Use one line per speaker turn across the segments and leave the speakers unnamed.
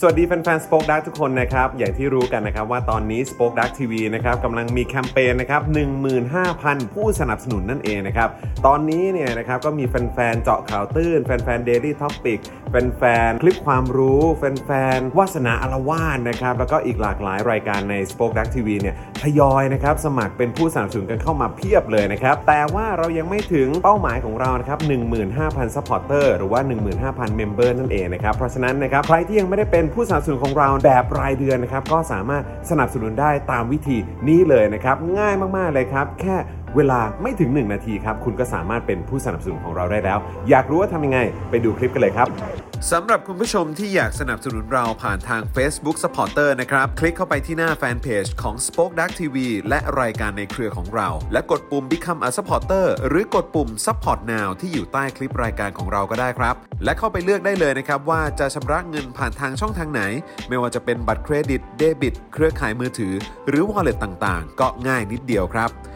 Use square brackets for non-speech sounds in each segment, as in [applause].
สวัสดีแฟนๆ Spoke Dark ทุกคนนะครับ อย่างที่รู้กันนะครับว่าตอนนี้ Spoke Dark TV นะครับกำลังมีแคมเปญนะครับ15,000 ผู้สนับสนุนนั่นเองนะครับ ตอนนี้เนี่ยนะครับก็มีแฟนๆ เจาะข่าวตื้น แฟนๆ Daily Topic แฟนๆ คลิปความรู้ แฟนๆ วาสนาอารวาสนะครับ แล้วก็อีกหลากหลายรายการใน Spoke Dark TV เนี่ยทยอยนะครับสมัครเป็นผู้สนับสนุนกันเข้ามาเพียบเลยนะครับ แต่ว่าเรายังไม่ถึงเป้าหมายของเรานะครับ15,000 supporter หรือว่า 15,000 member นั่นเองนะครับ เพราะฉะนั้นนะครับใครที่ยังไม่ได้เป็นผู้สนับสนุนของเราแบบรายเดือนนะครับ ก็สามารถสนับสนุนได้ตามวิธีนี้เลยนะครับ ง่ายมากๆเลยครับ แค่เวลาไม่ถึง 1 นาทีครับ คุณก็สามารถเป็นผู้สนับสนุนของเราได้แล้ว อยากรู้ว่าทำยังไง ไปดูคลิปกันเลยครับ สำหรับคุณผู้ชมที่อยากสนับสนุนเราผ่านทาง Facebook Supporter นะครับ คลิกเข้าไปที่หน้าแฟนเพจของ Spoke Dark TV และรายการในเครือของเรา และกดปุ่ม Become a Supporter หรือกดปุ่ม Support Now ที่อยู่ใต้คลิปรายการของเราก็ได้ครับ และเข้าไปเลือกได้เลยนะครับว่าจะชำระเงินผ่านทางช่องทางไหน ไม่ว่าจะเป็นบัตรเครดิตเดบิต เครือข่ายมือถือ หรือ Wallet ต่างๆ ก็ง่ายนิดเดียวครับ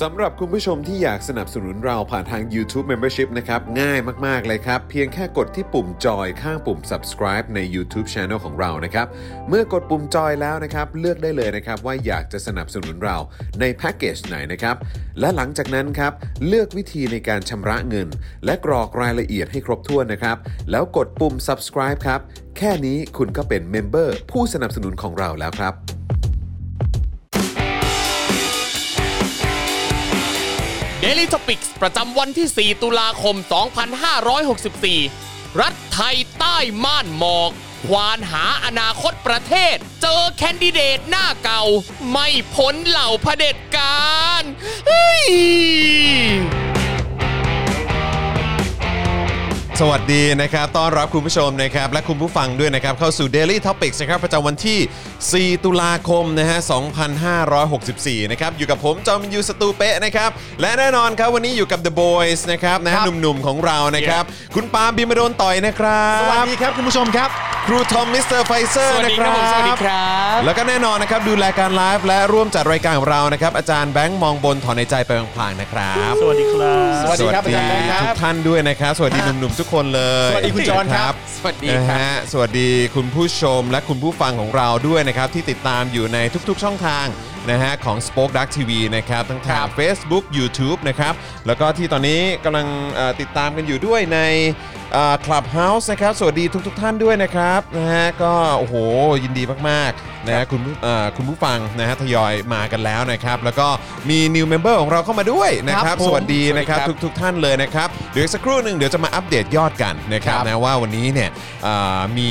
สำหรับคุณผู้ชมที่อยากสนับสนุนเราผ่านทาง YouTube Membership นะครับ ง่ายมาก ๆ เลยครับ เพียงแค่กดที่ปุ่มจอยข้างปุ่ม subscribe ใน YouTube Channel ของเรานะครับ เมื่อกดปุ่มจอยแล้วนะครับ เลือกได้เลยนะครับ ว่าอยากจะสนับสนุนเราในแพ็กเกจไหนนะครับ และหลังจากนั้นครับ เลือกวิธีในการชำระเงิน และกรอกรายละเอียดให้ครบถ้วนนะครับ แล้วกดปุ่ม subscribe ครับ แค่นี้คุณก็เป็นเมมเบอร์ผู้สนับสนุนของเราแล้วครับ
Daily Topics ประจำวันที่ 4 ตุลาคม 2564 รัฐไทยใต้ม่านหมอก ควานหาอนาคตประเทศ เจอแคนดิเดตหน้าเก่า ไม่พ้นเหล่าเผด็จการเฮ้ย
สวัสดีนะครับ ต้อนรับคุณผู้ชมนะครับ และคุณผู้ฟังด้วยนะครับ เข้าสู่ Daily Topics นะครับ ประจำวันที่ 4 ตุลาคมนะฮะ 2564 นะครับ อยู่กับผม จอมยูสตูเปะนะครับ และแน่นอนครับ วันนี้อยู่กับ The Boys นะครับนะฮะหนุ่มๆ ของเรานะครับ คุณปาล์มบิมโดนต่อยนะครับ
สวัสดีครับคุณผู้ชมครับ
ครูทอมมิสเตอร์ไฟเซอ
ส
ร์
วัส
นะ
ดีค
ค
รั
รั
บบ ผมสวัสดีครับ
แล้วก็แน่นอนนะครับ ดูแลการไลฟ์และร่วมจัดรายการของเรานะครับ อาจารย์แบงค์มองบนถอนในใจไปพลางๆนะครับ
สวัสดีครับ
สวัสดีครับทุกท่านด้วยนะครับ สวัสดีหนุ่มๆทุกคนเลย
สวัสดีคุณจรครับ
สวัสดี
นะ
ครับ
ฮะสวัสดีคุณผู้ชมและคุณผู้ฟังของเราด้วยนะครับ ที่ติดตามอยู่ในทุกๆช่องทางนะฮะของ Spoke Dark TV นะครับทั้งทาง Facebook YouTube นะครับ แล้วก็ที่ตอนนี้กำลังเอ่อติดตามกันอยู่ด้วยในเอ่อ Clubhouse นะครับ สวัสดีทุก ๆ ท่านด้วยนะครับนะฮะก็โอ้โหยินดีมากๆนะฮะคุณผู้เอ่อคุณผู้ฟังนะฮะทยอยมากันแล้วนะครับ แล้วก็มี New Member ของเราเข้ามาด้วยนะครับ
ครับผม
สวัสดีนะครับ ทุกๆท่านเลยนะครับ เดี๋ยวอีกสักครู่หนึ่งเดี๋ยวจะมาอัปเดตยอดกันนะครับ
ครับ
นะว่าวันนี้เนี่ยเอ่อมี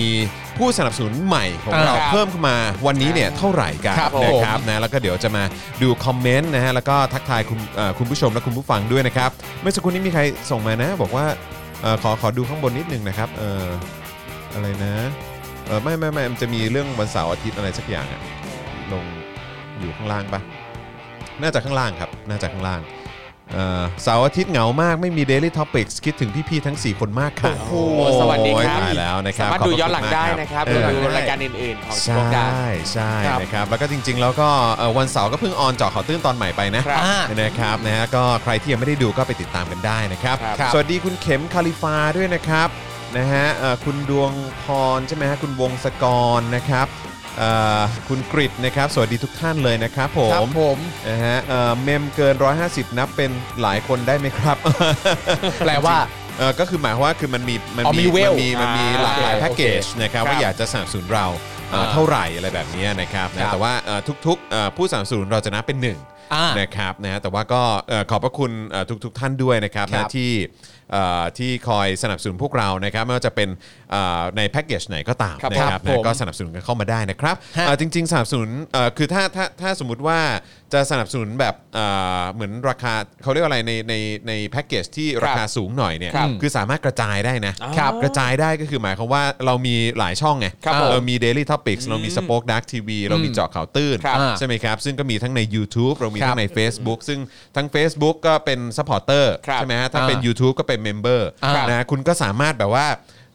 ผู้สนับสนุนใหม่ของเรา
ครับ
เพิ่มเข้ามาวันนี้เนี่ยเท่าไหร่กัน
ครับผม
นะครับนะแล้วก็เดี๋ยวจะมาดูคอมเมนต์นะฮะแล้วก็ทักทายคุณเอ่อคุณผู้ชมและคุณผู้ฟังด้วยนะครับเมื่อสักครู่นี้มีใครส่งมานะ บอกว่าเอ่อขอขอดูข้างบนนิดหนึงนะครับเอ่ออะไรนะเอ่อไม่ไม่ไม่มันจะมีเรื่องวันเสาร์อาทิตย์อะไรสักอย่างอะลงอยู่ข้างล่างปะน่าจะข้างล่างครับน่าจะข้างล่าง เอ่อเสาร์อาทิตย์เหงามากไม่มี Daily Topics คิดถึงพี่ๆทั้ง 4 คนมากค่ะ
โอ้โหสวัสดีครับ
โอ้ยตายแล้วนะค
สา
รับ
มารถดูย้อนหลังได้นะครับห
เอ
รือ
อ
ดูรายการอื่นๆ ของส
ใช
ปอคดา
่ใช่
ครับ
นะครับ แล้วก็จริงๆ แล้วก็เอ่อวันเสาร์ก็เพิ่งออนเจอข่าวตื้นตอนใหม่ไปนะครับ
อ่า
นะครับนะฮะก็ใครที่ยังไม่ได้ดูก็ไปติดตามกันได้นะครับ
ครับ
สวัสดีคุณเข็มคาลิฟาด้วยนะครับนะฮะเอ่อคุณดวงพรใช่ไหมฮะคุณวงศกรนะครับเอ่อคุณกริดนะครับ สวัสดีทุกท่านเลยนะครับผม
ครับผม
นะฮะเอ่อเมมเกิน 150 นับเป็นหลายคนได้ไหมครับ
แปลว่า
เออก็คือหมายความว่าคือมันมีมัน
อ๋อมี
มี
เว
มั
ล
นมีมันมี
อ่า
หลากหลาย
โอเค
แพ็กเกจนะครับ
ครับ
ว่าอยากจะสนับสนุนเราเอ่อ
อ่า
เท่าไหร่อะไรแบบนี้นะครับ
ครั
นะ
บ
แต่ว่าเอ่อทุกๆเอ่อผู้สนับสนุนเราจะนับเป็นหนึ่ง
อ่า
นะครับนะแต่ว่าก็เอ่อขอบพระคุณเอ่อทุกๆท่านด้วยนะครับ
ครั
นะ
บ
ที่เอ่อที่คอยสนับสนุนพวกเรานะครับไม่ว่าจะเป็นเอ่อในแพ็กเกจไหนก็ตาม
ครับ
นะครับ
ผม
นะก็สนับสนุนกันเข้ามาได้นะครับ
ฮะ
เอ่อจริงๆสนับสนุนเอ่อคือถ้าถ้าถ้าสมมุติว่าจะสนับสนุนแบบเอ่อเหมือนราคาเขาเรียกว่าอะไรในในในแพ็กเกจที่ราคาสูงหน่อยเนี่ย
ครับ
คือสามารถกระจายได้นะ
ครับ
กระจายได้ก็คือหมายความว่าเรามีหลายช่องไง
ครับผม
เรามี Daily Topics เรามี Spoke Dark TV เรามีเจาะข่าวตื้น
ครับ
ใช่ไหมครับ ซึ่งก็มีทั้งใน YouTube เรามี
ครับ
ทั้งใน Facebook ซึ่งทั้ง Facebook ก็เป็นซัพพอร์เตอร์
ครับ
ใช่ไหมฮะถ้าเป็น
อ่า
YouTube ก็เป็นเมมเบอร์
ครับ
นะคุณก็สามารถแบบว่า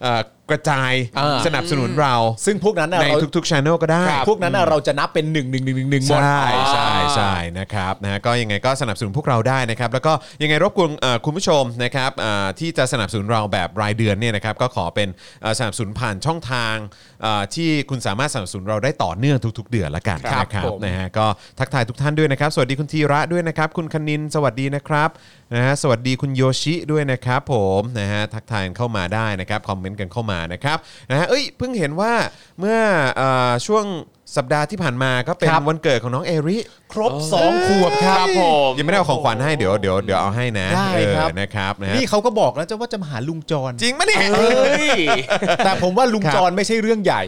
เอ่อ กระจาย
อ่า
สนับสนุนเรา
ซึ่งพวกนั้นน่ะ
ใน
เรา
ทุกๆช anel ก็ได้
พวกนั้นน่ะเราจะนับเป็นหนึ่งหนึ่งหนึ่งหนึ่งหนึ่งหมด
ใช่ใช่ใช่นะครับนะฮะก็ยังไงก็สนับสนุนพวกเราได้นะครับ แล้วก็ยังไงรบกวนเอ่อคุณผู้ชมนะครับเอ่อที่จะสนับสนุนเราแบบรายเดือนเนี่ยนะครับก็ขอเป็นเอ่อสนับสนุนผ่านช่องทางเอ่อที่คุณสามารถสนับสนุนเราได้ต่อเนื่องทุก ๆ เดือนละกัน
ครับ
นะครับ
ผม
นะฮะก็ทักทายทุกท่านด้วยนะครับ สวัสดีคุณธีระด้วยนะครับ คุณคณินสวัสดีนะครับนะฮะสวัสดีคุณโยชิด้วยนะครับผมนะฮะทักทายกันเข้ามาได้นะครับคอมเมนต์กันเข้ามานะครับนะฮะเอ้ยเพิ่งเห็นว่าเมื่อเอ่อช่วงสัปดาห์ที่ผ่านมาก็เป็น
ครับ
วันเกิดของน้องเอริ
ครบสองขวบค
ค
รั
รับ บผม
ยังไม่ได้เอาของขวัญให้เดี๋ยวเดี๋ยวเดี๋ยวเอาให้นะ
ได้
เออ
ครับ
นะครับนะฮะ
นี่เขาก็บอกแล้วจะว่าจะมาหาลุงจร
จริงปะเนี่ย
เอ้ย
แต่ผมว่าลุง
ครับ
จรไม่ใช่เรื่องใหญ่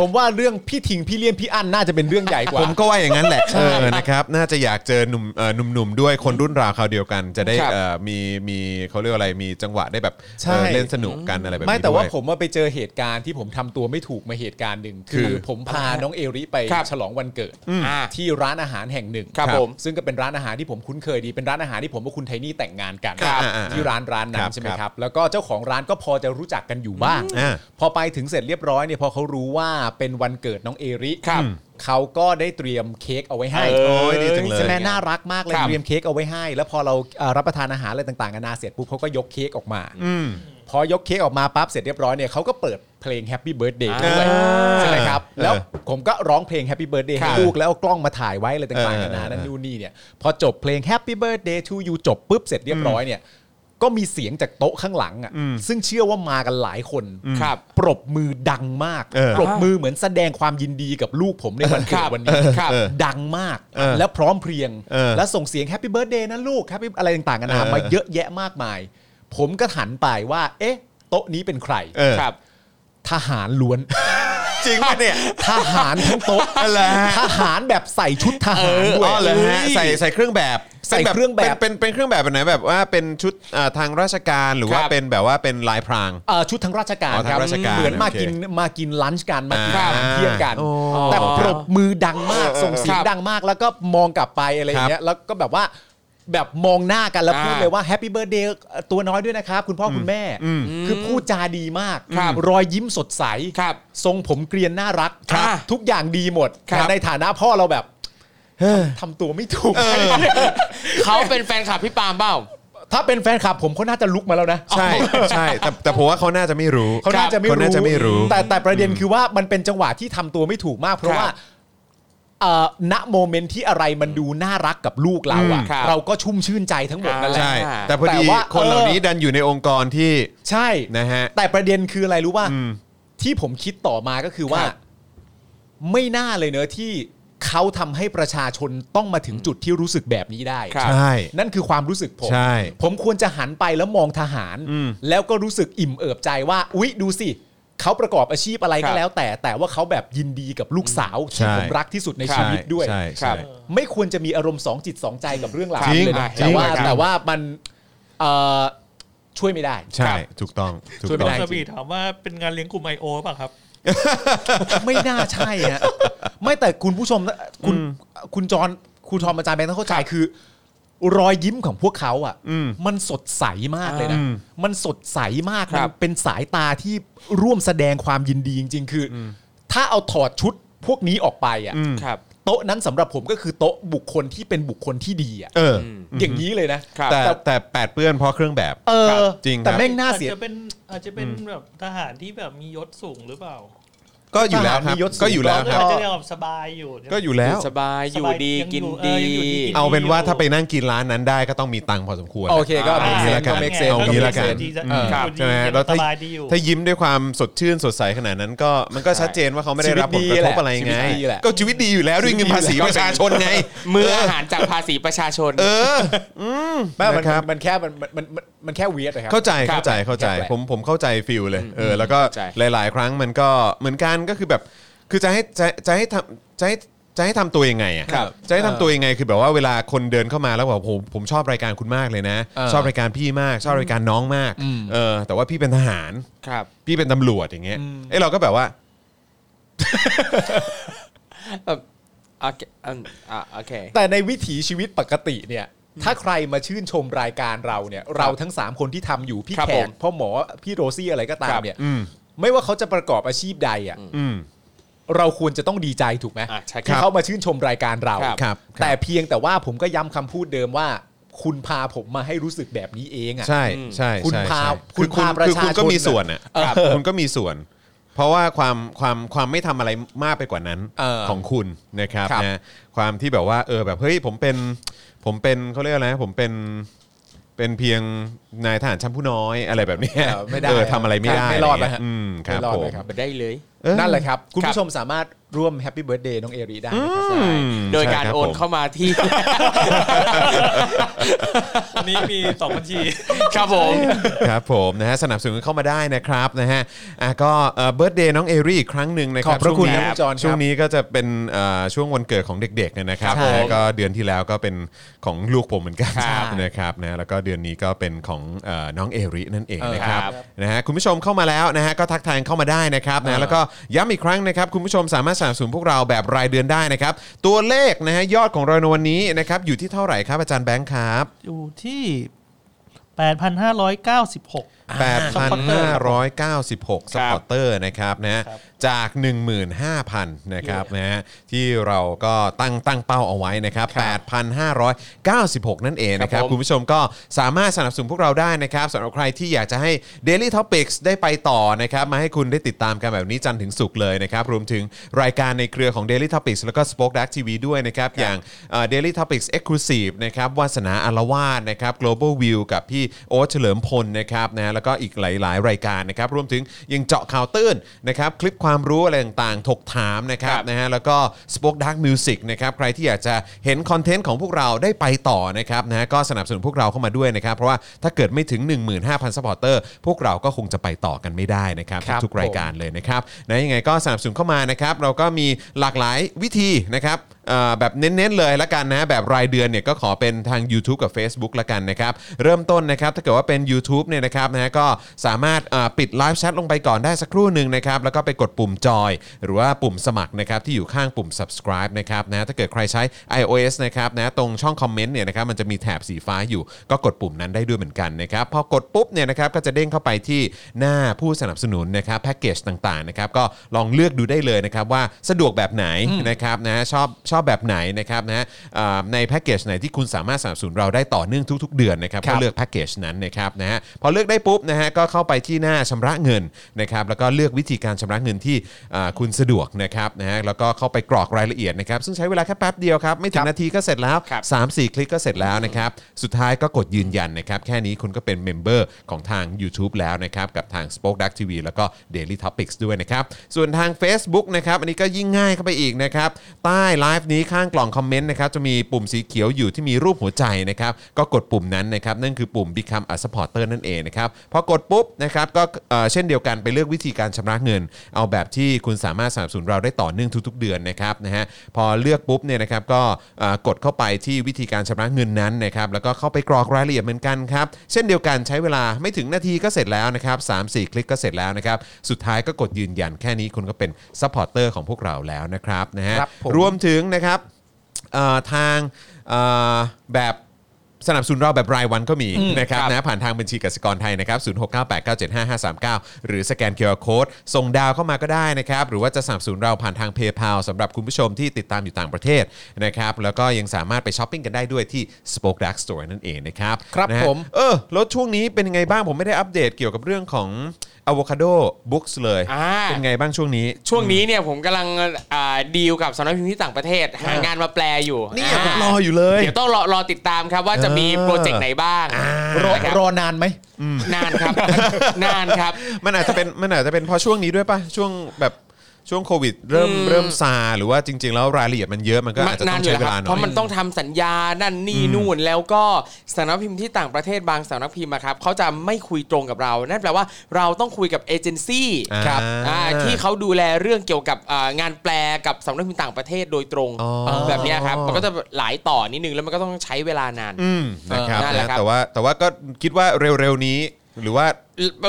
ผมว่าเรื่องพี่ทิงพี่เลี่ยมพี่อั้นน่าจะเป็นเรื่องใหญ่กว่า
ผมก็ว่าอย่างนั้นแหละเออนะครับน่าจะอยากเจอหนุ่มเอ่อหนุ่มๆด้วยคนรุ่นราวคราวเดียวกัน จะได้
ครับ
เอ่อมีมีเขาเรียกว่าอะไรมีจังหวะได้แบบ
ใช่
เออเล่นสนุกกันอะไรแบบนี้
ไม่แต่ว่า
ด้วย
ผมมาไปเจอเหตุการณ์ที่ผมทำตัวไม่ถูกมาเหตุการณ์หนึ่ง
คื
คือ อผมพาน้องเอริไป
ครับ
ฉลองวันเกิด
อ่า
ที่ร้านอาหารแห่งหนึ่ง
ครับผม
ซึ่งก็เป็นร้านอาหารที่ผมคุ้นเคยดี เป็นร้านอาหารที่ผมกับคุณไทนี่แต่งงานกัน
ครับ
ที่ร้านร้านนั้
ครั
น
บ
ใช่ไหม
ครับ
ครับ แล้วก็เจ้าของร้านก็พอจะรู้จักกันอยู่บ้าง
อ่า
พอไปถึงเสร็จเรียบร้อยเนี่ยพอเขารู้ว่าเป็นวันเกิดน้องเอริ
ครับ
เขาก็ได้เตรียมเค้กเอาไว้ให้
เอ้ย
โอ้ยดีจังเลย
ใช่ไหมน่ารักมากเลย
ครับ
เตรียมเค้กเอาไว้ให้ แล้วพอเราเอ่อรับประทานอาหารอะไรต่างๆกันานาเสร็จปุ๊บเขาก็ยกเค้กออกมา
อืม
พอยกเค้กออกมาปั๊บเสร็จเรียบร้อยเนี่ยเขาก็เปิดเพลง Happy Birthday
อ่า
ด้วยใช่ไหมครับ
เออ
แล้วผมก็ร้องเพลง Happy Birthday ให้
ครับ
ลูกแล้วเอากล้องมาถ่ายไว้อะไรต่าง
เออ
ๆนานานั่น
เออ
นู่นนี่เนี่ยพอจบเพลง Happy Birthday to you จบปุ๊บเสร็จเรียบร้อยเนี่ยก็มีเสียงจากโต๊ะข้างหลังอ่ะซึ่งเชื่อว่ามากันหลายคน
ครับ
ปรบมือดังมาก
เออ
ปรบมือเหมือนแสดงความยินดีกับลูกผมในวันเกิดวันนี้
ครับ
ดังมาก
เออ
แล้วพร้อมเพรียง
เออ
แล้วส่งเสียง Happy Birthday นะลูก Happy อะไรต่างๆกันานา
เออ
มาเยอะแยะมากมาย ผมก็หันไปว่า เอ๊ะ โต๊ะนี้เป็นใคร
เออ
ครับ
ทหารล้วน [laughs]
จริงปะเนี่ย
ทหารทั้งโต๊ะ
อะไรฮะ
ทหารแบบใส่ชุดทหารด้ว
อ๋
ย
อเหรอฮะใส่ใส่เครื่องแบบ
ใส่เครื่องแบบ
เป็นเป็นเป็นเครื่องแบบแบบไหนแบบว่าเป็นชุดเอ่อทางราชการหรือว่า
ครับ
เป็นแบบว่าเป็นลายพราง
เอ่อชุดทั้งราชการ
อ๋อทาง
ครับ
ราชการ
เหมือนมา
โอเค
กินมากินลันช์กันมากิน
อ่า
อาหารเที่ยงกัน
โอ้
แต่ปรบมือดังมากส่งเสียง
ครับ
ดังมากแล้วก็มองกลับไปอะไรอย่างเงี้ยแล้วก็แบบว่าแบบมองหน้ากันแล้ว
อ่า
พูดเลยว่าแฮปปี้เบิร์ดเดย์ตัวน้อยด้วยนะครับ คุณพ่อคุณแม่ คือพูดจาดีมาก
ครับ
รอยยิ้มสดใส
ครับ
ทรงผมเกรียนน่ารัก
ครับ
ทุกอย่างดีหมด
ครับ
แต่ในฐานะพ่อเราแบบทำตัวไม่ถูก
เขาเป็นแฟนคลับพี่ปาล์มเปล่า
ถ้าเป็นแฟนคลับผมเขาน่าจะลุกมาแล้วนะ [laughs]
ใช่ใช่แต่แต่ผมว่าเขาน่าจะไม่รู้
เขาน่าจะไม่
เขาน่าจะไม่รู้
แต่แต่ประเด็นคือว่ามันเป็นจังหวะที่ทำตัวไม่ถูกมาก เพราะว่า
ครับ
เอ่อณโมเมนต์ที่อะไรมันดูน่ารักกับลูกเรา
อื
อะ
ม
ครับ
เราก็ชุ่มชื่นใจทั้งหมดนั่นแหละ
ใช่
อ่า
แต่พอดี
แต่ว่า
คนเหล่า
เออ
นี้ดันอยู่ในองค์กรที่
ใช่
นะฮะ
แต่ประเด็นคืออะไรรู้ว่า
อืม
ที่ผมคิดต่อมาก็คือว่า
ครับ
ไม่น่าเลยเนอะที่เขาทำให้ประชาชนต้องมาถึงจุดที่รู้สึกแบบนี้ได้
ครับ
ใช่
นั่นคือความรู้สึกผม
ใช่
ผมควรจะหันไปแล้วมองทหาร
อืม
แล้วก็รู้สึกอิ่มเอิบใจว่า อุ๊ย ดูสิ เขาประกอบอาชีพอะไร
ครั
ก็
บ
แล้วแต่ แต่ว่าเขาแบบยินดีกับลูกสาวที่
ใช่
ผมรักที่สุดใน
ใช่
ชีวิตด้วย
ใช่
ครั
ใช่
บ
ไม่ควรจะมีอารมณ์สองจิตสองใจกับเรื่องราว
จริง
นี้เลยนะ
จริ
แต่
ง
ว่า
ครับ
แต่ว่ามันเอ่อช่วยไม่ได้
ใช่ ถูกต้องถูก
ช่วยไม่
ต้อง
ได้
กระบี่ถามว่าเป็นงานเลี้ยงกลุ่ม I.O. ป่ะครับ
ไม่น่าใช่ฮะ ไม่แต่คุณผู้ชมนะคุณคุณจรคุณทอมอาจารย์แบงค์ต้องเข้าใจคือ รอยยิ้มของพวกเขาอ่ะ
อืม
มันสดใสมากเลยนะ
อืม
มันสดใสมาก
ครั
มั
บ
นเป็นสายตาที่ร่วมแสดงความยินดีจริง ๆ คืออถ้าเอาถอดชุดพวกนี้ออกไปอ่ะ
อืม
ครับ
โต๊ะนั้นสำหรับผมก็คือโต๊ะบุคคลที่เป็นบุคคลที่ดีอ่ะ
เออ
อย่างนี้เลยนะครับ
แต่แต่แปดเปื้อนเพราะเครื่องแบบ
เออ
จริงครับ
แต่แม่งน่าเสีย
อาจจะเป็นอาจจะเป็นแบบทหารที่แบบมียศสูงหรือเปล่า
ก็อยู่แล้วครับ
ทหารมียศสูง
ก็อยู่แล้วค
ก็
รับ
อาจจะเรียกว่าสบายอยู่เนี่ย
ก็อยู่แล้ว
สบายอยู่ดี
สบาย
กิน
เอ
ดี
อยังอยู่ดีกิน
เอาเป็นว่าถ้าไปนั่งกินร้านนั้นได้ก็ต้องมีตังค์พอสมควร
โอเคก็
เอาอย่างนี้ละกัน
make
ไง
sense
เอาอย่างนี้ละกัน
ดีจะ
เออ
อยู่ดี
ใช่ไหม
ยัง
แล้วถ้า
สบายดีอยู่
ถ้ายิ้มด้วยความสดชื่นสดใสขนาดนั้นก็มันก็
ใช่
ชัดเจนว่าเขาไม่ได้รับผลก
ชีวิตดี
ระ
แห
ทบ
ละ
อะไรไง
ชีวิตดีแหละ
ก็ชีวิตดีอยู่แล้วด้วยเงินภาษีประชาชนไง
มืออาหารจากภาษีประชาชน
เออ อืม
ไม่มัน
นะครับ
มันแค่มันมันมันมันแค่เวียดนะครับ
เข้าใจ
ครับ
เข้าใจเข้าใจ
แปลกๆ
ผมผมเข้าใจฟิลเลยเออแล้วก็
เข้าใจ
หลาย ๆ ครั้งมันก็เหมือนกันก็คือแบบ คือจะให้จะจะให้ทำจะให้จะให้ทำตัวยังไงอ่ะ
ครับ
จะให้ทำตัวยังไงคือแบบว่าเวลาคนเดินเข้ามาแล้วบอกผมผมชอบรายการคุณมากเลยนะ
เออ
ชอบรายการพี่มาก ชอบรายการน้องมาก
อืม
เออแต่ว่าพี่เป็นทหาร
ครับ
พี่เป็นตำรวจอย่างเงี้ยเอ้ยเราก็แบบว่า
เอ่อโอเคอืมอ่ะโอเค
แต่ในวิถีชีวิตปกติเนี่ย ถ้าใครมาชื่นชมรายการเราเนี่ย เราทั้ง 3 คนที่ทำอยู่ พี่
ครับ
แข
ผ
ก
ม
พ่อหมอ พี่โรซี่อะไรก็ตาม
ครับ
เนี่ย
อืม
ไม่ว่าเขาจะประกอบอาชีพใดอ่ะ
อืม
เราควรจะต้องดีใจถูกไหม
อ่ะใช่ครับ
ที่เขามาชื่นชมรายการเรา
ครับ
ครับ
แต่เพียงแต่ว่าผมก็ย้ำคำพูดเดิมว่า คุณพาผมมาให้รู้สึกแบบนี้เองอ่ะ
ใช่ใช่
คุณ
ใช่
พา
ใช่
คุณ
อ
พาประ
คือคุณ
ชาชน
ก็มี
น่ะ
ส่วนอ่ะ
ครับ
คุณก็มีส่วน เพราะว่าความความความไม่ทำอะไรมากไปกว่านั้น
เออ
ของคุณนะครับ
ครับ
นะความที่แบบว่าเออแบบเฮ้ยผมเป็นผมเป็นเขาเรียกอะไรนะผมเป็นเป็นเพียงนายทหารชั้นผู้น้อยอะไรแบบเนี้ย
เออไม่ได้
เออทำอะไรไม่ได้
ไม่รอดนะ
นะ
ฮะ
อืมครับ
ไม่รอด
ผม
เลยครับ
ไปได้เลย
เออ
นั่นแหละครับ คุณ
ครับ
ผู้ชมสามารถร่วมแฮปปี้เบิร์ดเดย์น้องเอริได้นะครับ
อืม
โดยการ
ใช่คบ
โอนเข้า
ผม
มาที่ [laughs]
อันนี้มีสองบัญชี
ครับผม
ครับผมนะฮะสนับสนุนเข้ามาได้นะครับนะฮะอ่ะก็เบิร์ดเดย์น้องเอรี่อีกครั้งหนึ่งนะครั
ขอบพระคุณ
ช่วงนี้
ครับจอนครับ
ช่วงนี้ก็จะเป็นเอ่อช่วงวันเกิดของเด็กๆเนี่ยนะครับ
ครับผม
นะฮะก็เดือนที่แล้วก็เป็นของลูกผมเหมือนกัน
ครับ
นะครับนะแล้วก็เดือนนี้ก็เป็นของเอ่อน้องเอรินั่นเองนะครับ
ครับ
นะฮะคุณผู้ชมเข้ามาแล้วนะฮะก็ทักทายเข้ามาได้นะครับนะแล้วก็ย้ำอีกครั้งนะครับคุณผู้ชมสามารถสนับสนุนพวกเราแบบรายเดือนได้นะครับตัวเลขนะฮะยอดของเราในวันนี้นะครับอยู่ที่เท่าไหร่ครับอาจารย์แบงค์ครับ
อยู่ที่ 8,596
8,596
ค
ส
รั
ป
บ
อร์เตอร์นะครับนะจาก 15,000นะครับนะที่เราก็ตั้งตั้งเป้าเอาไว้นะครับ 8,596 นั่นเองนะครั
ค
บ
รับผม
คุณผู้ชมก็สามารถสนับสนุนพวกเราได้นะครับสำหรับใครที่อยากจะให้ Daily Topics ได้ไปต่อนะครับ มาให้คุณได้ติดตามกันแบบนี้จันทร์ถึงศุกร์เลยนะครับ รวมถึงรายการในเครือของ Daily Topics แล้วก็ Spoke Dark TV ด้วยนะครับ อย่างเอ่อ Daily Topics Exclusive นะครับวาสนาอารวาสนะครับ Global View กับพี่โอ๊ตเฉลิมพลนะครับนะแล้วก็อีกหลาย ๆ รายการนะครับ รวมถึงยังเจาะข่าวตื้นนะครับคลิปความรู้อะไรต่างๆ ถกถามนะครับ
ครับ
นะฮะแล้วก็ Spoke Dark Music นะครับใครที่อยากจะเห็นคอนเทนต์ของพวกเราได้ไปต่อนะครับนะฮะก็สนับสนุนพวกเราเข้ามาด้วยนะครับ เพราะว่าถ้าเกิดไม่ถึง 15,000สปอร์เตอร์พวกเราก็คงจะไปต่อกันไม่ได้นะครับ
ครับ
ทุกๆรายการ กเลยนะครับนะยังไงก็สนับสนุนเข้ามานะครับ เราก็มีหลากหลายวิธีนะครับเอ่อแบบเน้นๆเลยละกันนะแบบรายเดือนเนี่ยก็ขอเป็นทาง YouTube กับ Facebook ละกันนะครับ เริ่มต้นนะครับถ้าเกิดว่าเป็น u t u b e เนี่ยนะครับนะก็สามารถเอ่อปิดไลฟ์แชทลงไปก่อนได้สักครู่หนึ่งนะครับ แล้วก็ไปกดปุ่มจอย หรือว่าปุ่มสมัครนะครับที่อยู่ข้างปุ่ม subscribe นะครับนะถ้าเกิดใครใช้ iOS นะครับนะตรงช่องคอมเมนต์เนี่ยนะครับมันจะมีแถบสีฟ้าอยู่ ก็กดปุ่มนั้นได้ด้วยเหมือนกันนะครับพอกดปุ๊บเนี่ยนะครับก็จะเด้งเข้าไปที่หน้าผู้สนับสนุนนะครับแพ็กเกจต่างๆนะครับก็ลองเลือกดูได้เลยนะครับว่าสะดวกแบบไหนนะครับนะชอบชอบแบบไหนนะครับนะอ่าในแพ็กเกจไหนที่คุณสามารถสนับสนุนเราได้ต่อเนื่องทุก ๆ เดือนนะครับ
ครั
ก็
บ
เลือกแพ็กเกจนั้นนะครับนะฮะพอเลือกได้ปุ๊บนะฮะก็เข้าไปที่หน้าชำระเงินนะครับแล้วก็เลือกวิธีการชำระเงินที่อ่าคุณสะดวกนะครับนะฮะแล้วก็เข้าไปกรอกรายละเอียดนะครับซึ่งใช้เวลาแค่แป๊บเดียวครับไม่ถึงนาทีก็เสร็จแล้ว
ครับ
3 4 คลิกก็เสร็จแล้วนะครับ สุดท้ายก็กดยืนยันนะครับ แค่นี้คุณก็เป็นเมมเบอร์ของทาง YouTube แล้วนะครับ กับทาง Spoke Dark TV แล้วก็ Daily Topics ด้วยนะครับ ส่วนทาง Facebook นะครับ อันนี้ก็ยิ่งง่ายเข้าไปอีกนะครับ ใต้ไลฟ์นี้ข้างกล่องคอมเมนต์นะครับ จะมีปุ่มสีเขียวอยู่ที่มีรูปหัวใจนะครับ ก็กดปุ่มนั้นนะครับ นั่นคือปุ่ม Become a supporter นั่นเองนะครับ พอกดปุ๊บนะครับก็เอ่อเช่นเดียวกันไปเลือกวิธีการชำระเงิน เอาแบบที่คุณสามารถสนับสนุนเราได้ต่อเนื่องทุก ๆ เดือนนะครับนะฮะพอเลือกปุ๊บเนี่ยนะครับก็เอ่อกดเข้าไปที่วิธีการชำระเงินนั้นนะครับแล้วก็เข้าไปกรอกรายละเอียดเหมือนกันครับเช่นเดียวกันใช้เวลาไม่ถึงนาทีก็เสร็จแล้วนะครับสามสี่คลิกก็เสร็จแล้วนะครับสุดท้ายก็กดยืนยันแค่นี้คุณก็เป็นซัพพอร์เตอร์ของพวกเราแล้วนะครับนะฮะ
ครับผม
รวมถึงนะครับเอ่อทางเอ่อแบบ สนับสนุนเราแบบรายวันก็มีนะครับนะผ่านทางบัญชีกสิกรไทยนะครับ0 6 9 8 9 7 5 5 3 9 หรือสแกน QR Code ส่งดาวเข้ามาก็ได้นะครับ หรือว่าจะสนับสนุนเราผ่านทาง PayPal สำหรับคุณผู้ชมที่ติดตามอยู่ต่างประเทศนะครับ แล้วก็ยังสามารถไปช้อปปิ้งกันได้ด้วยที่ Spoke Dark Store นั่นเองนะครับ
ครับ
นะฮะ
ผม
เออแล้วช่วงนี้เป็นยังไงบ้างผมไม่ได้อัปเดตเกี่ยวกับเรื่องของ Avocado Books เลย
อ่า
เป็นไงบ้างช่วงนี้
ช่วงนี้เนี่ยผมกำลังอ่าดีลกับสำนักพิมพ์ที่ต่างประเทศ หางานมาแปลอยู่
เนี่ย
า
ผมรออยู่เลย
เดี๋ยวต้องรอรอติดตามครับว่าจะมีโปรเจกต์ไหนบ้าง
รอ
นะครับ
รอนานไหม
นานครับ [laughs] นานครับ
มันอาจจะเป็นมันอาจจะเป็นเพราะช่วงนี้ด้วยป่ะช่วงแบบช่วงโควิด เริ่มเริ่มซาหรือว่าจริง ๆ แล้วรายละเอียดมันเยอะมันก็อาจจะต้อง
ยู่
ใช้
แล้
เว
ค
ลา
รับ
หน่
เพ
อ
ราะมัน
ย
ต้องทำสัญญานั่นนี่นู่นแล้วก็สำนักพิมพ์ที่ต่างประเทศบางสำนักพิมพ์อะครับเขาจะไม่คุยตรงกับเรา นั่นแปลว่าเราต้องคุยกับเอเจนซี่
ครับ
อ่า
อ่า
ที่เขาดูแลเรื่องเกี่ยวกับอ่างานแปลกับสำนักพิมพ์ต่างประเทศโดยตรง
อ๋อ
แบบเนี้ยครับมันก็จะหลายต่อนิดนึงแล้วมันก็ต้องใช้เวลานาน
อืมนะครับ
นั่นแหละ
นะครับ แต่ว่าแต่ว่าก็คิดว่าเร็วๆนี้ หรือว่า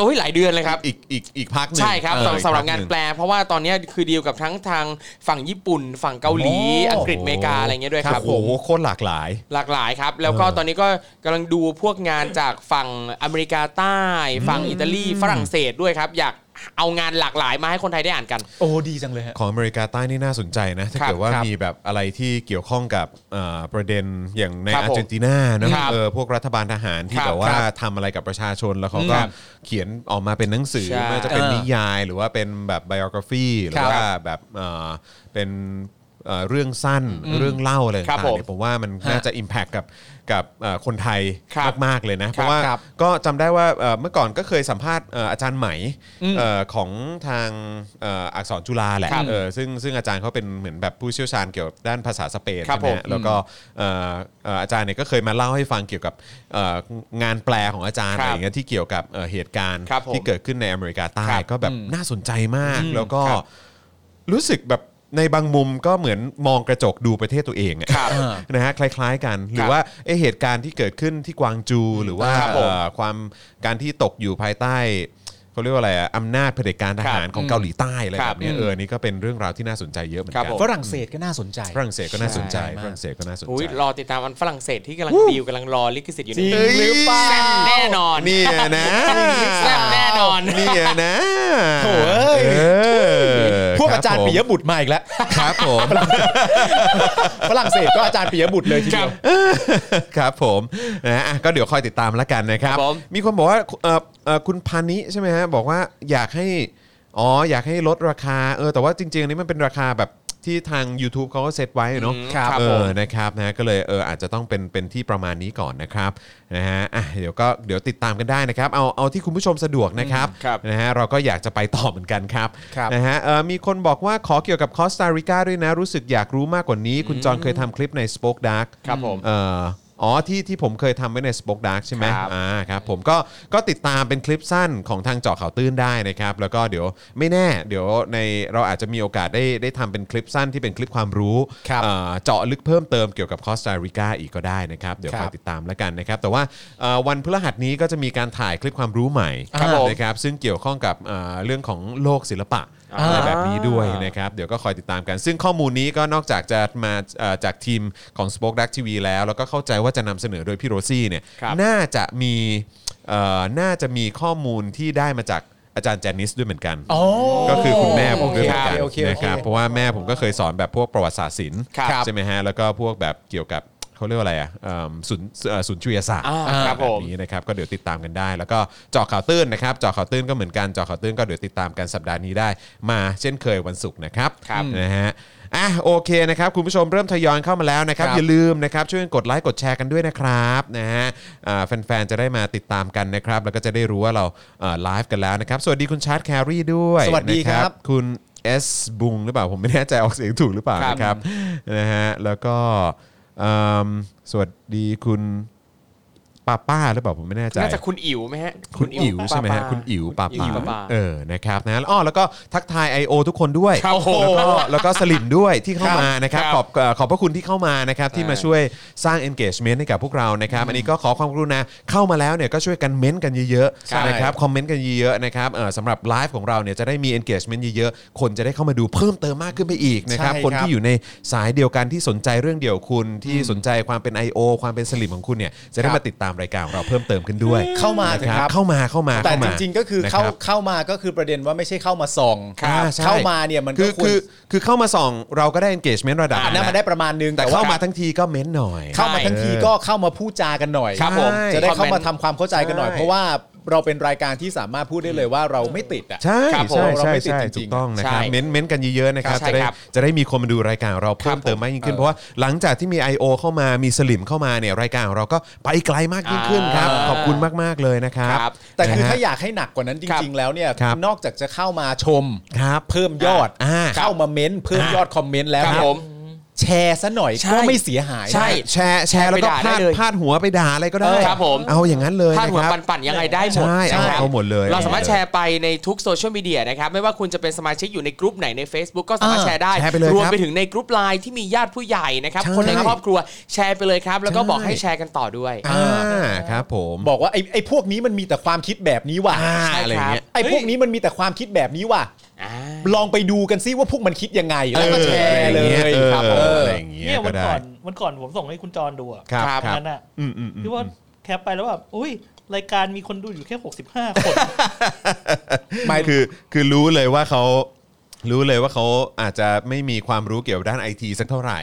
โอ้ยหลายเดือนเลยครับ
อีกอีกอีกพักหนึ่ง
ใช่ครับ
เออ
สำหรับสำหรับ
อีกพัก
งาน
นึ่
แปล เพราะว่าตอนเนี้ยคือดีลกับทั้งทางฝั่งญี่ปุ่น ฝั่งเกาหลี
โอ้
อังกฤษอเมริกาอะไรเงี้ยด้วยครับ
โอ้โหโคตรหลากหลาย
หลากหลายครับ แล้วก็
เออ
ตอนนี้ก็กำลังดูพวกงานจากฝั่งอเมริกาใต้ ฝั่งอิตาลีฝรั่งเศสด้วยครับ อยาก เอางานหลากหลายมาให้คนไทยได้อ่านกัน
โอ้ดีจังเลยฮะ
ของอเมริกาใต้นี่น่าสนใจนะ ถ้า
ครับ
เกิดว่า
ครับ
มีแบบอะไรที่เกี่ยวข้องกับเอ่อประเด็นอย่างใน
ครับ
อาร์เจนตินานะครับ เออพวกรัฐบาลทหารที่
ครับ
แบบว่า
ครับ
ทำอะไรกับประชาชนแล้วเขาก็
ครับ
เขียนออกมาเป็นหนังสือ
ใช่
ไม่ว่าจะเป็น
เออ
นิยายหรือว่าเป็นแบบ b i o g r a p h y หรือ
ครับ
ว่าแบบเอ่อเป็นเอ่อเรื่องสั้นเรื่องเล่าอะไร
ครับ
ต่าง
ผม
ๆเนี่ยผมว่ามันน่าจะ Impact กับกับเอ่อคนไทย
ครับ
มากๆเลยนะ เพ
ครั
ราะ
บ
ว่า
ครับ
ก็จำได้ว่าเอ่อเมื่อก่อนก็เคยสัมภาษณ์เอ่ออาจารย์ไหม
อืม
เอ่อของทางเอ่ออักษรจุฬาแหละ
ครับ
เออซึ่งซึ่งอาจารย์เขาเป็นเหมือนแบบผู้เชี่ยวชาญเกี่ยวกับด้านภาษาสเปน
ครับ
ใช่ไหม
ผม
ฮะแล้วก็เอ่อเอ่ออาจารย์เนี่ยก็เคยมาเล่าให้ฟังเกี่ยวกับเอ่องานแปลของอาจารย์
ครั
อะ
บ
ไรอย่างเงี้ยที่เกี่ยวกับเอ่อเหตุการณ์
ครับผม
ที่เกิดขึ้นในอเมริกาใต้
ครับ
ก็แบบน่าสนใจมาก แล้วก็
ครับ
รู้สึกแบบในบางมุมก็เหมือนมองกระจกดูประเทศตัวเองอะ
ครับ
อ่า
นะฮะคล้าย ๆกัน หรือว่าเอ้ยเหตุการณ์ที่เกิดขึ้นที่กวางจู หรือว่า
ครับผม
เอ่อความการที่ตกอยู่ภายใต้เขาเรียกว่าอะไรอะอำนาจเผด็จการทหาร
ครับ
ของเกาหลีใต้อะไร
ครั
แบบ บเนี้ย
อืม
เออนี่ก็เป็นเรื่องราวที่น่าสนใจเยอะเหมือน
ครั
กับ น
ผม
ฝรั่งเศสก็น่าสนใจ
ฝรั่งเศสก็น่าสนใจ
ใช่มาก
ฝรั่งเศสก็น่าสน
อุ้ย
ใจ
รอติดตามอันฝรั่งเศสที่กำลังดีลกำลังรอลิขสิทธิ์อยู่นี่
จริงหรือเปล่า
แซ่บแน่นอน
เนี่ยนะ
แซ่บแน่นอน
เนี่ยนะ
โถ่เอ้ย
เออ
พวกอาจารย์ปิยบุตรมาอีกแล้ว
ครับผม
[laughs] ฝรั่งเศสก็อาจารย์ปิยบุตรเลยทีเดียว
[laughs] ครับผมนะอ่ะก็เดี๋ยวคอยติดตามแล้วกันนะครับ
ครับผม
มีคนบอกว่าเอ่อเอ่อคุณพานิใช่ไหมฮะบอกว่าอยากให้อ๋ออยากให้ลดราคาเออแต่ว่าจริงๆอันนี้มันเป็นราคาแบบที่ทาง YouTube เขาก็เซตไว้เนาะ
อืมครับ
เอ
ผ
อ
ม
นะครับนะก็เลยเอออาจจะต้องเป็นเป็นที่ประมาณนี้ก่อนนะครับนะฮะอ่ะเดี๋ยวก็เดี๋ยวติดตามกันได้นะครับ เอาเอาที่คุณผู้ชมสะดวกนะครับ
ครับ
นะฮะเราก็อยากจะไปต่อเหมือนกันครับ
ครับ
นะฮะเออมีคนบอกว่าขอเกี่ยวกับคอสตาริกาด้วยนะ รู้สึกอยากรู้มากกว่านี้ คุณจอนเคยทำคลิปใน Spoke Dark
ครับผม
เอ่ออ๋อที่ที่ผมเคยทำไว้ใน Spoke Dark ใช่ไหม
ครับ
อ่าครับผมก็ก็ติดตามเป็นคลิปสั้นของทางเจาะข่าวตื้นได้นะครับ แล้วก็เดี๋ยวไม่แน่ เดี๋ยวในเราอาจจะมีโอกาสได้ได้ทำเป็นคลิปสั้นที่เป็นคลิปความรู้
ครับ
เอ่อเจาะลึกเพิ่มเติมเกี่ยวกับคอสตาริกาอีกก็ได้นะครับ เดี๋ยว
ครั
ค
บ
อยติดตามแล้วกันนะครับ แต่ว่าเอ่อวันพฤหัสนี้ก็จะมีการถ่ายคลิปความรู้ใหม่
ครับผม
นะครับซึ่งเกี่ยวข้องกับเอ่อเรื่องของโลกศิลปะ
อ่า
อะไรแบบนี้ด้วยนะครับเดี๋ยวก็คอยติดตามกัน ซึ่งข้อมูลนี้ก็นอกจากจะมาเอ่อจากทีมของ Spoke Dark TV แล้ว แล้วก็เข้าใจว่าจะนำเสนอโดยพี่โรซี่เนี่ย
ครับ
น่าจะมีเอ่อน่าจะมีข้อมูลที่ได้มาจากอาจารย์แจนิสด้วยเหมือนกัน
อ๋อ
ก็คือคุณแม่ผมด้วยเหมือนกัน
โอเคโอ
นะ
เค
ครับเพราะว่าแม่ผมก็เคยสอนแบบพวกประวัติศาสตร์ศิลป์
ครับ
ใช่ไหมฮะแล้วก็พวกแบบเกี่ยวกับเขาเรียกว่าอะไรอ่ะเอิ่มศูนย์เอ่อศูนย์ชุยศาสตร์
อ่า
อ่า
ครับ
แบ
ผ
บ
ม
นี้นะครับก็เดี๋ยวติดตามกันได้ แล้วก็เจาะข่าวตื้นนะครับเจาะข่าวตื้นก็เหมือนกันเจาะข่าวตื้นก็เดี๋ยวติดตามกันสัปดาห์นี้ได้ มาเช่นเคยวันศุกร์นะครับ
ครับ
นะฮะอ่ะโอเคนะครับคุณผู้ชมเริ่มทยอยเข้ามาแล้วนะครับ
ครับ
อย่าลืมนะครับช่วยกดไลค์กดแชร์กันด้วยนะครับนะฮะอ่าแฟนๆจะได้มาติดตามกันนะครับแล้วก็จะได้รู้ว่าเราเอ่อไลฟ์กันแล้วนะครับสวัสดีคุณชาร์ตแครีด้วย
สวัสดีครับ
นะคุณเอสบุงหรือเปล่าผมไม่แน่ใจออกเสียงถูกหรือเปล่า
ครับ
นะครับนะฮะแล้วก็เอิ่มสวัสดีคุณ ป้าป้าหรือเปล่าผมไม่แน่ใจ
น่าจะคุณอิ๋วไหมฮะ
คุณอิ๋ว
ป้า
ใช่ไหมฮะ
ป้า
คุณอิ๋วป้า
คุณอิ๋วป้า
ป้า
ป้า
เออนะครับนะอ้อแล้วก็ทักทาย I.O. ทุกคนด้วย
ครับผม
แล้วก็แล้วก็สลิมด้วยที่เข้ามานะครับ
ครับ
ขอบเอ่อขอบพระคุณที่เข้ามานะครับที่มาช่วยสร้าง engagement ให้กับพวกเรานะครับอันนี้ก็ขอความกรุณาเข้ามาแล้วเนี่ยก็ช่วยกันเม้นต์กันเยอะ
ใช่
ๆนะครับคอมเมนต์กันเยอะๆนะครับเอ่อสำหรับไลฟ์ของเราเนี่ยจะได้มี engagement เยอะๆคนจะได้เข้ามาดูเพิ่มเติมมากขึ้นไปอีกนะครับ
ใช่
คน
ครับ
ที่ อยู่ในสายเดียวกันที่สนใจเรื่องเดียวกับคุณที่สนใจความเป็น I.O. ความเป็นสลิมของคุณเนี่ยจะได้
ครับ
มาติดตามรายการของเราเพิ่มเติมขึ้นด้วย
เข้ามาเถอะครับ
เข้ามาเข้ามา
แต่
เข้า
จ
มา
ริงๆก็คือเข้า
นะรับ
เข้ามาก็คือประเด็นว่าไม่ใช่เข้ามาส่อง
ครับใช่
เข้ามาเนี่ยมัน
คื
ก็
อ
คว
คื
ร
อคือเข้ามาส่องเราก็ได้ engagement ระดับ
อันนั้นมันได้ประมาณนึง
แต่
ว่
เข้ามาทั้งทีก็เม้นหน่อย
เข้ามาทั้งทีก็เข้ามาพูดจากันหน่อย
ครับผม
จะได้เข้ามา
ใช่
ทำความเข้าใจกันหน่อย
ใช่
เพราะว่าเราเป็นรายการที่สามารถพูดได้เลยว่าเราไม่ติดอ่ะ
ใช่
ครับผม
ใช่
เรา
ใช่
ไม่ติด
ใช่
จริงๆ
ถูกต้องนะครับ
ใช่
เม้นเม้นกันเยอะๆนะครับ
ใช่
จะได้
ครับ
จะได้มีคนมาดูรายการของเราเพิ่
ค
ม
รับผม
เติมมากยิ่งขึ้นเพราะว่าหลังจากที่มี I.O. เข้ามามีสลิมเข้ามาเนี่ยรายการของเราก็ไปไกลมากยิ่งขึ้นครับ
อ่า
ขอบคุณมากๆเลยนะครับ
ครับ
แต่คือ
นะฮะ
ถ้าอยากให้หนักกว่านั้นจ
ครับ
ริง ๆ แล้วเนี่ย
ครับ
นอกจากจะเข้ามาชม
ครับ
เพิ่มยอด
อ่า
เข้ามาเม้นเพิ่มยอดคอมเมนต์แล้ว
ครับ
เนี่ย
ผม
แชร์ซะหน่อย
ใช่
ก็ไม่เสียหายนะ
ใช่
แชร์แชร์แล้วก็
แชร์ไปด่าได้
พาด
เลย
พาดหัวไปด่าอะไรก็ได้
เออครับผม
เอาอย่างนั้นเลย
พาดหัว
นะครับ
ปั่นๆยังไงได้หมด
ใช่
นะคบ
เอาหมดเลย
เราสามารถแชร์ไปในทุกโซเชียลมีเดียนะครับ ไม่ว่าคุณจะเป็นสมาชิกอยู่ในกลุ่มไหนใน Facebook ก็สามารถ
อ่า
แชร์ได้
แชร์ไปเลย
รวม
ครับ
ไปถึงในกลุ่มไลน์ที่มีญาติผู้ใหญ่นะครับ
ใช่
คนในครอบครัวแชร์ไปเลยครับ แล้วก็
ใช่
บอกให้แชร์กันต่อด้วย
อ่ะ
อ่าครับผม
บอกว่าไอ้ไอ้พวกนี้มันมีแต่ความคิดแบบนี้ว่ะ
อ่า
ใช่ครับ
อะไรอย่างเงี้ย
ไอ้พวกนี้มันมีแต่ความคิดแบบนี้ว่ะ
อ่า
ลองไปดูกันซิว่าพวกมันคิดยังไงแล้วก็
เออ
แชร์เล
อะไรอย่างเงี้ยเออ
ยครับผม
อะไรอย่างเงี้ย
เนี่ย
ก็
วัน
ได้
ก่อนวันก่อนผมส่งให้คุณจรดูอะ
ครับ
ครับ
ครับ
นั่นอะ
อืมอืมอืม
คือว่าแคปไปแล้วแบบอุ้ย รายการมีคนดูอยู่แค่ 65 คน
[laughs] ไม่คือคือรู้เลยว่าเขารู้เลยว่าเขาอาจจะไม่มีความรู้เกี่ยวด้านไอทีสักเท่าไหร่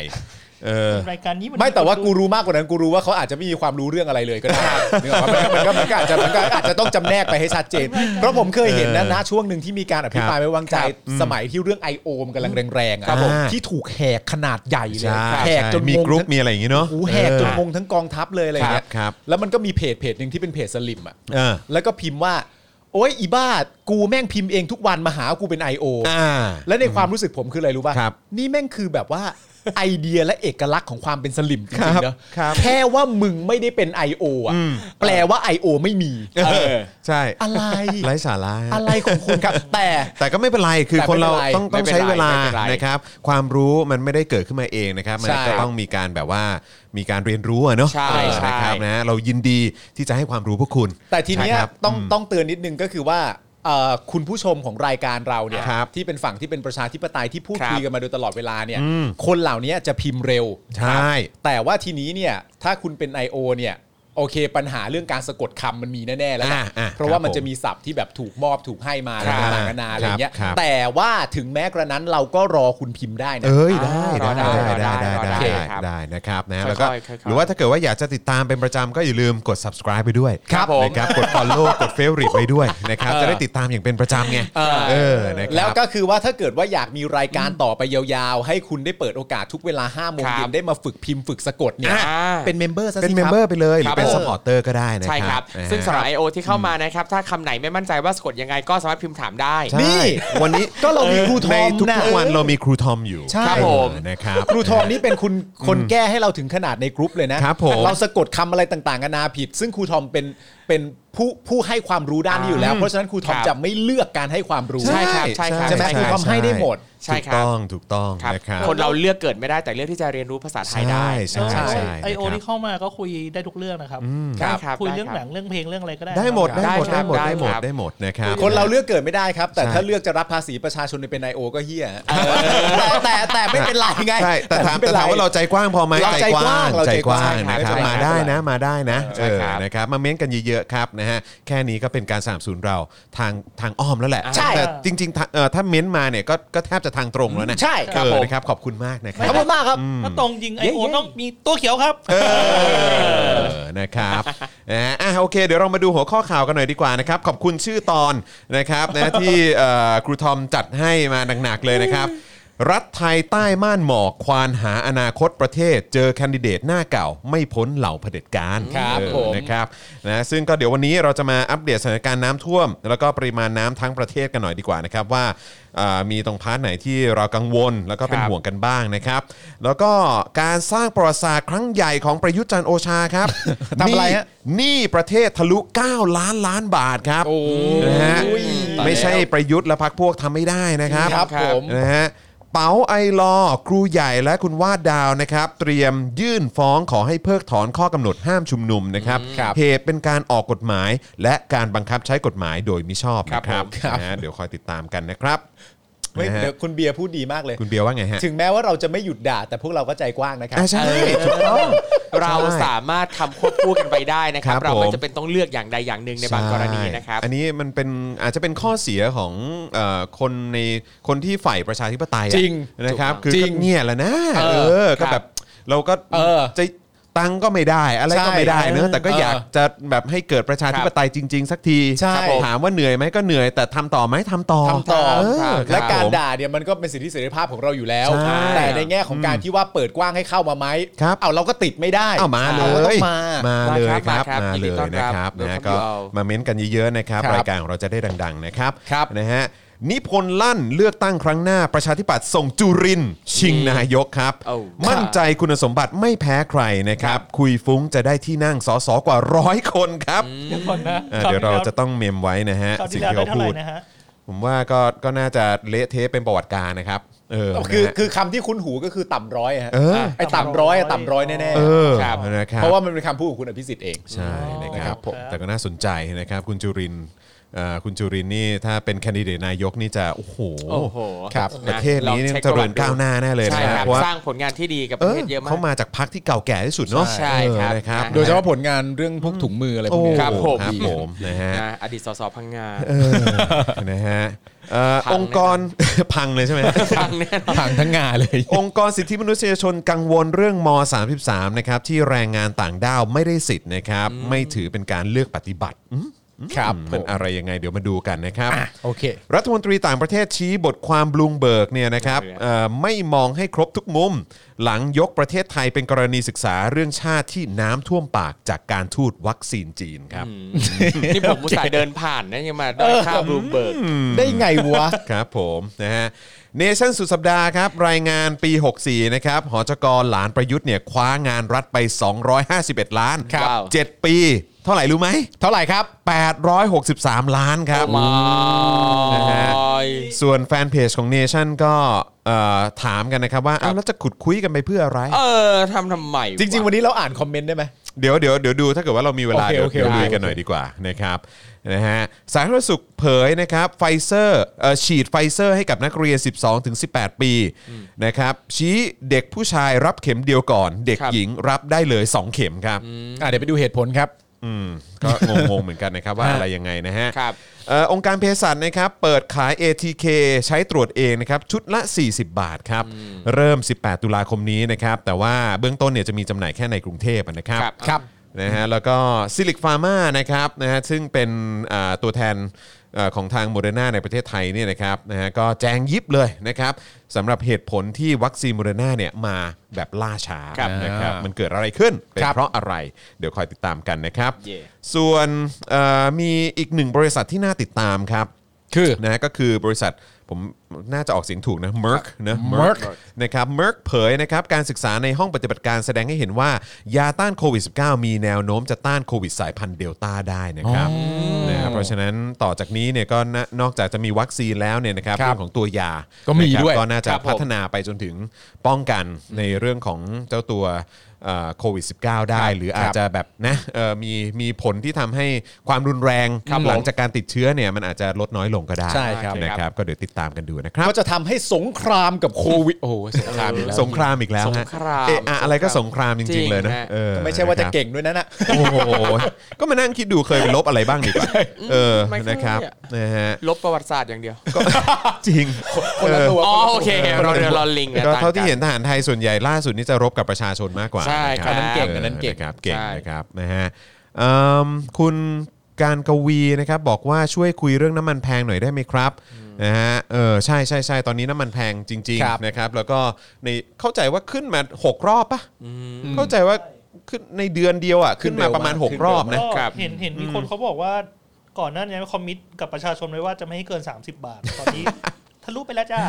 เออ
รายการนี้มัน
ไม่แต่ว่ากูรู้มากกว่านั้นกูรู้ว่าเขาอาจจะไม่มีความรู้เรื่องอะไรเลยก็ได้นึกออกปะมันก็มันก็มันก็อาจจะมันก็อาจจะต้องจำแนกไปให้ชัดเจน เพราะผมเคยเห็นนะนะช่วงหนึ่งที่มีการอภิปรายไม่วางใจสมัยที่เรื่อง i อ o มกำลังแรงๆอะ
ครับผม
ที่ถูกแหกขนาดใหญ่เลย
ใช่
แหกจน
มี
งง
กรุ๊ปมีอะไรอย่างงี้เนาะ
โอ้โหูแหกจนงงทั้งกองทัพเลยอะไรอย่า
ค
ง
รั
เงี้
บ
ย
ครับ
แล้วมันก็มีเพจเพจหนึ่งที่เป็นเพจสลิมอ่ะ
เออ
แล้วก็พิมพ์ว่า โอ๊ยอีบ้า กูแม่งพิมพ์เองทุกวันมาหากูเป็น I.O.
อ่า
และในความรู้สึกผมคืออะไรรู้ป่ะ
ครับ
นี่แม่งคือแบบว่า [laughs] ไอเดียและเอกลักษณ์ของความเป็นสลิมจริ
ครั
ง
บ
ๆเนอะ
ครับ
แค่ว่ามึงไม่ได้เป็น I.O. อ่ะ
อืม
แปลว่า I.O. ไม่มี
เออใช่
อะไร
ไร้สาระ
อะไรของคุณครับ แต่
แต่ก็ไม่เป็นไร คือ
แต่
คนเรา
ไม่เป็นไร
ต้องต้อง
ไม่เป็นไร
ใช้เวลา
ไม่เป็นไร
นะครับ ความรู้มันไม่ได้เกิดขึ้นมาเองนะครับ มัน
ใช่
ก็ต้องมีการแบบว่ามีการเรียนรู้อะเนาะ
ใช่
เออ
ใช่
นะครับนะเรายินดีที่จะให้ความรู้พวกคุณ
แต่ทีเนี้ย
ะครับ
ต้องต้องเตือนนิดนึงก็คือว่าเอ่อคุณผู้ชมของรายการเราเนี่ย
ครับ
ที่เป็นฝั่งที่เป็นประชาธิปไตยที่พูด
ครับ
คุยกันมาโดยตลอดเวลาเนี่ย
อืม
คนเหล่านี้จะพิมพ์เร็ว
ใช่
ครับแต่ว่าทีนี้เนี่ยถ้าคุณเป็น I.O. เนี่ยโอเคปัญหาเรื่องการสะกดคำมันมีแน่ๆแล้ว
อ่า
นะ
อ่
เพราะว่ามัน
คบ
จะ
ผ
มีศัพท์ที่แบบถูกมอบถูกให้มา
ครับ
ต่างๆนานาอะไรเงี้ย
ครับ
แต่ว่าถึงแม้กระนั้นเราก็รอคุณพิมพ์ได้นะ
เอ้ยได้
อ่ารอได้
ได้
รอได้
ได้
ร
ได้
อได้
ได้ได้
ครับ
ได้นะครับนะ
ค่อยๆ
แล้วก็
ค่อยๆ
หรือว่าถ้าเกิดว่าอยากจะติดตามเป็นประจำก็อย่าลืมกด subscribe ไปด้วย
ครับผม
นะครับกด follow กด favorite ไปด้วยนะครับ
เออ
จะได้ติดตามอย่างเป็นประจำไง
เออ
เออนะครับ
แล้วก็คือว่าถ้าเกิดว่าอยากมีรายการต่อไปยาวๆ ให้คุณได้เปิดโอกาสทุกเวลา5โมงเย็
ครั
น
บ
ได้มาฝึกพิมพ์ฝึกสะกดเนี่ย
อ่า
เป็นเมมเบอร์ซะสิ
เป็นเมม
ครั
เบอบ ร์ไปเลย หรือเป็น
ครับ
สปอร์เตอร์ก็ได้นะ
ใช่
ค
ค
รั
รั
บบ นะ
ซึ่งสำหรับ IO ที่เข้ามานะครับ ถ้าคำไหนไม่มั่นใจว่าสะกดยังไงก็สามารถพิมพ์ถามได้
ใช่
นี่
วันนี้
ก็เรามีครูทอม
ในทุก
นะ
ๆวันเรามีครูทอมอยู่
ใช่
ครับผม
นะครับ
ครูทอมนี่เป็นคุณคนแก้ให้เราถึงขนาดในกรุ๊ปเลยนะครับ
ผม
เราสะกดคำอะไรต่างๆกันานาผิด ซึ่งครูทอมเป็นเป็นผู้ผู้ให้ความรู้ด้านนี้อยู่แล้ว เพราะฉะนั้นครูท
ค
อม
รับ
จะไม่เลือกการให้ความรู้
ใช่ครับใช่ครับ
ใช่ไหมครูทอมให้ได้หมด
ใช่
ถูก
ครับ
ต้องถูกต้อง
ครับ
นะครับ
คนเราเลือกเกิดไม่ได้แต่เลือกที่จะเรียนรู้ภาษาไทยได้
ใช่ใช่ใช่
ไอโอ
นะครับ
ที่เข้ามาก็คุยได้ทุกเรื่องนะครับ
ครับ
ยเรื่องหนังเรื่องเพลงเรื่องอะไรก็ได้
ได้หมด
นะครับ
ได้หมด
ได้
ได้หมด
ครับ
ได้หมด
ครับ
ได้หมดนะครับ
คนเราเลือกเกิดไม่ได้ครับ แต่
ใช่
ถ้าเลือกจะรับภาษีประชาชนในเป็นไอโอก็เฮียแต่แต่แต่ไม่เป็นไรไง
ใช่แต่ถามแต่
ไม่เป็นไร
ถามว่าเราใจกว้างพอไหม
เราใจกว้าง
ใจกว้าง
เราใจกว้าง
นะครับ
ไม่เป็นไร
มาได้นะมาได้นะ
ใช่
เออ
ครับ
นะครับมาเม้นกันเยอะๆครับนะฮะแค่นี้ก็เป็นการสามสูนเราทางทางอ้อมแล้วแหละ
ใช่
แต่จริงๆถ้าเอ่อถ้าเม้นมาเนี่ยก็ก็แทบจะทางตรงแล้วนะ
ใช่
ครับ
เออ
ผม
นะครับขอบคุณมากนะค
ข
รั
อ
บบ
คุณมากครับ
ถ้าตรงจริงไอ
เย้
โอ
เย้
ต้องมีตัวเขียวครับ
เออนะครับนะฮะอ่ะโอเค เดี๋ยวเรามาดูหัวข้อข่าวกันหน่อยดีกว่านะครับขอบคุณชื่อตอนนะครับนะที่เอ่อครูทอมจัดให้มาหนักๆเลยนะครับ รัฐไทยใต้ม่านหมอกควานหาอนาคตประเทศ เจอแคนดิเดตหน้าเก่า ไม่พ้นเหล่าเผด็จการ
ครับ
เออ
ผม
นะครับนะซึ่งก็เดี๋ยววันนี้เราจะมาอัปเดตสถานการณ์น้ำท่วม แล้วก็ปริมาณน้ำทั้งประเทศกันหน่อยดีกว่านะครับว่าอ่ามีตรงพาร์ทไหนที่เรากังวล แล้วก็เป็น
ครับ
ห่วงกันบ้างนะครับ แล้วก็การสร้างประวัติศาสตร์ครั้งใหญ่ของประยุทธ์จันทร์โอชาครับ
[laughs] ทำอะไรฮะ
หนี่ประเทศทะลุ 9 ล้านล้านบาทครับนะฮะ
อุ้ย
ไม่ใช่ประยุทธ์และพรรคพวกทำไม่ได้นะครับ
ครับผม
นะฮะเป๋าไอลอว์ครูใหญ่และคุณวาดดาวนะครับ เตรียมยื่นฟ้องขอให้เพิกถอนข้อกำหนดห้ามชุมนุมนะครับ
ครับ
เหตุเป็นการออกกฎหมาย และการบังคับใช้กฎหมายโดยมิชอบ
ครับ
นะครับ
ผมครับ
นะฮะเดี๋ยวคอยติดตามกันนะครับ
เฮ้ย
นะฮะ
เดี๋ยวคุณเบียร์พูดดีมากเลย
คุณเบียร์ว่าไงฮะ
ถึงแม้ว่าเราจะไม่หยุดด่า แต่พวกเราก็ใจกว้างนะครับ
อ่ะใช่ถูกต้อง
เรา
ใช่
สามารถทำควบคู่กันไปได้นะครับ
ครับ
เราไม่
ผม
จะเป็นต้องเลือกอย่างใดอย่างหนึ่งในบางกรณีนะครับ
ใช่อันนี้มันเป็นอาจจะเป็นข้อเสียของเอ่อคนในคนที่ฝ่ายประชาธิปไตยอะ
จริง
นะครับ คือ
จริ
ก็
ง
เนี่ยแหละนะ
เออ
เออ
ค
ก็
รับ
แบบเราก็
เออ
จะตังค์ก็ไม่ได้ อะไรก็
ใช่
ไม่ได้เนอะแต่ก็
เอออย
อากจะแบบให้เกิดประชาธิปไตยจริง ๆ สักที
ใช่
ครับผมถามว่าเหนื่อยไหมก็เหนื่อย แต่ทำต่อไหมทำต่อ
ทำต่อ
เอคบ
ครับและการ
ผม
ด่าเนี่ยมันก็เป็นสิทธิเสรีภาพของเราอยู่แล้ว
ใช่
แต่ในแง่ของการที่ว่าเปิดกว้างให้เข้ามาไหม
ครับ
เอาเราก็ติดไม่ได้
เอามาเล
รก็ต้อย งมา
เลยครับ
มาครับ
มาเลยนะครับ
ยินดีต้อนรับ
นะ
เดี๋ยว
ก็
ผมเอาม
มาเม้นกันเยอะๆนะครับ
ครับ
รายการของเราจะได้ดังๆนะครับ
ครับ
นะฮะนิพนธ์ลั่นเลือกตั้งครั้งหน้าประชาธิปัตย์ส่งจุรินทร์ชิงนายกครับ
เอา
มั่นใจคุณสมบัติไม่แพ้ใครนะครับ คุยฟุ้งจะได้ที่นั่งสสกว่าร้อยคนครับ
เดี๋ยวก่อนนะ
เอ่อเดี๋ยวเราจะต้องเมมไว้นะฮะ
คราว
สิ่
ที่
ง
แล้
ที่
วได้
เขา
เท่าไห
พู
ร่
ด
นะฮะ
ผมว่าก็ก็น่าจะเละเทะเป็นประวัติการณ์นะครับเออ
คือ
นะฮะ
คือคำที่คุ้นหูก็คือต่ำร้อยฮะ
เออ
ไอ้ต่ำร้อยอะต่ำร้อยแน่
เออ
ครับ
นะครับ
ๆเพราะว่ามันเป็นคำพูดของคุณอภิสิทธิ์เอง
ใช่นะครับ
ครับผม
แต่ก็น่าสนใจนะครับคุณจุรินทร์ เอ่อคุณจุรินทร์นี่ถ้าเป็นแคนดิเดตนายกนี่จะโอ้โห
โอ้โห
ครับ
น
ประเทศนี้เนี่ย
ลองช็ค
เจริญ
ประ
ก้าว
ติ
หน้าแน่เลย
ใช่
นะ
ค
ค
รั
รับบ เพราะว่า
สร้างผลงานที่ดีกับป
เอ
ระ
อ
เทศเยอะมาก
เขามาจากพรรคที่เก่าแก่ที่สุดเนาะ
ใช่ครับ
เออนะครับ
โดยเฉพาะผลงานเรื่องพวกถุงมืออะไรพ
โอ้
วกเนี้ย
ครับผม
ครับผมนะฮะ
นะอดีตสสพังงา
เออนะฮะเอ่อ
พัง
องค์กร [laughs] พังเลยใช่ไหม
[laughs] ทางแน่นอน
ทางทั้งงานเลย
องค์กรสิทธิมนุษยชนกังวลเรื่องม .33 นะครับที่แรงงานต่างด้าวไม่ได้สิทธิ์นะครับ ไม่ถือเป็นการเลือกปฏิบัติอืม
ครับ
อืมมันอะไรยังไงเดี๋ยวมาดูกันนะครับ
โอเค
รัฐมนตรีต่างประเทศชี้บทความบลู o เบิร์กเนี่ยนะครับ
ครับ
เอ่อไม่มองให้ครบทุกมุม หลังยกประเทศไทยเป็นกรณีศึกษาเรื่องชาติที่น้ำท่วมปากจากการทูตวัคซีนจีนครับ
นี่ผมมุตส่าห์เดินผ่านนะยังมาได้ข้ามรูมเบิร์ก
ได้ไง
[laughs]
วะ
ครับผมนะฮะเนชั่นสุดสัปดาห์ครับ รายงานปี 64 นะครับหอจกรหลานประยุทธ์เนี่ยคว้างานรัฐไป 251 ล้าน
ครับ
7 ปี เท่าไหร่รู้ไหม
เท่าไหร่ครับ
863 ล้านครับ
มาย
นะฮะ ส่วนแฟนเพจของเนชั่นก็เอ่อถามกันนะครับว่าอ้าวแล้วจะขุดคุยกันไปเพื่ออะไร
เออทำทำไมะ
จริง ๆ วันนี้เราอ่านคอมเมนต์ได้ไหม
เดี๋ยวเดี๋ยวเดี๋ยวดูถ้าเกิดว่าเรามีเวลา
โอเค
เดี๋ยว
โอ
เดี๋
เค
ยว
ได้
ดูกันหน่อยดีกว่านะครับนะฮะสาธารณสุขเผยนะครับไฟเซอร์เอ่อฉีดไฟเซอร์ให้กับนักเรียน 12 ถึง 18 ปีนะครับชี้เด็กผู้ชายรับเข็มเดียวก่อน เด็ก
ครับ
หญิงรับได้เลย 2 เข็มครับ
อ่ะเดี๋ยวไปดูเหตุผลครับ
อืมก็งงๆเหมือนกันนะครับ
[laughs]
ว่าอะไรยังไงนะฮะ
ครับ
เอ่อองค์การเภสัชนะครับเปิดขาย ATK ใช้ตรวจเองนะครับชุดละ 40 บาทครับเริ่ม 18 ตุลาคมนี้นะครับแต่ว่าเบื้องต้นเนี่ยจะมีจำหน่ายแค่ในกรุงเทพนะครับ
ครับ
นะฮะแล้วก็ซิลิ c ฟาร์มานะครับนะฮะซึ่งเป็นอ่าตัวแทนเอ่อของทางโมเดอร์นาในประเทศไทยเนี่ยนะครับนะฮะก็แจ้งยิบเลยนะครับสำหรับเหตุผลที่วัคซีนโมเดอร์นาเนี่ยมาแบบล่าช้า
ครับ
นะครับมันเกิดอะไรขึ้นเป็น
ครับ
เพราะอะไร เดี๋ยวคอยติดตามกันนะครับ
เย่
ส่วนเอ่อมีอีกหนึ่งบริษัทที่น่าติดตามครับ
คือ
นะฮะก็คือบริษัทผมน่าจะออกเสียงถูกนะ Merck นะ
Merck
นะครับ Merck เผยนะครับการศึกษาในห้องปฏิบัติการแสดงให้เห็นว่า ยาต้านโควิด -19 มีแนวโน้มจะต้านโควิดสายพันธุ์เดลต้าได้นะครับนะฮะเพราะฉะนั้นต่อจากนี้เนี่ยก็น่านอกจากจะมีวัคซีนแล้วเนี่ยนะครับ
ครับ
เรื่องของตัวยา
ก็มี
นะครับ
ด้วย
ก็น่าจะ
ครับผม
พัฒนาไปจนถึงป้องกันในเรื่องของเจ้าตัวเอ่อโควิด -19 ได้ หรืออาจจะแบบนะเอ่อมีมีผลที่ทำให้ความรุนแรงหลังจากการติดเชื้อเนี่ยมันอาจจะลดน้อยลงก็ได้
ใช่ครับ
นะครับก็เดี๋ยวติดตามกันดูนะครับ
ก็จะทำให้สงครามกับโควิด โอ้โหสงครามอีกแล้ว
สงครามอีกแล้วฮะ
สงคราม
เอะอะอะไรก็สงครามจ
จริ
ริง
ง
ๆเลยนะ
ฮะ
เออ
ไม่ใช่ว่าจะ
นครับ
เก่งด้วยนะน่ะ
โอ้โหก็มานั่งคิดดูเคยไปลบอะไรบ้างดีกว่าเออ
ไม่เคย
นะครับ
อะ
นะฮะ
ลบประวัติศาสตร์อย่างเดียว
จริง
คนละตัว
อ๋อโอเคเราเรือรอลิงนะ
ก็
ต่ง
เท่าที่
กั
เห็นทหารไทยส่วนใหญ่ล่าสุดนี่จะรบกับประชาชนมากกว่า
ใช่ค
ะ
รับอันนั้นเก่ง
ออ
อันนั้นเก่ง
ะครับเก่ง
ใช่
นะครับนะฮะเอิ่มคุณการกวีนะครับบอกว่าช่วยคุยเรื่องน้ำมันแพงหน่อยได้ไหมครับนะฮะเออใช่ใช่ใช่ตอนนี้น้ำมันแพงจริง
ครับ
ๆนะครับแล้วก็ในเข้าใจว่าขึ้นมาหกรอบปะ เข้าใจว่าขึ้นในเดือนเดียวอ่ะ ขึ้นมาประมาณ
ขึ้น
6ร
เร็ว
อ
มาก
บนะ
ก็
ครับ
เห็นเห็นมีคนเขาบอกว่าก่อนหน้านี้คอมมิตกับประชาชนไว้ว่าจะไม่ให้เกิน 30 บาท ตอนนี้ ทะลุไปแล้วจ้า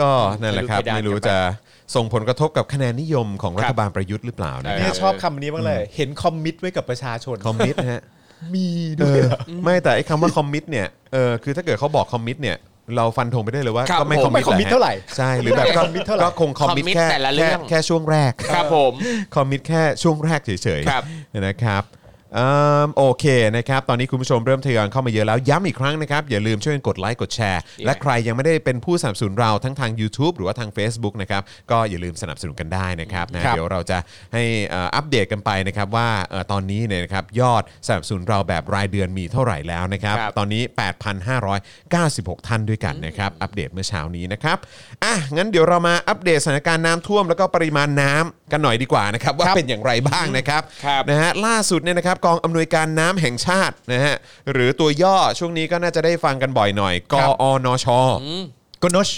ก็นั่นแหละครับ
ไม่
ไม่
รู้
รู้
จะ
จะส่งผลกระทบกับคะแนนนิยมของรัฐบาลประยุทธ์หรือเปล่านะค
เนี่
รั
ย
บ
ชอบคำนี้มากเลย เห็นคอมมิตไว้กับประชาชน
คอมมิตนะฮะ
มี
เอ
ด้วย
อไม่แต่ไอ้คำว่าคอมมิตเนี่ยเออคือถ้าเกิดเขาบอกคอมมิตเนี่ย เราฟันธงไปได้เลยว่า
ครับ
ก็ไม่ค
ผม
อม
ไม่
มิต
คอมมิต
แหละ
เท่าไหร่
ใช่หรือแบบ
ไม่คอมมิตเท่าไหร่
ก็คงคอมมิต
คอมมิต
แค่
แต่ละเรื่
แค่
อง
แค่ช่วงแรก [laughs]
ครับผม
คอมมิตแค่ช่วงแรกเฉย
ครับ
ๆนะครับเอิ่มโอเคนะครับ ตอนนี้คุณผู้ชมเริ่มทยอยเข้ามาเยอะแล้ว ย้ำอีกครั้งนะครับ อย่าลืมช่วยกันกดไลค์กดแชร์
Yeah.
และใครยังไม่ได้เป็นผู้สนับสนุนเราทั้งทาง YouTube หรือว่าทาง Facebook นะครับ ก็อย่าลืมสนับสนุนกันได้นะครับนะครับ เดี๋ยวเราจะให้เอ่ออัปเดตกันไปนะครับว่าเอ่อตอนนี้เนี่ยนะครับยอดสนับสนุนเราแบบรายเดือนมีเท่าไหร่แล้วนะครับ
ครับ
ตอนนี้ 8,596 ท่านด้วยกันนะครับ อัปเดตเมื่อเช้านี้นะครับ อ่ะ งั้นเดี๋ยวเรามาอัปเดตสถานการณ์น้ำท่วมแล้วก็ปริมาณน้ำกันหน่อยดีกว่านะครับ ว่าเป็นอย่างไรบ้างนะครับ
ครับ
นะฮะ ล่าสุดเนี่ยนะครับ กองอำนวยการน้ำแห่งชาตินะฮะ หรือตัวย่อช่วงนี้ก็น่าจะได้ฟังกันบ่อยหน่อย กอนช
กนช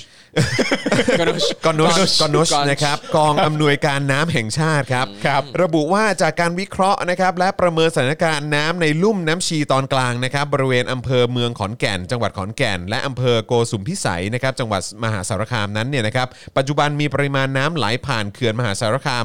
กนุช
กอนุชกอนุช
กอนุช
นะครับก [laughs] องอำนวยการน้ำแห่งชาติครับครับระบุว่าจากการวิเคราะห์นะครับและประเมินสถานการณ์น้ำในลุ่มน้ำชีตอนกลางนะครับบริเวณอำเภอเมืองขอนแก่น จังหวัดขอนแก่น และอำเภอโกสุมพิสัยนะครับจังหวัดมหาสารคามนั้นเนี่ยนะครับปัจจุบันมีปริมาณน้ำไหลผ่านเขื่อนมหาสารคาม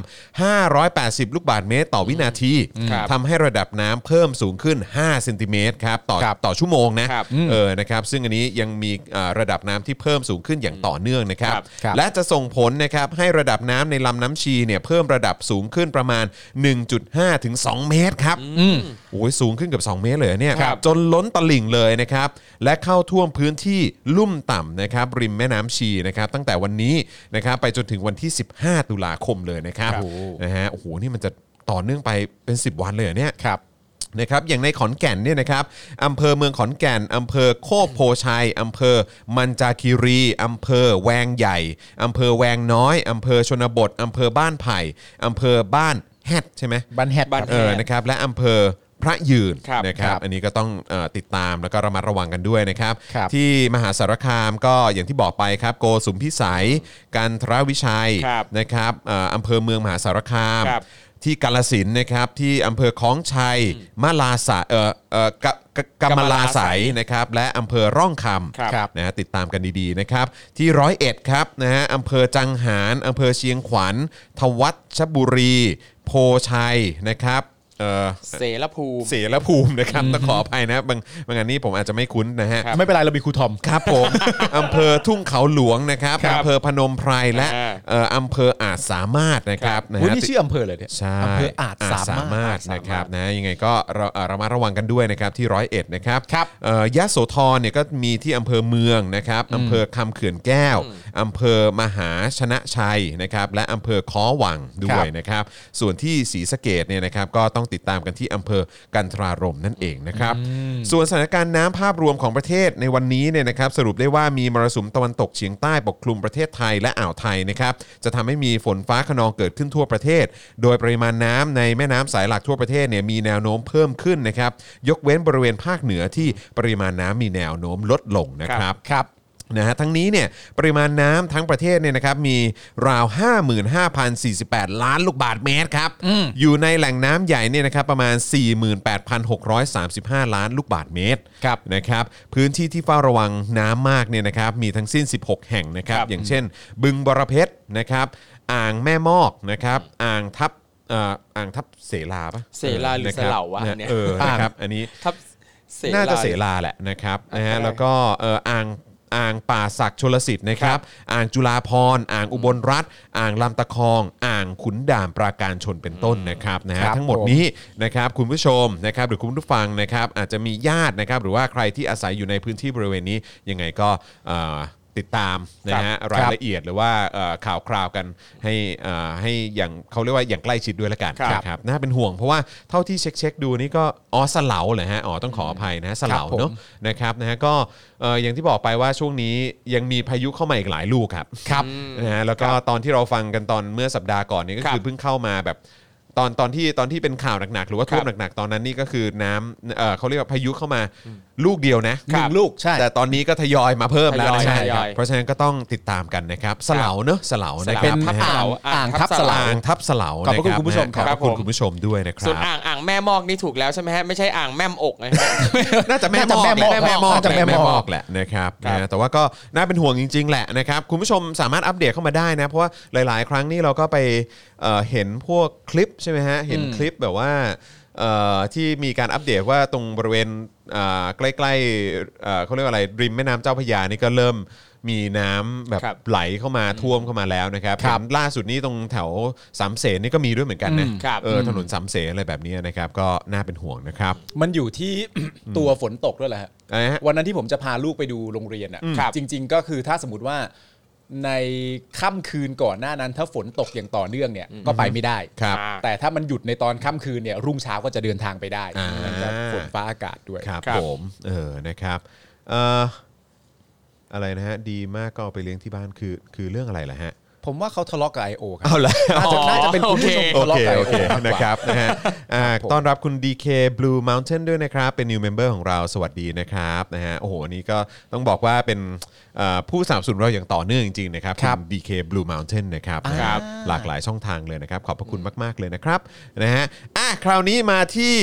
580 ลูกบาศก์เมตร ต่อวินาที
ครับ
ทำให้ระดับน้ำเพิ่มสูงขึ้น 5 เซนติเมตรครับต่อ
ครับ
ต่อชั่วโมงนะ
ครับ
เออนะครับซึ่งอันนี้ยังมีเอ่อระดับน้ำที่เพิ่มสูงขึ้นอย่างต่อ เนื่องนะครับ
ครับ
ครับ
และจะส่งผลนะครับให้ระดับน้ำในลำน้ำชีเนี่ยเพิ่มระดับสูงขึ้นประมาณ 1.5 ถึง 2 เมตรครับโอ้ยสูงขึ้นเกับ 2 เมตรเลยเนี่ย
ครับ
จนล้นตลิ่งเลยนะครับ และเข้าท่วมพื้นที่ลุ่มต่ำนะครับริมแม่น้ำชีนะครับ ตั้งแต่วันนี้นะครับไปจนถึงวันที่ 15 ตุลาคมเลยนะครับ
ครับ
นะฮะโอ้โหนี่มันจะต่อเนื่องไปเป็น 10 วันเลยเหรอเนี่ยครับนะครับอย่างในขอนแก่นเนี่ยนะครับอำเภอเมืองขอนแก่นอำเภอโคกโพชัยอำเภอมันจาคีรีอำเภอแวงใหญ่อำเภอแวงน้อยอำเภอชนบทอำเภอบ้านไผ่อำเภอบ้านแฮดใช่ไหม
บันแฮด
บ้าน
เออ นะครับ และอำเภอพระยืน
ครับ
นะครับ
ครับ
อันนี้ก็ต้องเออติดตามแล้วก็ระมัดระวังกันด้วยนะครับ
ครับ
ที่มหาสารคามก็อย่างที่บอกไปครับ โกสุมพิสัย การทรวิชัย
ครับ
นะครับเอ่ออำเภอเมืองมหาสารคาม
ครับ
ที่กาลสินธุ์นะครับ ที่อำเภอคล้องชัยมาลาสาเออเออกะกะกำมะลาสายนะครับ และอำเภอร่องคำ
ครับ
นะฮะติดตามกันดีๆนะครับ ที่ร้อยเอ็ดครับนะฮะอำเภอจังหารอำเภอเชียงขวัญ ทวัชบุรี โพชัยนะครับเอ่อ
เสรภูมิ
เสรภูมินะครับต้องขออภัยนะบางบางอันนี้ผมอาจจะไม่คุ้นนะฮะ
ครับ
ไม่เป็นไรเรามีครูทอม
ครับ
[laughs]
ผมอำเภอทุ่งเขาหลวงนะครับ
ครับ
อำเภอพนมไพรและ
อ่า
เอ่ออำเภออาจสามารถนะครับนะ
วัน
ฮะ
นี้
ติด
ชื่ออำเภอเลยเนี่ย
ใช่
อำเภออาจสามารถ
นะครับนะยังไงก็ระเอ่อระมัดระวังกันด้วยนะครับที่ร้อยเอ็ดนะครับ
ครับ
เอ่อยะโสธรเนี่ยก็มีที่อำเภอเมืองนะครับอำเภอคำเขื่อนแก้วอำเภอมหาชนะชัยนะครับและอำเภอค้อวังด้
ครั
วย
บ
นะครับ ส่วนที่ศรีสะเกดเนี่ยนะครับก็ต้องติดตามกันที่อำเภอกันทรารมนั่นเองนะครับ ส่วนสถานการณ์น้ำภาพรวมของประเทศในวันนี้เนี่ยนะครับสรุปได้ว่ามีมรสุมตะวันตกเฉียงใต้ปกคลุมประเทศไทยและอ่าวไทยนะครับจะทำให้มีฝนฟ้าขนองเกิดขึ้นทั่วประเทศ โดยปริมาณน้ำในแม่น้ำสายหลักทั่วประเทศเนี่ยมีแนวโน้มเพิ่มขึ้นนะครับยกเว้นบริเวณภาคเหนือที่ปริมาณน้ำมีแนวโน้มลดลงนะครับ
ครับ
นะฮะทั้งนี้เนี่ยปริมาณน้ำทั้งประเทศเนี่ยนะครับมีราว 55,048 ล้านลูกบาทเมตรครับ อยู่ในแหล่งน้ำใหญ่เนี่ยนะครับประมาณ 48,635 ล้านลูกบาทเมตร
ครับ
นะครับพื้นที่ที่เฝ้าระวังน้ำมากเนี่ยนะครับมีทั้งสิ้น 16 แห่งนะครับ อย่างเช่น บึงบรเพชรนะครับอ่างแม่มอกนะครับอ่างทับเอ่ออ่างทับเสลาปะ
เสลาหรือ
นะครับ
เสลาวะ
นี่ย
เนี่ย
เออนะครับอันนี้
ทับเสร
น่าจะเสลาแหละนะครับนะฮะ
อ่า
แล้วก็เอ่ออ่างอ่างป่าศักดิ์ชลสิทธิ์นะครับอ่างจุฬาพรณ์อ่างอุบลรัฐอ่างลำตะคอง อ่างขุนด่านปราการชนเป็นต้นนะครับนะฮะ
ครับ
ทั้งหมด
ผม
นี้นะครับคุณผู้ชมนะครับหรือคุณผู้ฟังนะครับอาจจะมีญาตินะครับหรือว่าใครที่อาศัยอยู่ในพื้นที่บริเวณนี้ยังไงก็เอ่อติดตามนะฮะรายละเอียดหรือว่าเอ่อข่าวคราวกันให้เอ่อให้อย่างเขาเรียกว่าอย่างใกล้ชิดด้วยละกัน
ครับ
นะครับน่าเป็นห่วงเพราะว่าเท่าที่เช็คเช็คๆดูนี่ก็อ๋อสลาเหรอฮะอ๋อต้องขออภัยนะฮะสลา
ครับผม
เนาะ นะครับนะฮะก็เอ่ออย่างที่บอกไปว่าช่วงนี้ยังมีพายุเข้ามาอีกหลายลูกครับครับนะฮะแล้วก็ตอนที่เราฟังกันตอนเมื่อสัปดาห์ก่อนเนี่ยก็
ครับ
คือเพิ่งเข้ามาแบบตอนตอนที่ตอนที่เป็นข่าวหนักๆ หรือว่าท่วม
ครับ
หนักๆ ตอนนั้นนี่ก็คือน้ำเอ่อเขาเรียกว่าพายุเข้ามาลูกเดียวนะ
หนึ่งลูกใช่
แต่ตอนนี้ก็ทยอยมาเพิ่มแล้วนะ
ทยอย
ใช่
ทย
ค
อ
รับ
ย
เพราะฉะนั้นก็ต้องติดตามกันนะครับสลาวเนอะสลาวนะค
เป็
รั
น
บ
ทับ
นะฮะ
อ่าง
อ่าง
อ่างทับ
ทับส
สลา
ลา
ว
อ่างทับสลาว
ขอบพระคุณ
น
คุณผู้ชมครับ
ขอบพะคุณคุณผู้ชมด้วยนะค
ส่
รั
วน
บ
อ่างอ่างแม่มอกนี่ถูกแล้วใช่ไหมฮะไม่ใช่อ่างแม่มอกนะฮะ
น่าจะแม่มอก
น่าจะแม่ม
แหละแม่มอ
อก
ก
น่าจะแม่มอก
แม่มอกแหละนะครับ
ครับ
นะแต่ว่าก็น่าเป็นห่วงจริง ๆ แหละนะครับ คุณผู้ชมสามารถอัปเดตเข้ามาได้นะ เพราะว่าหลาย ๆ ครั้งนี่เราก็ไปเอ่อเห็นพวกคลิปใช่ไหมฮะ เห็นคลิปแบบว่าเอ่อที่มีการอัปเดตว่าตรงบริเวณอ่าใกล้ๆเอ่อเขาเรียกว่าอะไรริมแม่น้ำเจ้าพระยานี่ก็เริ่มมีน้ำแบบ
ครับ
ไหลเข้ามาท่วมเข้ามาแล้วนะครับ
ครับ
เห็นล่าสุดนี้ตรงแถวสามเสนนี่ก็มีด้วยเหมือนกันนะครับ เออถนนสามเสนอะไรแบบนี้นะครับ ก็น่าเป็นห่วงนะครับ
มันอยู่ที่ ตัวฝนตกด้วยแหละฮะ
อะไรฮะ
วันนั้นที่ผมจะพาลูกไปดูโรงเรียนอ่ะ
ครับ
จริง ๆ ก็คือถ้าสมมติว่าในค่ำคืนก่อนหน้านั้น ถ้าฝนตกอย่างต่อเนื่องเนี่ยก็ไปไม่ได้
ครับ
อ่า
แต่ถ้ามันหยุดในตอนค่ำคืนเนี่ยรุ่งเช้าก็จะเดินทางไปได้
อ่ามั
นก็ฝนฟ้าอากาศด้วย
ครับ
ครับ
ผมเออนะครับเอ่ออะไรนะฮะ ดีมากก็เอาไปเลี้ยงที่บ้านคือคือเรื่องอะไรล่ะฮะ
ผมว่าเขาทะเลาะกับไอโอครับ
เอาละ
น่าจะน่าจะเป็นคุณผู้ชม
โอ
ทะเลาะ
เค
กับไอ
โอ
โอ
เค
มากก
นะ
ว่า
ครับนะฮะอ่า
ครับผม
ต้อนรับคุณ DK Blue Mountain ด้วยนะครับ เป็น new member ของเราสวัสดีนะครับนะฮะโอ้โหอันนี้ก็ต้องบอกว่าเป็นเอ่อผู้สนับสนุนเราอย่างต่อเนื่องจริง ๆ นะครับ
ครับ
ณ DK Blue Mountain นะครับนะครับ หลากหลายช่องทางเลยนะครับ ขอบพระคุณมาก ๆ เลยนะครับนะฮะอ่ะคราวนี้มาที่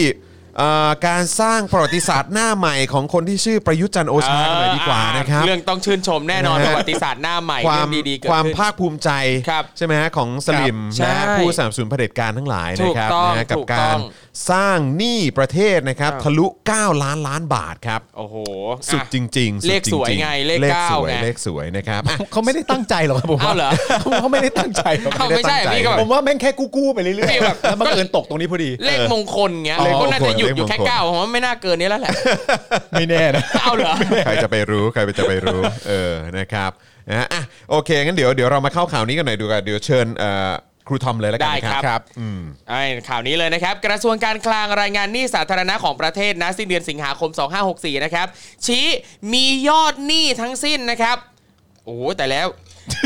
เอ่อการสร้างประวัติศาสตร์หน้าใหม่ของคนที่ชื่อประยุทธ์จันทร์โอชากันหน่อยดีกว่านะครับ
เรื่องต้องชื่นชมแน่นอน
นะ
ป
ฮะ
ระวัติศาสตร์หน้าใหม่
ค
เรื่
วา
อ
ม
งดีๆเกิด
ความ
ขึ้น
ภาคภูมิใจ
ครับ
ใช่ไหมฮะของสลิม
ครับใช่
นะฮะผู้สนับสนุนเผด็จการทั้งหลาย
ถู
นะ
ก
ครับ
ต้อง
นะฮะกั
ถู
บ
ก
การ
ต้อง
สร้างหนี้ประเทศนะครับ
ครับ
ทะลุ 9 ล้านล้านบาทครับ
โอ้โห
สุด
อ่ะ
จริงๆ
เลข
ดจริ
สวยไงเลข
เลข
เก้า
สวย
ไง
เลขสวยนะครับ [laughs] อ่ะ
เขาไม่ได้ตั้งใจหรอกครับผม
อ้าวเหรอ
เขาไม่ได้ตั้งใจหรอก
เขาไม่ใช่
ไม่ได้ตั้งใจ
พี่ก็แบ
ผ
บ
มว่าแม่งแค่กู้ๆไปเรื่อย
พี่แบบ
ๆแล้วมันเอิญตกตรงนี้พอดี
เลขมงคลเงี้ย
เลขมงคล
ก็น่าจะหยุดอยู่
เลขมงคล
แค่เก้าผมว่าไม่น่าเกินนี้แล้วแหละ
ไม่แน่นะ
เอาเหรอ
ใครจะไปรู้ใครจะไปรู้ [laughs] เออนะครับนะฮะอ่ะโอเคงั้นเดี๋ยวเดี๋ยวเรามาเข้าข่าวนี้กันหน่อยดูกันเดี๋ยวเชิญเอ่อครูทอมเลยแล้วกัน
ได้ครับ
ครับอืม
ไอ้ข่าวนี้เลยนะครับ กระทรวงการคลังรายงานหนี้สาธารณะของประเทศนะสิ้นเดือนสิงหาคม 2564 นะครับ ชี้มียอดหนี้ทั้งสิ้นนะครับ โอ้โหแต่แล้ว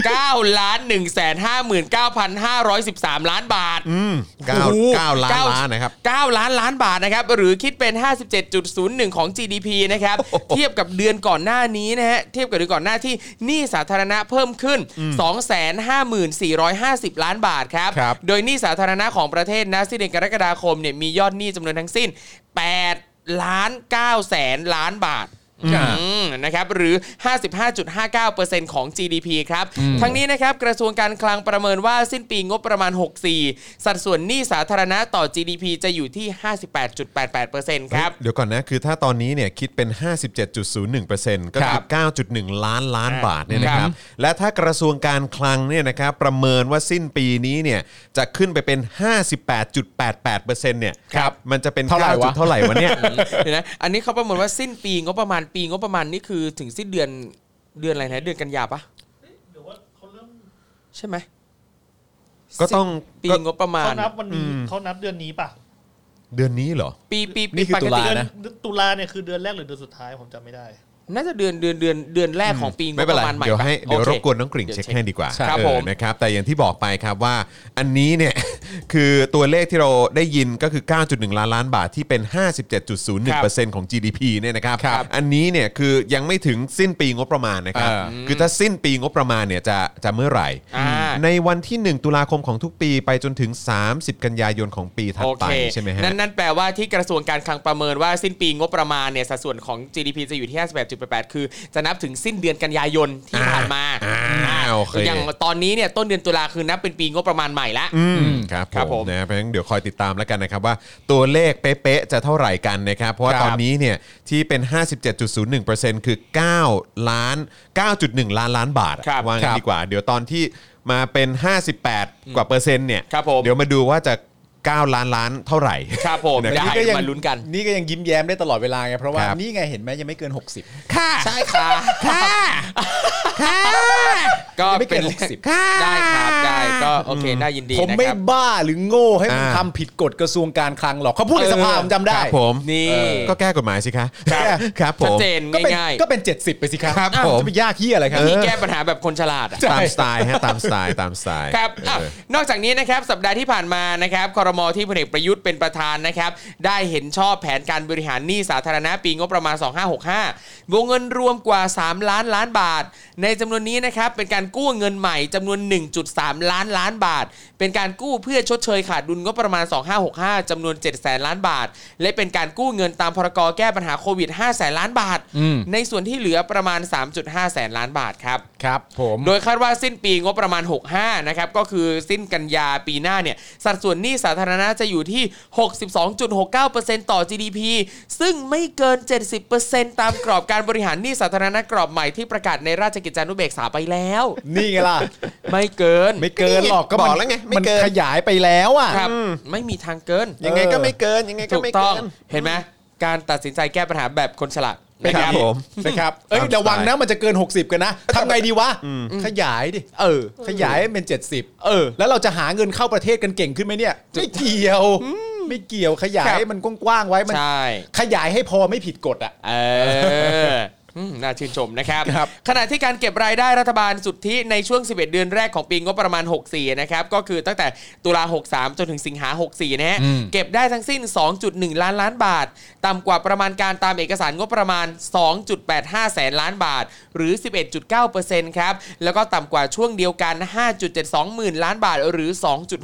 9 ล้าน1 5 9 5 1 3 ล้านบาท
อืมเก้า
โอ้โห
เก้าล้าน
เก้า
ล้านนะครับ
9 ล้านล้านบาทนะครับ หรือคิดเป็น 57.01 ของ GDP นะครับ เทียบกับเดือนก่อนหน้านี้นะฮะ เทียบกับเดือนก่อนหน้าที่หนี้สาธารณะเพิ่มขึ้น 254,450 ล้านบาทครับ
ครับ
โดยหนี้สาธารณะของประเทศนะสิ้นเดือนกรกฎาคมเนี่ยมียอดหนี้จำนวนทั้งสิ้น 8 ล้าน9แสนล้านบาท
ครับ
อืมนะครับหรือ 55.59%ของ GDP ครับ ทั้งนี้นะครับกระทรวงการคลังประเมินว่าสิ้นปีงบประมาณ 64 สัดส่วนหนี้สาธารณะต่อ GDP จะอยู่ที่ 58.88%ครับ
[laughs] เดี๋ยวก่อนนะ คือถ้าตอนนี้เนี่ยคิดเป็น 57.01%ก็
ค
คื
รั
อบ 9.1 ล้านล้านบาทเนี่ยนะค
ค
รั
รับ บ
และถ้ากระทรวงการคลังเนี่ยนะครับประเมินว่าสิ้นปีนี้เนี่ยจะขึ้นไปเป็น 58.88%เนี่ย
ครับ
มันจะเป็น
เท่าไหร่
ก้
วะ
จุดเท่าไหร่วะเนี่ย
เดี๋ยวนะอันนี้เขาประเมินว่าสิ้นปีงบประมาณปีงบประมาณนี่คือถึงสิ้นเดือนเดือนอะไรนะเดือนกันยาปะ
เดี๋ยวว่าเขาเริ่ม
ใช่ไหม
ก็ต้อง
สิ้นปี
ก็
งบประมาณ
เขานับวันนี้เขานับเดือนนี้ป่ะ
เดือนนี้เหรอ
ปีปี
นี่คือตุลา
เดือน
นะ
ตุลาเนี่ยคือเดือนแรกหรือเดือนสุดท้ายผมจำไม่ได้
น่าจะเดือนเดือนเดือนเดือนแรกของปีง
ไม่
บ
เป็น
ป
ไร
ระมาณใหม่
เดี๋ยว
ปะ
ให้เดี๋ยว
โอ
ร
ค
บกวนน้องกริ่ง
เดี๋ยว
เช็ค
เช็ค
ให้ดีกว่า
ครับ
เออ
ผม
นะครับแต่อย่างที่บอกไปครับว่าอันนี้เนี่ย [laughs] คือตัวเลขที่เราได้ยินก็คือ 9.1 ล้านล้านบาทที่เป็น 57.01%ของ GDP เนี่ยนะครับ
ครับ
อันนี้เนี่ยคือยังไม่ถึงสิ้นปีงบประมาณนะครับ
เออ
คือถ้าสิ้นปีงบประมาณเนี่ยจะจะเมื่อไหร่
อ่า
ในวันที่ 1 ตุลาคมของทุกปีไปจนถึง 30 กันยายนของปีถัด
โอ
ไป
เค
ใช่ไหมฮะ
นั่นนั่นแปลว่าที่กระทรวงการคลังประเมินว่าสิ้นปีงบประมาณเนี่ยสัดส่วนของ GDP จะอยู่ที่ 58.88 คือ จะนับถึงสิ้นเดือนกันยายนที่
อ่า
ผ่านมา
อ่าโอเค
ย่างตอนนี้เนี่ยต้นเดือนตุลาคือนับเป็นปีงบประมาณใหม่ละ
ครับ
ครับ
ผ
ผม ม
นะเพราะฉะนั้นเดี๋ยวคอยติดตามแล้วกันนะครับว่าตัวเลขเป๊ะๆจะเท่าไหร่กันนะครับ เพราะว่า
ครับ
ตอนนี้เนี่ยที่เป็น 57.01%คือ 9 ล้าน 9.1 ล้านล้านบาทอะ
ครับ
ว่างั้นดีกว่า เดี๋ยวตอนที่มาเป็น 58 กว่าเปอร์เซ็นต์เนี่ย
ครับผม
เดี๋ยวมาดูว่าจะ 9 ล้านล้านเท่าไหร่
ครับผม
นะครับ
ได้
นี่ก็ยัง
มาลุ้นกัน
นี่ก็ยังยิ้มแย้มได้ตลอดเวลาไงเพราะว่า
ครับ
นี่ไงเห็นไหมยังไม่เกิน 60
ค่ะ ใช่ค่ะ ค่ะ ค่ะ ก็
ยังไม่เกิ
เป็น
น60
ได้ครับได้ก็โอเคน่ายินดี
ผม
นะ
ไม่
ครับ
บ้าหรือโง่ให้มัน
อ่า
ทำผิดกฎกระทรวงการคลังหรอกเขาพูดในสภาผมจำได้
ครับผม
นี่
ก็แก้กฎหมายสิคะ
ครับ
ครับผ
ชัด
ม
เจน
ก็เป็น
ง่าย
ก็เป็น 70 ไปสิครับ
ครับ
อ้าว
ผม
จะไปยากเฮียอะไรครับ
ๆที่แก้ปัญหาแบบคนฉลาดอะ
ตามสไตล์ฮะตามสไตล์ตามสไตล์
ครับอ่ะ
เออ
นอกจากนี้นะครับสัปดาห์ที่ผ่านมานะครับคอรมอที่พลเอกประยุทธ์เป็นประธานนะครับ ได้เห็นชอบแผนการบริหารหนี้สาธารณะปีงบประมาณ 2565 วงเงินรวมกว่า 3 ล้านล้านบาท ในจำนวนนี้นะครับเป็นการกู้เงินใหม่จำนวน 1.3 ล้านล้านบาท เป็นการกู้เพื่อชดเชยขาดดุลงบประมาณ 2565จำนวน 7 แสนล้านบาท และเป็นการกู้เงินตามพรกแก้ปัญหาโควิด 5 แสนล้านบาท ในส่วนที่เหลือประมาณ 3.5 แสนล้านบาทครับ
ครับผม
โดยคาดว่าสิ้นปีงบประมาณ 65 นะครับ ก็คือสิ้นกันยาปีหน้าเนี่ย สัดส่วนหนี้สาธารณะจะอยู่ที่ 62.69%ต่อ GDP ซึ่งไม่เกิน 70%ตามกรอบการบริหารหนี้สาธารณะกรอบใหม่ที่ประกาศในราชกิจจานุเบกษาไปแล้ว
นี่ไงล่ะ
ไม่เกิน
ไม่เกินหรอกก็
บ
มัน
อกแล้วไงไม่
มัน
เกิน
ขยายไปแล้วอ่ะ
ครับ ไม่มีทางเกิน
ยังไงก็ไม่เกินยังไงก็
ถูก
ไม่
ต้อ
เกิ
ง
น
เห็นไหมการตัดสินใจแก้ปัญหาแบบคนฉลาด
เป็น
นะ
ค
ค
รั
รั
บบ ผม
นะครับ เอ้ย
ตามสไตล์
ระวังนะมันจะเกิน 60 กันนะทำไงดีวะ ขยายดิ
เออ
ขยายให้เป็น 70
เออ
แล้วเราจะหาเงินเข้าประเทศกันเก่งขึ้นไหมเนี่ย ไม่เกี่ยวไม่เกี่ยวขยาย
ครับ
ให้มันกว้างๆไว้มัน
ใช่
ขยายให้พอไม่ผิดกฎอ่ะ
เออ อืมน่าชื่นชมนะครับ
ครับ
ขณะที่การเก็บรายได้รัฐบาลสุทธิในช่วง 11 เดือนแรกของปีงบประมาณ 64 นะครับ ก็คือตั้งแต่ตุลา 63 จนถึงสิงหา 64 นะฮะ เก็บได้ทั้งสิ้น 2.1 ล้านล้านบาท ต่ำกว่าประมาณการตามเอกสารงบประมาณ 2.85 แสนล้านบาท หรือ 11.9%ครับ แล้วก็ต่ำกว่าช่วงเดียวกัน 5.72 หมื่นล้านบาท หรือ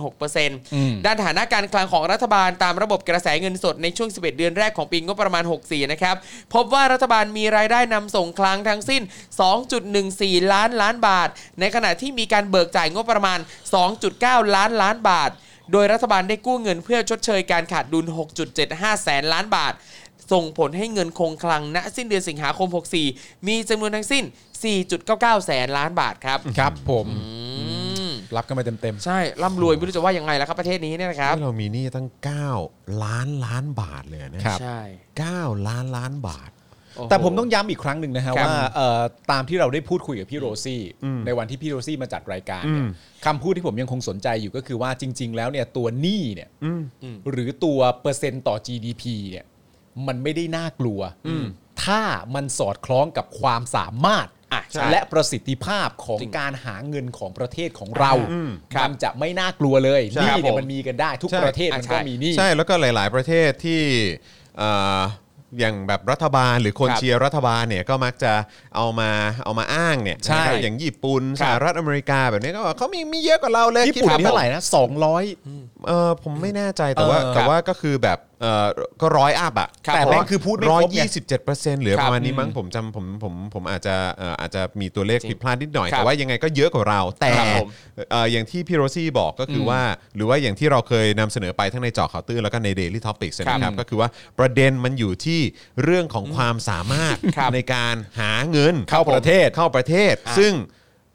2.6%ด้านฐานะการคลังของรัฐบาลตามระบบกระแสเงินสดในช่วง 11 เดือนแรกของปีงบประมาณ 64 นะครับ พบว่ารัฐบาลมีรายได้นำส่งคลังทั้งสิ้น 2.14 ล้านล้านบาท ในขณะที่มีการเบิกจ่ายงบประมาณ 2.9 ล้านล้านบาท โดยรัฐบาลได้กู้เงินเพื่อชดเชยการขาดดุล 6.75 แสนล้านบาท ส่งผลให้เงินคงคลังณสิ้นเดือนสิงหาคม 64 มีจำนวนทั้งสิ้น 4.99 แสนล้านบาทครับ
ครับผม
อืม
รับกันมาเต็ม
ใช่ร่ำรวยไม่รู้จะว่ายังไงแล้วครับประเทศนี้เนี่ยนะครับ
นี่เรามีหนี้ตั้ง 9 ล้านล้านบาทเลยนะครับ
ใช่
9ล้านล้านบาท
ๆ แต่ผมต้องย้ำอีกครั้งหนึ่งนะฮะ
ครับ
ว่าเอ่อตามที่เราได้พูดคุยกับพี่โรซี่ ในวันที่พี่โรซี่มาจัดรายการเนี่ยคำพูดที่ผมยังคงสนใจอยู่ก็คือว่าจริง ๆ แล้วเนี่ยตัวหนี้เนี่ยหรือตัวเปอร์เซ็นต์ต่อ GDP เนี่ยมันไม่ได้น่ากลัว ถ้ามันสอดคล้องกับความสามารถ
อ่ะใช่
และประสิทธิภาพของ
จริง
การหาเงินของประเทศของเรา
อืม
มันจะไม่น่ากลัวเลย
ใช่
ห
ค
นี่
รับ
เนี่ย
ผม
มันมีกันได้ทุก
ใช่
ประเทศ
อ่ะ
มัน
ใช่
ก็มีหนี่
ใช่แล้วก็หลาย ๆ ประเทศที่เอ่ออย่างแบบรัฐบาลหรือคน
ครับ
เชียร์รัฐบาลเนี่ยก็มักจะเอามาเอามาอ้างเนี่ย
ใช่
นะครับอย่างญี่ปุ่น
ค
ส
รับ
หรัฐอเมริกาแบบนี้ก็บอกเขามีมีเยอะกว่าเราเลย
ญี่ปุ่น
คิดว่า
นี่เท่าไหร่นะสองร้อย
เออผมไม่แน่ใจแต่ว่า
เออ
แต่ว่าก็คือแบบเออก็ร้อยอัพอะ
ครับ
แต่
ผม
แม่งคือพูดไม่
ร้อย
ครบไง
ยี่สิบเจ็ดเปอร์เซ็นต์หรือ
ค
ป
รับ
ระมาณนี้มั้งผมจำผมผมผมอาจจะเอ่ออาจจะมีตัวเลข
จริง
ผิดพลาดนิดหน่อย
ครับ
แต่ว่ายังไงก็เยอะกว่าเรา แต่
ครับผม
เอ่ออย่างที่พี่โรซี่บอกก็คืออว่า หรือว่าอย่างที่เราเคยนำเสนอไปทั้งในเจอข่าวตื้นแล้วก็ใน Daily Topics
ครับ
นะครับก็คือว่าประเด็นมันอยู่ที่เรื่องของความสามารถ
ครับ
ในการหาเงิน
เข้าประเทศ
เข้าประเทศ
อ่ะ
ซึ่ง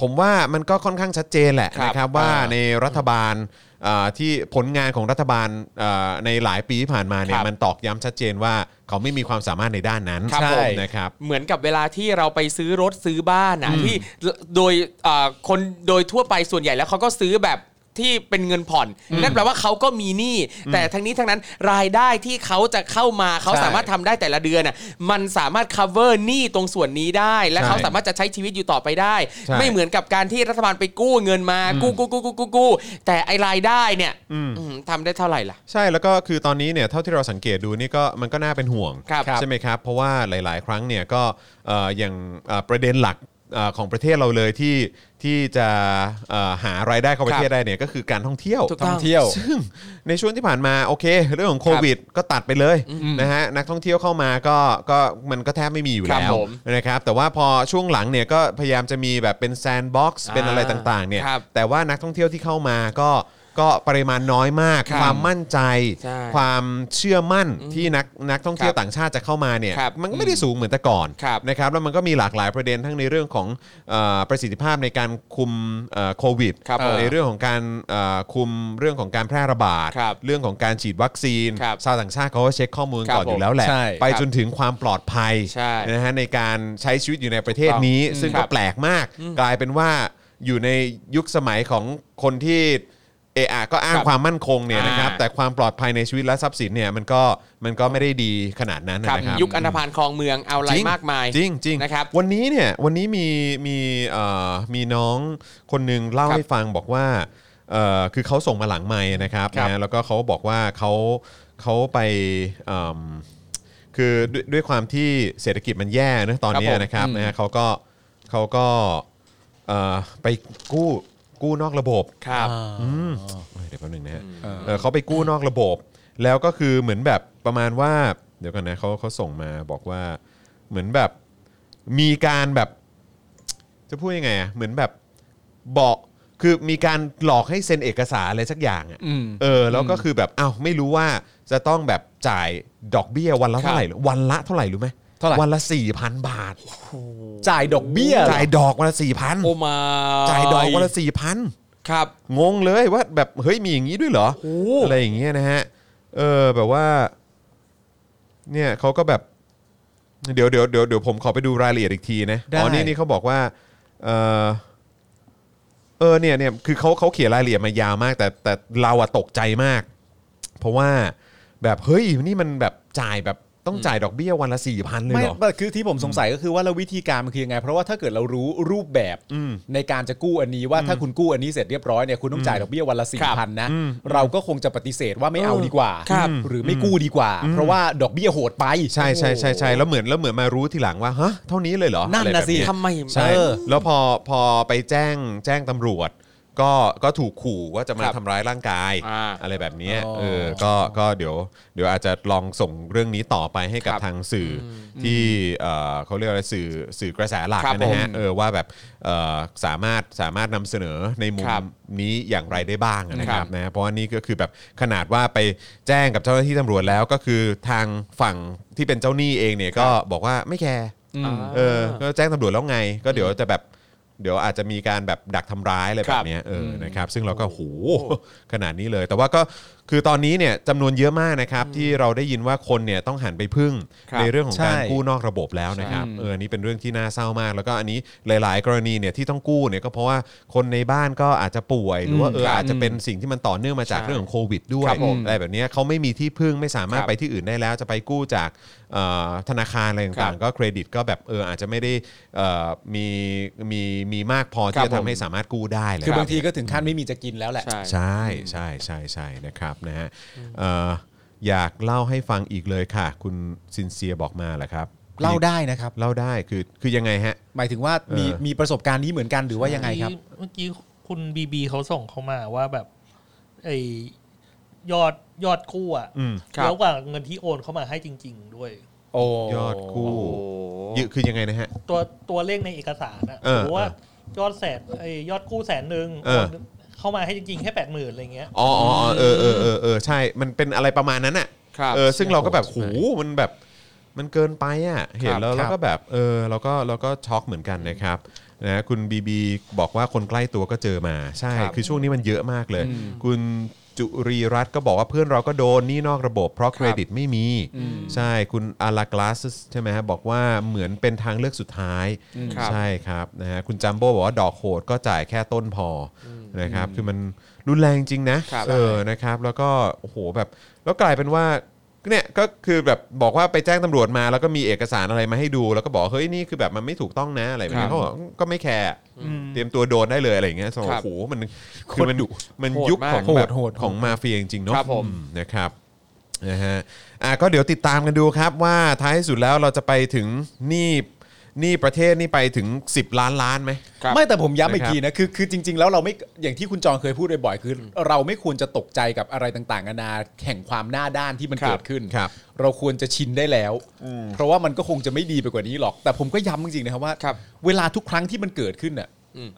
ผมว่ามันก็ค่อนข้างชัดเจนแหละ
ครับ
นะครับว่า
อ่า
ในรัฐบาลเอ่อที่ผลงานของรัฐบาลเอ่อในหลายปีที่ผ่านมาเนี่
ค
ย
รับ
มันตอกย้ำชัดเจนว่าเขาไม่มีความสามารถในด้านนั้น
ครับผม
นะครับ
เหมือนกับเวลาที่เราไปซื้อรถซื้อบ้านนะที่โดยเอ่อคนโดยทั่วไปส่วนใหญ่แล้วเขาก็ซื้อแบบที่เป็นเงินผ่อน นั่นแปลว่าเขาก็มีหนี้แต่ทั้งนี้ทั้งนั้นรายได้ที่เขาจะเข้ามาเขา
ใช่
สามารถทำได้แต่ละเดือนน่ะมันสามารถ cover หนี้ตรงส่วนนี้ได้ และ
ใช่
เขาสามารถจะใช้ชีวิตอยู่ต่อไปได้
ใช่
ไม่เหมือนกับการที่รัฐบาลไปกู้เงินมากู้กู้กู้กู้กู้กู้แต่ไอรายได้เนี่ยอืมทำได้เท่าไหร่ล่ะ
ใช่แล้วก็คือตอนนี้เนี่ยเท่าที่เราสังเกตดูนี่ก็มันก็น่าเป็นห่วง
ครับ
ใช่ไหมครับ เพราะว่าหลาย ๆ ครั้งเนี่ยก็เอ่ออย่างเอ่อประเด็นหลักเอ่อของประเทศเราเลยที่ที่จะเอ่อหารายได้เข้าประเทศได้เนี่ยก็คือการท่องเที่ยว
ถูก
ท่องเที่ยว
ซึ่งในช่วงที่ผ่านมาโอเค เรื่องของโควิดก็ตัดไปเลยนะฮะนักท่องเที่ยวเข้ามาก็ก็มันก็แทบไม่มีอยู่
ครับ
แล้ว
ผม
นะครับแต่ว่าพอช่วงหลังเนี่ยก็พยายามจะมีแบบเป็นแซนด์บ็อกซ์
อ่า
เป็นอะไรต่างๆเนี่ย
ครับ
แต่ว่านักท่องเที่ยวที่เข้ามาก็ก็ปริมาณน้อยมาก
ครับ
ความมั่นใจ
ใช่
ความเชื่อมั่นที่นักนักท่องเที่ยว
ครับ
ต่างชาติจะเข้ามาเนี่ย
ครับ
มันก็ไม่ได้สูงเหมือนแต่ก่อน
ครับ
นะครับแล้วมันก็มีหลากหลายประเด็นทั้งในเรื่องของเอ่อประสิทธิภาพในการคุมเอ่อโควิด
ครับผม
ใน เรื่องของการเอ่อคุมเรื่องของการแพร่ระบาด
ครับ
เรื่องของการฉีดวัคซีน
ครับ
ชาวต่างชาติเขาก็เช็คข้อมูล
ครับ
ก่อนอยู่แล้วแหละ
ใช่
ไป
ครับ
จนถึงความปลอดภัย
ใช่
นะฮะในการใช้ชีวิตอยู่ในประเทศนี้
ถูกต้อง
ซึ่ง
ครั
ก็
บ
แปลกมาก กลายเป็นว่าอยู่ในยุคสมัยของคนที่เออก็อ้าง
ครับ
ความมั่นคงเนี่ยนะครับ
อ่า
แต่ความปลอดภัยในชีวิตและทรัพย์สินเนี่ยมันก็มันก็ไม่ได้ดีขนาดนั้น
ค
นะ
รับ
ครับ
ยุคอันธพาลคลองเมืองเอาอะไรมากมาย
จริงจริง
นะครับ
วันนี้เนี่ยวันนี้มีมีเอ่อมีน้องคนหนึ่งเล่า
ครับ
ให้ฟังบอกว่าเอ่อคือเขาส่งมาหลังไม้นะครับ
ครับ
นะแล้วก็เขาบอกว่าเขาเขาไปเอิ่มคือด้วยด้วยความที่เศรษฐกิจมันแย่นะตอนเนี้ย
ครับผม
นะครับนะฮะเขาก็เขาก็เอ่อไปกู้กู้นอกระบบ
ครับ
อืมเดี๋ยวแป๊บนึงนะฮะเออเขาไปกู้นอกระบบ แล้วก็คือเหมือนแบบประมาณว่า เดี๋ยวกันนะเขาเขาส่งมาบอกว่าเหมือนแบบมีการแบบ จะพูดยังไงอะเหมือนแบบบอกคือมีการหลอกให้เซ็นเอกสารอะไรสักอย่างอะ
อืม
เออแล้วก็คือแบบอ้าวไม่รู้ว่าจะต้องแบบจ่ายดอกเบี้ยวันละเท่าไหร่หรือวันละเท่าไหร่รู้ไหม
เท่าไหร่
วันละสี่พันบาท
จ่ายดอกเบี้ยเหรอ
จ่ายดอกวันละสี่พัน
โอมา
จ่ายดอกวันละสี่พัน
ครับ
งงเลยว่าแบบเฮ้ยมีอย่างนี้ด้วยเหรออะไรอย่างเงี้ยนะฮะเออแบบว่า เนี่ยเขาก็แบบเดี๋ยวเดี๋ยวเดี๋ยวเดี๋ยวผมขอไปดูรายละเอียดอีกทีนะ
ได้
อ๋อนี่นี่เขาบอกว่าเออเออเนี่ยเนี่ยคือเขาเขาเขียนรายละเอียดมายาวมาก แต่แต่เราอะตกใจมาก เพราะว่าแบบเฮ้ยนี่มันแบบจ่ายแบบ ต้องจ่ายดอกเบี้ยวันละสี่พันเลย
ไม่
เหรอ
แต่คือที่ผมสงสัยก็คือว่าแล้ววิธีการมันคือยังไง เพราะว่าถ้าเกิดเรารู้รูปแบบ
อืม
ในการจะกู้อันนี้ว่าถ้าคุณกู้อันนี้เสร็จเรียบร้อยเนี่ยคุณต้องจ่ายดอกเบี้ยวันละสี่พันนะเราก็คงจะปฏิเสธว่าไม่เอาดีกว่า
ครับ
หรือไม่กู้ดีกว่า เพราะว่าดอกเบี้ยโหดไป
ใช่ใช่ใช่ใช่แล้วเหมือนแล้วเหมือนมารู้ทีหลังว่าฮะเท่านี้เลยเหรอ
นั่
อ
น
ไร
น่ะ
แบบ
สิ
เย
ทำไม
ใช่
เออ
แล้วพอพอไปแจ้งแจ้งตำรวจ ก็ก็ถูกขู่ว่าจะมา
ครับ
ทำร้ายร่างกาย
อ่า
อะไรแบบเนี้ย
อ๋อ
เออก็ก็เดี๋ยวเดี๋ยวอาจจะลองส่งเรื่องนี้ต่อไปให้กับ
ครับ
ทางสื่ออที่เอ่อเขาเรียกอะไรสื่อสื่อกระแสหลัก
ครับ
นะฮะ
ผม
เออว่าแบบเอ่อสามารถสามารถนำเสนอในมุม
ครับ
นี้อย่างไรได้บ้างนะค
ค
รั
รั
บบ นะเพราะว่านี่ก็คือแบบขนาดว่าไปแจ้งกับเจ้าหน้าที่ตำรวจแล้วก็คือทางฝั่งที่เป็นเจ้าหนี้เองเนี่ยก็บอกว่าไม่แคร์
อ่า
เออ ก็แจ้งตำรวจแล้วไง ก็เดี๋ยวจะแบบ เดี๋ยวอาจจะมีการแบบดักทำร้ายอะไร
ค
แบ
รั
บบ เนี้ยเออ นะครับ ซึ่งเราก็โห ขนาดนี้เลย แต่ว่าก็ คือตอนนี้เนี่ยจำนวนเยอะมากนะครับ ที่เราได้ยินว่าคนเนี่ยต้องหันไปพึ่ง
ครับ
ในเรื่องของการ
ใช่
กู้นอกระบบแล้วนะครับ เออ อันนี้เป็นเรื่องที่น่าเศร้ามาก แล้วก็อันนี้หลาย ๆ กรณีเนี่ยที่ต้องกู้เนี่ยก็เพราะว่าคนในบ้านก็อาจจะป่วย หรือว่าเออ
ครับ
อาจจะเป็นสิ่งที่มันต่อเนื่องมาจาก
ใช่
เรื่องของโควิดด้ว
ค
ย
รับผม
อะไรแบบเนี้ยเขาไม่มีที่พึ่ง ไม่สามารถ
ครับ
ไปที่อื่นได้แล้ว จะไปกู้จากเอ่อธนาคารอะไร
ครั
ต่าง
บ
ๆ ก็เครดิตก็แบบเอออาจจะไม่ได้เอ่อมีมีมีมากพอ
ครั
ที่
บ
จะ
ผม
ทำให้สามารถกู้ได้เลย
คือบางทีก็ถึงขั้นไม่มีจะกินแล้วแหละ
ใช่
ใช่ใช่ใช่ใช่นะครับนะฮะเอ่ออยากเล่าให้ฟังอีกเลยค่ะ คุณซินเซียบอกมาแหละครับ
เล่าได้นะครับ
เล่าได้คือคือยังไงฮะ
หมายถึงว่ามี
เออ
มีประสบการณ์นี้เหมือนกันหรือว่ายังไงครับ
เมื่อกี้คุณบีบีเขาส่งเข้ามาว่าแบบไอยอดยอดกู้อะ
อืม
ครับ
แล้วกว่าเงินที่โอนเข้ามาให้จริง ๆ ด้วย
โอ้
ยอดกู้
โอ้โห
ยคือยังไงนะฮะ
ตัวตัวเลขในเอกสารอะ
เออ
สมมติว่ายอดแสนไอยอดกู้แสนหนึ่ง
เออ
โอนเข้ามาให้จริงๆแค่แปดหมื่นอะไรเงี้ย
อ๋ออ๋ออ๋อเออเออเออเออใช่ มันเป็นอะไรประมาณนั้นอ่ะ
ครับ
เออซึ่งเราก็แบบ
ใช่
โหมันแบบมันเกินไปอ่ะเห็นแล้ว
ครั
เรา
บ
ก็แบบเออเราก็เราก็ช็อกเหมือนกันนะครับนะคุณบีบีบอกว่าคนใกล้ตัวก็เจอมาใช่ คือช่วงนี้มันเยอะมากเลย คุณจุรีรัตน์ก็บอกว่าเพื่อนเราก็โดนหนี่นอกระบบ เพราะเครดิตไม่มี ใช่คุณอาลากลาสใช่ไหมฮะบอกว่าเหมือนเป็นทางเลือกสุดท้าย
ครับ
ใช่ครับนะฮะคุณจัมโบ้บอกว่าดอกโหดก็จ่ายแค่ต้นพออนะครับ คือมันรุนแรงจริงนะครับ เออนะครับ แล้วก็โอ้โหแบบแล้วกลายเป็นว่าเนี่ยก็คือแบบบอกว่าไปแจ้งตำรวจมา แล้วก็มีเอกสารอะไรมาให้ดู แล้วก็บอกเฮ้ยนี่คือแบบมันไม่ถูกต้องนะอะไรแบบนี้เขาบอกก็ไม่แคร์เตรียมตัวโดนได้เลยอะไรอย่างเงี้ยสม
ครั
โอ้
บ
โหมันคือมันมัน
โหด
ยุค
มาก
ของแบบของมาเฟียจริงๆเนาะ
ครับผม
อืนะครับ นะฮะอ่ะก็เดี๋ยวติดตามกันดูครับว่าท้ายสุดแล้วเราจะไปถึงหนี่นี่ประเทศนี่ไปถึง 10 ล้านล้านไหม
ครับ
ไม่แต่ผมย้ำอี
นะ
ก
ครับ
ทีนะคือคือจริง ๆ แล้วเราไม่อย่างที่คุณจองเคยพูดบ่อยๆคืออเราไม่ควรจะตกใจกับอะไรต่างๆนานาแห่งความหน้าด้านที่มัน
ครับ
เกิดขึ้น
ครับ
เราควรจะชินได้แล้ว เพราะว่ามันก็คงจะไม่ดีไปกว่านี้หรอก แต่ผมก็ย้ำจริงๆนะครับว่า
ครับ
เวลาทุกครั้งที่มันเกิดขึ้นน่ะ
อืม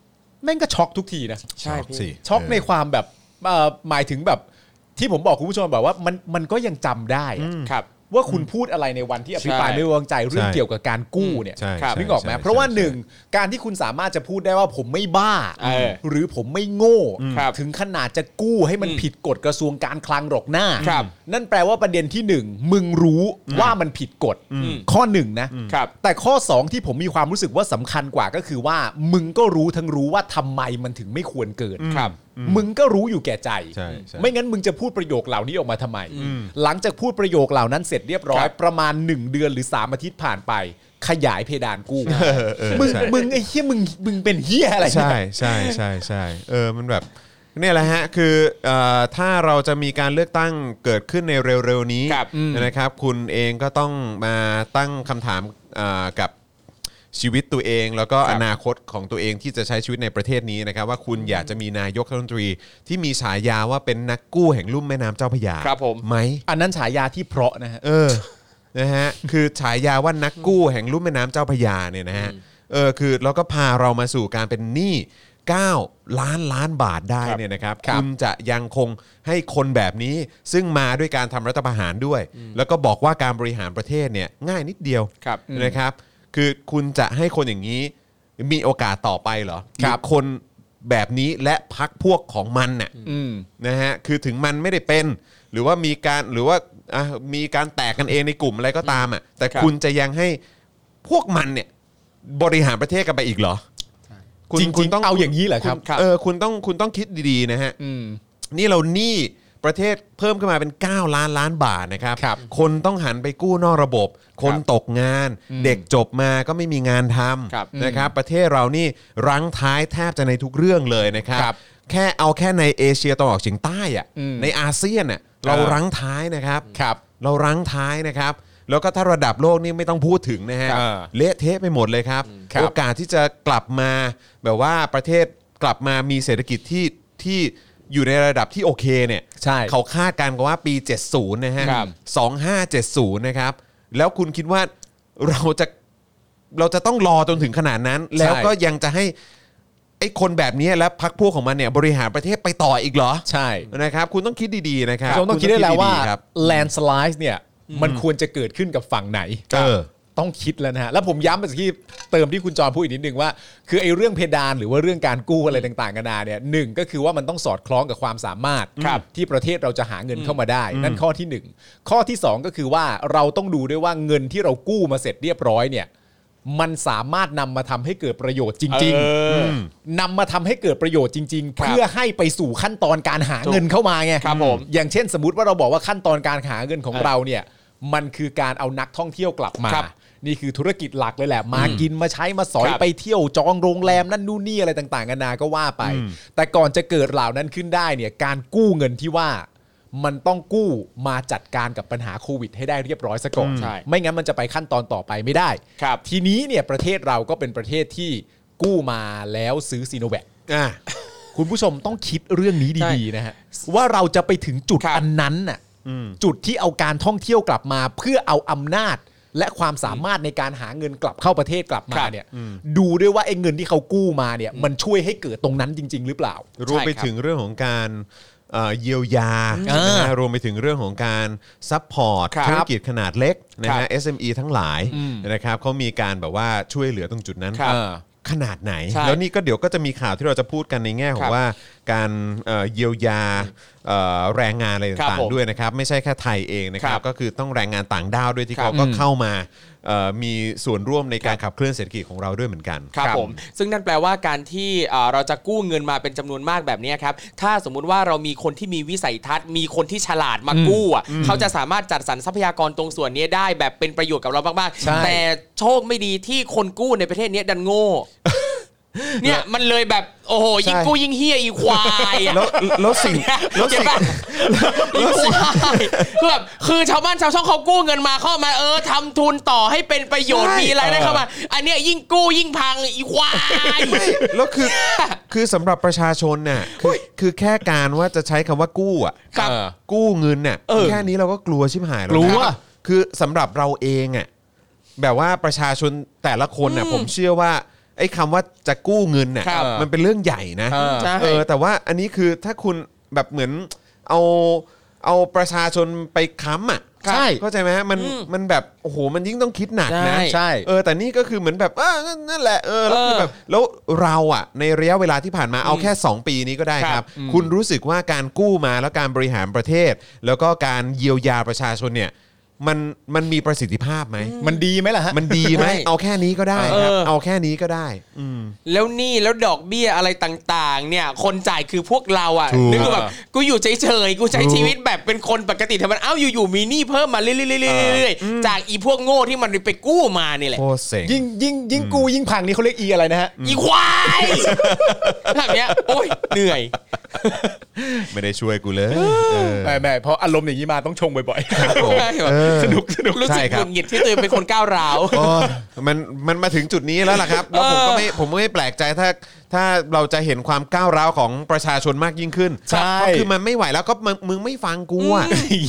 แม่งก็ช็อกทุกทีนะ
ใช่
ช็อกสิ
พี่
ช็อก
เออ
ในความแบบเอ่อหมายถึงแบบที่ผมบอกคุณผู้ชมแบบว่ามันมันก็ยังจำได้อะ
ครับ
ว่าคุณพูดอะไรในวันที่อภิปราย
ใช่
ไม่ไว้วางใจเรื่อง
ใช่
เกี่ยวกับการกู้เนี่ย
ใช่
ครับ
ใช่
นึกออกไหม
ใช่
เพราะว่า
ใช่
หนึ่งการที่คุณสามารถจะพูดได้ว่าผมไม่บ้า
เออ
หรือผมไม่โง่
ครับ
ถึงขนาดจะกู้ให้มัน
อืม
ผิดกฎกระทรวงการคลังหรอกหน้า
ครับ
นั่นแปลว่าประเด็นที่หนึ่งมึงรู้ว่ามันผิดกฎ
ม
ข้อหนึ่งนะครับ แต่ข้อสองที่ผมมีความรู้สึกว่าสำคัญกว่าก็คือว่า มึงก็รู้ทั้งรู้ว่าทำไมมันถึงไม่ควรเกิด
ครับ
มึงก็รู้อยู่แก่ใจ
ใช่ใช่
ไม่งั้นมึงจะพูดประโยคเหล่านี้ออกมาทำไม หลังจากพูดประโยคเหล่านั้นเสร็จเรียบร้อ
ค
ย
รับ
ประมาณ 1 เดือนหรือ 3 อาทิตย์ผ่านไป ขยายเพดานกู้
เออ
มึง
ใช่
มึงไอ้เหี้ยมึงมึงเป็นเหี้ยอะไรเนี่ย
ใช่ใช่ใช่ใช่เออมันแบบเนี่ยแหละฮะคือเอ่อถ้าเราจะมีการเลือกตั้งเกิดขึ้นในเร็วๆนี้
ครับอืม
นะครับ คุณเองก็ต้องมาตั้งคำถามเอ่อกับชีวิตตัวเอง แล้วก็
ครั
อบ นาคตของตัวเองที่จะใช้ชีวิตในประเทศนี้นะครับ ว่าคุณอยากจะมีนายกรัฐมนตรี ที่มีฉายาว่าเป็นนักกู้แห่งลุ่มแม่น้ำเจ้าพระยา
ครับผม
ไหม
อันนั้นฉายาที่เพราะนะฮะ
เออ นะฮะ คือฉายาว่านักกู้แห่งลุ่มแม่น้ำเจ้าพระยาเนี่ยนะฮะ เออ คือแล้วก็พาเรามาสู่การเป็นหนี้9ล้านล้านบาทได้เนี่ยนะครับ
ครั
คุ
บ
ณจะยังคงให้คนแบบนี้ ซึ่งมาด้วยการทำรัฐประหารด้วย แล้วก็บอกว่าการบริหารประเทศเนี่ยง่ายนิดเดียว
ครับ
นะครับ คือคุณจะให้คนอย่างนี้มีโอกาสต่อไปเหรอห
ครับ
คนแบบนี้และพักพวกของมันน่ะ
อืม
นะฮะ คือถึงมันไม่ได้เป็น หรือว่ามีการหรือว่าอ่ะมีการแตกกันเองในกลุ่มอะไรก็ตามอ่ะ แต่
ครับ
คุณจะยังให้พวกมันเนี่ยบริหารประเทศกันไปอีกเหรอคุณ
จริงๆ
คุณ
เอาอย่างนี้เหรอครับ
ณเออคุณต้องคุณต้องคิดดีๆนะฮะ
อืม
นี่เราหนี้ ประเทศเพิ่มขึ้นมาเป็น 9 ล้านล้านบาทนะครับ
ครับ
คนต้องหันไปกู้นอกระบบ คนตกงาน
อืม
เด็กจบมาก็ไม่มีงานท
ครับ
ำนะครับ ประเทศเรานี่รั้งท้ายแทบจะในทุกเรื่องเลยนะครับ
ครับ
แค่เอาแค่ในเอเชียตะวันออกเฉียงใต้อะ
อืม
ในอาเซียนอะเรา
เออ
รั้งท้ายนะครับ
ครับ
เรารั้งท้ายนะครับ แล้วก็ถ้าระดับโลกนี่ไม่ต้องพูดถึงนะฮะ
ครับ
เละเทะไปหมดเลยครับ โอกาสที่จะกลับมาแบบว่าประเทศกลับมามีเศรษฐกิจที่ที่อยู่ในระดับที่โอเคเนี่ย
ใช่
เขาคาดการณ์กันว่าปี 70 นะฮะ
ครับ
2570 นะครับ แล้วคุณคิดว่าเราจะเราจะต้องรอจนถึงขนาดนั้น แล้วก็ยังจะให้ไอ้คนแบบนี้และพรรคพวกของมันเนี่ยบริหารประเทศไปต่ออีกเหรอ
ใช่
นะครับ คุณต้องคิดดีๆนะครับ
เราต้องคิดได้แล้วว่า
คุณต้องคิดดีๆครับ
landslide เนี่ย มันควรจะเกิดขึ้นกับฝั่งไหน
เออ
ต้องคิดแล้วนะฮะ แล้วผมย้ำไปสักที่เติมที่คุณจอห์นพูดอีกนิดนึงว่า คือไอ้เรื่องเพดานหรือว่าเรื่องการกู้อะไรต่างๆกันานาเนี่ยหนึ่งก็คือว่ามันต้องสอดคล้องกับความสามารถ
ครับ
ที่ประเทศเราจะหาเงินเข้ามาได้ นั่นข้อที่หนึ่งข้อที่สองก็คือว่าเราต้องดูด้วยว่าเงินที่เรากู้มาเสร็จเรียบร้อยเนี่ย มันสามารถนำมาทำให้เกิดประโยชน์จริง
เอออื
ๆนำมาทำให้เกิดประโยชน์จริง ๆ
ครับ
เพื่อให้ไปสู่ขั้นตอนการหาเงินเข้ามาไง
ครับผม
อย่างเช่นสมมติว่าเราบอกว่าขั้นตอนการหาเงินของเราเนี่ย มันคือการเอานักท่องเที่ยวกลับมา
ครับ
นี่คือธุรกิจหลักเลยแหละ มากินมาใช้มาสอย
ครับ
ไปเที่ยวจองโรงแรมนั่นนู่นนี่อะไรต่างๆกันานาก็ว่าไป แต่ก่อนจะเกิดเหล่านั้นขึ้นได้เนี่ยการกู้เงินที่ว่า มันต้องกู้มาจัดการกับปัญหาโควิด ให้ได้เรียบร้อยซะก่อน
ใช่
ไม่งั้นมันจะไปขั้นตอนต่อไปไม่ได้
ครับ
ทีนี้เนี่ยประเทศเราก็เป็นประเทศที่กู้มาแล้วซื้อซีโนแวค
อ่ะ
คุณผู้ชมต้องคิดเรื่องนี้
ใช่
ดีๆนะฮะว่าเราจะไปถึงจุด
ครับ
อันนั้นน่ะจุดที่เอาการท่องเที่ยวกลับมา เพื่อเอาอำนาจ และความสามารถในการหาเงินกลับเข้าประเทศกลับมาเนี่ย ดูด้วยว่าไอ้เงินที่เขากู้มาเนี่ย มันช่วยให้เกิดตรงนั้นจริง ๆ หรือเปล่า
รวมไป
ใช่ครับ
ถึงเรื่องของการเอ่อเยียวยา
อ่า
นะฮะรวมไปถึงเรื่องของการซัพพอร์ต
ครับ
ธุรกิจขนาดเล็กนะ
ครั
ฮะ
บ
SME ทั้งหลายนะครับเขามีการแบบว่าช่วยเหลือตรงจุดนั้น
ครับ
เออขนาดไหน
ใช่
แล้วนี่ก็เดี๋ยวก็จะมีข่าวที่เราจะพูดกันในแง่ขอ
ครั
ง
บ
ว่าการเอ่อเยียวยาเอ่อแรงงานอะไร
ครับ
ต่าง
ผม
ๆด้วยนะครับ ไม่ใช่แค่ไทยเองนะครั
ครับ บ
ก็คือต้องแรงงานต่างด้าวด้วยที่
ครับ
เขาก็เข้ามาเอ่อมีส่วนร่วมในการขับเคลื่อนเศรษฐกิจของเราด้วยเหมือนกัน
ครับผมซึ่งนั่นแปลว่าการที่เอ่อเราจะกู้เงินมาเป็นจำนวนมากแบบเนี้ยครับถ้าสมมุติว่าเรามีคนที่มีวิสัยทัศน์ มีคนที่ฉลาดมากู้อ่ะเขาจะสามารถจัดสรรทรัพยากรตรงส่วนเนี้ยได้แบบเป็นประโยชน์กับเรามาก
ใช่
ๆแต่โชคไม่ดีที่คนกู้ในประเทศเนี้ยดันโง่
[laughs]
เนี่ยมันเลยแบบโอ้โหยิ่งกู้ยิ่งเฮี้ยอีควายอะ
แล้วแล้วสิ่งแล้ว
เก็บ
สิ่ง
[laughs] ป่ะอีกควาย
[laughs]
คือแบบคือชาวบ้านชาวช่องเขากู้เงินมาเข้ามาเออทำทุนต่อให้เป็นประโยชน์
ใช่
มีอะไรายได้เข้ามา อันเนี้ยยิ่งกู้ยิ่งพังอีควาย
ไม่แล้วคือ คือสำหรับประชาชนน่ะคือคือแค่การว่าจะใช้คำว่ากู้อ่ะ
ครับ
เออกู้เงินน่ะ
เออ
แค่นี้เราก็กลัวชิบหายแล้ว
กลัว
นะคือสำหรับเราเองอ่ะแบบว่าประชาชนแต่ละคนน่ะผมเชื่อว่าไอ้คำว่าจะกู้เงินน่ะ
ครับ
มันเป็นเรื่องใหญ่นะ
เออใช่
เออแต่ว่าอันนี้คือถ้าคุณแบบเหมือนเอาเอาประชาชนไปค้ำอ่ะ
ใช่
เข้าใจไหมฮะมันมันแบบโอ้โหมันยิ่งต้องคิดหนักนะ
ใช่
ใช่
เออแต่นี่ก็คือเหมือนแบบเออนั่นนั่นแหละเออแล้วคือ
เออ
แบบแล้วเราอ่ะในระยะเวลาที่ผ่านมาเอาแค่ 2 ปีนี้ก็ได้ค
ครั
รับ
บ
คุณรู้สึกว่าการกู้มาแล้วการบริหารประเทศ แล้วก็การเยียวยาประชาชนเนี่ยมันมันมีประสิทธิภาพไหม
มันดีไหมล่ะฮะ
มันดีไหม
ใช่
เอาแค่นี้ก็ได้ครับ
เออ
เอาแค่นี้ก็ได้
แล้วหนี่แล้วดอกเบี้ยอะไรต่างๆ เนี่ย คนจ่ายคือพวกเราอ่ะ
ถูก
นึกว่าแบบกูอยู่เฉยๆกูใช้
ถูก
ชีวิตแบบเป็นคนปกติธรรมดาเอ้าอยู่ๆมีหนี้เพิ่มมาเรื่อยๆๆๆจากอีพวกโง่ที่มันไปกู้มาเนี่ยแหละ
โคตรเซ็ง
ยิ่งยิ่งยิ่งกู้ยิ่งพังนี่เขาเรียกอีอะไรนะฮะ
อีค
[laughs]
วายแบบเนี้ยโอ้ยเหนื่อย
ไม่ได้ช่วยกูเลยเออ
ไม่ไม่เพราะอารมณ์อย่างนี้มาต้องชงบ่อยๆ
สนุกสนุกรู้
ใช่
สึก
ครั
ห
บ
งุดหงิดที่ตัวเองเป็นคนก้าวร้าว
โอ้ยมันมันมาถึงจุดนี้แล้วล่ะครับ แล้วผมก็ไม่ผมไม่แปลกใจถ้า ถ้าเราจะเห็นความก้าวร้าวของประชาชนมากยิ่งขึ้น
ใช่
เพราะคือมันไม่ไหวแล้วก็มึงมึงไม่ฟังกูอะ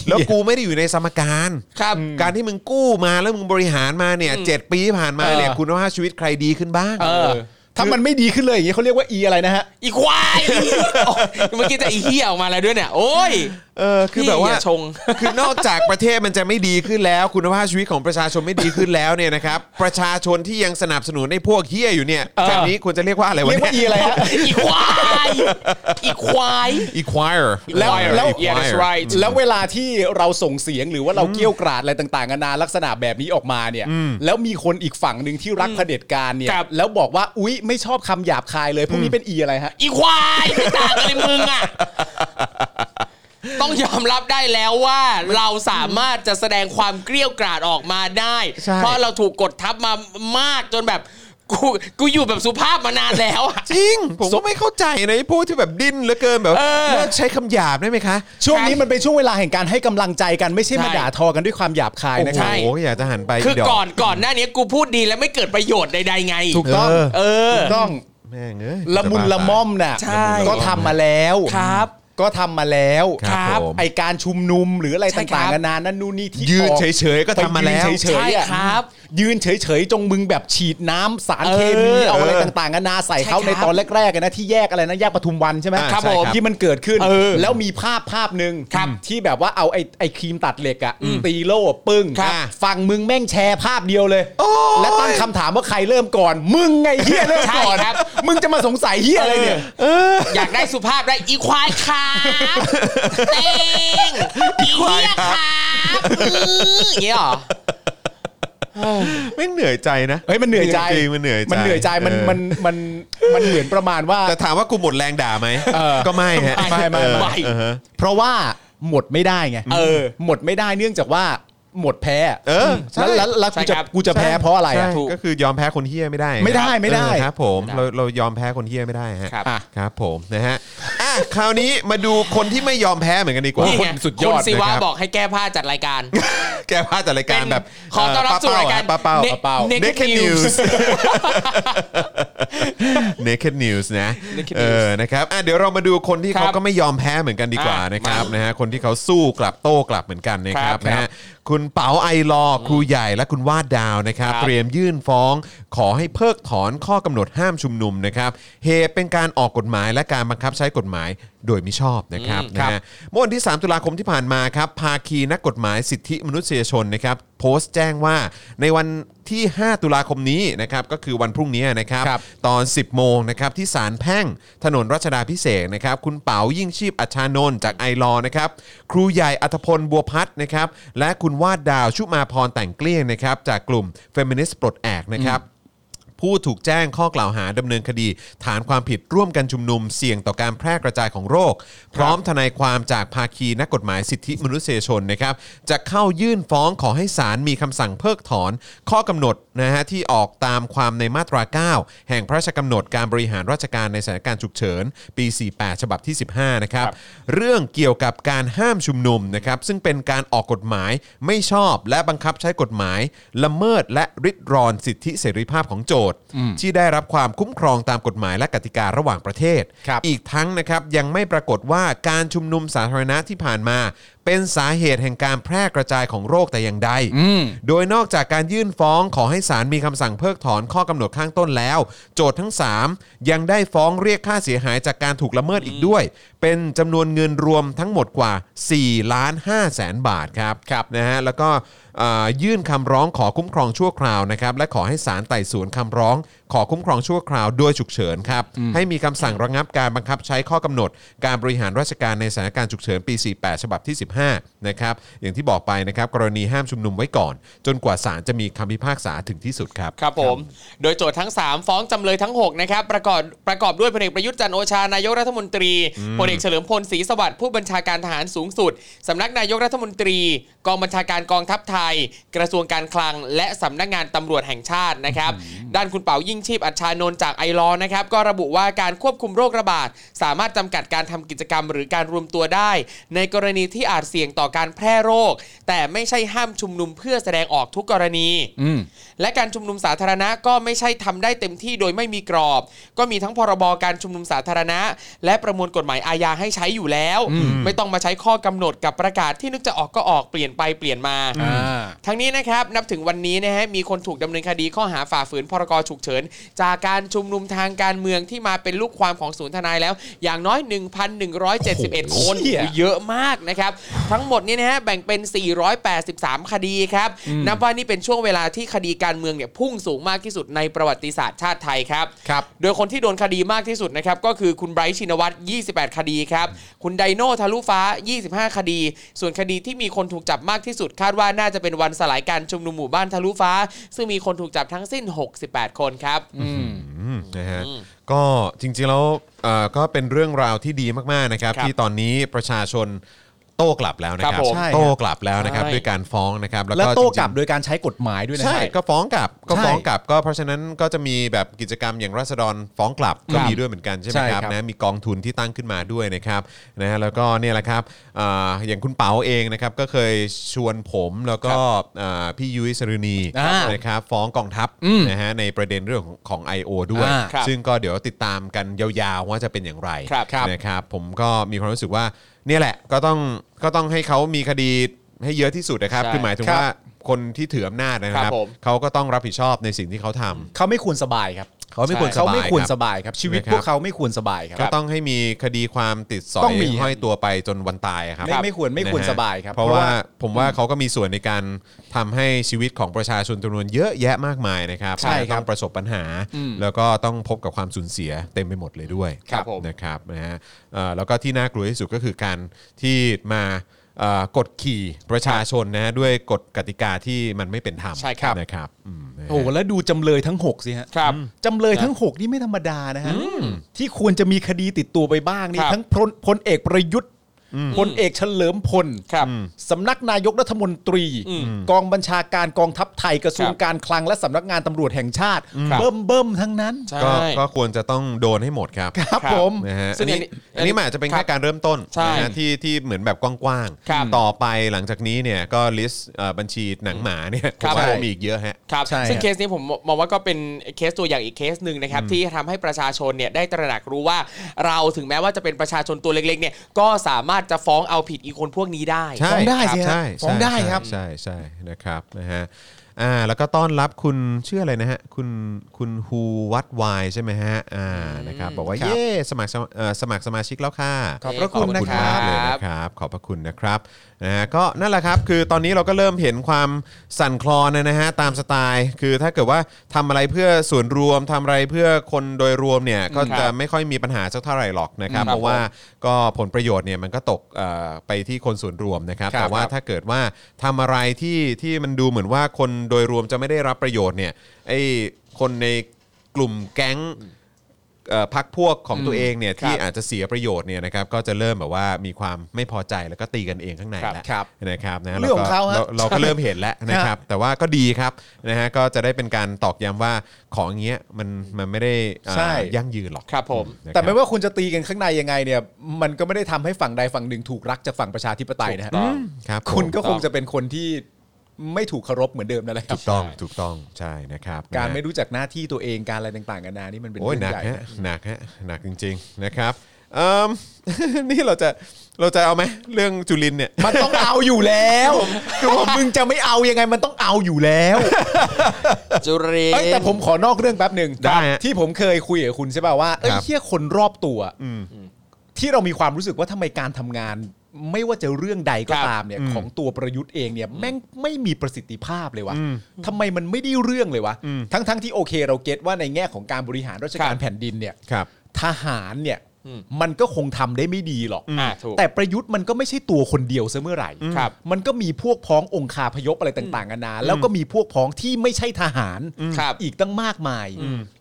แล้วกูไม่ได้อยู่ในสมการ
ครับ
การที่มึงกู้มาแล้วมึงบริหารมาเนี่ยเจ็ดปีที่ผ่านมาเนี่ย
เออ
คุณภาพชีวิตใครดีขึ้นบ้าง
เออ
ถ้ามันไม่ดีขึ้นเลยอย่างนี้เขาเรียกว่าอีอะไรนะฮะ
อีควาย [laughs] โอ๊ยเมื่อกี้จะอีเหี้ยออกมาแล้วด้วยเนี่ย โอ้ย
เออคือแบบว่า
พี่อย่าชง
คือนอกจากประเทศมันจะไม่ดีขึ้นแล้ว คุณภาพชีวิตของประชาชนไม่ดีขึ้นแล้วเนี่ยนะครับประชาชนที่ยังสนับสนุนในพวกเฮียอยู่เนี่ยแบบนี้ควรจะเรียกว่าอะไรวะ
เรียกว่า
เนี่
อี
ย
อะไรฮะ
อีควาย อีควาย
Equire
แล้ว
Equire
แล้ว
Yeah that's right
แล้วเวลาที่เราส่งเสียงหรือว่าเราเกี้ยวกราดอะไรต่างๆนานาลักษณะแบบนี้ออกมาเนี่ย แล้วมีคนอีกฝั่งหนึ่งที่รักเผด็จการเนี่ย
ครับ
แล้วบอกว่าอุ๊ยไม่ชอบคำหยาบคายเลยพวกนี้เป็นอีอะไรฮะ
อีควายไม่ต่างกันเลยมึงอ่ะ ต้องยอมรับได้แล้วว่าเราสามารถจะแสดงความเกลี้ยวกราดออกมาได้
ใช่
เพราะเราถูกกดทับมามากจนแบบกูกูอยู่แบบสุภาพมานานแล้วอะ
จริง ผมก็ไม่เข้าใจนะไอ้พวกที่แบบดิ้นเหลือเกินแบบ
เออ
เลิกใช้คำหยาบได้ไหมคะ
ช่วงนี้มันเป็นช่วงเวลาแห่งการให้กำลังใจกันไม่ใช่มาด่าทอกันด้วยความหยาบคาย
โอ้
นะครับ
โหอยากจะหันไป
คือ
ด
ก่อนก่อนหน้านี้กูพูดดีแล้วไม่เกิดประโยชน์ใดๆไง
ถูกต้อง
เออ
เออ
ถูกต้อง
แม่งเอ้ย
ละมุนละม่อมน่ะ
ใช่
ก็ทำมาแล้ว
ครับ
ก็ทำมาแล้ว
ครับผม
ไอการชุมนุมหรืออะไร
ใช่ครับ
ต่างๆนานานั่นนู่นนี่ที่
ยืน
ออก
เฉยๆก็ทำมาแล้ว
ไปยืนเฉย
ใช่
อะ
ครับ
ยืนเฉยๆจงมึงแบบฉีดน้ำสาร
เออ
เคมีเอาอะไรต่างๆนานาใส่
ใช่
เขาใน
ครับ
ตอนแรกๆอะนะที่แยกอะไรนะแยกปทุมวันใช่ไหม
อ่าครับผม
ที่มันเกิดขึ้น
เออ
แล้วมีภาพภาพหนึ่ง
ครับ
ที่แบบว่าเอาไอ้ไอ้ครีมตัดเหล็กอะตีโล่ปึ้ง
ครับ
ฝั่งมึงแม่งแชร์ภาพเดียวเลย และตั้งคำถามว่าใครเริ่มก่อน มึงไงเฮียเริ่ม
ใช่
ก่อน
ครับ
มึงจะมาสงสัยเฮียอะไรเนี่ย
อยากได้สุภาพได้อีควายครับเต็งอีควายครับอื้ออย่างเงี้ยเหรอ
ไม่งเหนื่อยใจนะ
เฮ้ยมันเหนื่อยใจ
จริงๆมันเหนื่อยใจ
มันเหนื่อยใจมัน
เออ
มันมันมันเหมือนประมาณว่า
แต่ถามว่ากูหมดแรงด่าไหม
เออ
ก็ไม่ฮะ
ไม่ไม่ไม่
ไม่
เออฮะ
เพราะว่าหมดไม่ได้ไง
เออ
หมดไม่ได้เนื่องจากว่าหมดแพ้
เออใช่
แล้วแล้วแล้ว
ใช่
กูจะ
ครับ
กูจะแพ้เพราะอะไรอะ
ใช่ก็คือยอมแพ้คนเฮี้ยไม่ได้
ไม่ได้ไม่ได้
เออครับผมเราเรายอมแพ้คนเฮี้ยไม่ได้ฮะ
ครับ
อ่ะครับผมนะฮะอ่ะคราวนี้มาดูคนที่ไม่ยอมแพ้เหมือนกันดีกว่า
นี่ไง
สุดยอด
คุณศิวะ
นะครับ
อกให้แก้ผ้าจัดรายการ
แกพลาดจากรายการแบบ
ขอต้อนรับสู่รายการ
ป้าเป้า
เน
ป้าเป้า
Naked
Naked
News
News
[laughs]
Naked News นะ
Naked
เออนะครับอ่ะเดี๋ยวเรามาดูคนที่
ครับ
เขาก็ไม่ยอมแพ้เหมือนกันดีกว่า
อ่ะ
นะครับนะฮะคนที่เขาสู้กลับโต้กลับเหมือนกันนะครั
ครับ บ
นะฮะคุณเป๋าไอลอครูใหญ่และคุณวาดดาวนะครับ
ครับ
เตรียมยื่นฟ้อง ขอให้เพิกถอนข้อกำหนดห้ามชุมนุมนะครับเหตุเป็นการออกกฎหมายและการบังคับใช้กฎหมายโดยมิชอบนะครับนะฮะเมื่อวันที่ 3 ตุลาคมที่ผ่านมาครับภาคีนักกฎหมายสิทธิมนุษยชนนะครับ โพสต์แจ้งว่าในวันที่ 5 ตุลาคมนี้นะครับก็คือวันพรุ่งนี้นะครับ
ครับ
ตอน 10 โมงนะครับที่ศาลแพ่งถนนรัชดาพิเศษกนะครับ คุณเป๋ายิ่งชีพอัชชานนท์จากไอรอว์นะครับ ครูใหญ่อัธพลบัวพัฒน์นะครับ และคุณวาดดาวชุมาพรแต่งเกลี้ยงนะครับ จากกลุ่มเฟมินิสต์ปลดแอกนะครับ ผู้ถูกแจ้งข้อกล่าวหาดำเนินคดี ฐานความผิดร่วมกันชุมนุมเสี่ยงต่อการแพร่กระจายของโรค พร้อมทนายความจากภาคีนักกฎหมายสิทธิมนุษยชนนะครับ จะเข้ายื่นฟ้องขอให้ศาลมีคำสั่งเพิกถอน ข้อกำหนดนะฮะที่ออกตามความในมาตรา 9 แห่งพระราชกำหนดการบริหารราชการในสถานการณ์ฉุกเฉิน ปี 48 ฉบับที่ 15 นะครับ เรื่องเกี่ยวกับการห้ามชุมนุมนะครับ ซึ่งเป็นการออกกฎหมายไม่ชอบและบังคับใช้กฎหมาย ละเมิดและริดรอนสิทธิเสรีภาพของโจทย์ ที่ได้รับความคุ้มครองตามกฎหมายและกติการะหว่างประเทศ
ครับ
อีกทั้งนะครับยังไม่ปรากฏว่าการชุมนุมสาธารณะที่ผ่านมา เป็นสาเหตุแห่งการแพร่กระจายของโรคแต่อย่างใด โดยนอกจากการยื่นฟ้องขอให้ศาลมีคำสั่งเพิกถอนข้อกำหนดข้างต้นแล้ว โจทย์ทั้ง 3 ยังได้ฟ้องเรียกค่าเสียหายจากการถูกละเมิดอีกด้วย เป็นจำนวนเงินรวมทั้งหมดกว่า4ล้าน5แสนบาทครับครับนะฮะแล้วก็เอ่อยื่นคำร้องขอคุ้มครองชั่วคราวนะครับและขอให้ศาลไต่สวนคำร้อง ขอคุ้มครองชั่วคราวโดยฉุกเฉินครับ ให้มีคำสั่งระงับการบังคับใช้ข้อกำหนด การบริหารราชการในสถานการณ์ฉุกเฉินปี 48 ฉบับที่ 15 นะครับ อย่างที่บอกไปนะครับ กรณีห้ามชุมนุมไว้ก่อน จนกว่าศาลจะมีคำพิพากษาถึงที่สุดครับ
ครับผม โดยโจทย์ทั้ง 3 ฟ้องจำเลยทั้ง 6 นะครับ ประกอบประกอบด้วยพลเอกประยุทธ์จันทร์โอชานายกรัฐมนตรีพลเอกเฉลิมพลศรีสวัสดิ์ผู้บัญชาการทหารสูงสุดสำนักนายกรัฐมนตรี กองบัญชาการกองทัพไทย กระทรวงการคลัง และสำนักงานตำรวจแห่งชาตินะครับ ด้านคุณเป๋ายิ่งชีพอัชชานนท์จากไอรอนนะครับ ก็ระบุว่าการควบคุมโรคระบาด สามารถจำกัดการทำกิจกรรมหรือการรวมตัวได้ ในกรณีที่อาจเสี่ยงต่อการแพร่โรค แต่ไม่ใช่ห้ามชุมนุมเพื่อแสดงออกทุกกรณี และการชุมนุมสาธารณะก็ไม่ใช่ทำได้เต็มที่โดยไม่มีกรอบ ก็มีทั้งพรบการชุมนุมสาธารณะ และประมวลกฎหมายอาญาให้ใช้อยู่แล้ว ไม่ต้องมาใช้ข้อกำหนดกับประกาศที่นึกจะออกก็ออกเปลี่ยนไปเปลี่ยนมา ทั้งนี้นะครับนับถึงวันนี้นะฮะมีคนถูกดำเนินคดีข้อหาฝ่าฝืนพรกฉุกเฉิน จากการชุมนุมทางการเมืองที่มาเป็นลูกความของศูนย์ทนายแล้ว อย่างน้อย 1,171 คน
เหี้ย
เยอะมากนะครับ ทั้งหมดนี้นะฮะแบ่งเป็น 483 คดีครับนับว่านี่เป็นช่วงเวลาที่คดีการเมืองเนี่ยพุ่งสูงมากที่สุดในประวัติศาสตร์ชาติไทยครับ
ครับ
โดยคนที่โดนคดีมากที่สุดนะครับ ก็คือคุณไบรท์ชินวัตร 28 คดีครับ คุณไดโน่ทะลุฟ้า 25 คดี ส่วนคดีที่มีคนถูกจับมากที่สุด คาดว่าน่าจะเป็นวันสลายการชุมนุมหมู่บ้านทะลุฟ้า ซึ่งมีคนถูกจับทั้งสิ้น 68 คนครับ
อืมนะฮะก็จริงๆแล้วเอ่อก็เป็นเรื่องราวที่ดีมากๆนะครับ
ครับ
ที่ตอนนี้ประชาชน โต้กลับแล้วนะครับ
ครับผม
ใช่ครับ
โต้กลับแล้วนะครับ
ใช่
ด้วยการฟ้องนะครับแล้ว
แล้ว
ก็
โต้
จริงๆ
กลับโดยการใช้กฎหมายด้วยนะ
ใช่ก็ฟ้องกลับก็
ใช่
ฟ้องกลับก็เพราะฉะนั้นก็จะมีแบบกิจกรรมอย่างราษฎรฟ้องกลับก็
ครับ
มีด้วยเหมือนกันใช่ไหม
ใช่
ครับ
ครับ
นะมีกองทุนที่ตั้งขึ้นมาด้วยนะครับนะฮะแล้วก็เนี่ยแหละครับอ่าอย่างคุณเปาเองนะครับก็เคยชวนผมแล้วก็อ่าพี่ยุ้ยสรุณี
อ่า
นะครับฟ้องกองทัพ
อืม
นะฮะในประเด็นเรื่องของของ IO ด้วย
อ่า
ครับ
ซึ่งก็เดี๋ยวติดตามกันยาวๆว่าจะเป็นอย่างไร
ครับครับ
นะครับผมก็มีความรู้สึกว่าเนี่ยแหละก็ต้องก็ต้องให้เขามีคดีให้เยอะที่สุดนะครับ
ใช่
คือหมายถึง
ครับ
ว่าคนที่ถืออำนาจนะ นะค
ครั
รับบ
ผม
เขาก็ต้องรับผิดชอบในสิ่งที่เขาทำ
เขาไม่ควรสบายครับ
เขาไม่ควรส
เขา
บาย
ไม่ควร
ค
ส
รับ
บายครับชีวิต
นะครับ
พวกเขาไม่ควรสบายค
ก็
รับ
ต้องให้มีคดีความติดสอย
ต้องมี
ห้อยตัวไปจนวันตายอะครับ
ไม่ไม่ควรไม่ควร
นะฮะ
สบายครับ
เพราะว่าผมว่าเขาก็มีส่วนในการทำให้ชีวิตของประชาชนจำนวนเยอะแยะมากมายนะครับ
ใช่ครับ
ต้องประสบปัญหา แล้วก็ต้องพบกับความสูญเสียเต็มไปหมดเลยด้วย
ครับผม
นะครับนะฮะเอ่อแล้วก็ที่น่ากลัวที่สุดก็คือการที่มาเอ่อกดขี่ประชาชนนะฮะด้วยกฎกติกาที่มันไม่เป็นธรรม
ใช่ครับ
นะครับมนะฮะ
โอ้โหแล้วดูจำเลยทั้ง 6 สิฮะ
ครับ
จำเลยทั้ง 6 นี่ไม่ธรรมดานะฮะ ที่ควรจะมีคดีติดตัวไปบ้างนี่
ครับ
ทั้งพลพลเอกประยุทธ์พลเอกเฉลิมพล
ครับ
สำนักนายกรัฐมนตรี กองบัญชาการกองทัพไทยกระทรวง
ครับ
การคลังและสำนักงานตำรวจแห่งชาติ
ครับ
เบิ่มเบิ่มทั้งนั้น
ใช่
ก็ก็ควรจะต้องโดนให้หมดครับ
ครับ
ครับ
ผม
นะฮะ
ซึ่
อัน
ง
นี้
อันนี้
อันนี้มันอาจจะเป็น
ครั
แค่
บ
การเริ่มต้น
ใช่
นะฮะที่ที่เหมือนแบบกว้าง
ครับ
ต่อไปหลังจากนี้เนี่ยก็ลิสต์บัญชีหนังหมาเนี่ยผ
ครั
ม
บ
ว่า
ใช่
มีอีกเยอะฮะ
ครับ
ใช่
ซึ่ง
ฮะ
เคสนี้ผมมองว่าก็เป็นเคสตัวอย่างอีกเคสหนึ่งนะครับที่ทำให้ประชาชนเนี่ยได้ตระหนักรู้ว่า เราถึงแม้ว่าจะเป็นประชาชนตัวเล็กๆเนี่ยก็สามารถจะฟ้องเอาผิดอีกคนพวกนี้ได้
ใช่
ฟ้องได้สิฮะ
ใช่
ฟ้องได้
ใช่
ครับ
ใช่ใช่นะครับนะฮะอ่าแล้วก็ต้อนรับคุณชื่ออะไรนะฮะคุณคุณฮูวัดวายใช่ไหมฮะอ่านะครับบอกว่าเย้สมัครสมาเอ่อสมัครสมาชิกแล้วค่ะ
ขอบพระคุณ
ขอบคุณ
นะ
มาก
ครับ
เลยนะครับ ขอบพระคุณนะครับนะฮะก็นั่นแหละครับคือตอนนี้เราก็เริ่มเห็นความสั่นคลอนนะฮะตามสไตล์คือถ้าเกิดว่าทำอะไรเพื่อส่วนรวมทำอะไรเพื่อคนโดยรวมเนี่ยก็จะไม่ค่อยมีปัญหาสักเท่าไหร่หรอกนะครับเพราะว่า ก็ผลประโยชน์เนี่ยมันก็ตกเอ่อไปที่คนส่วนรวมนะครับ
ครับ
แต่ว่าถ้าเกิดว่าทำอะไรที่ที่มันดูเหมือนว่าคนโดยรวมจะไม่ได้รับประโยชน์เนี่ยไอ้คนในกลุ่มแก๊งเอ่อพักพวกของตัวเองเนี่ยที่อาจจะเสียประโยชน์เนี่ยนะครับก็จะเริ่มแบบว่ามีความไม่พอใจแล้วก็ตีกันเองข้างในแล้ว
ครับ
นะครับนะ
เรื่องของเขาฮะ
เราเราก็เริ่มเห็น
[laughs]
แล้วนะครับ แต่ว่าก็ดีครับนะฮะก็จะได้เป็นการตอกย้ำว่าของอย่างเงี้ยมันมันไม่ได้เอ่อ
ใช่
ยั่งยืนหรอก
ครับผม
นะครับ
แต่ไม่ว่าคุณจะตีกันข้างในยังไงเนี่ยมันก็ไม่ได้ทำให้ฝั่งใดฝั่งหนึ่งถูกรักจากฝั่งประชาธิปไตยนะฮะ
ถูกต้อง
ครับผม
คุณก็คงจะเป็นคนที่ไม่ถูกเคารพเหมือนเดิมนั่นแหละครับ
ถูกต้องถูกต้องใช่นะครับ
การ
นะฮะ
ไม่รู้จักหน้าที่ตัวเองการอะไรต่างๆกันานานี่มันเป็น
โอ้ย
เรื่อง
หนัก
ใหญ่
ฮะ
นะ
หนักฮะหนักจริง ๆนะครับเอิ่ม [laughs] นี่เราจะเราจะเอาไหมเรื่องจุลินเนี่ย
มันต้องเอาอยู่แล้วคือผมมึงจะไม่เอายังไงมันต้องเอาอยู่แล้ว
จุเรน
เอ้ยแต่ผมขอนอกเรื่องแป๊บหนึ่ง
ได้ฮะ
ที่ผมเคยคุยกับคุณใช่ป่าวว่าเอ้ย
ครับ
เฮียคนรอบตัวที่เรามีความรู้สึกว่าทำไมการทำงาน ไม่ว่าจะเรื่องใด
ค
ก็
รับ
ตามเนี่ยของตัวประยุทธ์เองเนี่ยแม่งไม่มีประสิทธิภาพเลยวะทำไมมันไม่ได้เรื่องเลยวะทั้งๆที่โอเค เราเก็ตว่าในแง่ของการบริหารราชการแผ่นดินเนี่ย
ครับ
ทหารเนี่ยมันก็คงทำได้ไม่ดีหรอก
อ่าถูก
แต่ประยุทธ์มันก็ไม่ใช่ตัวคนเดียวซะเมื่อไหร่
ครับ
มันก็มีพวกพ้ององคาพยพอะไรต่างๆนานา แล้วก็มีพวกพ้องที่ไม่ใช่ทหาร
ครับ
อีกตั้งมากมาย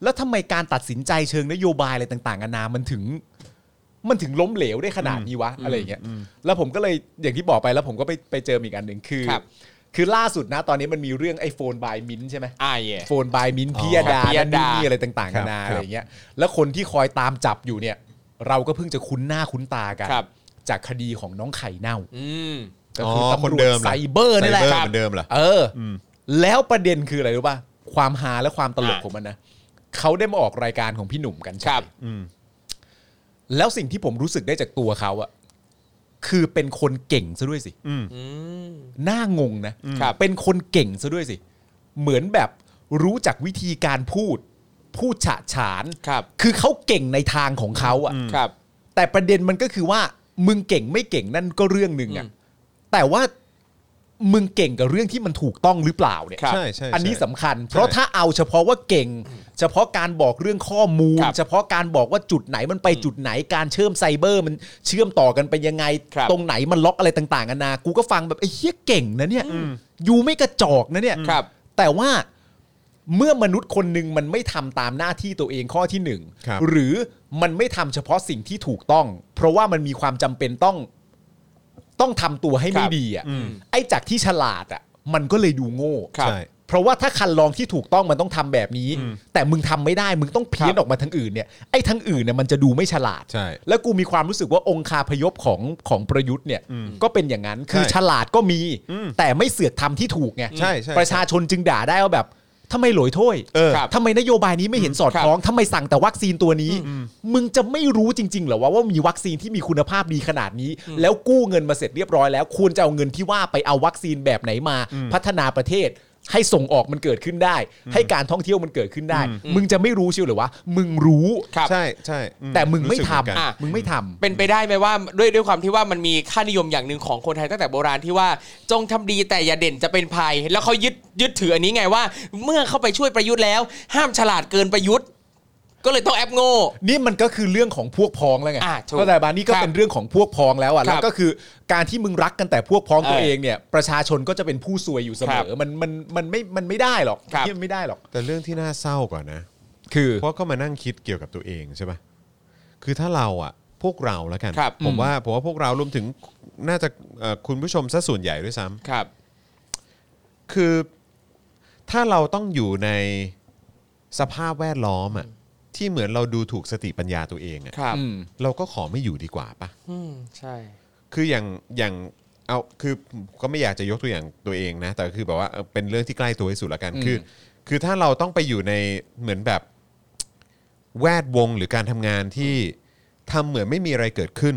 แล้วทำไมการตัดสินใจเชิงนโยบายอะไรต่างๆนานา มันถึง มันถึงล้มเหลวได้ขนาดนี้วะอะไรอย่างเงี้ย แล้วผมก็เลยอย่างที่บอกไปแล้วผมก็ไปไปเจออีกอันหนึ่งคือ
ครับ
คือล่าสุดนะตอนนี้มันมีเรื่องไอโฟนบายมินใช่ไหม
อ่าเย่
โฟนบายมินพิยดา
พิย
นั่น
ดา
นี่อะไรต่างๆกันานาอะไรอย่างเงี้ย แล้วคนที่คอยตามจับอยู่เนี่ย เราก็เพิ่งจะคุ้นหน้าคุ้นตากัน
ครับ
จากคดีของน้องไข่เน่า
อืม
ก็คือตำ
คน
รว
เดิ
จ
มห
ไซเบอร์นี่แหละ
ไซเบ
ค
อ
รั
ร์
บ
เหมือนเดิมเหรอ
เอออ แล้วประเด็นคืออะไรรู้ป่ะ ความฮาและความตลก
อ่า
ของมันนะเขาได้มาออกรายการของพี่หนุ่มกัน
ค
ใช่
รับ
แล้วสิ่งที่ผมรู้สึกได้จากตัวเขาอะคือเป็นคนเก่งซะด้วยสิ
อืม
น่างงนะครับ เป็นคนเก่งซะด้วยสิ เหมือนแบบรู้จักวิธีการพูด พูดฉะฉาน
ครับ
คือเขาเก่งในทางของเขาอะ
ครับ
แต่ประเด็นมันก็คือว่า มึงเก่งไม่เก่งนั่นก็เรื่องหนึ่งอะแต่ว่ามึงเก่งกับเรื่องที่มันถูกต้องหรือเปล่าเนี่ย
ครับ
ใช่ใช่
อันนี้
ใช่
สำคัญ เพราะถ้าเอาเฉพาะว่าเก่ง เฉพาะการบอกเรื่องข้อมูล
ครับ
เฉพาะการบอกว่าจุดไหนมันไปจุดไหนการเชื่อมไซเบอร์ มันเชื่อมต่อกันไปยังไง
ครับ
ตรงไหนมันล็อกอะไรต่างๆกันานากูก็ฟังแบบไอ้เหี้ยเก่งนะเนี่ยอยู่ไม่กระจอกนะเนี่ย
ครับ
แต่ว่าเมื่อมนุษย์คนหนึ่งมันไม่ทำตามหน้าที่ตัวเองข้อที่หนึ่ง
ครับ
หรือมันไม่ทำเฉพาะสิ่งที่ถูกต้อง เพราะว่ามันมีความจำเป็นต้อง ต้องทำตัวให้ไม่ดีอ่ะไอ้จากที่ฉลาดอ่ะมันก็เลยดูโง่
ครับใช่
เพราะว่าถ้าคันลองที่ถูกต้องมันต้องทำแบบนี้ แต่มึงทำไม่ได้มึงต้องเพี้ยนออกมาทางอื่นเนี่ยไอ้ทางอื่นเนี่ยมันจะดูไม่ฉลาด
ใช่
แล้วกูมีความรู้สึกว่าองคาพยพของของประยุทธ์เนี่ยก็เป็นอย่างนั้นคือ
ใช่
ฉลาดก็มี
อืม
แต่ไม่เสือกทำที่ถูกไง
ใช่ใช่
ประชาชนจึงด่าได้ว่าแบบทำไมหลอยถ้วย
เออครับ
ทำไมนโยบายนี้ไม่เห็นสอดคล้องทำไมสั่งแต่วัคซีนตัวนี้ มึงจะไม่รู้จริงๆเหรอว่าว่ามีวัคซีนที่มีคุณภาพดีขนาดนี้ แล้วกู้เงินมาเสร็จเรียบร้อยแล้ว ควรจะเอาเงินที่ว่าไปเอาวัคซีนแบบไหนมา พัฒนาประเทศ ให้ส่งออกมันเกิดขึ้นได้ ให้การท่องเที่ยวมันเกิดขึ้นได้ มึงจะไม่รู้เชียวเหรือวะมึงรู้
ครับ
ใช่ใช่อื
แต่มึงไม่
รู้สึก
ท
เหอนกัน
อ่ะ
ำมึงไม่ทำ
เป็นไปได้ไหมว่าด้วยด้วยความที่ว่ามันมีค่านิยมอย่างหนึ่งของคนไทยตั้งแต่โบราณที่ว่าจงทำดีแต่อย่าเด่นจะเป็นภัย แล้วเขายึดยึดถืออันนี้ไงว่า เมื่อเข้าไปช่วยประยุทธ์แล้ว ห้ามฉลาดเกินประยุทธ์ ก็เลยต้องแอปโง่
นี่มันก็คือเรื่องของพวกพ้องแล้วไง
อ่ะถูก
เข้าใจบ้านี่ก็เป็
ค
น
รับ
เรื่องของพวกพ้องแล้วอ่ะ
ครั
แล้
บ
วก็คือการที่มึงรักกันแต่พวกพ้องตัว
เออ
เองเนี่ย ประชาชนก็จะเป็นผู้ซวยอยู่เสมอ
ครับ
มันมันมันไม่มันไม่ได้หรอก
ครับ
ที่มันไม่ได้หรอก
แต่เรื่องที่น่าเศร้ากว่านะ
คือ
เพราะก็มานั่งคิดเกี่ยวกับตัวเองใช่ไหมคือถ้าเราอะพวกเราแล้วกัน
ครับ
ผมว่าผมว่าพวกเรารวมถึงน่าจะเอ่อคุณผู้ชมซะส่วนใหญ่ด้วยซ้ำ
ครับ
คือถ้าเราต้องอยู่ในสภาพแวดล้อมอะที่เหมือนเราดูถูกสติปัญญาตัวเองอะ
ครับ
อืม
เราก็ขอไม่อยู่ดีกว่าปะ
อืมใช่
คืออย่างอย่างเอาคือก็ไม่อยากจะยกตัวอย่างตัวเองนะ แต่คือแบบว่าเออเป็นเรื่องที่ใกล้ตัวที่สุดละกัน คือ คือถ้าเราต้องไปอยู่ในเหมือนแบบแวดวงหรือการทำงานที่ทำเหมือนไม่มีอะไรเกิดขึ้น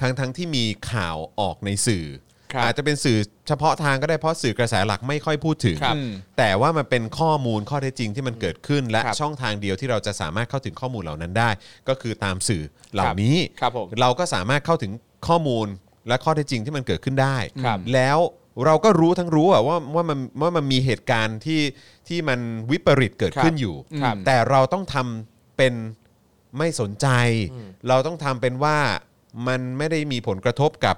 ทั้งทั้งที่มีข่าวออกในสื่อ
ครับ
อาจจะเป็นสื่อเฉพาะทางก็ได้เพราะสื่อกระแสหลักไม่ค่อยพูดถึง
ครับ
แต่ว่ามันเป็นข้อมูลข้อเท็จจริงที่มันเกิดขึ้น และ
ครับ
ช่องทางเดียวที่เราจะสามารถเข้าถึงข้อมูลเหล่านั้นได้ ก็คือตามสื่อเหล่า
ครับ
นี้
ครับผม
เราก็สามารถเข้าถึงข้อมูลและข้อเท็จจริงที่มันเกิดขึ้นได้
ครับ
แล้วเราก็รู้ทั้งรู้อะว่าว่ามันว่ามันมีเหตุการณ์ที่ที่มันวิปริตเกิดขึ้นอยู่
ครับ
แต่เราต้องทำเป็นไม่สนใจ
อืม
เราต้องทำเป็นว่ามันไม่ได้มีผลกระทบกับ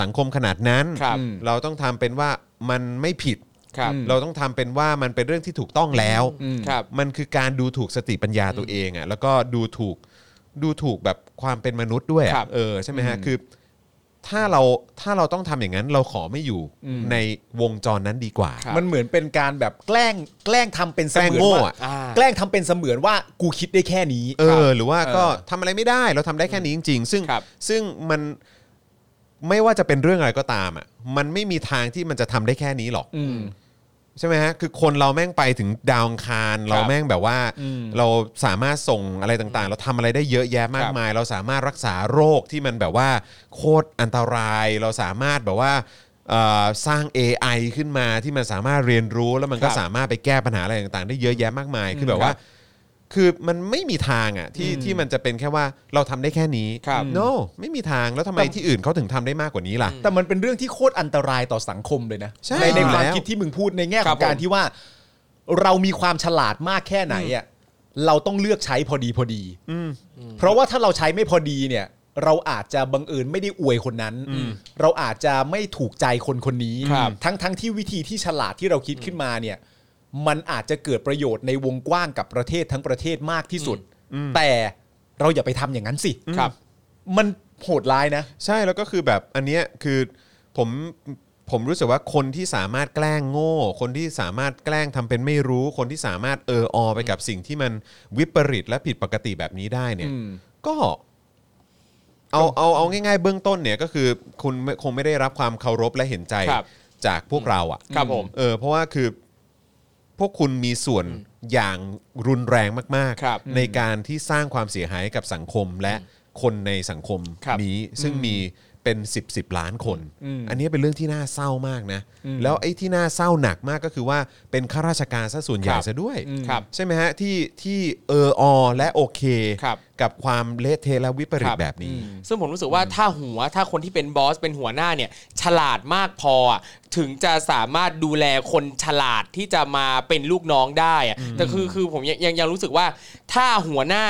สังคมขนาดนั้น
ครับ
เราต้องทำเป็นว่ามันไม่ผิด
ครับ
เราต้องทำเป็นว่ามันเป็นเรื่องที่ถูกต้องแล้ว
ครับ
มันคือการดูถูกสติปัญญาตัวเองอ่ะแล้วก็ดูถูกดูถูกแบบความเป็นมนุษย์ด้วยอะ
ครับ
เออใช่ไหมฮะคือ ถ้าเราถ้าเราต้องทำอย่างนั้น เราขอไม่อยู่ในวงจรนั้นดีกว่า
ครับ
มันเหมือนเป็นการแบบแกล้งแกล้งทำเป็นเส
แกล้ง
มือน
โง่อะ
ว่า
อ่า
แกล้งทำเป็นเสมือนว่ากูคิดได้แค่นี้
เออหรือว่าก็ทำอะไรไม่ได้เราทำได้แค่นี้จริง ๆ ซึ่ง
ครับ
ซึ่งมันไม่ว่าจะเป็นเรื่องอะไรก็ตามอ่ะมันไม่มีทางที่มันจะทำได้แค่นี้หรอก ใช่ไหมฮะ คือคนเราแม่งไปถึงดาวอังคาร เราแม่งแบบว่า เราสามารถส่งอะไรต่างๆ เราทำอะไรได้เยอะแยะมา
ค
ก
รับ
มาย เราสามารถรักษาโรคที่มันแบบว่าโคตรอันตราย เราสามารถแบบว่าเอ่อสร้าง AI ขึ้นมาที่มันสามารถเรียนรู้แล้วมันก็
ครับ
สามารถไปแก้ปัญหาอะไรต่างๆ ได้เยอะแยะมากมาย คือแบบว่า คือมันไม่มีทางอ่ะที่ที่มันจะเป็นแค่ว่าเราทำได้แค่นี้
ครับ
no ไม่มีทางแล้วทำไมที่อื่นเขาถึงทำได้มากกว่านี้ล่ะ
แต่มันเป็นเรื่องที่โคตรอันตรายต่อสังคมเลยนะ
ใช่
ในความ
แล้ว
คิดที่มึงพูดในแง่
ค
ข
รั
อบ ง
ผม
การที่ว่า เรามีความฉลาดมากแค่ไหนอ่ะเราต้องเลือกใช้พอดีพอดีเพราะว่าถ้าเราใช้ไม่พอดีเนี่ย เราอาจจะบังเอิญไม่ได้อวยคนนั้น เราอาจจะไม่ถูกใจคนคนนี้
ครับ
ทั้งทั้งที่วิธีที่ฉลาดที่เราคิดขึ้นมาเนี่ย มันอาจจะเกิดประโยชน์ในวงกว้างกับประเทศทั้งประเทศมากที่สุด แต่เราอย่าไปทำอย่างนั้นสิ
ครับ
มันโหดร้ายนะ
ใช่แล้วก็คือแบบอันเนี้ยคือผมผมรู้สึกว่าคนที่สามารถแกล้งโง่ คนที่สามารถแกล้งทำเป็นไม่รู้ คนที่สามารถเอออไปกับสิ่งที่มันวิปริตและผิดปกติแบบนี้ได้เนี่ยก็เอาเอาเอาง่ายๆเบื้องต้นเนี่ยก็คือคุณไม่คงไม่ได้รับความเคารพและเห็นใจ
ครับ
จากพวกเราอะ
ครับผม
เออเพราะว่าคือพวกคุณมีส่วนอย่างรุนแรงมาก
ครับ
ๆ ในการที่สร้างความเสียหายกับสังคมและคนในสังคม
ครับ
นี้ ซึ่งมีเป็น 10บสล้านคน อันนี้เป็นเรื่องที่น่าเศร้ามากนะ แล้วไอ้ที่น่าเศร้าหนักมากก็คือว่าเป็นข้าราชการซะส่วนใหญ่
ครับ
ซะด้วย
ครับ
ใช่ไหมฮะ ที่ที่เอออและโอเค
ครับ
กับความเละเทะและวิปริ
ครั
ต
บ
แบบนี้
ซึ่งผมรู้สึกว่าถ้าหัวถ้าคนที่เป็นบอสเป็นหัวหน้าเนี่ย ฉลาดมากพออะ ถึงจะสามารถดูแลคนฉลาดที่จะมาเป็นลูกน้องได้อะแต่คือคือผมยังยังยังรู้สึกว่า ถ้าหัวหน้า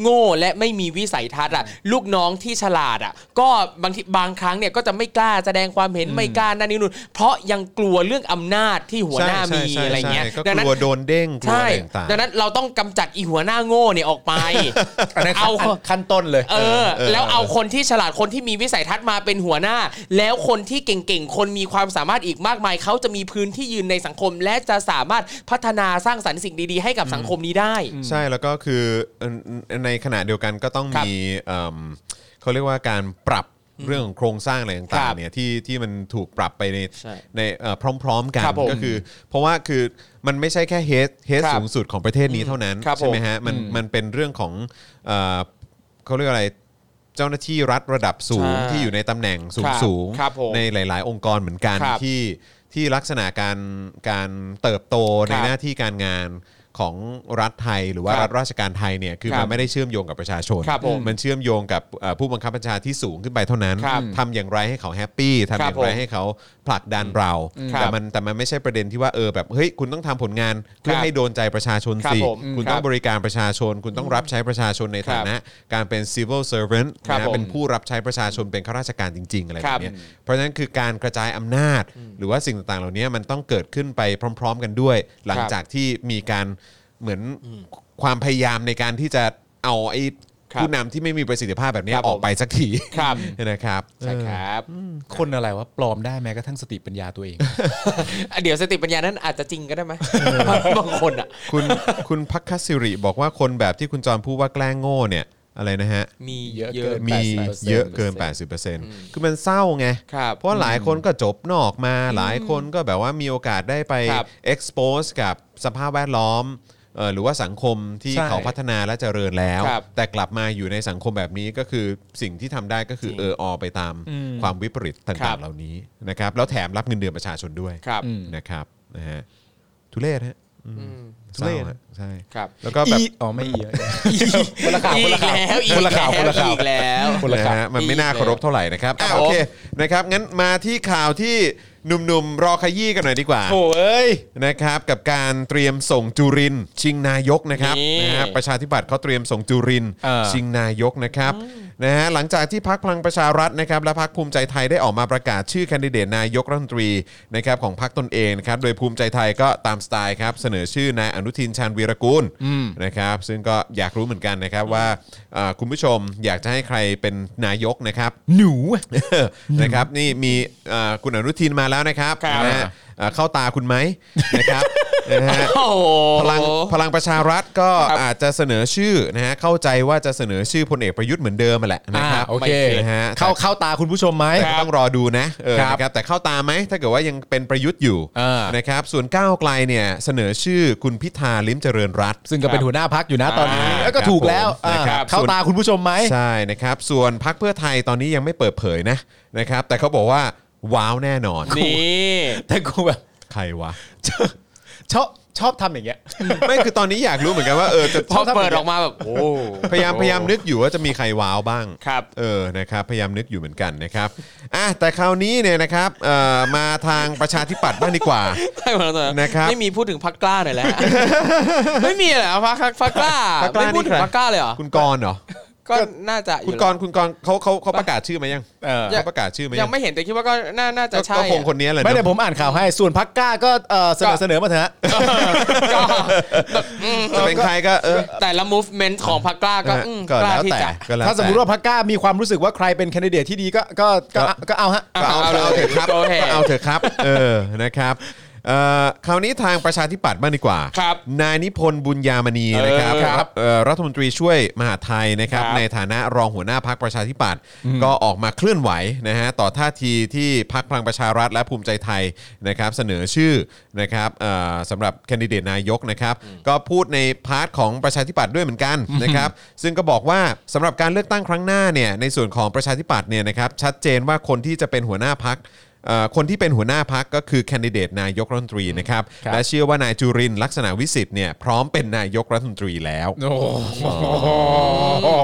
โง่และไม่มีวิสัยทัศน์อะลูกน้องที่ฉลาดอะก็บางทีบางครั้งเนี่ยก็จะไม่กล้าแสดงความเห็นไม่กล้านั่นนี่นู่นเพราะยังกลัวเรื่องอำนาจที่หัวหน้ามี
ใช่ใช่
อะไรเงี้ย
ใช่ก็
ดังนั้
ก
น
ลัวโดนเด้งกลัว
ใช่
อะไรต่างๆ
ดังนั้นเราต้องกำจัดอีหัวหน้าโง่เนี่ยออกไป เอา
ขั้นต้นเลย
เออ
เออ
แล้วเอา
เออ
คนที่ฉลาด คนที่มีวิสัยทัศน์มาเป็นหัวหน้า แล้วคนที่เก่งๆ คนมีความสามารถอีกมากมาย เขาจะมีพื้นที่ยืนในสังคม และจะสามารถพัฒนาสร้างสรรค์สิ่งดีๆ ให้กับสังคมนี้ได้
ใช่แล้วก็คือเอ่อในขณะเดียวกันก็ต้อง
ครับ
มีเอิ่มเขาเรียกว่าการปรับเรื่องของโครงสร้างอะไร
ครั
ต่าง
บ
ๆเนี่ยที่ที่มันถูกปรับไปใน
ใช่
ในเอ่อพร้อม ๆ กัน
ครับผม
ก็คือ เพราะว่าคือมันไม่ใช่แค่เฮดเฮด
ครับ
สูงสุดของประเทศนี้เท่านั้น
ครับ
ใช่ไหม
ผม
ฮะมันมันเป็นเรื่องของเอ่อเขาเรียกว่าอะไรเจ้าหน้าที่รัฐระดับสูงที่อยู่ในตำแหน่งสูงสูงๆ
ครับผม
ในหลาย ๆ องค์กรเหมือนกัน
ครับ
ที่ที่ลักษณะการการเติบโตในหน้าที่การงานของรัฐไทย หรือว่า
ครับ
รัฐราชการไทยเนี่ยคือ
ครับ
มันไม่ได้เชื่อมโยงกับประชาชน
ครับผม
นเชื่อมโยงกับเอ่อผู้บังคับบัญชาที่สูงขึ้นไปเท่านั้น
ครับ
ทำอย่างไรให้เขาแฮปปี้ทำอย่างไร
ครับผม
ให้เขาผลักดันเรา
ครับ
แต่มันแต่มันไม่ใช่ประเด็นที่ว่าเออแบบเฮ้ยคุณต้องทำผลงานเพื่อ
ครับ
ให้โดนใจประชาชน
ครับ
สิ
ผม
คุณ
ครับ
ต้องบริการประชาชน คุณต้องรับใช้ประชาชนใน
ครั
ฐา
บ
นะการเป็น civil servant
ครับ
นะฮะเป็น
ผม
ผู้รับใช้ประชาชนเป็นข้าราชการจริง ๆ อะไร อะไร
ครั
แบบ บเนี้ยเพราะฉะนั้นคือการกระจายอำนาจ หรือว่าสิ่งต่างๆ เหล่านี้มันต้องเกิดขึ้นไปพร้อม ๆ กันด้วย หลังจากที่มีการเหมือนความพยายามในการที่จะเอาไอ้
ครับ
ผู้นำที่ไม่มีประสิทธิภาพแบบเนี้ย
ครับผม
ออกไปสักที
ครับ
[laughs] นะครับ
ใช่ครับ
คนอะไรวะปลอมได้แม้กระทั่งสติปัญญาตัวเอง
อ่ะเดี๋ยวสติปัญญานั้นอาจจะจริงก็ได้ไหมบางคนอ่ะ
คุณ คุณพักคสิริบอกว่าคนแบบที่คุณจอมพูดว่าแกล้งโง่เนี่ยอะไรนะฮะ
มีเย
เย
อะ
อะเกิน
มี
80%
เยอะเกิน 80%คือมันเศร้าไง
ครับ
เพราะหลายคนก็จบนอกมา หลายคนก็แบบว่ามีโอกาสได้ไป
ครับ
expose กับสภาพแวดล้อมเอ่อหรือว่าสังคมที่
ใช่
เขาพัฒนาและเจริญแล้ว
ครับ
แต่กลับมาอยู่ในสังคมแบบนี้ก็คือสิ่งที่ทำได้ก็คือ
จริง
เอออไปตามความวิปริต
ครั
ต่าง
บ
ๆเหล่านี้นะครับ แล้วแถมรับเงินเดือนประชาชนด้วย
ครับ
นะครับนะฮะทุเรศฮะ
อืม
เศร้าฮะใช่
ครับ
แล้วก็แบบ
อีอ๋อไม่เยอะ คนละข่าว
อี
คนละ
กแล้
ข่าว
วอี
คน
ก
ละ
แล้
ข่าว
ว
คนละข่าว
อีกแล้ว
คนละ
นะ
ครับ
ฮะมันไม่น่าเคารพเท่าไหร่นะครับอ่ะ
ครับ
โอเคนะครับงั้นมาที่ข่าวที่หนุ่มๆ รอขยี้กันหน่อยดีกว่า
โอ้ย
นะครับกับการเตรียมส่งจุรินทร์ชิงนายกนะครับ
นี่
นะฮะประชาธิปัตย์เขาเตรียมส่งจุรินทร์
เออ
ชิงนายกนะครับนะฮะหลังจากที่พักพลังประชารัฐนะครับและพักภูมิใจไทยได้ออกมาประกาศชื่อแคนดิเดตนายกรัฐมนตรีนะครับของพักตนเองนะครับโดยภูมิใจไทยก็ตามสไตล์ครับเสนอชื่อนายอนุทินชาญวีรกูลนะครับซึ่งก็อยากรู้เหมือนกันนะครับว่าเอ่อคุณผู้ชมอยากจะให้ใครเป็นนายกนะครับ
หนู
เออ [laughs] นะครับนี่มีเอ่อคุณอนุทินมาแล้วนะครับ
ครับ
นะฮะเอ่อเข้าตาคุณไหมนะครับ นะฮะ
โอ้โห
พลังพลังประชารัฐก็
ครับ
อาจจะเสนอชื่อนะฮะเข้าใจว่าจะเสนอชื่อพลเอกประยุทธ์เหมือนเดิมมาแหละนะ
อ่า
ครับ
โอเค
ไม่
นะฮะ
เข้าเข้าตาคุณผู้ชมไหม
แต่ก็ต้องรอดูนะเออ
ครับ
นะครับแต่เข้าตาไหมถ้าเกิดว่ายังเป็นประยุทธ์อยู่
อ่าน
นะครับส่วนก้าวไกลเนี่ยเสนอชื่อคุณพิธาลิ้มเจริญรัตน์
ซึ่งก็เป็นหัวหน้าพักอยู่นะตอนนี้
อ่า
แล้วก็ถูกแล้ว
ครับผม
อ่า
นะครับ
เข้าตาคุณผู้ชมไหม
ใช่นะครับ ส่วนพักเพื่อไทยตอนนี้ยังไม่เปิดเผยนะนะครับ แต่เขาบอกว่าว้าวแน่นอน
นี่
แต่กูแบบ [laughs]
ใครวะ
ชอบชอบทำอย่างเงี้ย
ไม่คือตอนนี้อยากรู้เหมือนกันว่าเออจะ
พอเปิดออกมาแบบ โอ้
พยายามพยายามนึกอยู่ว่าจะมีใครว้าวบ้าง
ครับ
เออนะครับพยายามนึกอยู่เหมือนกันนะครับอ่ะแต่คราวนี้เนี่ยนะครับเอ่อมาทางประชาธิปัตย์บ้างดีกว่า [laughs]
ไม่เหมือนกัน
นะครับ
ไม่มีพูดถึงพักกล้าหน่อ
[laughs]
ยแล้ว ไม่มีเหรอพักพักกล้าไม่พูดถึงพักกล้าเลยเหรอ
คุณกรณ์เหรอ
ก็น่าจะอยู่
คุณกรณ์คุณกรณ์เขาเขาเขาประกาศชื่อมายัง
เออ
เขาประกาศชื่อมา
ยั
ยัง
ไม่เห็นแต่คิดว่าก็น่าน่าจะ
ก็
ใช่
ก็
อะ
คงคนนี้แหละเน
ไม่
อะ
ได้ผมอ่านข่าวให้ ส่วนพักกล้าก็เอ่อเสน
ก็
อเสนอมาเถอะฮะ
ก็
จะเป็นใครก็เออ
แต่ละ movement ของพักกล้าก็อืม
ก็
กล้า
แล้ว
ที่
แต่
จะ
ก็แล้วแต่
ถ้าสมมติว่าพักกล้ามีความรู้สึกว่าใครเป็นแคนดิเดตที่ดีก็ก็ก็
ก็
ก็เอาฮะ
ก็เอา
เอา
ก็
เลย
เอาเถอะครับ
โอเค
ก็เอาเถอะครับ เออนะครับเอ่อคราวนี้ทางประชาธิปัตย์บ้างดีกว่า
ครับ
นายนิพนธ์บุญยามณีนะครับ
เออครับ
เอ่อรัฐมนตรีช่วยมหาดไทยนะครับ
ครับ
ในฐานะรองหัวหน้าพักประชาธิปัตย์ก็ออกมาเคลื่อนไหวนะฮะต่อท่าทีที่พักพลังประชารัฐและภูมิใจไทยนะครับ เสนอชื่อนะครับเอ่อสำหรับแคนดิเดตนายกนะครับ ก็พูดในพาร์ทของประชาธิปัตย์ด้วยเหมือนกันนะครับ ซึ่งก็บอกว่าสำหรับการเลือกตั้งครั้งหน้าเนี่ยในส่วนของประชาธิปัตย์เนี่ยนะครับชัดเจนว่าคนที่จะเป็นหัวหน้าพัก เอ่อคนที่เป็นหัวหน้าพักก็คือแคนดิเดตนายกรัฐมนตรีนะครับ
ครับ
และเชื่อว่านายจุรินทร์ลักษณะวิสิทธิ์เนี่ยพร้อมเป็นนายกรัฐมนตรีแล้ว
โอ้โห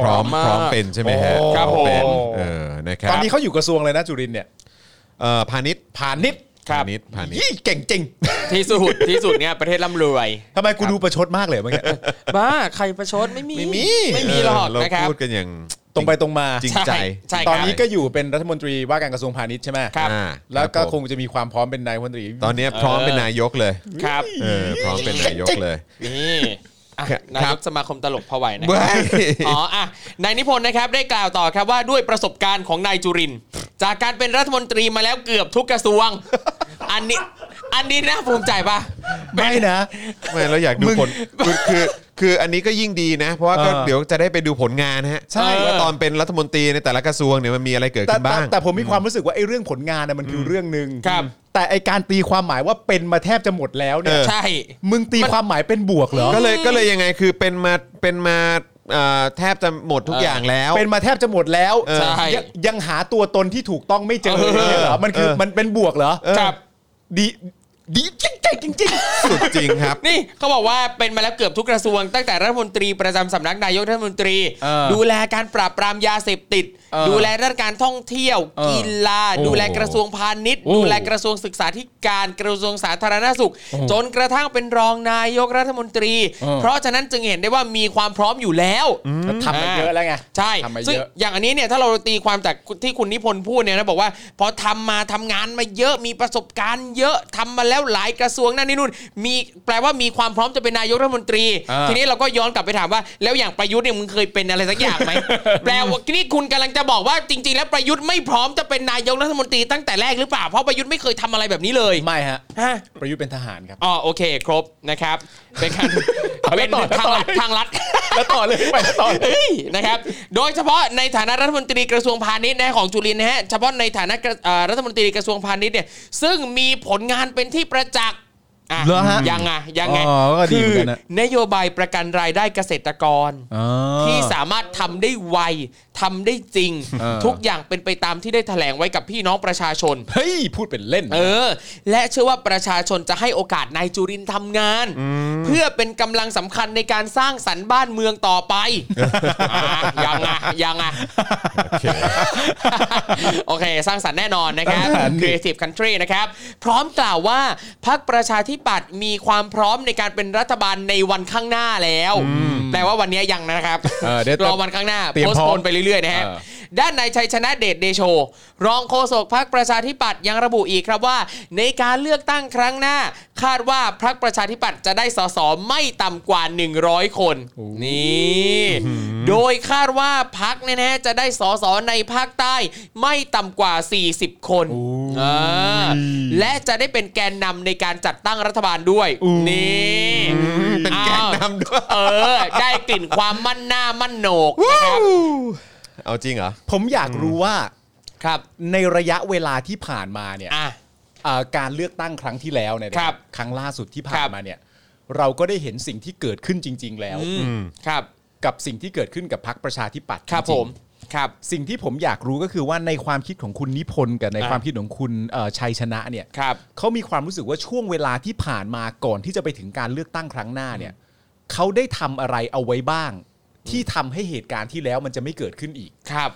พร้อม
พร้อมมาก
พร้อมเป็นใช่ไหมฮะ
ครับ
พอเป็น
ผม
เออนะครับ
ตอนนี้เขาอยู่กระทรวงเลยนะจุรินทร์เนี่ย
เอ่อพาณิชย์
ผ่านนิด
ครั
พา
บ
ณิชย์พาณิชย์
ยี่เก่งจริง
ที่สุดที่สุดเนี่ยประเทศร่ำรวย
ทำไมกูดูประชดมากเลยเมื่อกี้
บ้าใครประชดไม่มี ไม่มีหรอก
เเรา
นะครับ
พูดกันอย่าง
ตรงไปตรงมา
จริงใจ
ใช่ครับ
ตอนนี้ก็อยู่เป็นรัฐมนตรีว่าการกระทรวงพาณิชย์ใช่ไหม
ครับ
อ่า
แล้วก็
รับผม
คงจะมีความพร้อมเป็นนายพลตรี
ตอนนี้พร้อมเป็นนายกเลย
ครับ
เออพร้อมเป็นนายกเลย
นี่อ่ะ
ครับ
นายกสมาคมตลกพอไหวนะค
เว้
รับ
ย
อ๋ออ่ะนายนิพนธ์นะครับได้กล่าวต่อครับว่าด้วยประสบการณ์ของนายจุรินทร์จากการเป็นรัฐมนตรีมาแล้วเกือบทุกกระทรวง อันนี้ อันนี้น่าภูมิใจปะเป็
ไม่นะ
ไม่เราอยากดูผลคือคือคืออันนี้ก็ยิ่งดีนะ เพราะว่าก็
เออ
เดี๋ยวจะได้ไปดูผลงานนะฮะ
ใช่
ว่าตอนเป็นรัฐมนตรีในแต่ละกระทรวงเนี่ยมันมีอะไรเกิด
แต่
ขึ้น
แต่
บ้าง
แต่ผมมีความรู้สึกว่าไอ้เรื่องผลงานน่ะมันคือเรื่องหนึ่ง
ครับ
แต่ไอการตีความหมายว่าเป็นมาแทบจะหมดแล้วเนี่ย
เออ
ใช่
มึงตีความหมายเป็นบวกเหรอ
ก็เลยก็เลยยังไงคือเป็นมาเป็นมาเอ่อแทบจะหมดทุกอย่างแล้ว
เป็นมาแทบจะหมดแล้ว
เออ
ยัง
ใช่
ยังหาตัวตนที่ถูกต้องไม่เจอ
เออ
เนี่ยเหรอมันคือ
เออ
มันเป็นบวกเหรอ
ครับ
ดีดีจริงๆจริงจริงๆ
สุดจริงครับ
นี่เขาบอกว่าเป็นมาแล้วเกือบทุกกระทรวง ตั้งแต่รัฐมนตรีประจำสำนักนายกรัฐมนตรี
เออ
ดูแลการปราบปรามยาเสพติด
เออ
ดูแลด้านการท่องเที่ยว
เออ
กีฬา
โอ้
ดูแลกระทรวงพาณิชย์
โอ้
ดูแลกระทรวงศึกษาธิการกระทรวงสาธารณสุข จนกระทั่งเป็นรองนายกรัฐมนตรี
เออ
เพราะฉะนั้นจึงเห็นได้ว่ามีความพร้อมอยู่แล้ว
ทำมาเยอะแล้วไง
ใช่
ทำมา
ซึ่ง
เยอะ
อย่างอันนี้เนี่ยถ้าเราตีความจากที่คุณนิพนธ์พูดเนี่ยนะบอกว่า พอทำมาทำงานมาเยอะมีประสบการณ์เยอะทำมาแล้วหลายกระทรวงนั่นนี่นู่นมีแปลว่ามีความพร้อมจะเป็นนายกรัฐมนตรี
อ่า
ทีนี้เราก็ย้อนกลับไปถามว่า แล้วอย่างประยุทธ์เนี่ยมึงเคยเป็นอะไรสักอย่าง
[laughs]
ไหม แปลว่านี่คุณกำลังจะบอกว่าจริง ๆ แล้วประยุทธ์ไม่พร้อมจะเป็นนายกรัฐมนตรีตั้งแต่แรกหรือเปล่าเพราะประยุทธ์ไม่เคยทำอะไรแบบนี้เลย
ไม่ฮะ
ฮะ
ประยุทธ์เป็นทหารครับ
อ๋อโอเค ครบนะครับ [laughs] เป็นการ
เอาแล้
เป็
วน ต่อแล้ว
ทาง
ต่อ
ลัดทางลัด
แล้วต่อเลยไปแล้วต่อเลย
เอ้ยนะครับ โดยเฉพาะในฐานะรัฐมนตรีกระทรวงพาณิชย์นะของจุลินทร์นะฮะ เฉพาะในฐานะกระเอ่อรัฐมนตรีกระทรวงพาณิชย์เนี่ย ซึ่งมีผลงานเป็นที่ประจักษ์อ่ะ
เหรอฮะ
ยังไงยังไง
อ๋อก็ดี
คื
เหมือนกันนะ
นโยบายประกันรายได้เกษตรกร
อ๋อ
ที่สามารถทำได้ไวทำได้จริง
เออ
ทุกอย่างเป็นไปตามที่ได้แถลงไว้กับพี่น้องประชาชน
เฮ้ยพูดเป็นเล่น
เออ และเชื่อว่าประชาชนจะให้โอกาสนายจุรินทร์ทำงาน เพื่อเป็นกำลังสำคัญในการสร้างสรรค์บ้านเมืองต่อไปอ่ะยังอ่ะยังอ่ะโอเค สร้างสรรค์แน่นอนนะครับ
สร้างสรรค์ดิ
Creative Country นะครับ พร้อมกล่าวว่าพักประชาธิปัตย์มีความพร้อมในการเป็นรัฐบาลในวันข้างหน้าแล้ว แปลว่าวันนี้ยังนะครับ
เออเดี๋ยว
รอวันข้างหน้า
เตรียม
โพส
พร้
ต์
อม
โพนไปเรื่อยๆนะฮะ
เออ
ด้านนายชัยชนะเดชเดโช รองโฆษกพรรคประชาธิปัตย์ยังระบุอีกครับว่า ในการเลือกตั้งครั้งหน้า คาดว่าพรรคประชาธิปัตย์จะได้สสไม่ต่ำกว่า 100 คน นี่โดยคาดว่าพรรคเนี่ยนะจะได้สสในภาคใต้ไม่ต่ำกว่า 40 คนอ่าและจะได้เป็นแกนนำในการจัดตั้งรัฐบาลด้วยนี่
เป็นแกนนำด้วย
เออ ได้กลิ่นความมั่นหน้ามั่นโหนกนะครับ
เอาจริงเหรอ
ผมอยากรู้ว่า
ครับ
ในระยะเวลาที่ผ่านมาเนี่ย
อ่ะ
เอ่อการเลือกตั้งครั้งที่แล้วเนี่ยนะครับ ครั้งล่าสุดที่
ครั
ผ่าน
บ
มาเนี่ย เราก็ได้เห็นสิ่งที่เกิดขึ้นจริง ๆ แล้ว
อืมครับ
กับสิ่งที่เกิดขึ้นกับพรรคประชาธิปัตย์
ครับ
จ
ผ
งๆ
มครับ
สิ่งที่ผมอยากรู้ก็คือว่าในความคิดของคุณนิพนธ์กับใน
อ่ะ
ความคิดของคุณเอ่อชัยชนะเนี่ย
ครับ
เขามีความรู้สึกว่าช่วงเวลาที่ผ่านมาก่อนที่จะไปถึงการเลือกตั้งครั้งหน้าเนี่ยเขาได้ทำอะไรเอาไว้บ้าง ที่ทำให้เหตุการณ์ที่แล้วมันจะไม่เกิดขึ้นอีก
ครับ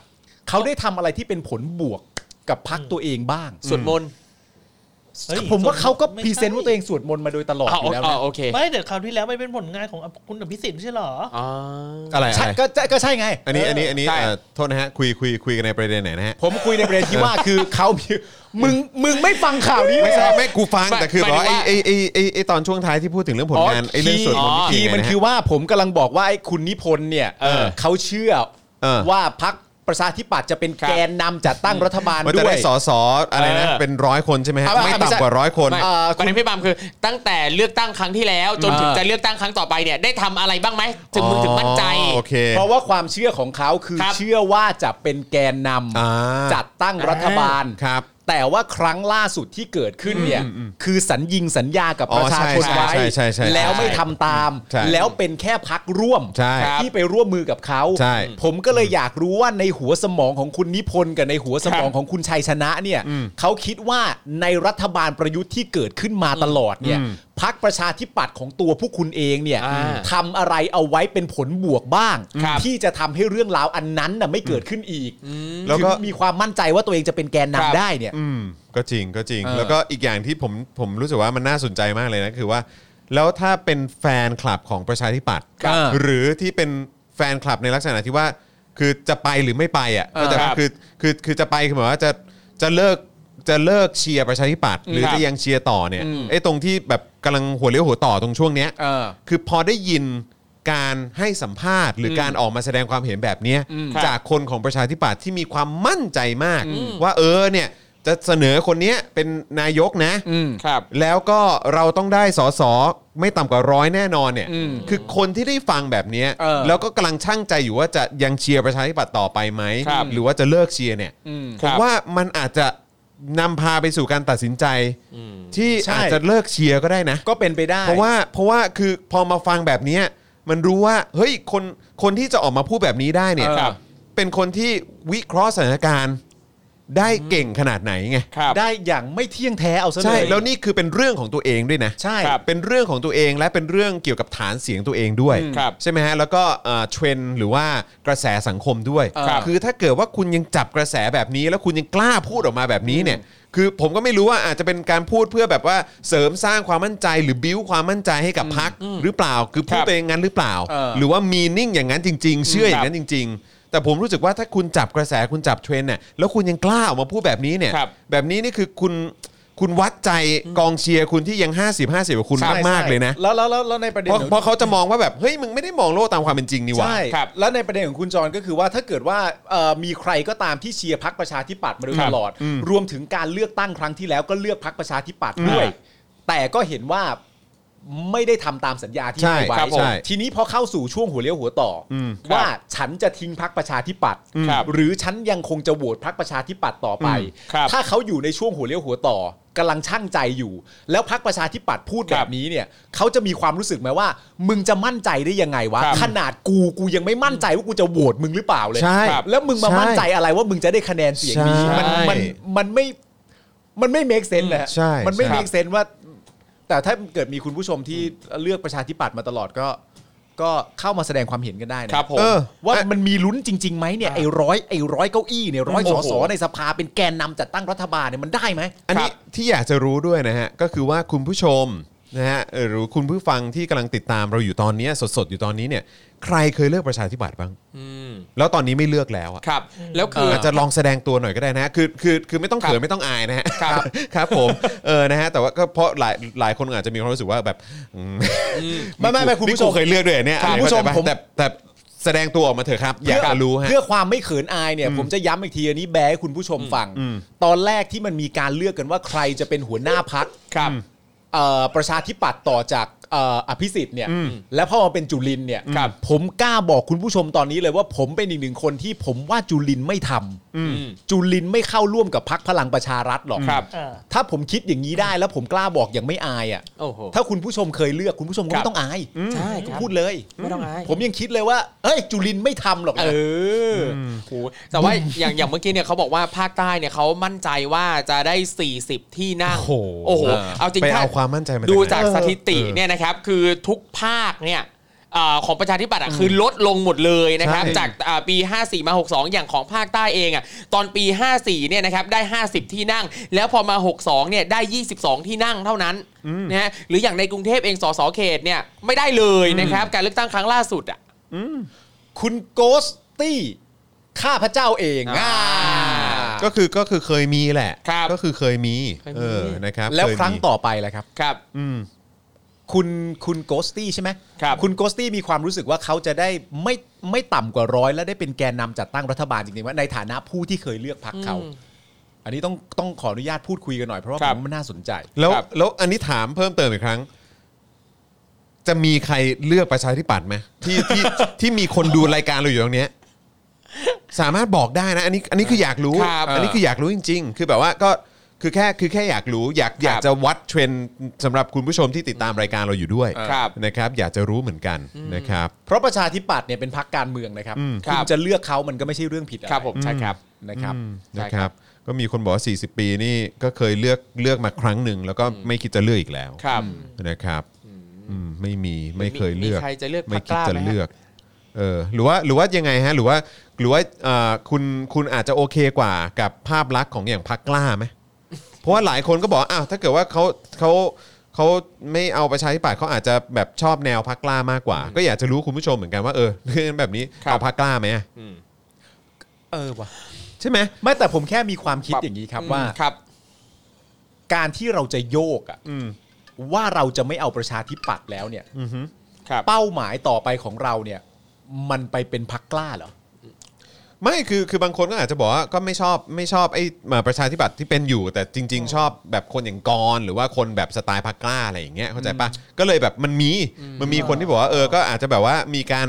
เขาได้ทำอะไรที่เป็นผลบวกกับพักตัวเองบ้าง
สวดมนต์
เฮ้ย
ผมว่าเขาก็
สวดมนต์
พรีเซนต์
ไม่
ว่า
ใช่
ตัวเองสวดมนต์มาโดยตลอด
อ๋
อยู่แล้ว
อ
นะ
โอเค
ไม่แต่คราวที่แล้วไม่เป็นผลงานของคุณอภิสิทธิ์ไม่ใช่เหรอ
อ๋อ
อะไรอะ
ใช่
ไร
ก็ก็ก็ใช่ไง
อันนี้อันนี้อันนี้
ใช่
เอ่อโทษนะฮะคุยคุยคุยกันในประเด็นไหนนะฮะ
ผมคุยในประเด็น
[laughs]
ที่ว่าคือเขามึงมึงไม่ฟังข่าวนี้เล
ไม่
ย
ใช่
เหรอ
ไม่กูฟังแต่คือแบบว่า
หมายถึงว่า
ไอ้ไอ้ไอ้ไอ้ตอนช่วงท้ายที่พูดถึงเรื่องผลงานไอ้เรื่องส่วนของ
ที
พี่
มัน
นะฮะ
คือว่าผมกำลังบอกว่าไอ้คุณนิพนธ์เนี่ย
เออ
เขาเชื่อ
เออ
ว่าพักประชาธิปัตย์จะเป็น
ครับ
แกนนำจัดตั้งรัฐบาล
มัน
ด้
จะ
ว
ได้
ย
สอสออะไรนะ
เออ
เป็นร้อยคนใช่ไหมฮะ
เอาไม่
ไม่
ไม่ใช่
ต่ำกว่าร้อยคน
ไม่
เอ่อ
ประเด็นพี่บามคือตั้งแต่เลือกตั้งครั้งที่แล้ว จนถึง
อ่า
จะเลือกตั้งครั้งต่อไปเนี่ยได้ทำอะไรบ้างไหมถึงมึงถึงมั่นใจ
อ๋อโอเค
เพราะว่าความเชื่อของเขาคือ
ครับ
เชื่อว่าจะเป็นแกนนำ
อ่า
จัดตั้งรัฐบาล
ครับ
แต่ว่าครั้งล่าสุดที่เกิดขึ้นเนี่ยคือสัญญิงสัญญากับ
อ๋อ
ประชาชน
ใช่
ไว้
ใช่ใช่ใช่ใช่
แล้วไม่ทำตาม
ใช่
แล้วเป็นแค่พักร่วม
ใช่
ที่ไปร่วมมือกับเขา
ใช่
ผมก็เลยอยากรู้ว่าในหัวสมองของคุณนิพนธ์กับในหัวสมองของคุณชัยชนะเนี่ยเขาคิดว่าในรัฐบาลประยุทธ์ที่เกิดขึ้นมาตลอดเนี่ยพ พักประชาธิปัตย์ของตัวพวกคุณเองเนี่ย
อ่า
ทำอะไรเอาไว้เป็นผลบวกบ้าง
ครับ
ที่จะทำให้เรื่องราวอันนั้นน่ะไม่เกิดขึ้นอีก
แล้วก็
ถึงมีความมั่นใจว่าตัวเองจะเป็นแกน
ครั
นำ
บ
ได้เนี่ย
อืมก็จริงก็จริง
เออ
แล้วก็อีกอย่างที่ผมผมรู้สึกว่ามันน่าสนใจมากเลยนะคือว่า แล้วถ้าเป็นแฟนคลับของประชาธิปัตย์
ครับ
หรือที่เป็นแฟนคลับในลักษณะที่ว่า คือจะไปหรือไม่ไปอ่ะ
เออ
แต่
ครับ
คือคือคือจะไปคือหมายว่าจะจะเลิกจะเลิกเชียร์ประชาธิปัตย์หรือ
ครับ
จะยังเชียร์ต่อเนี่ยไอ้ตรงที่แบบกำลังหัวเลี้ยวหัวต่อตรงช่วงเนี้ย
เออ
คือพอได้ยินการให้สัมภาษณ์ หรือการออกมาแสดงความเห็นแบบเนี้ยจากคนของประชาธิปัตย์ที่มีความมั่นใจมาก ว่าเออเนี่ยจะเสนอคนเนี้ยเป็นนายกนะ
ครับ
แล้วก็เราต้องได้สอสอไม่ต่ำกว่าร้อยแน่นอนเนี่ยคือคนที่ได้ฟังแบบเนี้ย
เออ
แล้วก็กำลังช่างใจอยู่ว่าจะยังเชียร์ประชาธิปัตย์ต่อไปไหม
ครับ
หรือว่าจะเลิกเชียร์เนี่ยผ
ครั
ม
บ
ว่ามันอาจจะนำพาไปสู่การตัดสินใจที่
ใช่
อาจจะเลิกเชียร์ก็ได้นะ
ก็เป็นไปได้
เพราะว่าเพราะว่าคือพอมาฟังแบบเนี้ยมันรู้ว่าเฮ้ยคนคนที่จะออกมาพูดแบบนี้ได้เนี่ย
เออครับ
เป็นคนที่วิเคราะห์สถานการณ์ได้เก่งขนาดไหนไง
ครับ
ได้อย่างไม่เที่ยงแท้เอาซะเลย
ใช่แล้วนี่คือเป็นเรื่องของตัวเองด้วยนะ
ใช่
ครับ
เป็นเรื่องของตัวเองและเป็นเรื่องเกี่ยวกับฐานเสียงตัวเองด้วย
อืมครับ
ใช่ไหมฮะแล้วก็เอ่อเทรนด์หรือว่ากระแสสังคมด้วย
ครับ
อถ้าเกิดว่าคุณยังจับกระแสแบบนี้ แล้วคุณยังกล้าพูดออกมาแบบนี้เนี่ยคือผมก็ไม่รู้ว่าอาจจะเป็นการพูดเพื่อแบบว่าเสริมสร้างความมั่นใจหรือบิ้วความมั่นใจให้กับพักหรือเปล่าคือพูด
ครับ
ไปอย่างนั้นหรือเปล่า
เออ
หรือว่ามีนิ่งอย่างนั้นจริง ๆ เชื่ออย่างนั้นจริง ๆ แต่ผมรู้สึกว่าถ้าคุณจับกระแสคุณจับเทรนด์เนี่ยแล้วคุณยังกล้าออกมาพูดแบบนี้เนี่ย
ครับ
แบบนี้นี่คือคุณคุณวัดใจกองเชียร์คุณที่ยัง 50 50กับคุณ
ใช่
มากมากๆเลยนะ
แล้วแล้วแล้วแล้วในประเด็น
เพราะ
ของ
เพราะเขาจะมองว่าแบบ เฮ้ย มึงไม่ได้มองโลกตามความเป็นจริงนี่หว่า
ใช่
ครับ
แล้วในประเด็นของคุณจรก็คือว่าถ้าเกิดว่าเอ่อมีใครก็ตามที่เชียร์พักประชาธิปัตย์มาโดย
ครับ
ตลอด รวมถึงการเลือกตั้งครั้งที่แล้วก็เลือกพักประชาธิปัตย์ด้วย แต่ก็เห็นว่าไม่ได้ทำตามสัญญาที่
ใช่
ให้ไว้
ครับผมใช่
ทีนี้พอเข้าสู่ช่วงหัวเลี้ยวหัวต่ออ
ครับ
ว่าฉันจะทิ้งพักประชาธิปัตย์
ครับ
หรือฉันยังคงจะโหวตพักประชาธิปัตย์ต่อไป
ครับ
ถ้าเขาอยู่ในช่วงหัวเลี้ยวหัวต่อกำลังช่างใจอยู่ แล้วพักประชาธิปัตย์พูด
ค
แบ
รับบ
นี้เนี่ยเขาจะมีความรู้สึกไหมว่า มึงจะมั่นใจได้ยังไงวะ
ครับ
ขนาด ขนาดกูกูยังไม่มั่นใจว่ากูจะโหวตมึงหรือเปล่าเลย
ใช่
ครับแล้วมึงมา
ใช่
มั่นใจอะไรว่ามึงจะได้คะแนนเสียงนี้
ใช่
มันมันมันไม่มันไม่เมคเซนนะฮะ
ใช่
มันไม่
ใช่
เมคเซนว่า แต่ถ้าเกิดมีคุณผู้ชมที่เลือกประชาธิปัตย์มาตลอดก็ ก็เข้ามาแสดงความเห็นกันได้นะครับ
ผม
เออ
ว่ามันมีลุ้นจริงๆไหมเนี่ยไอ้ร้อยไอ้ร้อยเก้าอี้เนี่ยร้อย
โอ้
ส
โห
สในสภาเป็นแกนนำจัดตั้งรัฐบาลเนี่ยมันได้ไหม
อันนี้ที่อยากจะรู้ด้วยนะฮะ ก็คือว่าคุณผู้ชมนะฮะเอ่อหรือคุณผู้ฟังที่กำลังติดตามเราอยู่ตอนเนี้ยสดๆ อยู่ตอนนี้เนี่ยใครเคยเลือกประชาธิปัตย์บ้าง
อืม
แล้วตอนนี้ไม่เลือกแล้วอะ
ครับ แล้วคือ
อาจจะลองแสดงตัวหน่อยก็ได้นะฮะคือคือคือไม่ต้อง
ครับ
เขินไม่ต้องอายนะฮะ
ครับ
ครับผมเออนะฮะแต่ว่าก็เพราะหลายหลายคนอาจจะมีความรู้สึกว่าแบบอืม
ไม่ไม่ไม่คุณผู้ชม
นี่กูเคยเลือกด้วยเหรอเนี่ย
ครั
อะไร
บคุณผู้ชม
เข้าใจปะ
ผม
แต่แต่แสดงตัวออกมาเถอะครับ อยากจะรู้ฮะ
เพื่อความไม่เขินอายเนี่ย ผมจะย้ำอีกทีอันนี้แบร์ให้คุณผู้ชมฟัง ตอนแรกที่มันมีการเลือกกันว่าใครจะเป็นหัวหน้าพัก
ครับ
ประชาธิปัตย์ต่อจากเอ่ออภิสิทธิ์เนี่ยแล้วพอมาเป็นจุลินเนี่ย
ครับ
ผมกล้าบอกคุณผู้ชมตอนนี้เลยว่าผมเป็นอีกหนึ่งคนที่ผมว่าจุลินไม่ทำ
อืม
จุลินไม่เข้าร่วมกับพักพลังประชารัฐหรอก
ครับ
อ่า
ถ้าผมคิดอย่างนี้ได้แล้วผมกล้าบอกอย่างไม่อายอ่ะ
โอ้โห
ถ้าคุณผู้ชมเคยเลือกคุณผู้ชม
ค
ก็
รับ
ไม่ต้องอาย
ใช่ครับ
พูดเลย
ไม่ต้องอาย
ผมยังคิดเลยว่าเอ้ยจุลินไม่ทำหรอก
เอ
นะ
ออโหแต่ว่าอย่างอย่างเมื่อกี้เนี่ยเขาบอกว่าภาคใต้เนี่ยเขามั่นใจว่าจะได้ 40 ที่นั่ง
โอ้โห
โอ้โหเอาจริง
ไป
ถ้
เอาความมั่นใจมา
ดู
ไหน
จากสถิติ
เออ
เนี่ยนะครับคือทุกภาคเนี่ยเอ่อของประชาธิปัตย์อะคือลดลงหมดเลยนะครับ
ใช่
จากอ่าปี 54 มา 62 อย่างของภาคใต้เองอ่ะตอนปี 54 เนี่ยนะครับได้ 50 ที่นั่ง แล้วพอมา 62 เนี่ยได้ 22 ที่นั่งเท่านั้นนะฮะหรืออย่างในกรุงเทพเองสสเขตเนี่ยไม่ได้เลยนะครับการเลือกตั้งครั้งล่าสุดอ่ะ
คุณโกสตี้ข้าพระเจ้าเอง
อ่า
ะก็คือก็คือเคยมีแหละ
ครับ
ก็คือเคยมี
เคยมี
เออนะครับ
แล้ว
เยมี
ครั้งต่อไปล่ะครับ
ครับ
อืม
คุณคุณโกสตี้ใช่ไหม
ครับ
คุณโกสตี้มีความรู้สึกว่าเขาจะได้ไม่ไม่ต่ำกว่าร้อย และได้เป็นแกนนำจัดตั้งรัฐบาลจริงๆว่าในฐานะผู้ที่เคยเลือกพรรคเขา อันนี้ต้องต้องขออนุญาตพูดคุยกันหน่อยเพราะว่า
ค
ผ
รับ
มว่ามันน่าสนใจ
แล้ว
ครับ
แล้วอันนี้ถามเพิ่มเติมอีกครั้ง จะมีใครเลือกประชาธิปัตย์ไหมที่ที่ ที่มีคนดูรายการเราอยู่ตรงเนี้ยสามารถบอกได้นะ อันนี้อันนี้คืออยากรู้
ครับ
อันนี้คืออยากรู้จริง ๆ คือแบบว่าก็คือแค่คือแค่อยากรู้ อยากอยากจะวัดเทรนด์สำหรับคุณผู้ชมที่ติดตามรายการเราอยู่ด้วย
ครับ
นะครับ อยากจะรู้เหมือนกันนะครับ
เพราะประชาธิปัตย์เนี่ยเป็นพรรคการเมืองนะครับ
อืม
ครั
ณ
บ
จะเลือกเขามันก็ไม่ใช่เรื่องผิดอะ
ครับผมใช่ครับ
นะครับ
นะครับ ก็มีคนบอกว่า40 ปีนี่ก็เคยเลือกเลือกมาครั้งหนึ่งแล้วก็ไม่คิดจะเลือกอีกแล้ว
ครับ
นะครับอืมไม่มีไม่เคยเลือก
มีใครจะเลือก
ไม่
พรรคก
คิด
ล้า
จะ
ไหมฮะ
เลือกเออหรือว่าหรือว่ายังไงฮะหรือว่าหรือว่าเอ่อคุณคุณอาจจะโอเคกว่ากับภาพลักษณ์ของอย่างพักกล้า
[laughs]
ไหม เพราะว่าหลายคนก็บอกว่าอ้าวถ้าเกิดว่าเขาเขาเขาไม่เอาประชาธิปัตย์เขาอาจจะแบบชอบแนวพักกล้ามากกว่า ก็อยากจะรู้คุณผู้ชมเหมือนกันว่าเออ [laughs] เรื่องแบบนี้
ครับ
เอาพักกล้าไหมอะ
เออว่ะ
ใช่ไหม
ไม่แต่ผมแค่มีความคิดอย่างนี้ครับว่า
ครับ
การที่เราจะโยกอะ
อืม
ว่าเราจะไม่เอาประชาธิปัตย์แล้วเนี่ย
อือฮึ
ครับ
เป้าหมายต่อไปของเราเนี่ย มันไปเป็นพักกล้าเหรอ
ไม่คือคือบางคนก็อาจจะบอกว่าก็ไม่ชอบไม่ชอบไอ้มาประชาธิปัตย์ที่เป็นอยู่ แต่จริง ๆ ชอบแบบคนอย่างกรณ์หรือว่าคนแบบสไตล์พักกล้าอะไรอย่างเงี้ยเข้าใจปะก็เลยแบบมันมีมันมีคนที่บอกว่าเออก็อาจจะแบบว่ามีการ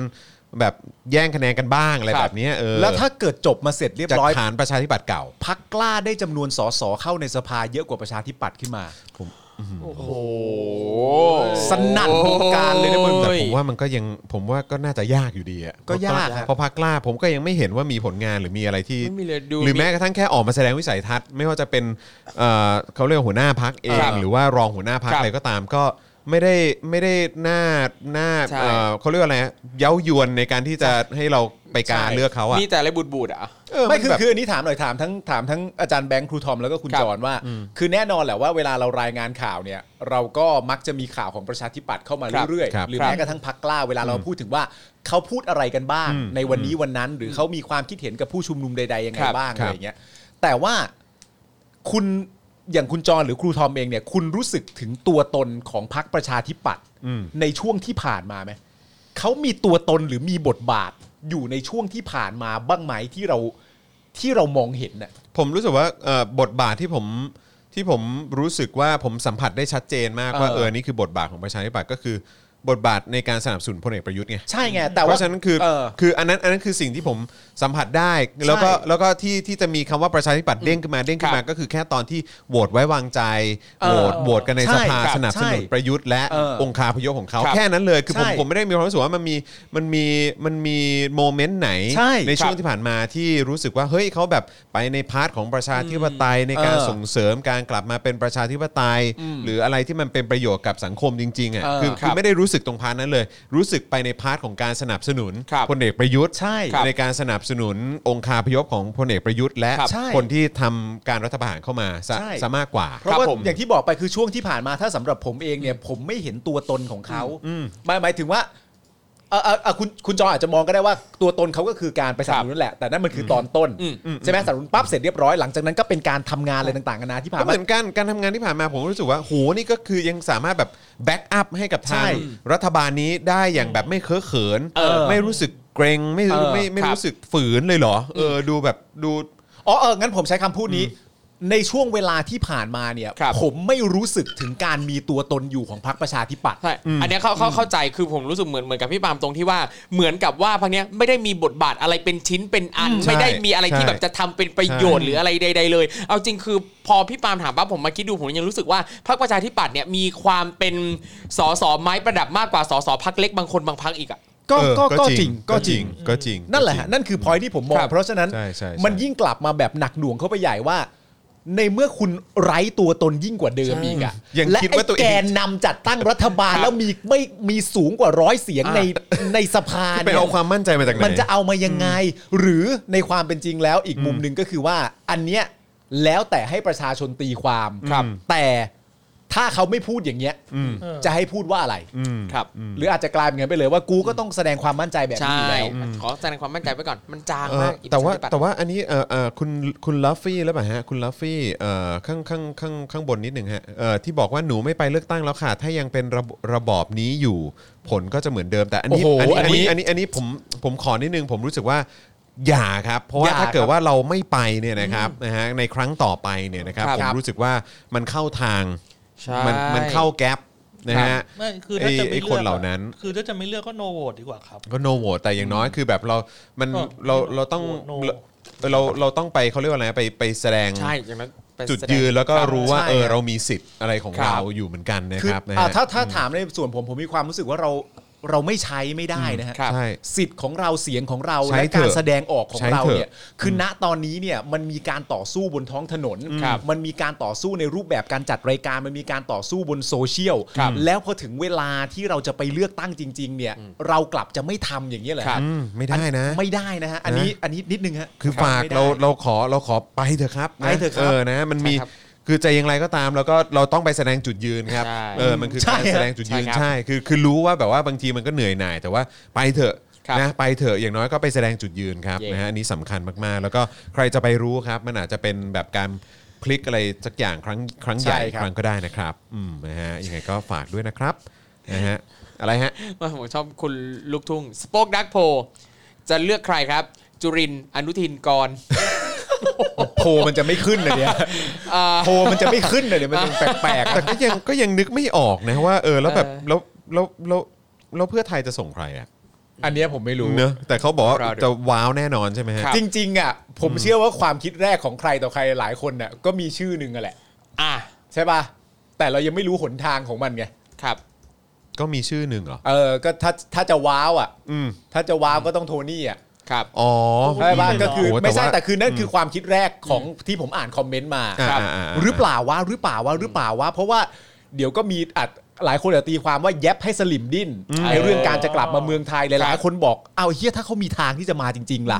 แบบแย่งคะแนนกันบ้างอะไร
ครับ
แบบเนี้ยเออ
แล้วถ้าเกิดจบมาเสร็จเรียบ
จาก
ร้อย
ฐานประชาธิปัตย์เก่า
พักกล้าได้จำนวนสสเข้าในสภาเยอะกว่าประชาธิปัตย์ขึ้นมา
โอ้โห
สนั่นวงการเลยนะมึง
แต่ผมว่ามันก็ยังผมว่าก็น่าจะยากอยู่ดีอะ
ก็ยากครับ
เพราะพักกล้าผมก็ยังไม่เห็นว่ามีผลงานหรือมีอะไรที่
ไม่มีเลยดู
หรือแม้กระทั่งแค่ออกมาแสดงวิสัยทัศน์ไม่ว่าจะเป็นเอ่อเขาเรียกว่าหัวหน้าพักเอ
ค
ง
รับ
หรือว่ารองหัวหน้าพัก
ครับ
อะไรก็ตามก็ไม่ได้ไม่ได้หน้าหน้า
ใช่
เอ่อเขาเรียกว่าอะไรฮะเย้ายวนในการที่จะให้เราไปการเลือกเขาอ่ะ
มีแต่อะไรบูดๆอ่ะ
เออ
ไม่คือน
แบบ
คืออันนี้ถามหน่อยถามทั้งถามทั้งอาจารย์แบงค์ครูทอมแล้วก็คุณ
ครับ
จรว่า คือแน่นอนแหละว่าเวลาเรารายงานข่าวเนี่ย เราก็มักจะมีข่าวของประชาธิปัตย์เข้ามา
ครับ
เรื่อย
ครับ
ๆหรือ
ครับ
แม้กระทั่งพักกล้าเวลาเราพูดถึงว่าเขาพูดอะไรกันบ้าง ในวันนี้วันนั้น หรือเขามีความคิดเห็นกับผู้ชุมนุมใดๆยังไง
ครับ
บ้างอะไรอย่างเงี้ยแต่ว่าคุณอย่างคุณจรหรือครูทอมเองเนี่ย คุณรู้สึกถึงตัวตนของพักประชาธิปัตย์ในช่วงที่ผ่านมาไหม เขามีตัวตนหรือมีบทบาทอยู่ในช่วงที่ผ่านมาบ้างไหมที่เราที่เรามองเห็นน่ะ
ผมรู้สึกว่าเอ่อบทบาทที่ผมที่ผมรู้สึกว่าผมสัมผัสได้ชัดเจนมากว่า
เออ
เออนี่คือบทบาทของประชาธิปัตย์ก็คือ บทบาทในการสนับสนุนพลเอกประยุทธ์ไง
ใช่ไง แต่
เพ
ว่า
ราะฉะนั้นคือ
เออ
คืออันนั้นอันนั้นคือสิ่งที่ผมสัมผัสได้แล้วก็แล้วก็ที่ที่จะมีคำว่าประชาธิปัตย์เด้งขึ้นมาเด้งขึ้นมา ก็คือแค่ตอนที่โหวตไว้วางใจ
เอ
โห
อ
วตโหวตกันใน
ใช่
สภา
ครับ
สนับสนุน
ใช่
ประยุทธ์และ
เออ
องคาพยพของเขา
ครับ
แค่นั้นเลยคือผม
ใช่
ผมไม่ได้มีความรู้สึกว่ามันมีมันมีมันมีโมเมนต์ไหน
ใช่
ช่วง
ครับ
ที่ผ่านมาที่รู้สึกว่าเฮ้ยเขาแบบไปในพาร์ทของประชาธิปไตยในการ
เออ
ส่งเสริมการกลับมาเป็นประชาธิปไตย หรืออะไรที่มันเป็นประโยชน์กับสังคมจริงๆอ่ะ
เออ
คือ
ครั
คือบ ไม่ได้รู้สึกตรงพาร์ทนั้นเลย รู้สึกไปในพาร์ทของการสนับสนุน
ครับ
พลเอกประยุทธ์
ใช่
ครับในการสนับสนุนองคาพยพของพลเอกประยุทธ์ และ
ครับใช่
คนที่ทำการรัฐประหารเข้ามาซะ
ใช่
ซะมากกว่า
เพราะ
ค
ว่า
รับผม
อย่างที่บอกไปคือช่วงที่ผ่านมาถ้าสำหรับผมเองเนี่ย ผมไม่เห็นตัวตนของเขาหมายหมายถึงว่าเออเออเออคุณคุณจออาจจะมองก็ได้ว่าตัวตนเขาก็คือการไปสนับสนุนนั่นแหละแต่นั่นมันคืออตอนต้น
อืม
ใช่ไหมสนับสนุนปั๊บเสร็จเรียบร้อยหลังจากนั้นก็เป็นการทำงานอะไรต่างๆกันานาที่ผ่าน
ก็
มา
เหมือนกันการทำงานที่ผ่านมาผมรู้สึกว่าโหนี่ก็คือยังสามารถแบบแบ็กอัพให้กับทาง
ใช่
รัฐบาลนี้ได้อย่างแบบไม่เคอะเขิน
เออ
ไม่รู้สึกเกรงไม่
เออ
ไม่ไม่
ครับ
รู้สึกฝืนเลยเหรอเออดูแบบดู
อ๋อเอองั้นผมใช้คำพูดนี้ ในช่วงเวลาที่ผ่านมาเนี่ย
ครับ
ผมไม่รู้สึกถึงการมีตัวตนอยู่ของพรรคประชาธิปัตย์
ใช่ อันเนี้ยเขาเขาเข้าใจ คือผมรู้สึกเหมือนเหมือนกับพี่ปาล์มตรงที่ว่า เหมือนกับว่าพักเนี้ยไม่ได้มีบทบาทอะไรเป็นชิ้นเป็นอัน
ใช่
ไม่ได้มีอะไรที่
ใช่
แบบจะทำเป็นประโยชน์
ใช่
หรืออะไรใด ๆ เลย เอาจริงคือพอพี่ปาล์มถามปั๊บผมมาคิดดูผมยังรู้สึกว่าพรรคประชาธิปัตย์เนี่ยมีความเป็นสสไม้ประดับมากกว่าสสพักเล็กบางคนบางพักอีกอ่ะ
ก็
เออ
ก็
ก็
ก็
จ
จ
ริ
ริ
ง
งก็จริง
ก็จริง
นั่นแหละฮะนั่นคือพอยที่ผมมอ
ค
ง
รับ
เพราะฉะนั้น
ใช่ใช่ใช่
มันยิ่งกลับมาแบบหนักหน่วงเข้าไปใหญ่ว่า ในเมื่อคุณไร้ตัวตนยิ่งกว่าเดิมอีกอะ
ยัง
และ
คิดว่าตัวเอง
ไแกนนำจัดตั้งรัฐบาลแล้วมีไม่มีสูงกว่าร้อยเสียง
อ่า
ในในสภา
ไป
เนี่ย
เอาความมั่นใจมาจากไหน
มันจะเอามายังไง หรือในความเป็นจริงแล้วอีกมุมหนึ่งก็คือว่า อันเนี้ยแล้วแต่ให้ประชาชนตีความ
ครับ
แต่ถ้าเขาไม่พูดอย่างเงี้ย
อืม
จะให้พูดว่าอะไร
อืม
ครับ
หรืออาจจะกลายเป็นอย่างนั้นไปเลยว่ากูก็ต้องแสดงความมั่นใจแบบ
ใช่
นี้อยู่แล้ว
ขอแสดงความมั่นใจไว้ก่อน มันจาง
เอ่อ
มากอีก
แต่ว่า
ประชธิปัตย์
แต่ว่าอันนี้เอ่อเอ่อคุณคุณลัฟฟี่แล้วป่ะฮะคุณลัฟฟี่เอ่อข้างข้างข้างข้างบนนิดหนึ่งฮะเอ่อที่บอกว่าหนูไม่ไปเลือกตั้งแล้วค่ะ ถ้ายังเป็นระบระบอบนี้อยู่ผลก็จะเหมือนเดิมแต่อันนี้
โอ้โห
อันนี้
อั
อัน
น
นี้อัน
นี้
นี้อันนี้ผมผมขอนิดนึงผมรู้สึกว่าอย่าครับ เพราะว่า
อย่า
ถ้าเกิด
ครับ
ว่าเราไม่ไปเนี่ยนะครับนะฮะในครั้งต่อไปเนี่ยนะครับ
ครับ
ผมรู้สึกว่ามันเข้าทาง
ใช่
มันมันเข้าแก๊ปนะฮะ
ไม่คือถ้าจะ
ไอ้
ไม่
ไอ้
เลือก
คนเหล่านั้น
คือถ้าจะไม่เลือกก็โนโหวตดีกว่าครับ
ก็โนโหวตแต่อย่างน้อยคือแบบเรามัน
ก็
เราเราต้อง
โหวต no
เราเราเราต้องไปเขาเรียกว่าอะไรไปไปแสดง
ใช่อย่างนั้นไป
จุด
แสง
ยืนแล้วก็รู้ว่า
ใช่
เออ
ครับ
เรามีสิทธิ์อะไรของ
ครับ
เราอยู่เหมือนกันนะ
คือ
ครับนะ
อ่ะ
ฮะ
ถ้าถ้าถามในส่วนผมผมมีความรู้สึกว่าเรา เราไม่ใช้ไม่ได้นะฮะ
ครับ
ใช่
สิทธิ์ของเราเสียงของเรา
ใช้
และ
เถอะ
การแสดงออกของ
ใช้
เรา
เถอะ
เนี่ยคือณตอนนี้เนี่ยมันมีการต่อสู้บนท้องถนน
ครับ
มันมีการต่อสู้ในรูปแบบการจัดรายการ มันมีการต่อสู้บนโซเชียล
ครับ
แล้วพอถึงเวลาที่เราจะไปเลือกตั้งจริง ๆ เนี่ย เรากลับจะไม่ทำอย่างนี้ยเหรอ
ครั
ฮะ
บ
อืมไม่ได้นะ
ไม่ได้นะฮะอันนี้อันนี้นิดนึงฮะ
คือ
รับ
ฝาก
ไม่ได้
เราเราขอเราขอไปเถอะครับน
ไปเถอะครับ
เออนะมันมี
ใช่ครับ
คือจะอยังไรก็ตามแล้วก็เราต้องไปแสดงจุดยืนครับ
ใช่
เออมันคือ
ใช่
การ
ครับ
แสดงจุดยืน
ใช่ครับ
ใช่คือคือรู้ว่าแบบว่าบางทีมันก็เหนื่อยหน่าย แต่ว่าไปเถอะ
ครับ
นะไปเถอะอย่างน้อยก็ไปแสดงจุดยืนครับ
เย้
นะฮะอันนี้สำคัญมากๆ แล้วก็ใครจะไปรู้ครับ มันอาจจะเป็นแบบการพลิกอะไรสักอย่างครั้งครั้งใหญ่
ใช่ครับ
ครั้งก็ได้นะครับอืมนะฮะยังไงก็ฝากด้วยนะครับนะฮะอะไรฮะ
ว่าผมชอบคุณลูกทุ่งสป k อ d ดักโพจะเลือกใครครับ จุรินทร์อนุทินกร
โพลมันจะไม่ขึ้นเลยเนี่ยโพลมันจะไม่ขึ้นเลยเนี่ยมันดูแปลกๆ
[laughs] แต่
อะ
ก็ยังก็ยังนึกไม่ออกนะว่า เออแล้วแบบแล้วแล้วแล้วแล้วเพื่อไทยจะส่งใครอ่ะ
อันเนี้ยผมไม่รู้
เนอะแต่เขาบอกว่าร
อดู
จะว้าวแน่นอนใช่ไหมฮะ
ครับ
จริงๆอ่ะผมเชื่อว่าความคิดแรกของใครต่อใครหลายคนน่ะก็มีชื่อหนึ่งอะแหละ
อ่ะ
ใช่ป่ะ แต่เรายังไม่รู้หนทางของมันไง
ครับ
ก็มีชื่อหนึ่งเหรอ
เออ ก็ถ้าถ้าจะว้าวอ่ะ
อืม
ถ้าจะว้าวก็ต้องโทนี่อ่ะ
ครับ
อ๋อ
ใช่ป่ะ
โทนี่เลยเหรอ
ก็คือ
โอ้แต่ว่า
ไม่ใช่ แต่คือนั่นคือความคิดแรกของที่ผมอ่านคอมเมนต์มา
ครับ
หรือเปล่าว่าหรือเปล่าว่าหรือเปล่าว่า เพราะว่าเดี๋ยวก็มีอาจหลายคนอาจจะตีความว่าแยบให้สลิมดิ้นไอ้เรื่องการจะกลับมาเมืองไทยหลายๆคนบอกเอาเฮียถ้าเขามีทางที่จะมาจริง ๆ ล่ะ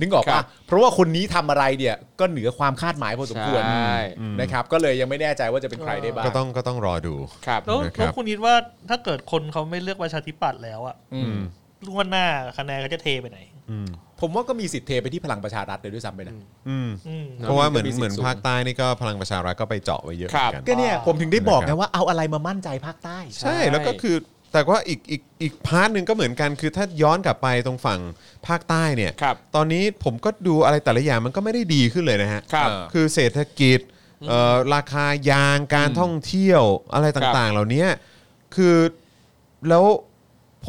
นึกออก
ครั
ป่ะ
บ
เพราะว่าคนนี้ทำอะไรเนี่ยก็เหนือความคาดหมายพอสมควร
ใช่
นะครับ ก็เลยยังไม่แน่ใจว่าจะเป็นใครได้บ้าง
ก็ต้องก็ต้องรอดู
ครับ
แล้ว
นะครับ
แล้วคุณคิดว่าถ้าเกิดคนเขาไม่เลือกประชาธิปัตย์แล้วอะ
อืม
รุ่งหน้าคะแนนเขาจะเทไปไหน
อืม
ผมว่าก็มีสิทธิ์เทไปที่พลังประชารัฐเลยด้วยซ้ำไปนะ
อืม
อืม
เพราะว่าเหมือนเหมือนภาคใต้นี่ก็พลังประชารัฐก็ไปเจาะไว้เยอะเหมือนกัน
ก็เนี่ยผมถึงได้บอกไงว่าเอาอะไรมามั่นใจภาคใต้
ใช่แล้วก็คือแต่ว่าอีกอีกอีกพาร์ทหนึ่งก็เหมือนกันคือถ้าย้อนกลับไปตรงฝั่งภาคใต้เนี่ย
ครับ
ตอนนี้ผมก็ดูอะไรแต่ละอย่างมันก็ไม่ได้ดีขึ้นเลยนะฮะ
ครับ
คือเศรษฐกิจเอ่อราคายางการท่องเที่ยวอะไรต่างๆ เหล่านี้คือแล้ว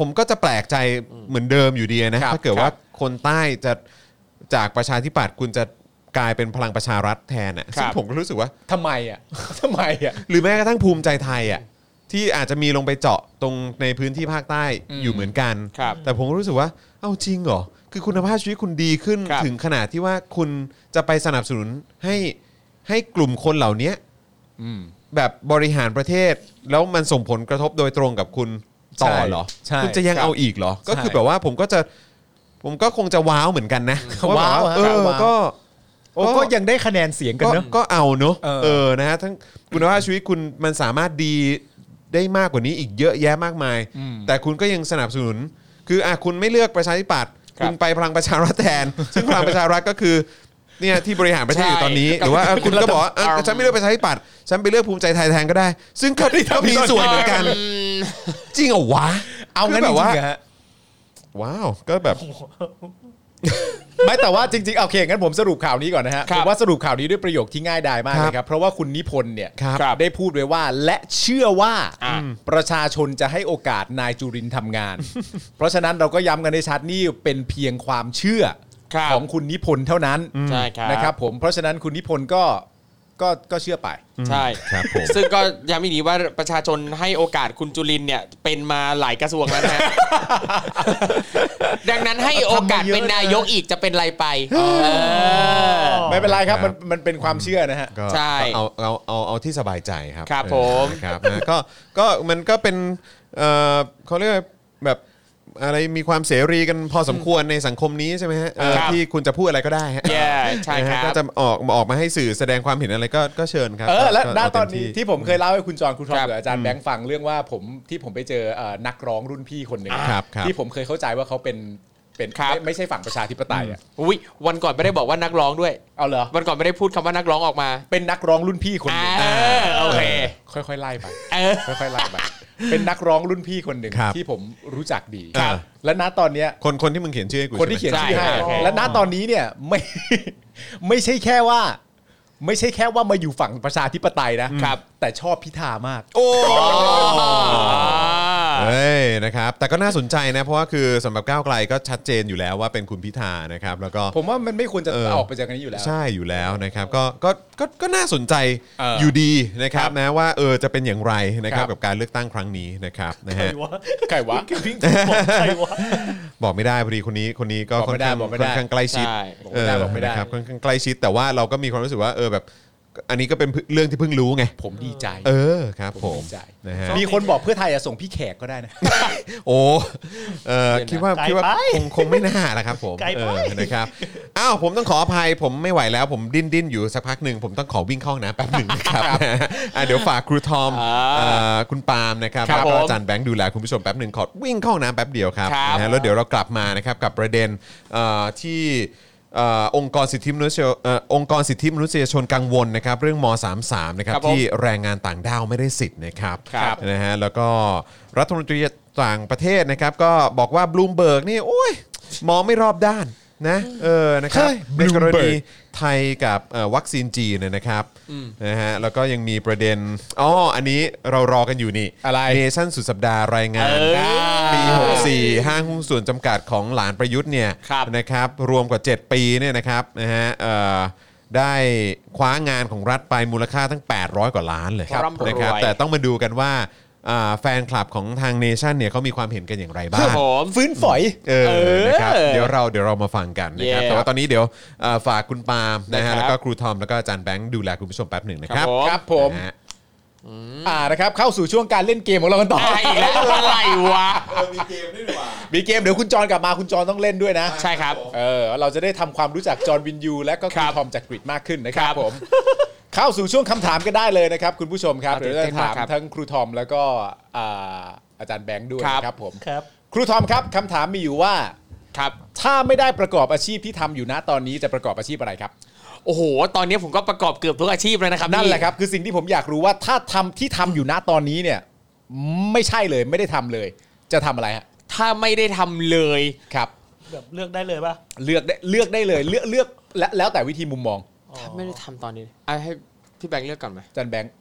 ผมก็จะแปลกใจเหมือนเดิมอยู่ดีนะครับ ถ้าเกิด
ครับ
ว่าคนใต้จะจากประชาธิปัตย์คุณจะกลายเป็นพลังประชารัฐแทนอ่ะ
ครับ
ซึ่งผมก็รู้สึกว่า
ทำไมอ่ะ ทำไมอ่ะ
[laughs] หรือแม้กระทั่งภูมิใจไทยอ่ะที่อาจจะมีลงไปเจาะตรงในพื้นที่ภาคใต้
อืม
อยู่เหมือนกัน
ครับ
แต่ผมก็รู้สึกว่าเอาจริงเหรอคือคุณภาพชีวิตคุณดีขึ้น
ครับ
ถึงขนาดที่ว่าคุณจะไปสนับสนุนให้ให้กลุ่มคนเหล่านี้แบบบริหารประเทศ แล้วมันส่งผลกระทบโดยตรงกับคุณต่อเหรอ
ใช่
คุณจะยัง
ครับ
เอาอีกเหรอ ก็คือแบบว่าผมก็จะผมก็คงจะว้าวเหมือนกันนะ
[laughs] ว้าว
แบบเอ
ครับ
อ
ว้าว
ก็
โอ้ก็ยังได้คะแนนเสียงกัน
ก็
เนอะ
ก็เอาเนอะ
เออ
เออนะฮะทั้งคุณภาพชีวิตคุณมันสามารถดีได้มากกว่านี้อีกเยอะแยะมากมาย แต่คุณก็ยังสนับสนุน คืออ่ะคุณไม่เลือกประชาธิปัตย์
ครับ
คุณไปพลังประชารัฐแทน ซึ่งพลังประชารัฐก็คือเนี่ยที่บริหารประเทศอยู่ตอนนี้
ใช่
หรือว่าอ่ะคุณก็บอกว่าอ่ะ
อืม
ฉันไม่เลือกประชาธิปัตย์ฉันไปเลือกภูมิใจไทยแทนก็ได้ ซึ่งก็ก็มีส่วนเหมือนกัน จริงเหรอวะ
เอางั้น
คื
จ
แบบ
ริ
ว่าง
ๆเหรอฮะ
ว้าว ก็แบบ
ไม่แต่ว่าจริงๆ โอเคงั้นผมสรุปข่าวนี้ก่อนนะฮะ
ครั
ผ
บ
มว่าสรุปข่าวนี้ด้วยประโยคที่ง่ายดายมากนะครับ เพราะว่าคุณนิพนธ์เนี่ย
ครับ
ครับ
ได้พูดไว้ว่าและเชื่อว่า
อ่า
ประชาชนจะให้โอกาสนายจุรินทร์ทำง [laughs] าน เพราะฉะนั้นเราก็ย้ำกันในชัดนี่เป็นเพียงความเชื่อ
ครับ
ของคุณนิพนธ์เท่านั้น
ใช่ครับ
นะครับผมเพราะฉะนั้นคุณนิพนธ์ก็ก็ก็เชื่อไป
ใช่
ครับผม
ซึ่งก็ย้ำอีกทีว่าประชาชนให้โอกาสคุณจุรินทร์เนี่ย เป็นมาหลายกระทรวงแล้ว
[laughs]
นะฮะ ดังนั้นให้โอกาสเป็นนายกอีกจะเป็นไรไปเออ
ไม่เป็นไรครับ
ครั
มัน
บ
มันเป็นความเชื่อนะฮะ
ก็
ใช่
ก็เอาเอาเอาเอาที่สบายใจครับ
ครับ
เออ
ผม
นะครับนะก็ก็มันก็เป็นเอ่อเขาเรียกว่าแบบอะไรมีความเสรีกันพอสมควรในสังคมนี้ใช่ไหมฮะเออ
ครับ
ที่คุณจะพูดอะไรก็ได้ฮะ
แย่ใช่ค
นะ
รั
ฮะก็
บ
จะออกออกมาให้สื่อแสดงความเห็นอะไรก็ก็เชิญครับ
เออและ
ก็
ณ
เา
ต
เม
อนนี้ที่ผมเคยเล่าให้คุณจรคุณทอ
ค
ม
รับ
กับอาจารย์แบงค์ฟังเรื่องว่าผมที่ผมไปเจอเอ่อนักร้องรุ่นพี่คนหนึ่ง
ครับครับ
ที่ผมเคยเข้าใจว่าเขาเป็นเป็น
ครับ
ไม่ไม่ใช่ฝั่งประชาธิปไตยอ่ะ
อุ๊ยวันก่อนไม่ได้บอกว่านักร้องด้วย
เอาเหรอ
วันก่อนไม่ได้พูดคำว่านักร้องออกมา
เป็นนักร้องรุ่นพี่คนห
อ่า
นึ่ง
โอเค
ค่อยๆไล่ไป
เออ
ค่อยๆไล่ไปเป็นนักร้องรุ่นพี่คนหนึ่ง
ครับ
ที่ผมรู้จักดี
ครับ
และณตอนเนี้ย
คนคนที่มึงเขียนชื่อให้กู
คนที่เขียน
ใช่ไหม
ชื่อให้
ใช่โอเค
และณตอนนี้เนี่ยไม่ [laughs] ไม่ใช่แค่ว่า ไม่ใช่แค่ว่ามาอยู่ฝั่งประชาธิปไตยนะครับแต่ชอบพิธามาก
โอ้
เฮ้ย นะครับ แต่ก็น่าสนใจนะ เพราะว่าคือสำหรับก้าวไกลก็ชัดเจนอยู่แล้วว่าเป็นคุณพิธานะครับ แล้วก็
ผมว่ามันไม่ควรจะ
เออ
ออกไปจากอันนี้อยู่แล้ว
ใช่อยู่แล้วนะครับก็ก็ก็ก็น่าสนใจ
เออ
อ
อยู่
ดีนะครับนะว่าเออจะเป็นอย่างไรนะครับ
ครับ
กับการเลือกตั้งครั้งนี้นะครับนะ
ใคร
ฮะ
วะ
ไก่วะ
บอกใครวะ
บอกไม่ได้พอดีคนนี้คนนี้ก็
บอก
ค่อ
ไม่
น
ได้
ข้าง
บอกไม่
ค่
ได้
อนข้างใกล้ชิด
ใช่
บอกไม่ได้บอกไม่ได้
เนะครับค่อนข้างใกล้ชิดแต่ว่าเราก็มีความรู้สึกว่าเออแบบ อันนี้ก็เป็นเรื่องที่เพิ่งรู้ไง
ผมดีใจ
เออครับผม
ผมดีใจ
นะฮะ
มีคนบอกเพื่อไทยจะส่งพี่แขกก็ได้นะ
โอ้เออคิดว่า
ไกล
คิดว่า
ไป
คงคงไม่น่าละครับผม
ไกลไป
เออนะครับอ้าวผมต้องขออภัยผมไม่ไหวแล้วผมดิ้นดิ้นอยู่สักพักหนึ่งผมต้องขอวิ่งเข้าห้องน้ำแป๊บหนึ่งนะครับอ่ะเดี๋ยวฝากครูทอม
อ่า
เอ่อคุณปาล์มนะครับ
ครับ
แล้วก็
ผม
อาจารย์แบงค์ดูแลคุณผู้ชมแป๊บหนึ่งขอวิ่งเข้าห้องน้ำแป๊บเดียวครับ
ครับ
นะฮะแล้วเดี๋ยวเรากลับมานะครับกับประเด็นเอ่อที่เอ่อองค์กรสิทธิมนุษยชนเอ่อองค์กรสิทธิมนุษยชนกังวลนะครับเรื่องม .33 นะครับ
ครับผม
ที่แรงงานต่างด้าวไม่ได้สิทธิ์นะครับ
ครับ
นะฮะแล้วก็รัฐมนตรีต่างประเทศนะครับ ก็บอกว่าบลูมเบิร์กนี่โอ้ยมองไม่รอบด้านนะเออนะครับ
เฮ้ย
ในกรณี
Bloomberg
ไทยกับเอ่อวัคซีนจีนเนี่ยนะครับนะฮะแล้วก็ยังมีประเด็นอ๋ออันนี้เรารอกันอยู่นี่
อะไร
เนชั่นสุดสัปดาห์รายงานปี 64 ห้างหุ้นส่วนจำกัดของหลานประยุทธ์เนี่ย
ครับ
นะครับรวมกว่า 7 ปีเนี่ยนะครับนะฮะเอ่อได้คว้างานของรัฐไปมูลค่าตั้ง 800 กว่าล้านเลย
ครับผม
นะครับ
รวย
แต่ต้องมาดูกันว่าอ่าแฟนคลับของทางเนชั่นเนี่ยเขามีความเห็นกันอย่างไรบ้าง
ผม
ฟื้นฝอย
เออ
เออ
นะครับเดี๋ยวเราเดี๋ยวเรามาฟังกันนะครับ
เย่
แต่ว่าตอนนี้เดี๋ยวเอ่อฝากคุณปาล์มนะฮะ
ได้ครั
แล้
บ
วก็ครูทอมแล้วก็อาจารย์แบงค์ดูแลคุณผู้ชมแป๊บหนึ่งนะครับ
ผม
ครับผม
นะฮะ
อ่านะครับเข้าสู่ช่วงการเล่นเกมของเรากันต่อ
อ่ะอีกแล้วอะไรวะ
มีเกมด้วยหว่า
มีเกมเดี๋ยวคุณจอนกลับมาคุณจอนต้องเล่นด้วยนะ
ใช่ครับ
เออเราจะได้ทำความรู้จักจอห์นวินยู และก็
ค
คุ
รั
ณ
บ
ทอมจากกรีฑมากขึ้นนะครั
ค
บ
รับ
ผม เข้าสู่ช่วงคำถามกันได้เลยนะครับ คุณผู้ชมครับ
ครับ
เดี๋ยวจะถาม
ครับ
ทั้งครูทอมแล้วก็อ่าอาจารย์แบงค์ด้วยนะครับผม
ครับ
ครูทอมครับคำถามมีอยู่ว่า
ครับ
ถ้าไม่ได้ประกอบอาชีพที่ทำอยู่นะตอนนี้จะประกอบอาชีพอะไรครับ
โอ้โห ตอนนี้ผมก็ประกอบเกือบทุกอาชีพแล้วนะครับ
นั่น
พี่
แหละครับคือสิ่งที่ผมอยากรู้ว่าถ้าทำที่ทำอยู่นะตอนนี้เนี่ยไม่ใช่เลยไม่ได้ทำเลย จะทำอะไรฮะ
ถ้าไม่ได้ทำเลย
ครับ
แบบเลือกได้เลยป่ะ
เลือกได้เลือกได้เลยเลือกเลือกและแล้วแต่วิธีมุมมอง
อ๋อ
ถ้าไม่ได้ทำตอนนี้อ่ะให้พี่แบงค์เลือกก่อนไหม
อาจารย์แบงค์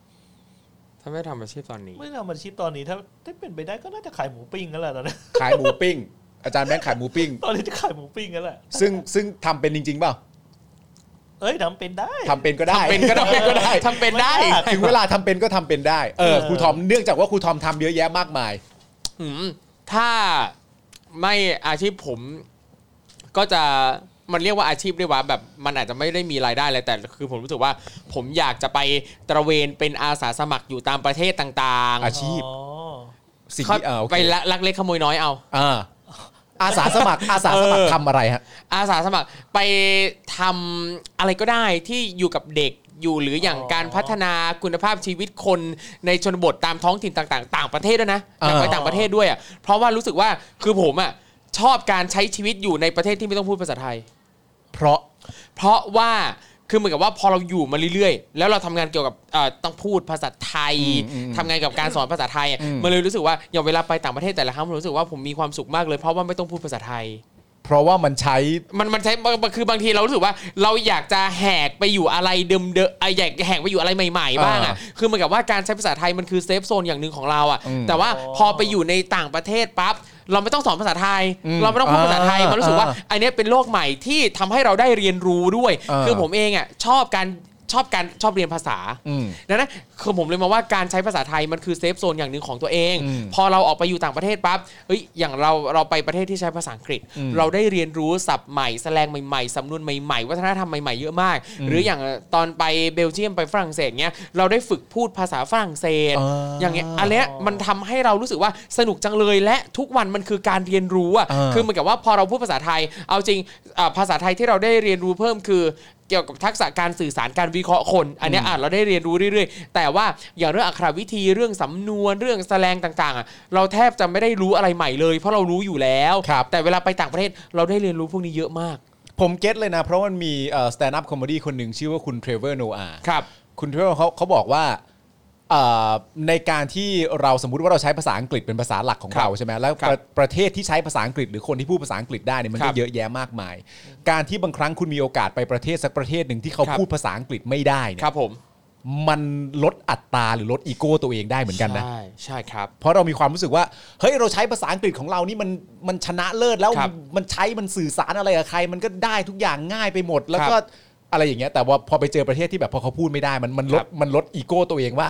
ถ้าไม่ได้ทำอาชีพตอนนี้
ไม่ทำอาชีพตอนนี้ถ้าถ้าเป็นไปได้ก็น่าจะขายหมูปิ้งกันแหละตอนนี้ [laughs]
ขายหมูปิ้ง อาจารย์แบงค์ขายหมูปิ้ง
ตอนนี้จะขายหมูปิ้งกันแหละ
ซึ่งซึ่งทำเป็นจริงๆเปล่า
เอ้ยทำเป็นได้
ทำเป็นก็ได้
ทำเป็นก็ได้
ทำเป็นก็ได้
ทำเป็นได้
ถึงเวลาทำเป็นก็ทำเป็นได้เออครูทอมเนื่องจากว่าครูทอมทำเยอะแยะมากมาย
อืมถ้าไม่อาชีพผม ก็จะมันเรียกว่าอาชีพได้ว่าแบบมันอาจจะไม่ได้มีรายได้เลยแต่คือผมรู้สึกว่า ผมอยากจะไปตระเวนเป็นอาสาสมัครอยู่ตามประเทศต่าง
อาชีพ
อ๋อ
สิ่ง
เข้า
ที่เออโอเค
ไปละลักเล็กขโมยน้อยเอา
อ่าอาสาสมัครอาสาสมัครทำอะไรฮะ
อาสาสมัครไปทำอะไรก็ได้ที่อยู่กับเด็กอยู่หรืออย่างการพัฒนาคุณภาพชีวิตคนในชนบทตามท้องถิ่นต่างๆ ต่างประเทศด้วยนะอยากไป
อ่า
ต่างประเทศด้วยอ่ะเพราะว่ารู้สึกว่าคือผมอ่ะชอบการใช้ชีวิตอยู่ในประเทศที่ไม่ต้องพูดภาษาไทย
เพราะ
เพราะว่าคือเหมือนกับว่าพอเราอยู่มาเรื่อยๆ แล้วเราทำงานเกี่ยวกับเอ่อต้องพูดภาษาไทยทำงานกับการสอนภาษาไทยอะมันเลยรู้สึกว่าอย่างเวลาไปต่างประเทศแต่ละครั้งผมรู้สึกว่าผมมีความสุขมากเลยเพราะว่าไม่ต้องพูดภาษาไทย
เพราะว่ามันใช้
มันมันใช้บางบางคือบางทีเรารู้สึกว่าเราอยากจะแหกไปอยู่อะไรเดิมเดอะอยากแหกไปอยู่อะไรใหม่ๆบ้างอ่ะ
อ่า
คือเหมือนกับว่าการใช้ภาษาไทยมันคือเซฟโซนอย่างหนึ่งของเราอ่ะ
อืม
แต่ว่าพอไปอยู่ในต่างประเทศปั๊บเราไม่ต้องสอนภาษาไทย
อืม
เราไม่ต้องพูดภาษาไทย
อ่ามั
มันรู้สึกว่า
อ่า
อันเนี้ยเป็นโลกใหม่ที่ทำให้เราได้เรียนรู้ด้วย
อ่า
คือผมเองอ่ะชอบการชอบการชอบเรียนภาษา
อืม
ดังนั้นคือผมเลยมองว่าการใช้ภาษาไทยมันคือเซฟโซนอย่างหนึ่งของตัวเอง
อืม
พอเราออกไปอยู่ต่างประเทศปั๊บเอ้ยอย่างเราเราไปประเทศที่ใช้ภาษาอังกฤษ
อืม
เราได้เรียนรู้ศัพท์ใหม่แสแลงใหม่ๆสำนวนใหม่ๆ วัฒนธรรมใหม่ๆเยอะมาก
อืม
หรืออย่างตอนไปเบลเยียมไปฝรั่งเศสเนี้ยเราได้ฝึกพูดภาษาฝรั่งเศส
อ่า
อย่างเงี้ยอันเนี้ยมันทำให้เรารู้สึกว่าสนุกจังเลยและทุกวันมันคือการเรียนรู้อ่ะ
อ่า
คือ เหมือนกับว่าพอเราพูดภาษาไทย เอาจริงอ่าภาษาไทยที่เราได้เรียนรู้เพิ่มคือ เกี่ยวกับทักษะการสื่อสารการวิเคราะห์คน อันเนี้ยอ่านเราได้เรียนรู้เรื่อยๆ แต่ว่าอย่างเรื่องอักขรวิธีเรื่องสำนวนเรื่องแสแลงต่างๆอ่ะเราแทบจะไม่ได้รู้อะไรใหม่เลย เพราะเรารู้อยู่แล้ว
ครับ
แต่เวลาไปต่างประเทศเราได้เรียนรู้พวกนี้เยอะมาก
ผมเก็ตเลยนะ เพราะมันมีสแตนด์อัพคอมเมดี้คนหนึ่งชื่อว่าคุณเทรเวอร์โนอา
ครับ
คุณเทรเวอร์เขาเขาบอกว่าเอ่อในการที่เราสมมุติว่าเราใช้ภาษาอังกฤษเป็นภาษาหลักของ
ครับ
เราใช่ไหมแล้ว
ครับ
ประประเทศที่ใช้ภาษาอังกฤษหรือคนที่พูดภาษาอังกฤษได้เนี่ยมัน
ครั
ก็
บ
เยอะแยะมากมาย การที่บางครั้งคุณมีโอกาสไปประเทศสักประเทศหนึ่งที่เขา
ครับ
พูดภาษาอังกฤษไม่ได้เนี่ย
ครับผม
มันลดอัตราหรือลดอีโก้ตัวเองได้เหมือนกันนะ
ใช่ใช่ครับ
เพราะเรามีความรู้สึกว่า เฮ้ย เราใช้ภาษาอังกฤษของเรานี่มันมันชนะเลิศแล้ว
ครับ
มันใช้มันสื่อสารอะไรกับใคร มันก็ได้ทุกอย่างง่ายไปหมด แล้วก็อะไรอย่างเงี้ยแต่ว่าพอไปเจอประเทศที่แบบพอเขาพูดไม่ได้มันมันล
ครั
ด
บ
มันลดอีโก้ตัวเองว่า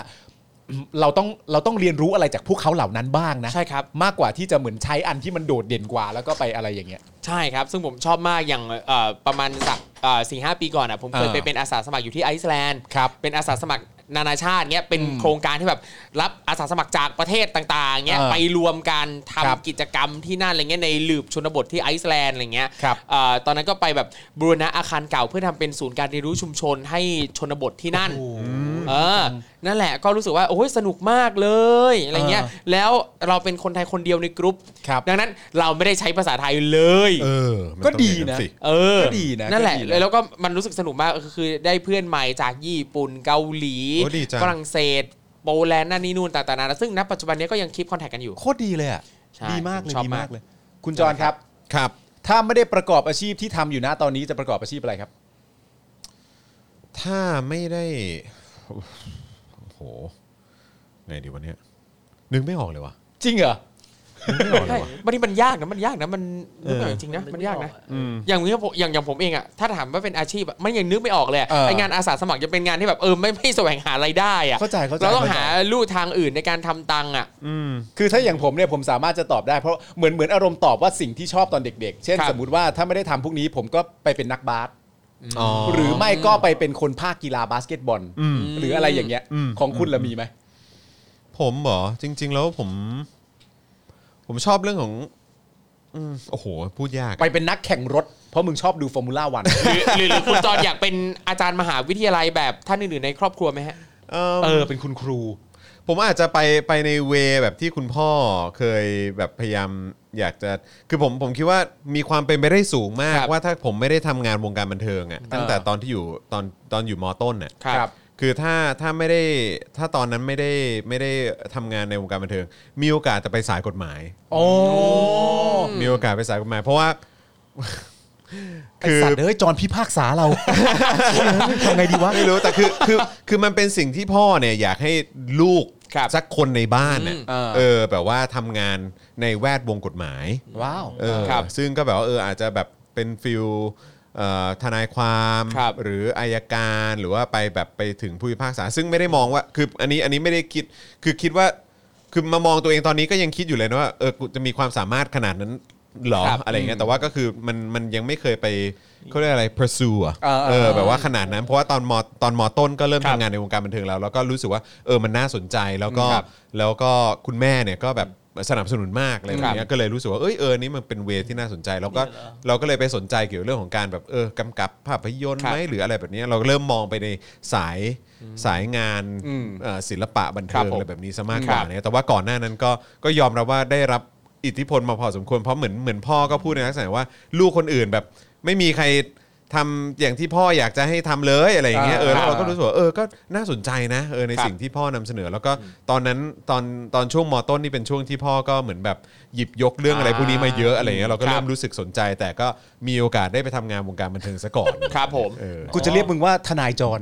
เราต้องเราต้องเรียนรู้อะไรจากพวกเขาเหล่านั้นบ้างนะ
ใช่ครับ
มากกว่าที่จะเหมือนใช้อันที่มันโดดเด่นกว่า แล้วก็ไปอะไรอย่างเงี้ย
ใช่ครับ ซึ่งผมชอบมากอย่างเอ่อประมาณสักเอ่อสี่ห้าปีก่อนอ่ะผมเคย
อ่า
ไปเป็นอาสาสมัครอยู่ที่ไอซ์แลนด์
ครับ
เป็นอาสาสมัครนานาชาติเนี้ยเป็นโครงการที่แบบรับอาสาสมัครจากประเทศต่างๆเนี้ย
อ่า
ไปรวมกันทำ
ครับ
กิจกรรมที่นั่นอะไรเงี้ยในหลืบชนบทที่ไอซ์แลนด์อะไรเงี้ย
ครับ
เอ่อตอนนั้นก็ไปแบบบูรณะอาคารเก่าเพื่อทำเป็นศูนย์การเรียนรู้ชุมชนให้ชนบทที่นั่นเออนั่นแหละก็รู้สึกว่าโอ้ยสนุกมากเลยอะไรเงี้ย
อ่
แล้วเราเป็นคนไทยคนเดียวในกรุ๊ป
ครับ
ดังนั้นเราไม่ได้ใช้ภาษาไทยเลย
เออมัน
ก็
ต้อง
ดี
อย่าง
นะ
สิ
เออ
ก็ดีนะ
นั่นแหละ
ก็ดีนะ
แล้วก็มันรู้สึกสนุกมากคือคือได้เพื่อนใหม่จากญี่ปุ่นเกาหลี
โอ้ดีจัง
ฝรั่งเศส โปแลนด์นั่นนี่นู่นต่างๆนานาซึ่งณปัจจุบันนี้ก็ยังคีบคอนแทคกันอยู่
โคตรดีเลยอ่ะ
ใช่
ดีมากเลย
ผมชอบมาม
ดีาก กเลย คุณจรครับ
ครับ
ถ้าไม่ได้ประกอบอาชีพที่ทำอยู่นะตอนนี้จะประกอบอาชีพอะไรครับ
ถ้าไม่ได้ โอ้โหไงดีวันเนี้ยนึกไม่ออกเลยว่ะ
จริงเหรอ
ใช่บางทีมันยากนะมันยากนะมันนึกไม่ออกจริงๆนะมันยากนะอย่างนี้ผมอย่างอย่างผมเองอะถ้าถามว่าเป็นอาชีพอะมันยังนึกไม่ออกเลยอะ
เออ
ไองานอาสาสมัครจะเป็นงานที่แบบเออไม่ไม่แสวงหารายได้อะ
เข้าใจเข้าใจ
เราต้องหาลู่ทางอื่นในการทำตังค์อะ
คือถ้าอย่างผมเนี่ยผมสามารถจะตอบได้เพราะเหมือนเหมือนอารมณ์ตอบว่าสิ่งที่ชอบตอนเด็กๆ เช่น
ครับ
สมมติว่าถ้าไม่ได้ทำพวกนี้ผมก็ไปเป็นนักบาส
อ๋อ
หรือไม่ก็ไปเป็นคนภาคกีฬาบาสเกตบอลหรืออะไรอย่างเงี้ย
อืม
ของคุณละมีไหม
ผมเหรอจริง ๆ แล้วผม ผมชอบเรื่องของอืมโอ้โห พูดยาก
ไปเป็นนักแข่งรถ เพราะมึงชอบดูฟอร์มูล่าวัน
หรือหรือหรือคุณจอนอยากเป็นอาจารย์มหาวิทยาลัยแบบท่านอื่นๆในครอบครัวไหมฮะ
เอิ่ม
เออเป็นคุณครู
ผมอาจจะไปไปในเวแบบที่คุณพ่อเคยแบบพยายามอยากจะ คือผมผมคิดว่ามีความเป็นไปได้สูงมาก
ครับ
ว่าถ้าผมไม่ได้ทำงานวงการบันเทิงอ่ะตั้งแต่ตอนที่อยู่ตอนตอนอยู่มอต้นอ่ะ
ครับ
คือถ้าถ้าไม่ได้ถ้าตอนนั้นไม่ได้ไม่ได้ทำงานในวงการบันเทิง มีโอกาสจะไปสายกฎหมาย
โอ้
มีโอกาสไปสายกฎหมาย เพราะว่า [laughs]
คือสัตว์เอ้ยจอนพิพากษาเรา [laughs] ทำไงดีวะ
ไม่รู้แต่คือ [laughs] คือคือมันเป็นสิ่งที่พ่อเนี่ยอยากให้ลูก
ครับ
สักคนในบ้านเนี่ย
อืม
เออ
เออแบบว่าทำงานในแวดวงกฎหมาย
ว้าว
เออ
ครับ
ซึ่งก็แบบว่าเอออาจจะแบบเป็นฟิลเอ่อทนายความ
ครับ
หรืออายการหรือว่าไปแบบไปถึงผู้พิพากษา ซึ่งไม่ได้มองว่าคืออันนี้อันนี้ไม่ได้คิดคือคิดว่าคือมามองตัวเองตอนนี้ก็ยังคิดอยู่เลยนะว่าเออกูจะมีความสามารถขนาดนั้นเหรอ
ครับ
อะไรเงี้ยแต่ว่าก็คือมันมันยังไม่เคยไปเขาเรียกอะไร pursue อะ
เออเออ
เออแบบว่าขนาดนั้นเพราะว่าตอนมตอนมต้นก็เริ่ม
ครับ
ทำงานในวงการบันเทิงแล้วแล้วก็รู้สึกว่าเออมันน่าสนใจแล้วก็
ครับ
แล้วก็คุณแม่เนี่ยก็แบบสนับสนุนมากอะไรแบบเนี้ยก็เลยรู้สึกว่าเอ้ยเออนี่มันเป็นเวทที่น่าสนใจแล้วก็เราก็เลยไปสนใจเกี่ยวกับเรื่องของการแบบเออกำกับภาพยนตร์ไหมหรืออะไรแบบเนี้ยเราก็เริ่มมองไปในสายสายงาน
อืม
เอ่อศิลปะบัน
ครั
เทิง
บผม
อะไรแบบนี้ซะมากกว่าเนี่ยแต่ว่าก่อนหน้านั้นก็ก็ยอมรับว่าได้รับอิทธิพลมาพอสมควรเพราะเหมือนเหมือนพ่อก็พูดในลักษณะว่าลูกคนอื่นแบบไม่มีใครทำอย่างที่พ่ออยากจะให้ทำเลยอะไรอย่างเงี้ยเออแล้วเราก็รู้ รู้สึกว่าเออ ก็น่าสนใจนะ เออ ในสิ่งที่พ่อนำเสนอ แล้วก็ตอนนั้นตอนตอนช่วงมต้นนี่เป็นช่วงที่พ่อก็เหมือนแบบหยิบยกเรื่องอะไรพวกนี้มาเยอะอะไรเงี้ย เราก็เริ่มรู้สึกสนใจ แต่ก็มีโอกาสได้ไปทำงานวงการบันเทิงซะก่อน
ครับผม
เออ
กูจะเรียกมึงว่าทนายจอน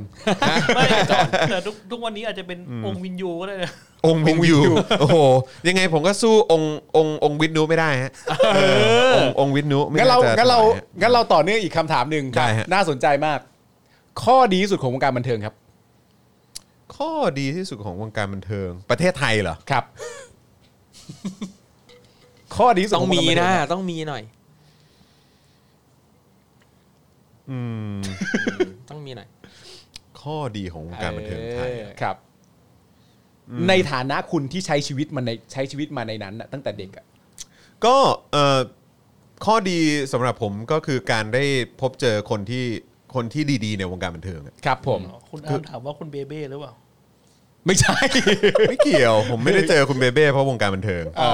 ไม่จอนแต่ทุกทุกวันนี้อาจจะเป็นองค์วินยูก็ได้นะ
องค์วินยูโอ้โห ยังไงผมก็สู้องค์องค์องค์วิทนุไม่ได้ฮะเออองค์องค์วิทนุไม่
งั้นเรา
จะ
งั้น
ทำ
เรา
ไมฮะ
งั้นเราต่อเนื่องอีกคำถามหนึ่ง
ได้ฮะ
น่าสนใจมาก ข้อดีที่สุดของวงการบันเทิงครับ
ข้อดีที่สุดของวงการบันเทิง ประเทศไทยเหรอ
ครับ [laughs] ข้อดีที่สุด
ต้อง
ขว
มี
การบัเทิ
นะ
ครับ
ต้องมีหน่อยต้องมีหน่อย
ข้อดีของวงการบันเทิงไทย
เออ
อะ
ครับ ในฐานะคุณที่ใช้ชีวิตมาในใช้ชีวิตมาในนั้นน่ะตั้งแต่เด็กอะ
ก็เออข้อดีสำหรับผมก็คือการได้พบเจอคนที่คนที่ดีๆ ในวงการบันเทิงอะ
ครับ ผม
คุณอ้ามถามว่าคุณเบเบ้หรือเปล่า
ไม่ [laughs] ใช่
ไม่เกี่ยว ผมไม่ได้เจอคุณเบเบ้เพราะวงการบันเทิง เอ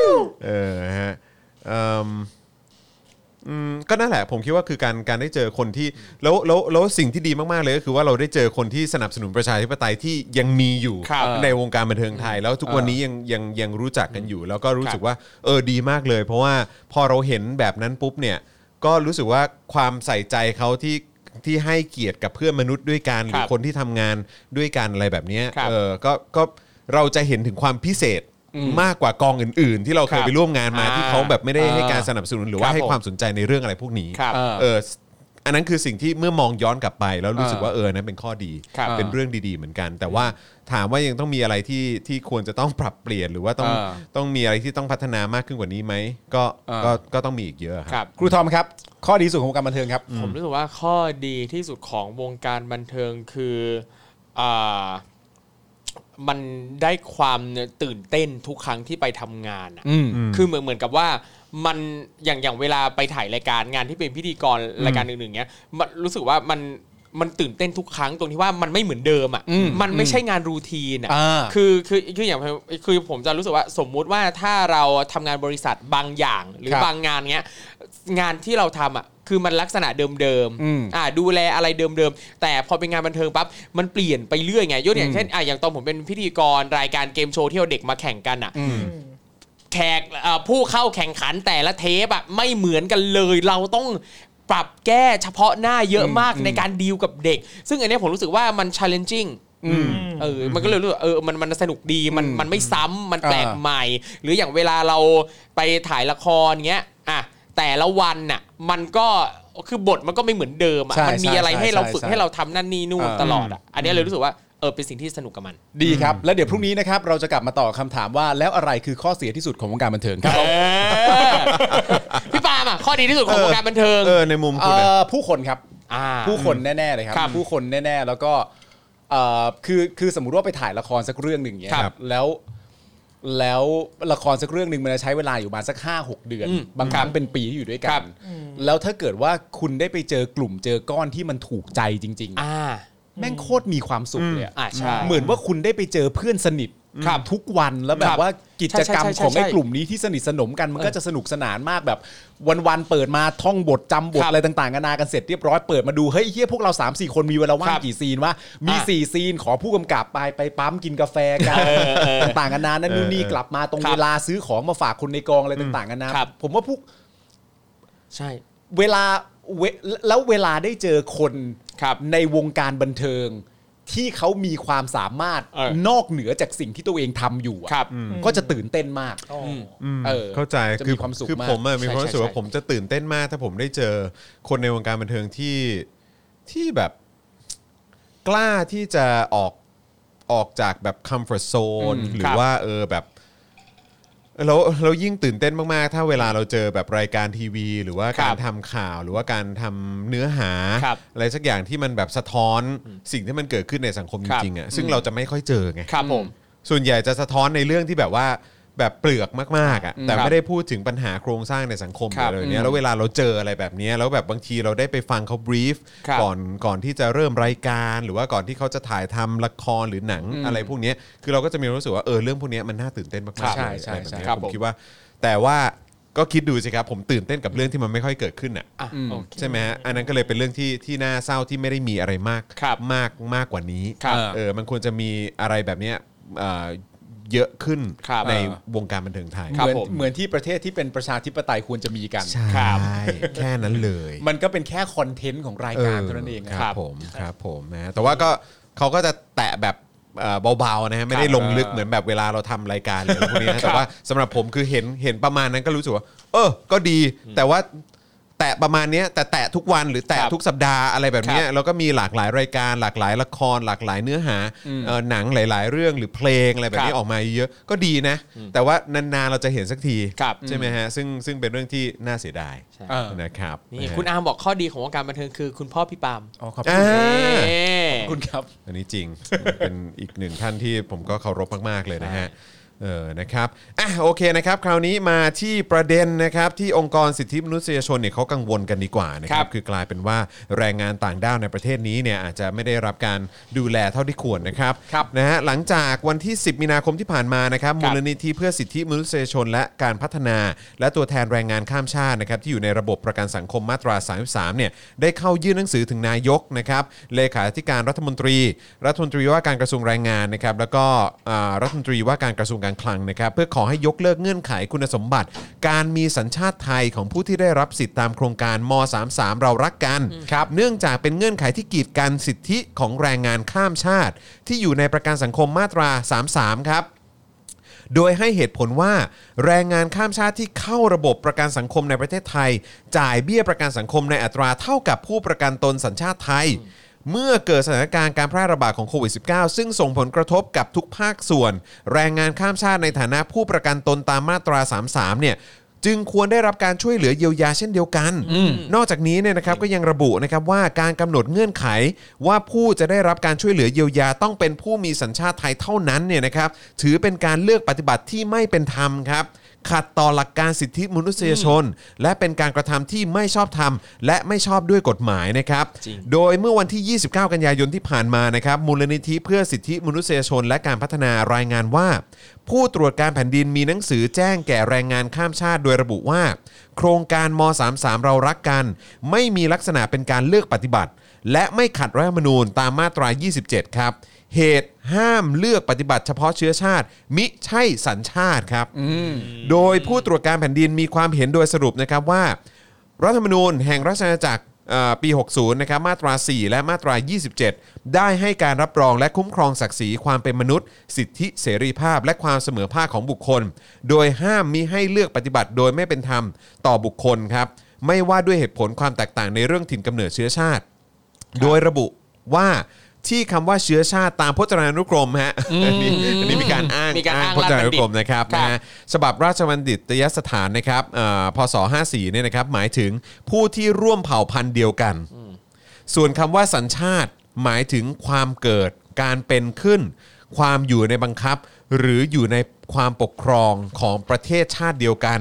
อเออฮะเอิ่มอืมก็นั่นแหละ ผมคิดว่าคือการการได้เจอคนที่แล้วแล้วแล้วสิ่งที่ดีมากๆเลยก็คือว่าเราได้เจอคนที่สนับสนุนประชาธิปไตยที่ยังมีอยู่
ครับ
ในวงการบันเทิงไทย แล้วทุกวันนี้ยังยังยังรู้จักกันอยู่ แล้วก็รู้สึกว่าเออดีมากเลย เพราะว่าพอเราเห็นแบบนั้นปุ๊บเนี่ย ก็รู้สึกว่าความใส่ใจเขาที่ ที่ให้เกียรติกับเพื่อนมนุษย์ด้วยกันหรือ
ครับ
คนที่ทำงานด้วยกันอะไรแบบเนี้ย
ครับ
เออก็ก็เราจะเห็นถึงความพิเศษมากกว่ากองอื่น ๆ ที่เราเคย
ครับ
ไปร่วมงานมา
อ่า
ที่เขาแบบไม่ได้ให้
อ่า
การสนับสนุนหรือ
ค
ว่า
รับ
ให้
ผม
ความสนใจในเรื่องอะไรพวกนี้
ครับ
เออเอออันนั้นคือสิ่งที่เมื่อมองย้อนกลับไป แล้วรู้สึก
อ่า
ว่าเออนั้นเป็นข้อดี
ครับ
เป็นเรื่องดี ๆ เหมือนกัน แต่ว่าถามว่ายังต้องมีอะไรที่ที่ควรจะต้องปรับเปลี่ยนหรือว่าต้อง
อ่า
ต้องมีอะไรที่ต้องพัฒนามากขึ้นกว่านี้ไหมก็
อ่า
ก็ก็ต้องมีอีกเยอะครับ
ครับ
ครูทอมครับ ข้อดีสุดของวงการบันเทิงครับ
ผมรู้สึกว่าข้อดีที่สุดของวงการบันเทิงคืออ่ามันได้ความเนี่ยตื่นเต้นทุกครั้งที่ไปทำงานอะ
อืม
คือเหมือนเหมือนกับว่ามันอย่างอย่างเวลาไปถ่ายรายการงานที่เป็นพิธีกรรายการอื่นๆเนี้ยมันรู้สึกว่ามันมันตื่นเต้นทุกครั้งตรงที่ว่ามันไม่เหมือนเดิมอ่ะ
อืม
มันไม่ใช่งานรูทีนอ่ะ
อ่า
คือคือคืออย่างคือผมจะรู้สึกว่าสมมุติว่าถ้าเราทำงานบริษัทบางอย่าง หรือ
ครับ
บางงานเนี้ยงานที่เราทำอ่ะคือมันลักษณะเดิม
อืม
อ่าดูแลอะไรเดิมๆแต่พอเป็นงานบันเทิงปั๊บมันเปลี่ยนไปเรื่อยไงยกตัวอย่างเช่นอ่ะอย่างตอนผมเป็นพิธีกรรายการเกมโชว์ที่เอาเด็กมาแข่งกันอ่ะ แขกเอ่อผู้เข้าแข่งขันแต่ละเทปอะไม่เหมือนกันเลย เราต้องปรับแก้เฉพาะหน้าเยอะมากในการดีลกับเด็ก ซึ่งอันเนี้ยผมรู้สึกว่ามัน challenging เออมันก็เลยรู้สึกว่าเออมันมันสนุกดีมัน
อืม
มันไม่ซ้ำมันแปลก
อ่า
ใหม่ หรืออย่างเวลาเราไปถ่ายละครเงี้ยอ่ะแต่ละวันน่ะมันก็คือบทมันก็ไม่เหมือนเดิมอ่ะ
ใช่
มันมี
ใช่
อะไรให้เรา
ใช่
ฝึก
ใช่
ให้เราทำนั่นนี่นู่น
อ่า
ตลอดอ่ะอันเนี้ยเลยรู้สึกว่าเออเป็นสิ่งที่สนุกกับมัน
ดีครับ แล้วเดี๋ยวพรุ่งนี้นะครับเราจะกลับมาต่อคำถามว่าแล้วอะไรคือข้อเสียที่สุดของวงการบันเทิงครับผม
เออพี่ปาล์มอ่ะข้อดีที่สุดของวงการบันเทิง
เออในมุมคุณอะ
เอ่อผู้คนครับ
อ่า
ผู้คนแน่ๆเลยครับ
ครับ
ผู้คนแน่ๆ แล้วก็เอ่อคือคือสมมุติว่าไปถ่ายละครสักเรื่องหนึ่งเนี้ย
ครับ
ครับแล้วแล้วละครสักเรื่องหนึ่งมันจะใช้เวลาอยู่ประมาณสักห้าหกเดือน
อืม
บางครั้ง
ครับ
เป็นปีที่อยู่ด้วยกั
ครั
น
บ
แล้วถ้าเกิดว่าคุณได้ไปเจอกลุ่มเจอก้อนที่มันถูกใจจริง
อ่า
ๆ แม่งโคตรมีความสุขเลยอะ
อ่าใช่
เหมือนว่าคุณได้ไปเจอเพื่อนสนิท
ครับ
ทุกวันแล้วแบ
ครับ บ
ว่ากิจกรรม
ใช่ใช่ใช่
ของไอ้
ใช่
กลุ่มนี้ที่สนิทสนมกันมัน
เออ
ก็จะสนุกสนานมากแบบวันๆเปิดมาท่องบทจำบท
ครับ
อะไรต่างๆกันานากันเสร็จเรียบร้อยเปิดมาดูเฮ้ยเฮียพวกเรา3ามสี่คนมีเวลาว่า
ค
ง
รับ
กี่ซีนวะมี
อ่ะ
4 ซีนขอผู้กำกับไปไปปั๊มกินกาแฟกันต่างๆกันานานั่นนู่นนี่
เออ
กลับมาตร
ค
ง
รับ
เวลาซื้อของมาฝากคนในกองอะไรต่างๆกันานา
ครับ
ผมว่าพวก
ใช่
เวลาเวแล้วเวลาได้เจอคน
ครับ
ในวงการบันเทิง ที่เขามีความสามารถ
เออน
อกเหนือจากสิ่งที่ตัวเองทำอยู่อะ
ครับ
ก็จะตื่นเต้นมาก
ม
เออ
เข้าใจ
จะ
คือ
มีความสุข
คือ
มาก
ผมอะมีความรู้สึกว่า
ใช่ใช่
ผมจะตื่นเต้นมาก ถ้าผมได้เจอคนในวงการบันเทิงที่ที่แบบกล้าที่จะออกออกจากแบบ comfort zone หรือ
ครับ
ว่าเออแบบแล้วเรายิ่งตื่นเต้นมาก ๆ ถ้าเวลาเราเจอแบบรายการทีวี หรือว่า
ครับ
การทำข่าวหรือว่าการทำเนื้อหา
ครับ
อะไรสักอย่างที่มันแบบสะท้อนสิ่งที่มันเกิดขึ้นในสังคมจ
ครับ
ริงๆอ่ะซึ่งเราจะไม่ค่อยเจอไง
ครับผม
ส่วนใหญ่จะสะท้อนในเรื่องที่แบบว่าแบบเปลือกมากๆอ่ะแต่
ครับ
ไม่ได้พูดถึงปัญหาโครงสร้างในสังคม
ครั
อะ
บ
ไรแบบเนี้ยแล้วเวลาเราเจออะไรแบบเนี้ยแล้วแบบบางทีเราได้ไปฟังเขา brief
ครับ
ก่อนก่อนที่จะเริ่มรายการ หรือว่าก่อนที่เขาจะถ่ายทำละครหรือหนังอะไรพวกเนี้ยคือเราก็จะมีรู้สึกว่าเออเรื่องพวกเนี้ยมันน่าตื่นเต้นมากๆ
ใช่
เลยอะ
ใช่
ไรแบบเนี้ย
ใช่ครับ
ผม
ผม
คิดว่า แต่ว่าก็คิดดูสิครับผมตื่นเต้นกับเรื่องที่มันไม่ค่อยเกิดขึ้นอ่ะ
อ่ะโอเค
ใช่ไหมฮะอันนั้นก็เลยเป็นเรื่องที่ที่น่าเศร้าที่ไม่ได้มีอะไรมาก
ครับ
มากมากกว่านี้
ครับ
เออมันควรจะมีอะไรแบบเนี้ยเอ่อเยอะขึ้น
ครับ
ในวงการบันเทิงไทย
ครับ
เหมือน
ผม
เหมือนที่ประเทศที่เป็นประชาธิปไตยควรจะมีกัน
ใช่แค่นั้นเลย
มันก็เป็นแค่คอนเทนต์ของรายการเท่านั้นเอง
อ
นะ
ครับผมครับผมนะฮะแต่ว่าก็เขาก็จะแตะแบบเอ่อเบาๆนะฮะไม่ได้ลงลึกเหมือนแบบเวลาเราทำรายการอะไรพวกนี้นะแต่ว่าสำหรับผมคือเห็นเห็นประมาณนั้นก็รู้สึกว่า เออ ก็ดี แต่ว่าแตะประมาณเนี้ยแต่แตะทุกวันหรือแตะ
ครับ
ทุกสัปดาห์อะไรแบบเนี้ยแล้วก็มีหลากหลายรายการ หลากหลายละคร หลากหลายเนื้อหาเอ่อหนังหลาย ๆ เรื่องหรือเพลงอะไรแบบนี้
ครับ
ออกมาเยอะก็ดีนะ แต่ว่านานๆเราจะเห็นสักที
ครับ
ใช่ไหมฮะซึ่งซึ่งเป็นเรื่องที่น่าเสียดาย
เออ
นะครับ
นี่คุณอาร์มบอกข้อดีของวงการบันเทิงคือคุณพ่อพี่ปาล์ม
อ๋อขอบ
อ่า
เอ้
คุณคุณครับ
อันนี้จริง [laughs] เป็นอีกหนึ่งท่านที่ผมก็เคารพมาก ๆ เลยนะฮะ เออ นะครับ อ่ะ โอเคนะครับ คราวนี้มาที่ประเด็นนะครับ ที่องค์กรสิทธิมนุษยชนเนี่ยเขากังวลกันดีกว่านะครับ คือกลายเป็นว่าแรงงานต่างด้าวในประเทศนี้เนี่ยอาจจะไม่ได้รับการดูแลเท่าที่ควรนะครับ
ครับ
นะฮะ หลังจากวันที่ 10 มีนาคมที่ผ่านมานะครับ มูลนิธิเพื่อสิทธิมนุษยชนและการพัฒนา และตัวแทนแรงงานข้ามชาตินะครับที่อยู่ในระบบประกันสังคมมาตรา 33 เนี่ยได้เข้ายื่นหนังสือถึงนายกนะครับเลขาธิการรัฐมนตรี รัฐมนตรีว่าการกระทรวงแรงงานนะครับแล้วก็อ่ารัฐมนตรีว่าการกระทรวงการ การคลังนะครับ เพื่อขอให้ยกเลิกเงื่อนไขคุณสมบัติ การมีสัญชาติไทยของผู้ที่ได้รับสิทธิตามโครงการม .33 เรารักกัน เนื่องจากเป็นเงื่อนไขที่กีดกันสิทธิของแรงงานข้ามชาติ ที่อยู่ในประกันสังคมมาตรา 33 ครับ โดยให้เหตุผลว่า แรงงานข้ามชาติที่เข้าระบบประกันสังคมในประเทศไทย จ่ายเบี้ยประกันสังคมในอัตราเท่ากับผู้ประกันตนสัญชาติไทย เมื่อเกิดสถานการณ์การแพร่ระบาดของโควิด -19 ซึ่งส่งผลกระทบกับทุกภาคส่วน แรงงานข้ามชาติในฐานะผู้ประกันตนตามมาตรา 33 เนี่ย จึงควรได้รับการช่วยเหลือเยียวยาเช่นเดียวกัน นอกจากนี้เนี่ยนะครับก็ยังระบุนะครับว่าการกำหนดเงื่อนไข ว่าผู้จะได้รับการช่วยเหลือเยียวยาต้องเป็นผู้มีสัญชาติไทยเท่านั้นเนี่ยนะครับถือเป็นการเลือกปฏิบัติที่ไม่เป็นธรรมครับ ขัดต่อหลักการสิทธิมนุษยชน และเป็นการกระทำที่ไม่ชอบธรรมและไม่ชอบด้วยกฎหมายนะครับ โดยเมื่อวันที่ 29 กันยายนที่ผ่านมานะครับมูลนิธิเพื่อสิทธิมนุษยชน และการพัฒนารายงานว่า ผู้ตรวจการแผ่นดินมีหนังสือแจ้งแก่แรงงานข้ามชาติโดยระบุว่า โครงการม .33 เรารักกัน ไม่มีลักษณะเป็นการเลือกปฏิบัติ และไม่ขัดรัฐธรรมนูญตามมาตรา 27 ครับ เหตุห้ามเลือกปฏิบัติเฉพาะเชื้อชาติ มิใช่สัญชาติครับ โดยผู้ตรวจการแผ่นดินมีความเห็นโดยสรุปนะครับว่า รัฐธรรมนูญแห่งราชอาณาจักรเอ่อปี 60 นะครับ มาตรา 4 และมาตรา 27 ได้ให้การรับรองและคุ้มครองศักดิ์ศรีความเป็นมนุษย์ สิทธิเสรีภาพและความเสมอภาคของบุคคล โดยห้ามมิให้เลือกปฏิบัติโดยไม่เป็นธรรมต่อบุคคลครับ ไม่ว่าด้วยเหตุผลความแตกต่างในเรื่องถิ่นกำเนิดเชื้อชาติ โดยระบุว่าที่คำว่าเชื้อชาติตามพจนานุกรมฮะอันนี้อันนี้มีการอ้าง
มีการอ้าง
พจนานุกรม
ราชบัณฑิต
นะครับ
ครับ
นะฮะ ฉบับราชบัณฑิตยสถานนะครับเอ่อพศ 54 เนี่ยนะครับ หมายถึงผู้ที่ร่วมเผ่าพันธุ์เดียวกัน ส่วนคำว่าสัญชาติหมายถึงความเกิด การเป็นขึ้น ความอยู่ในบังคับ หรืออยู่ในความปกครองของประเทศชาติเดียวกัน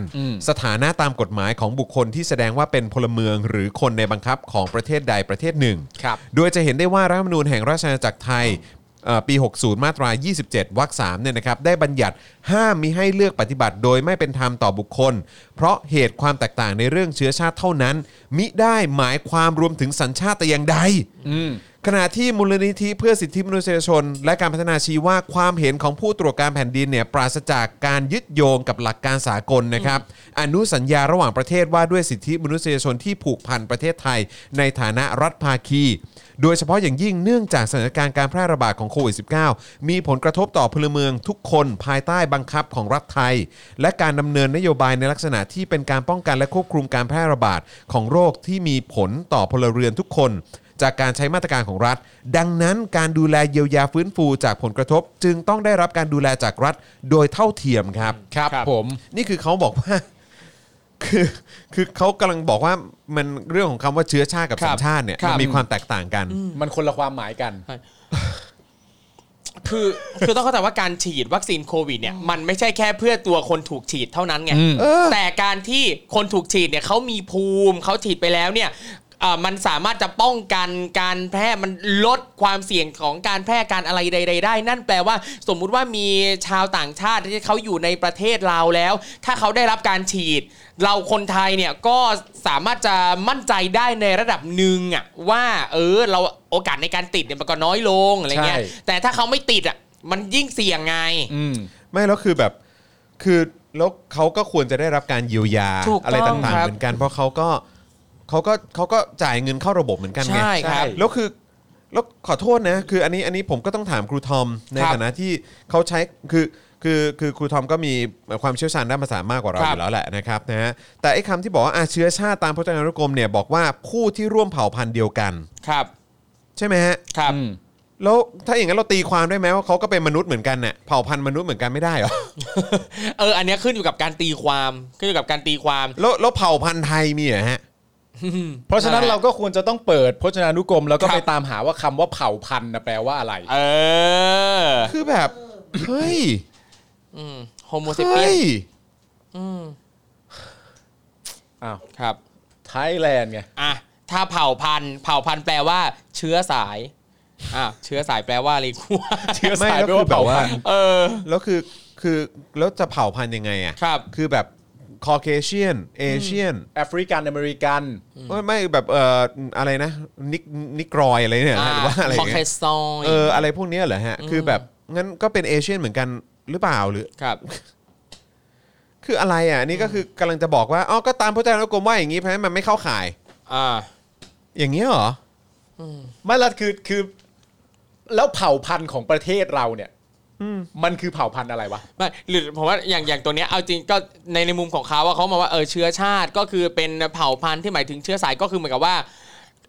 สถานะตามกฎหมายของบุคคลที่แสดงว่าเป็นพลเมืองหรือคนในบังคับของประเทศใดประเทศหนึ่ง
ครับ
โดยจะเห็นได้ว่ารัฐธรรมนูญแห่งราชอาณาจักรไทยเอ่อปี 60 มาตรา 27 วรรค3เนี่ยนะครับ ได้บัญญัติห้ามมิให้เลือกปฏิบัติโดยไม่เป็นธรรมต่อบุคคล เพราะเหตุความแตกต่างในเรื่องเชื้อชาติเท่านั้น มิได้หมายความรวมถึงสัญชาติแต่อย่างใด ขณะที่มูลนิธิเพื่อสิทธิมนุษยชน และการพัฒนาชี้ว่าความเห็นของผู้ตรวจการแผ่นดินเนี่ยปราศจากการยึดโยงกับหลักการสากลนะครับ อนุสัญญาระหว่างประเทศว่าด้วยสิทธิมนุษยชนที่ผูกพันประเทศไทย ในฐานะรัฐภาคี โดยเฉพาะอย่างยิ่งเนื่องจากสถานการณ์การแพร่ระบาดของโควิด -19 มีผลกระทบต่อพลเมืองทุกคนภายใต้บังคับของรัฐไทย และการดำเนินนโยบายในลักษณะที่เป็นการป้องกันและควบคุมการแพร่ระบาดของโรคที่มีผลต่อพลเรือนทุกคน จากการใช้มาตรการของรัฐ ดังนั้นการดูแลเยียวยาฟื้นฟูจากผลกระทบ จึงต้องได้รับการดูแลจากรัฐโดยเท่าเทียมครับ
ครับผม
นี่คือเขาบอกว่า [laughs] คือคือเขากำลังบอกว่ามันเรื่องของคำว่าเชื้อชาติกับ
ครับ
สัญชาติเนี่ย
ครั
มั
บ
นมีความแตกต่างกัน
มันคนละความหมายกัน
คือคือต้องเข้าใจว่าการฉีดวัคซีนโควิดเนี่ยมันไม่ใช่แค่เพื่อตัวคนถูกฉีดเท่านั้นไง
อืม
แต่การที่คนถูกฉีดเนี่ยเขามีภูมิเขาฉีดไปแล้วเนี่ยเอ่อมันสามารถจะป้องกันการแพร่มันลดความเสี่ยงของการแพร่การอะไรใด ๆ ได้ นั่นแปลว่าสมมุติว่ามีชาวต่างชาติที่เขาอยู่ในประเทศเราแล้ว ถ้าเขาได้รับการฉีด เราคนไทยเนี่ยก็สามารถจะมั่นใจได้ในระดับหนึ่งอะว่าเออเราโอกาสในการติดเนี่ยมันก็น้อยลงอะไรเงี้ย
ใช่
แต่ถ้าเขาไม่ติดอ่ะ มันยิ่งเสี่ยงไง
อืม
ไม่แล้วคือแบบคือแล้วเขาก็ควรจะได้รับการเยียวยา
ถูกต้อง
อะไรต่าง
ครั
ๆ
บ
เหมือนกัน เพราะเขาก็เขาก็เขาก็จ่ายเงินเข้าระบบเหมือนกันไง
ใช่ครับ
ใช่
แล้วคือแล้วขอโทษนะ คืออันนี้อันนี้ผมก็ต้องถามครูทอมใน
ครับ
ฐานะที่เขาใช้คือคือคือครูทอมก็มีความเชี่ยวชาญด้านภาษามากกว่าเรา
ครั
อบ ยู่แล้วแหละนะครับนะฮะแต่ไอ้คำที่บอกว่าอาเชื้อชาติตามพจนานุกรมเนี่ยบอกว่าผู้ที่ร่วมเผ่าพันธุ์เดียวกัน
ครับ
ใช่ไหมฮะ
ครับ
อืม
แล้วถ้าอย่างนั้นเราตีความได้ไหมว่าเขาก็เป็นมนุษย์เหมือนกันเนี่ยเผ่าพันธุ์มนุษย์เหมือนกันไม่ได้เหรอ [laughs]
เออ อันเนี้ยขึ้นอยู่กับการตีความขึ้นอยู่กับการตีความ
แล้วแล้วเผ่าพันธุ์ไทยมีเหรอฮะ
เพราะฉะนั้น
นั่นแหละ
เราก็ควรจะต้องเปิดพจนานุกรม แล้วก็
ครับ
ไปตามหาว่าคำว่าเผ่าพันธุ์นะแปลว่าอะไร
เออ
คือแบบเฮ้ย
โฮโมเซเปีย
เฮ้
น
ย
อ้าว
ครับ
ไทยแลนด์ไง
อ่ะ ถ้าเผ่าพันธุ์ เผ่าพันธุ์แปลว่า เชื้อสาย อ่ะ เชื้อสายแปลว่าอะไรกู
เชื้อ
ไม่
สาย
แล้ว
แปล
คือ
ว่า
แบ
เผ่า
บว่า
พันธุ์
เออ
แล้วคือคือแล้วจะเผ่าพันธุ์ยังไงอะ
ครับ
คือแบบคอเคเชียนเอเชียน
แอฟริกันอเมริกัน
ไม่ไม่แบบเอ่ออะไรนะนิกนิกรอยอะไรเนี่ยนะหรือว่าอะไร
คอเค
เงี้ย
ซอย
เอออะไรพวกเนี้ยเหรอฮะ คือแบบงั้นก็เป็นเอเชียนเหมือนกัน หรือเปล่าหรือ
ครับ
คืออะไรอ่ะอันนี่ก็คือกำลังจะบอกว่าอ๋อก็ตามพจนานุกรมว่าอย่างนี้เพราะฉะนั้นมันไม่เข้าข่าย
อ่า
อย่างนี้ยเหรอ
ไม่ละคือคือ แล้วเผ่าพันธุ์ของประเทศเราเนี่ยมันคือเผ่าพันธุ์อะไรวะ
ไม่หรือผมว่าอย่างอย่างตัวเนี้ยเอาจริงก็ในในมุมของเขาว่าเขามาว่าเออเชื้อชาติก็คือเป็นเผ่าพันธุ์ที่หมายถึงเชื้อสายก็คือเหมือนกับว่า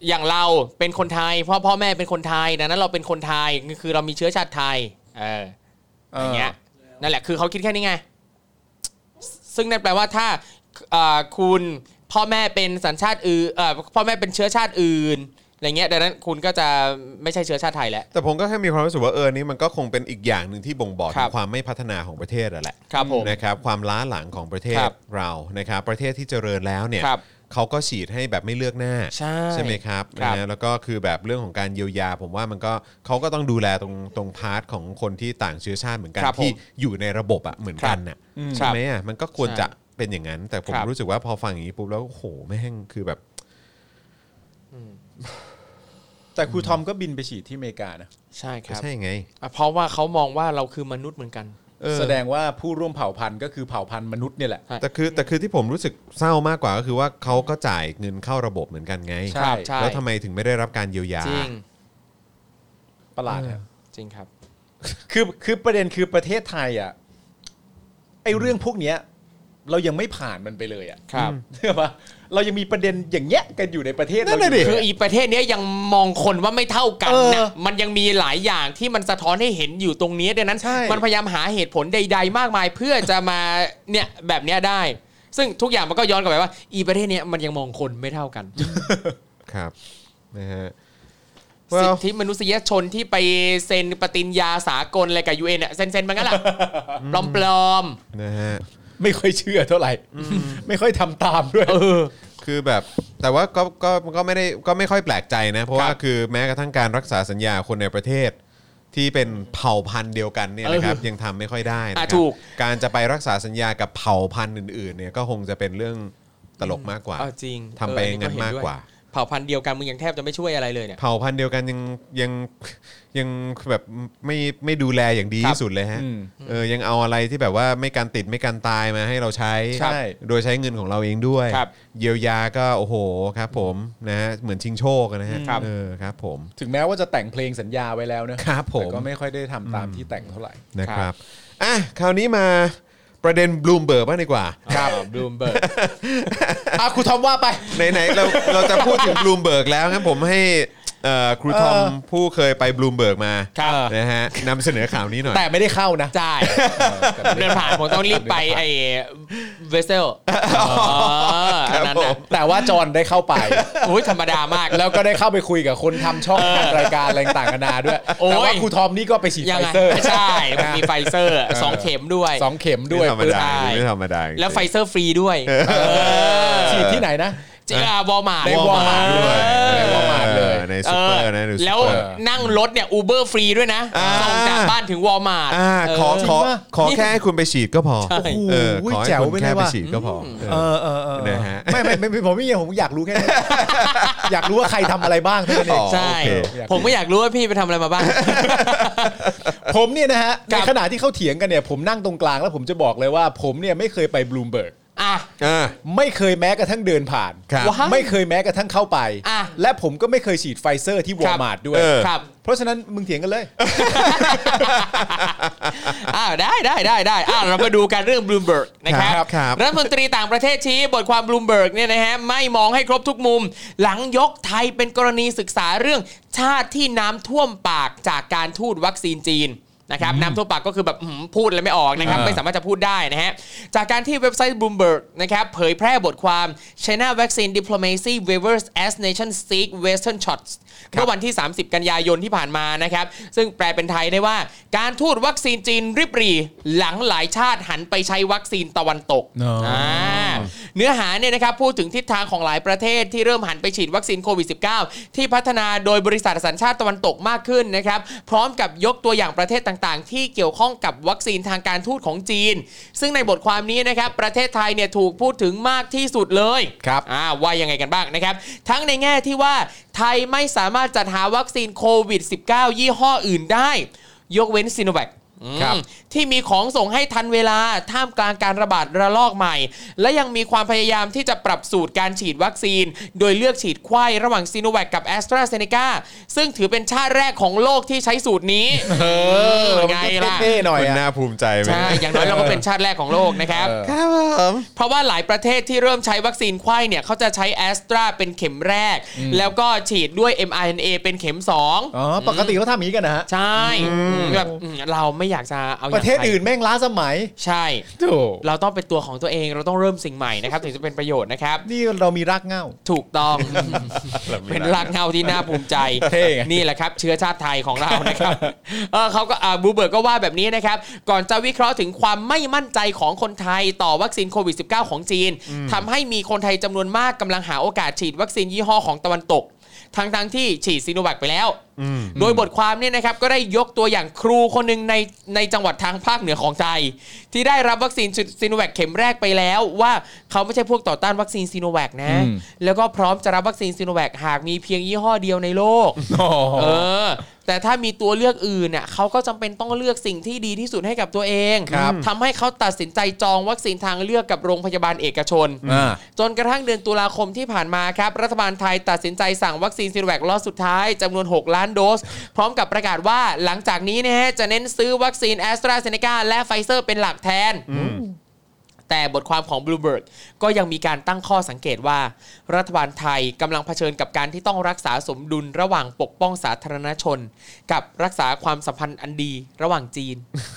อย่างเราเป็นคนไทยพ่อพ่อแม่เป็นคนไทยดังนั้นเราเป็นคนไทยคือเรามีเชื้อชาติไทยเอออย่างเงี้ยนั่นแหละคือเขาคิดแค่นี้ไง ซึ่งนั่นแปลว่าถ้าเอ่อคุณพ่อแม่เป็นสัญชาติอื่นเอ่อพ่อแม่เป็นเชื้อชาติอื่นอะไรเงี้ยดังนั้นคุณก็จะไม่ใช่เชื้อชาติไทยแล้ว
แต่ผมก็แค่มีความรู้สึกว่าเออนี่มันก็คงเป็นอีกอย่างหนึ่งที่บ่งบอก
ค
ถึ
รั
ง
บ
ความไม่พัฒนาของประเทศอะแหละ
ครับผม
นะครับความล้าหลังของประเทศ
ครับ
เรานะครับประเทศที่เจริญแล้วเนี่ย
ครับ
เขาก็ฉีดให้แบบไม่เลือกหน้า
ใช่
ไหมครับ
ครั
นะ
บ
ฮะแล้วก็คือแบบเรื่องของการเยียวยา ผมว่ามันก็เขาก็ต้องดูแลตรงตรงพาร์ทของคนที่ต่างเชื้อชาติเหมือนกัน
ครับผม
ที่อยู่ในระบบอะเหมือนกันน่ะใช่ไหมอ่ะมันก็ควร
ใช่
จะเป็นอย่างนั้น แต่ผม
ครับ
รู้สึกว่าพอฟังอย่างนี้ปุ๊บแล้วโอ้โหแม่งคือแบบ
แต่ครูทอมก็บินไปฉีดที่อเมริกานะ
ใช่ครับ
ใช่ไง
อ่ะเพราะว่าเขามองว่าเราคือมนุษย์เหมือนกัน
เออ
แสดงว่าผู้ร่วมเผ่าพันธุ์ก็คือเผ่าพันธุ์มนุษย์เนี่ยแหละ
ใช่
แต่คือแต่คือที่ผมรู้สึกเศร้ามากกว่าก็คือว่าเขาก็จ่ายเงินเข้าระบบเหมือนกันไง
ค
ใช่
รับใช่
แล้วทำไมถึงไม่ได้รับการเยียวยา
จริง
ประหลาดนะ
จริงครับ
คือคือประเด็นคือประเทศไทยอ่ะไอเรื่องพวกเนี้ย เรายังไม่ผ่านมันไปเลยอ่ะ
ครับ
เชื่อปะเรายังมีประเด็นอย่างเงี้ยกันอยู่ในประเทศ
นั่น
เราอยู่
น่ะดิ
เล
คือย อีประเทศเนี้ยยังมองคนว่าไม่เท่ากัน
เออ
นะมันยังมีหลายอย่างที่มันสะท้อนให้เห็นอยู่ตรงนี้ดังนั้น
ใช่
มันพยายามหาเหตุผลใด ๆ มากมาย เพื่อจะมาเนี่ยแบบเนี้ยได้ ซึ่งทุกอย่างมันก็ย้อนกลับไปว่า อีประเทศเนี้ยมันยังมองคนไม่เท่ากัน
ครับนะฮะ
สิท
well
ธิมนุษยชนที่ไปเซ็นปฏิญญาสากลอะไรกับยูเอ็นเนี่ยเซ็นเซ็นๆมันก็แหละปลอม
นะฮะ
ไม่ค่อยเชื่อเท่าไหร่ไม่ค่อยทำตามด้วย
คือแบบแต่ว่าก็ก็ก็ไม่ได้ก็ไม่ค่อยแปลกใจนะ เพราะว่าคือแม้กระทั่งการรักษาสัญญาคนในประเทศ ที่เป็นเผ่าพันธุ์เดียวกันเนี่ยนะครับยังทำไม่ค่อยได้นะครั
อ่ะถูก
การจะไปรักษาสัญญากับเผ่าพันธุ์อื่นๆเนี่ยก็คงจะเป็นเรื่องตลกมากกว่า
ๆเออจริง
ทำไป
เอออั
งั้นมากกว่า
เห็ด้วยเผ่าพันธุ์เดียวกันมึงยังแทบจะไม่ช่วยอะไรเลยเนี่ย
เผ่าพันธุ์เดียวกันยังยังยังแบบไม่ไม่ดูแลอย่างดี
ครับ
ที่สุดเลยฮะ
อืม
เออยังเอาอะไรที่แบบว่าไม่การติดไม่การตายมาให้เราใช้
ใช่
โดยใช้เงินของเราเองด้วย
ครับ
เยียวยาก็โอ้โหครับ ผมนะฮะเหมือนชิงโชคอะนะฮะ
ครับ
เออครับ ผม
ถึงแม้ว่าจะแต่งเพลงสัญญาไว้แล้วนะครับ
ผม
แต่ก็ไม่ค่อยได้ทำตามที่แต่งเท่าไหร่
นะครับอ่ะคราวนี้มาประเด็นบลูมเบิร์กบ้างดีกว่า
ครับดูมเบิร์
[laughs] อ่ะครูทอมว่าไป
ไหนๆเราเราจะพูดถึงบลูมเบิร์กแล้วงั้นผมให้เอ่อครูทอม
เออ
ผู้เคยไปบลูมเบิร์กมา
ครับ
นะฮะนำเสนอข่าวนี้หน่อย
แต่ไม่ได้เข้านะ
ใช่ เดินผ่านผมต้องรีบไปไอ้เวสเซลอันนั้น
ครับผ
นะ
ม
แต่ว่าจอห์นได้เข้าไป
อุ้ยธรรมดามาก
แล้วก็ได้เข้าไปคุยกับคนทำช่องทำรายการอะไรต่างๆนานาด้วย
โอ้ย
แต่ว่าครูทอมนี่ก็ไปฉีด
ยัง
ไฟ
ไง
เซอร์
ใช่ผมมีไฟเซอร์สองเข็มด้วย
สองเข็มด้วย
ไม่ธรรมดา
ใช่
ไม่ธรรมดาจริงๆ
แล้วไฟเซอร์ฟรีด้วย
ฉีดที่ไหนนะ
จิวอลมาร์
ใน Walmart ด้วย
ในวอลมาร์ทเลยในซูเปอร์นะในซู
แล้ว
เปอร์
นั่งรถเนี่ยอูเบอร์ฟรีด้วยนะ
อ่า
ส่งจากบ้านถึงวอลมาร์ท
อ่าขอขอ
จริ
ขอ
งปะ
แค่ให้คุณไปฉีดก็พอ
ใช่
เออข
โอ้
อ
ย
ให้
แจ๋ว
คุณ
ไปเล
แค่
ย
ไป
ว่ะ
ฉีดก็พอเออ
เออเออเออ
นะฮะ
ไม่ไม่ไม่ไม่ผมไม่อยากผมอยากรู้แค่นั้น [laughs] อยากรู้ว่าใครทำอะไรบ้างเท่านั้นเอง
ใช่
โอเค
ผมก็อยากรู้ว่าพี่ไปทำอะไรมาบ้าง
ผมเนี่ยนะฮะ
ค
ใน
รับ
ขณะที่เขาเถียงกันเนี่ย ผมนั่งตรงกลางแล้วผมจะบอกเลยว่า ผมเนี่ยไม่เคยไปบลูมเบิร์ก
อ่ะ
อ่า
ไม่เคยแม้กระทั่งเดินผ่าน
ครับ
ว้าย
ไม่เคยแม้กระทั่งเข้าไป
อ่ะ
และผมก็ไม่เคยฉีดไฟเซอร์ที่ว
ค
อ
รั
ล
บ
มาร์ทด้วย
เออ
ครับ
เพราะฉะนั้นมึงเถียงกันเลย
อ้าวได้ได้ได้ได้อ่าเรามาดูกันเรื่องบลูมเบิร์กนะครั
ครับ บครับ
รัฐมนตรีต่างประเทศชี้บทความบลูมเบิร์กเนี่ยนะฮะไม่มองให้ครบทุกมุม หลังยกไทยเป็นกรณีศึกษาเรื่องชาติที่น้ำท่วมปากจากการทูตวัคซีนจีนนะครับน้ำท่วมปากก็คือแบบหืมพูดอะไรไม่ออกนะครับ
อ่า
ไม่สามารถจะพูดได้นะฮะจากการที่เว็บไซต์ Bloomberg นะครับเผยแพร่บทความ China Vaccine Diplomacy Waivers as Nation Seek Western Shots เมื่อวันที่ 30 กันยายนที่ผ่านมานะครับ ซึ่งแปลเป็นไทยได้ว่า การทูตวัคซีนจีนริบหรี หลังหลายชาติหันไปใช้วัคซีนตะวันตก
อ๋ออ่
าเนื้อหาเนี่ยนะครับพูดถึงทิศทางของหลายประเทศที่เริ่มหันไปฉีดวัคซีนโควิด -19 ที่พัฒนาโดยบริษัทสัญชาติตะวันตกมากขึ้นนะครับ พร้อมกับยกตัวอย่างประเทศต่างๆ ที่เกี่ยวข้องกับวัคซีนทางการทูตของจีน ซึ่งในบทความนี้นะครับประเทศไทยเนี่ยถูกพูดถึงมากที่สุดเลย
ครับ
อ่าว่ายังไงกันบ้างนะครับ ทั้งในแง่ที่ว่าไทยไม่สามารถจัดหาวัคซีนโควิด -19 ยี่ห้ออื่นได้ ยกเว้นซีโนแวค อืม
ครับ
ที่มีของส่งให้ทันเวลาท่ามกลางการระบาดระลอกใหม่ และยังมีความพยายามที่จะปรับสูตรการฉีดวัคซีน โดยเลือกฉีดไข้ระหว่างซีโนแวคกับแอสตราเซเนกาซึ่งถือเป็นชาติแรกของโลกที่ใช้สูตรนี้เออไงล่ะ
เท่ๆหน่อย
มัน
อะ
น่าภูมิใจไหม
ใช่ อย่างน้อยเราก็เป็นชาติแรกของโลกนะครับ
เออ
ครับผม
เพราะว่าหลายประเทศที่เริ่มใช้วัคซีนไข้เนี่ยเขาจะใช้แอสตราเป็นเข็มแรก แล้วก็ฉีดด้วย mRNA เป็นเข็ม
อ๋อปกติเขาทำอย่างนี้กันนะฮะ
2 ใช่แบบอืมเราไม่อยากจะเอาย่าง
ประเทศอื่นแม่งล้าสมัย
ใช่
โถูก
เราต้องเป็นตัวของตัวเองเราต้องเริ่มสิ่งใหม่นะครับ ถึงจะเป็นประโยชน์นะครับ
นี่เรามีรากเหง้า
ถูกต้อง เป็นรากเหงาที่น่าภูมิใจ
เท่ไง
นี่แหละครับ เชื้อชาติไทยของเรานะครับ เออเขาก็อ่าบูเบิร์กก็ว่าแบบนี้นะครับ ก่อนจะวิเคราะห์ถึงความไม่มั่นใจของคนไทยต่อวัคซีนโควิด -19 ของจีนทำให้มีคนไทยจำนวนมากกำลังหาโอกาสฉีดวัคซีนยี่ห้อของตะวันตก ทั้งๆที่ฉีดซีโนแวคไปแล้ว โดยบทความเนี่ยนะครับก็ได้ยกตัวอย่างครูคนหนึ่งในในจังหวัดทางภาคเหนือของไทย ที่ได้รับวัคซีนซีโนแวคเข็มแรกไปแล้ว ว่าเขาไม่ใช่พวกต่อต้านวัคซีนซีโนแวคนะ
อืม
แล้วก็พร้อมจะรับวัคซีนซีโนแวคหากมีเพียงยี่ห้อเดียวในโลก เออ แต่ถ้ามีตัวเลือกอื่นเน่ะเขาก็จำเป็นต้องเลือกสิ่งที่ดีที่สุดให้กับตัวเอง
ครับ
ทำให้เขาตัดสินใจจองวัคซีนทางเลือกกับโรงพยาบาลเอกชน
อ่า
จนกระทั่งเดือนตุลาคมที่ผ่านมาครับ รัฐบาลไทยตัดสินใจสั่งวัคซีนซีโนแวคล็อตสุดท้ายจำนวน 6 ล้านโดส พร้อมกับประกาศว่าหลังจากนี้นะฮะจะเน้นซื้อวัคซีนแอสตราเซเนกาและไฟเซอร์เป็นหลักแทน แต่บทความของ Bloomberg ก็ยังมีการตั้งข้อสังเกตว่า รัฐบาลไทยกำลังเผชิญกับการที่ต้องรักษาสมดุลระหว่างปกป้องสาธารณชน กับรักษาความสัมพันธ์อันดีระหว่างจีน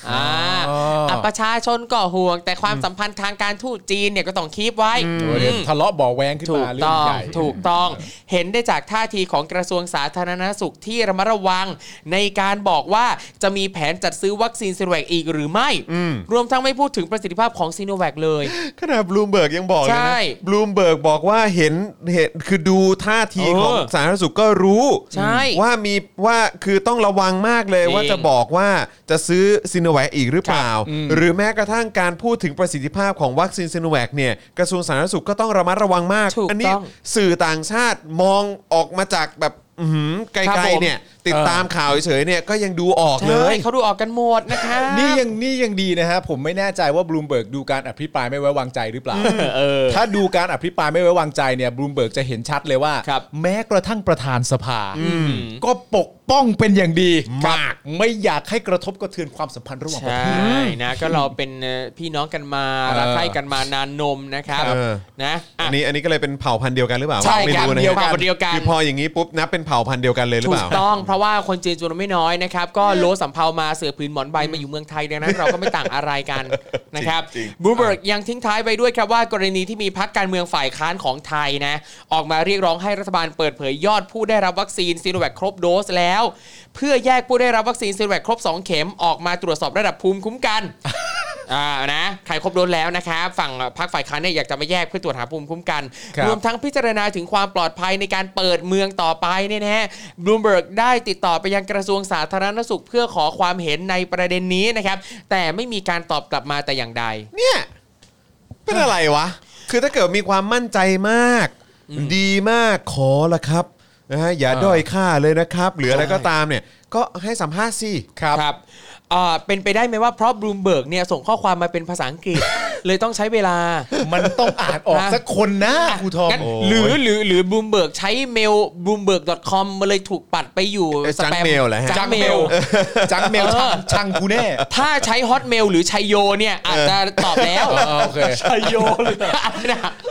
อ่า
อ๋ออ่
ะประชาชนก็ห่วง แต่ความสัมพันธ์ทางการทูตจีนเนี่ยก็ต้องคีบไว้
โอ้ยเดี๋ยวทะเลาะเบ่อแวงขึ้น
ถู
มาก เรื่อ
ต้
ง
อง
ใหญ่
ถูกต้องเห็นได้จากท่าทีของกระทรวงสาธารณสุขที่ระมัดระวัง ในการบอกว่าจะมีแผนจัดซื้อวัคซีนซีโนแวคอีกหรือไม่ รวมทั้งไม่พูดถึงประสิทธิภาพของซีโนแวคเลย
ขนาดบลูมเบิร์กยังบอกเลย
ใช่
นะบลูมเบิร์กบอกว่าเห็นเห็นคือดูท่าที
เออ
ของสาธารณสุขก็รู้
ใช่
ว่ามีว่าคือต้องระวังมากเลย
จริง
ว่าจะบอกว่าจะซื้อซิโนแวคอีกหรือเปล่า หรือแม้กระทั่งการพูดถึงประสิทธิภาพของวัคซีนซิโนแวคเนี่ยกระทรวงสาธารณสุขก็ต้องระมัดระวังมาก
ถูก
นี้
ต้อง
สื่อต่างชาติมองออกมาจากแบบอื้อหือไก
ครับ
ล
ผม
ๆเนี่ยติดตามข่าวเฉยๆเนี่ยก็ยังดูออกเล
ใช่
ย
เขาดูออกกันหมดนะคะ
นี่ยังนี่ยังดีนะฮะผมไม่แน่ใจว่าบลูมเบิร์กดูการอภิปรายไม่ไว้วางใจหรือเปล่าถ้าดูการอภิปรายไม่ไว้วางใจเนี่ยบลูมเบิร์กจะเห็นชัดเลยว่า
ครับ
แม้กระทั่งประธานสภาก็ปกป้องเป็นอย่างดี
ครับ
ไม่อยากให้กระทบกระเทือนความสัมพันธ์ระหว่าง
ใช
ประเทศ
่นะก็เราเป็นเอ่อพี่น้องกันมารักใคร่กันมานานนมนะครับ
เออ
นะอ่ะ
อันนี้อันนี้ก็เลยเป็นเผ่าพันธุ์เดียวกันหรือเปล่า
ใช่
ไม่
ครับ
รู้นะ
เดียวกันเดียวกัน
คือพออย่างนี้ปุ๊บนับเป็นเผ่าพันธุ์เดียวกันเลยหรือ
ถู
เป
ก
ล่า
ต้องเพราะว่าคนจีนจำนวนไม่น้อยนะครับ ก็โลสัมเภามาเสือผืนหมอนใบมาอยู่เมืองไทยดังนั้น
[laughs]
เราก็ไม่ต่างอะไรกันนะครับบูเบิร์กยังทิ้งท้ายไปด้วยครับว่ากรณีที่มีพักการเมืองฝ่ายค้านของไทยนะ ออกมาเรียกร้องให้รัฐบาลเปิดเผยยอดผู้ได้รับวัคซีนซีโนแวคครบโดสแล้ว เพื่อแยกผู้ได้รับวัคซีนซีโนแวคครบ 2 เข็มออกมาตรวจสอบระดับภูมิคุ้มกัน อ่านะใครครบโดนแล้วนะครับฝั่งพรรคฝ่ายค้านเนี่ยอยากจะมาแยกเพื่อตรวจหาภูมิคุ้มกัน
ครับ
รวมทั้งพิจารณาถึงความปลอดภัยในการเปิดเมืองต่อไปเนี่ยนะฮะบลูเบิร์กได้ติดต่อไปยังกระทรวงสาธารณสุขเพื่อขอความเห็นในประเด็นนี้นะครับ แต่ไม่มีการตอบกลับมาแต่อย่างใด
เนี่ยเป็นอะไรวะ คือถ้าเกิดมีความมั่นใจมาก ดีมากขอละครับนะฮะอย่าด้อยค่าเลยนะครับ หรืออะไรก็ตามเนี่ย ก็ให้สัมภาษณ์สิ
ครับอ่าเป็นไปได้ไหมว่าเพราะบลูเบิร์กเนี่ยส่งข้อความมาเป็นภาษาอังกฤษ เลยต้องใช้เวลา
มันต้องอ่านออก
ฮะ
สักคนนะครูทอม
งั้นหรือหรือหรือบลูเบิร์กใช้เมล bloomberg.com มาเลยถูกปัดไปอยู่
จัง
ป
เมลแหละฮะ
จังเมล
จังเมล
เออ
ชังกูแน่
ถ้าใช้ฮอตเมลหรือชัยโยเนี่ยอาจจะตอบแล้ว
อ๋อโอเค
ชัยโยเลยนะ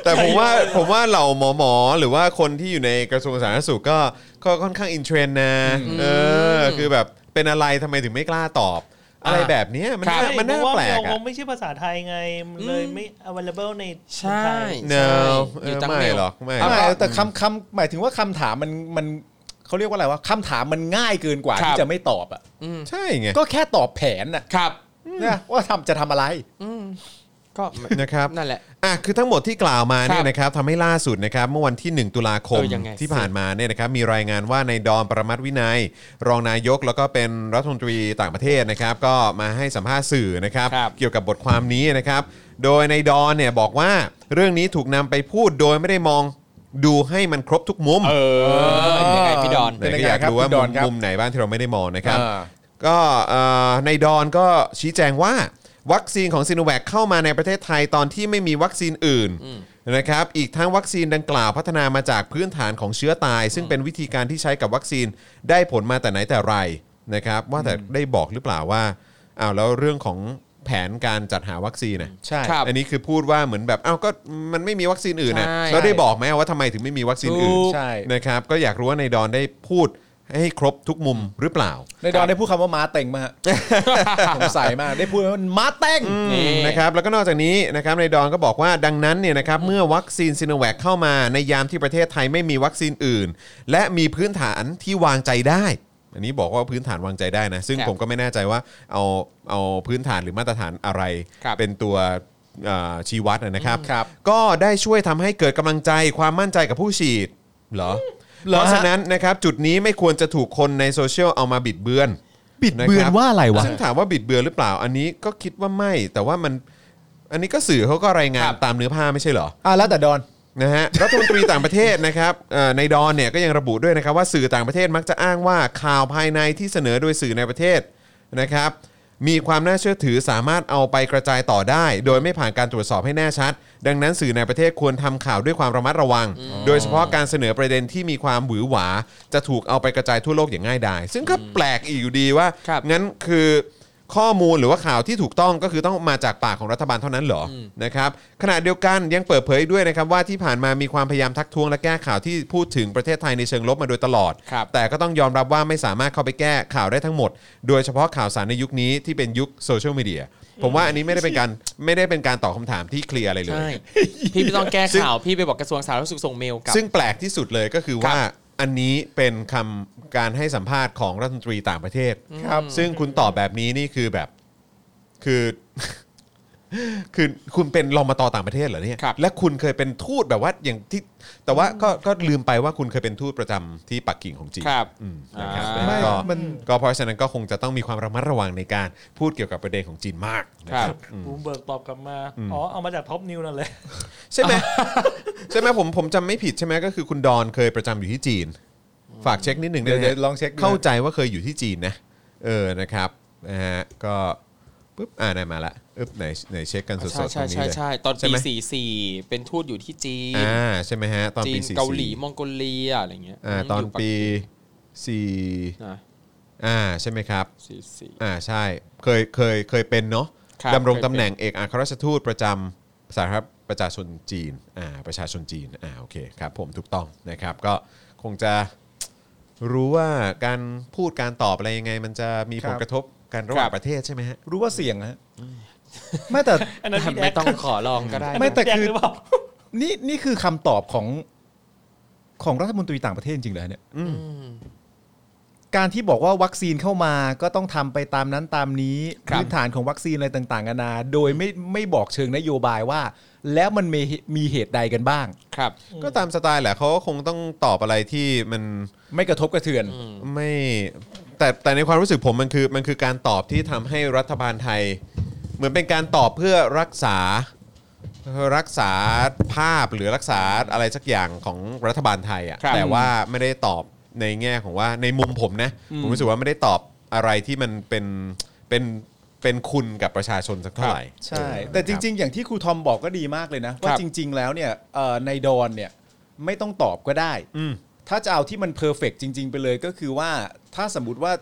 แต่ผมว่าผมว่าเหล่าหมอหมอๆหรือว่าคนที่อยู่ในกระทรวงสาธารณสุขก็ก็ค่อนข้างอินเทรนด์นะเออคือแบบเป็นอะไรทำไมถึงไม่กล้าตอบ อะไรแบบเนี้ยมันน่ามันน่า
เพระว่า
แปลก
เม
อะ
ลไม่ใช่ภาษาไทยไงมันเลยไม่ available ใน
ใช่
ไทย
No
ใช่
เอออยู่
จัง
ไม่
เมล
หรอกไม่
เา
ไม่
ล่ะ
แต่คำคำหมายถึงว่าคำถามมันมันเขาเรียกว่าอะไรวะคำถามมันง่ายเกินกว่า
ครับ
ที่จะไม่ตอบอ่ะ
ใช่ไง
ก็แค่ตอบแผนน่ะ
ครับ
นะว่าทำจะทำอะไร
ก็
นะครับ
นั่นแหละ
อ่ะคือทั้งหมดที่กล่าวมาเนี่
ค
ย
รับ
นะครับทำให้ล่าสุดนะครับเมื่อวันที่ 1 ตุลาคม
เออยังไง
ที่ผ่านมาเนี่ยนะครับมีรายงานว่าในดอนประมัติวินัย รองนายกแล้วก็เป็นรัฐมนตรีต่างประเทศนะครับก็มาให้สัมภาษณ์สื่อนะครับ
ครับ
เกี่ยวกับบทความนี้นะครับโดยในดอนเนี่ยบอกว่าเรื่องนี้ถูกนำไปพูดโดยไม่ได้มองดูให้มันครบทุกมุม
อยังไงพี่ดอน
ไหนก็อยากรู้ว่า
เป็นยังไงค
มุม
รับคุณดอนครับ
มุมไหนบ้างที่เราไม่ได้มองนะครับ
อ่า
ก็เอ่อในดอนก็ชี้แจงว่า วัคซีนของซิโนแวคเข้ามาในประเทศไทยตอนที่ไม่มีวัคซีนอื่นนะครับอีกทั้งวัคซีนดังกล่าวพัฒนามาจากพื้นฐานของเชื้อตาย ซึ่งเป็นวิธีการที่ใช้กับวัคซีนได้ผลมาแต่ไหนแต่ไรนะครับว่าแต่ได้บอกหรือเปล่าว่าอ้าวแล้วเรื่องของแผนการจัดหาวัคซีนน่ะ
ใช่
ครับ
อันนี้คือพูดว่าเหมือนแบบเอ้าก็มันไม่มีวัคซีนอื่นนะ
ใช่
แล้วได้บอกไหมว่าทำไมถึงไม่มีวัคซีนอื่น
ถูก
ใช่
นะครับก็อยากรู้ว่าในดอนได้พูดให้ครบทุกมุมหรือเปล่า
ในดอนได้พูดคำว่าม้าเต็งมาฮะ ผมใส่มากได้พูดว่ามันม้าเต็ง
นี่
นะครับแล้วก็นอกจากนี้นะครับในดอนก็บอกว่าดังนั้นเนี่ยนะครับเมื่อวัคซีนซิโนแวคเข้ามาในยามที่ประเทศไทยไม่มีวัคซีนอื่น และมีพื้นฐานที่วางใจได้ อันนี้บอกว่าพื้นฐานวางใจได้นะ ซึ่ง
ครับ
ผมก็ไม่แน่ใจว่าเอาเอาพื้นฐานหรือมาตรฐานอะไร
ครับ
เป็นตัวเอ่อชี้วัดนะครับ
ครับ
ก็ได้ช่วยทำให้เกิดกำลังใจความมั่นใจกับผู้ฉีดเหรอ
เหรอฮะ
เพราะฉะนั้นนะครับจุดนี้ไม่ควรจะถูกคนในโซเชียลเอามาบิดเบือน
เบือนว่าอะไรวะ
ซึ่งถามว่าบิดเบือนหรือเปล่า อันนี้ก็คิดว่าไม่ แต่ว่ามันอันนี้ก็สื่อเขาก็รายงานตามเนื้อผ้าไม่ใช่เหรอ
อ่ะแล้วแต่ดอน
นะฮะรัฐมนตรีต่างประเทศนะครับเอ่อในดอนเนี่ยก็ยังระบุด้วยนะครับว่าสื่อต่างประเทศมักจะอ้างว่าข่าวภายในที่เสนอโดยสื่อในประเทศนะครับมีความน่าเชื่อถือสามารถเอาไปกระจายต่อได้ โดยไม่ผ่านการตรวจสอบให้แน่ชัด ดังนั้นสื่อในประเทศควรทำข่าวด้วยความระมัดระวัง โดยเฉพาะการเสนอประเด็นที่มีความหวือหวา จะถูกเอาไปกระจายทั่วโลกอย่างง่ายดายซึ่งก็แปลกอีกอยู่ดีว่า
ครับ
งั้นคือ ข้อมูลหรือว่าข่าวที่ถูกต้องก็คือต้องมาจากปากของรัฐบาลเท่านั้นเหรอนะครับขณะเดียวกันยังเปิดเผยด้วยนะครับว่าที่ผ่านมามีความพยายามทักท้วงและแก้ข่าวที่พูดถึงประเทศไทยในเชิงลบมาโดยตลอด
ครับ
แต่ก็ต้องยอมรับว่าไม่สามารถเข้าไปแก้ข่าวได้ทั้งหมด โดยเฉพาะข่าวสารในยุคนี้ที่เป็นยุคโซเชียลมีเดียผมว่าอันนี้ไม่ได้เป็นการไม่ได้เป็นการตอบคำถามที่เคลียร์อะไรเลย
ใช่
[laughs]
พี่ไม่ต้องแก้
ซึ่ง
ข่าว พี่ไปบอกกระทรวงสาธารณสุขส่งเมลกลับ
ซึ่งแปลกที่สุดเลยก็คือว่าอันนี้เป็นคำการให้สัมภาษณ์ของรัฐมนตรีต่างประเทศ
ครับ
ซึ่งคุณตอบแบบนี้นี่คือแบบคือ [laughs] คือคุณเป็นรองมาตอต่างประเทศเหรอเนี่ย
ครับ
และคุณเคยเป็นทูตแบบว่าอย่างที่ แต่ว่าก็ก็ลืมไปว่าคุณเคยเป็นทูตประจำที่ปักกิ่งของจีน
ครับ
อืมนะครับ
อ่า
แล้วก็
มัน
ก็เพราะฉะนั้นก็คงจะต้องมีความระมัดระวังในการพูดเกี่ยวกับประเด็นของจีนมากนะ
ค
ค
รั
รับ บ
บูมเบิร์กตอบกลับมา อ๋อ เอามาจากท็อปนิวนั่นเลย
ใช่ไหม [laughs] ใช่ไหมผมผมจำไม่ผิดใช่ไหมก็คือคุณดอนเคยประจำอยู่ที่จีน ฝากเช็คนิดหนึ่ง
เดี๋ยว
นะ
เดี๋ย
ฮะ
วลองเช็คดู
เข้าใจว่าเคยอยู่ที่จีนนะ เออนะครับนะฮะก็ปุ๊บอ่าได้มาละอึ๊บไหนไหนเช็คกันส
ใช่
ดๆตรง
ใช่
นี้
ใช่
เลย
ใช่ตอน
ใช่
ปี
ไหม
สี่สี่เป็นทูตอยู่ที่จีน
อ่าใช่ไหมฮะ ตอน
จี
ปี
น
สี่
เกาหลีมองโกเลียอะไรเงี้ย
อ่าตอน
ยู่บ
ปีสี่
นะ
อ่าใช่ไหมครับ
สี่สี่
อ่าใช่เคยเคยเคยเป็นเนาะ
ครับ
ดำรง
เคยเป็น
ตำแหน่งเอกอัครราชทูตประจำสาธารณรัฐประชาชนจีนอ่าประชาชนจีนอ่าโอเคครับผมถูกต้องนะครับ ก็คงจะรู้ว่าการพูดการตอบอะไรยังไง มันจะมี
ค
ผ
รับ
ลกระทบกันระหว่างประเทศใช่ไหมฮะ
รู้ว่าเสี่ยงฮะไม่แต่
อันนั้นพี่แด
ไม่
ก
ต้องขอลองก็ได้
อันนั้น
ไม่แต่คื
พี่ดก
อ
หรือเปล่า
นี่นี่คือคำตอบของของรัฐมนตรีต่างประเทศจริงๆเลยเนี่ยการที่บอกว่าวัคซีนเข้ามาก็ต้องทำไปตามนั้นตามนี้
ครับ
พื้นฐานของวัคซีนอะไรต่างๆนานาโดยไม่ไม่บอกเชิงนโยบายว่า แล้วมันมีมีเหตุใดกันบ้าง
ครับ
ก็ตามสไตล์แหละเขาก็คงต้องตอบอะไรที่มัน
ไม่กระทบกระเทือน
ไม่แต่แต่ในความรู้สึกผมมันคือมันคือการตอบที่ทำให้รัฐบาลไทย เหมือนเป็นการตอบเพื่อรักษา รักษาภาพหรือรักษาอะไรสักอย่างของรัฐบาลไทย
ครับ
อะ่ะแต่ว่าไม่ได้ตอบในแง่ของว่าในมุมผมนะผมรู้สึกว่าไม่ได้ตอบอะไรที่มันเป็นเป็นเป็นคุณกับประชาชนสักเท่าไหร่
ใช่ แต่จริง ๆ อย่างที่ครูทอมบอกก็ดีมากเลยนะ ว่า
ครับ
จริง ๆ แล้วเนี่ยเอ่อในดอนเนี่ยไม่ต้องตอบก็ได้
ๆอืม
ถ้าจะเอาที่มันเพอร์เฟกจริง ๆ ไปเลยก็คือว่าถ้าสมมติว่า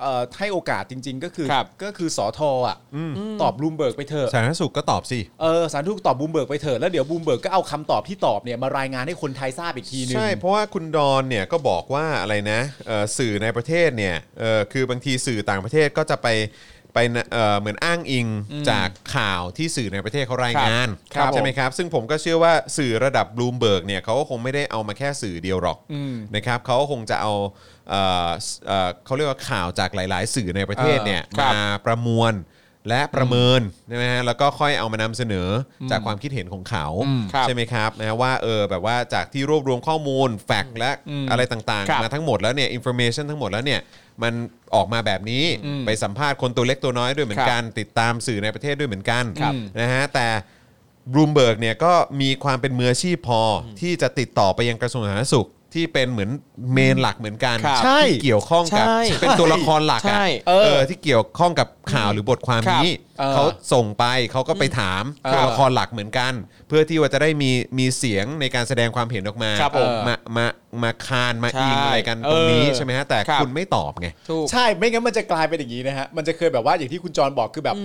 เอ่อให้โอกาสจริง ๆ ก็คือ
ครับ
ก็คือสอทออ่ะ
อืม
ตอบบลูมเบิร์กไปเถอะ
สาธารณสุขก็ตอบสิ
เออสารทูกตอบบลูมเบิร์กไปเถอะแล้วเดี๋ยวบลูมเบิร์กก็เอาคำตอบที่ตอบเนี่ยมารายงานให้คนไทยทราบอีกทีนึง
ใช่ เพราะว่าคุณดอนเนี่ยก็บอกว่าอะไรนะเอ่อสื่อในประเทศเนี่ยเอ่อคือบางทีสื่อต่างประเทศก็จะไปไปนะเอ่อเหมือนอ้างอิงจากข่าวที่สื่อในประเทศเขารายงาน
ครับครับ
ใช่ไหมครับ ซึ่งผมก็เชื่อว่าสื่อระดับบลูมเบิร์กเนี่ยเขาก็คงไม่ได้เอามาแค่สื่อเดียวหรอก
อืม
นะครับเขาก็คงจะเอาเอ่อสเอ่อเขาเรียกว่าข่าวจากหลาย ๆ สื่อในประเทศเนี่ย
ครับ
มาประมวลและประเมินใช่ไหมฮะแล้วก็ค่อยเอามานำเสนอจากความคิดเห็นของเขา
อืม
ครับ
ใช่ไหมครับนะว่าเออแบบว่าจากที่รวบรวมข้อมูลแฟกต์และอะไรต่าง
ครั
ๆ
บ
มาทั้งหมดแล้วเนี่ยอินโฟเมชันทั้งหมดแล้วเนี่ยมันออกมาแบบนี้ไปสัมภาษณ์คนตัวเล็กตัวน้อยด้วยเหมือนกันติดตามสื่อในประเทศด้วยเหมือนกัน
ครับ
นะฮะแต่บลูมเบิร์กเนี่ยก็มีความเป็นมืออาชีพพออที่จะติดต่อไปยังกระทรวงสาธารณสุข ที่เป็นเหมือนเมนหลักเหมือนกัน
ครับ
ใช่
ที่เกี่ยวข้องกับ
ใช่
เป็นตัวละครหลัก
ใช่
อะเออที่เกี่ยวข้องกับข่าวหรือบทความ
ครับ
นี้
เออ
เขาส่งไปเขาก็ไปถาม
เออ
ตัวละครหลักเหมือนกัน เพื่อที่ว่าจะได้มีมีเสียงในการแสดงความเห็นออกมา
ครับผม
มามามาคานมา
ใช่
อิงอะไรกันตรงนี้
เออ
ใช่ไหมฮะแต่
ครับ
คุณไม่ตอบไง
ถูก
ใช่ไม่งั้นมันจะกลายเป็นอย่างนี้นะฮะมันจะเคยแบบว่าอย่างที่คุณจรบอกคือแบบ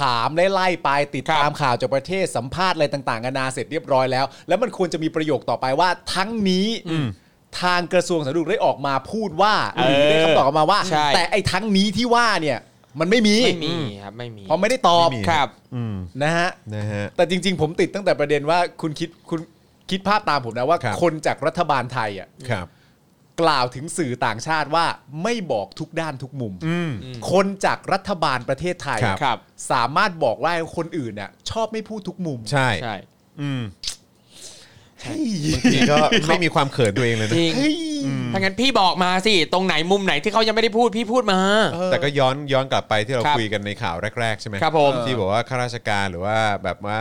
ถามไล่ๆไปติด
ครับ
ตามข่าวจากประเทศสัมภาษณ์อะไรต่างๆกันานาเสร็จเรียบร้อยแล้ว แล้วมันควรจะมีประโยคต่อไปว่า ทั้งนี้ทางกระทรวงสาธารณสุขได้ออกมาพูดว่าหรือได้คำตอบออกมาว่า
ใช่
แต่ไอ้ทั้งนี้ที่ว่าเนี่ยมันไม่มี
ไม่มีครับไม่มี
เพราะไม่ได้ตอบ
ไม่มี
ครับ
อืม
นะฮะ
นะฮะ
แต่จริง ๆ ผมติดตั้งแต่ประเด็นว่าคุณคิดคุณคิดภาพตามผมนะว่า
ครับ
คนจากรัฐบาลไทยอ่ะ
ครับ
กล่าวถึงสื่อต่างชาติว่าไม่บอกทุกด้านทุกมุม
อืม
คนจากรัฐบาลประเทศไทย
ครับ
ครับ
สามารถบอกได้ว่าคนอื่นน่ะชอบไม่พูดทุกมุม
ใช่
ใช่
อืม
เฮ้ย
บางทีก็ไม่มีความเขินตัวเองเลยนะ
จริง
เฮ้ย
ถ้างั้นพี่บอกมาสิ ตรงไหนมุมไหนที่เขายังไม่ได้พูดพี่พูดมา
แต่ก็ย้อนย้อนกลับไปที่เรา
ครับ
คุยกันในข่าวแรก ๆ ใช่ไหม
ครับผม
ที่บอกว่าข้าราชการหรือว่าแบบว่า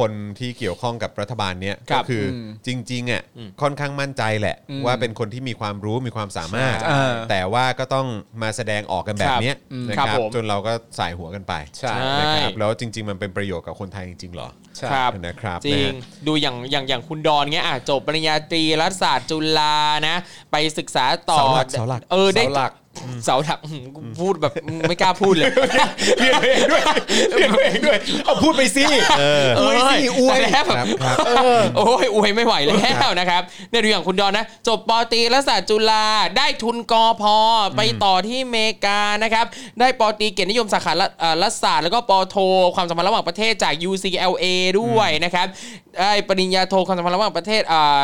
คนที่เกี่ยวข้องกับรัฐบาลเนี้ย
ครั
ก็
บ
คืออจริงๆอ่ะค่อนข้างมั่นใจแหละ ว่าเป็นคนที่มีความรู้มีความสามารถ
ใช่
แต่ว่าก็ต้องมาแสดงออกกันแบบเนี้ย
ครับอืม
นะ
ค
ค
รั
รั
บบ ผม
จนเราก็สายหัวกันไป
ใช่
นะครับแล้วจริง ๆ มันเป็นประโยชน์กับคนไทยจริงๆหรอ
ใช่
ครับ
นะครับ
จริง
นะฮะ
ดูอย่างอย่างอย่างคุณดอนเงี้ยอ่ะจบปริญญาตรีรัฐศาสตร์จุฬานะ ไปศึกษาต่อ
เสาหลักเสาหลัก
เออได้
เสาหลัก
เสาหลักอืมกูพูดแบบไม่กล้าพูดเลยเรียนเองด้วยเรียนเองด้วย
เอาพูดไปสิ
อวยสิอวยแล้ว
ครับครับ
โอ้ยอวยไม่ไหวแล้วนะครับเนี่ยดูอย่างคุณดอนนะจบปอตรีรัฐศาสตร์จุฬาได้ทุนกอพอไปต่อที่อเมริกานะครับได้ปอตรีเกียรตินิยมสาขารัฐเอ่อรัฐศาสตร์แล้วก็ปอโท ความสัมพันธ์ระหว่างประเทศจาก UCLA ด้วยนะครับได้ปริญญาโทความสัมพันธ์ระหว่างประเทศอ่า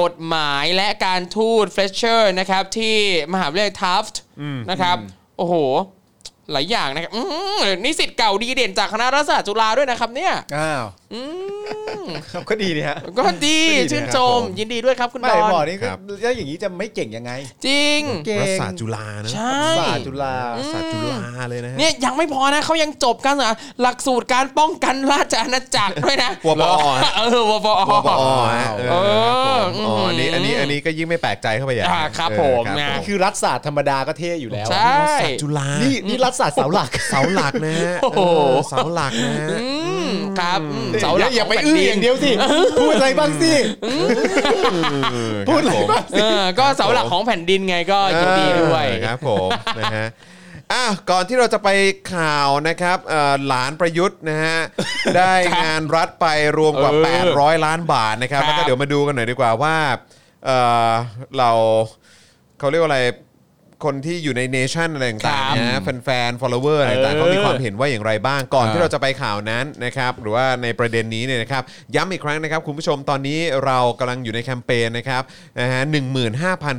กฎหมายและการทูตเฟ e ชเชอร์นะครับที่มหาวิทยาลัยทัฟต์นะครับโอ้โห หลายอย่างนะครับอืมนิสิตเก่าดีเด่นจากคณะรัฐศาสตร์จุฬาด้วยนะครับเนี่ย
อ้าวครับก็ดีนี่ฮะ
ก็ดี
ก็ดีนะ
ชื่นชม
ครับผม
ยินดีด้วยครับคุณ
ไม่
ดอ
หมอน นี่ก็
ครับ
แล้วอย่างนี้จะไม่เก่งยังไง
จริง
เก่ง
รัฐศาสตร์จุฬานะ
ใช่
ศาสตร์จุฬา
รัฐศาสตร์จุฬาเลยนะฮะ
เนี่ยยังไม่พอนะเขายังจบการศึกษาหลักสูตรการป้องกันราชอาณาจักรด้วยนะ
วปอ
เออวปอ
ปปอฮะเออ
เออ
อ๋ออันนี้
อืม
อันนี้อันนี้ก็ยิ่งไม่แปลกใจเข้าไปใหญ่
อ่าครับ
เออ
ผม
ครับ
นะ
ผม
คือรัฐศาสตร์ธรรมดาก็เท่อยู่แล้ว
ใช่
จุฬา
นี่นี่รัฐศาสตร์เสาหลัก
เสาหลักนะฮะ
โอ้โห
เออเสาหลักนะฮะ
อืมครับอืมเสาหลัก
อย่าไป
ขง
อื้อ
แผ่น
อย่างเดียวสิ พูดอะไรบ้างสิ
เออ
พูดอะไร
ครับผม
บ้างสิ
เออก็เสาหลักของแผ่นดินไงก็ยินดีด้วย
เออครับผมนะฮะอ่ะก่อนที่เราจะไปข่าวนะครับเอ่อหลานประยุทธ์นะ
[laughs]
ฮะได้งานรัฐไปรวมกว่า
เออ
800 ล้านบาทนะครับ
ค
แล้
รับ
วก็เดี๋ยวมาดูกันหน่อยดีกว่าว่าเอ่อเราเขาเรียกว่าอะไร คนที่อยู่ในเนชั่นอะไรต่างๆนะแฟนๆ follower อะไรต่างๆเขามีความเห็นว่าอย่างไรบ้างก่อนที่เราจะไปข่าวนั้นนะครับหรือว่าในประเด็นนี้เนี่ยนะครับย้ำอีกครั้งนะครับ คุณผู้ชมตอนนี้เรากำลังอยู่ในแคมเปญนะครับนะฮะหนึ่งหม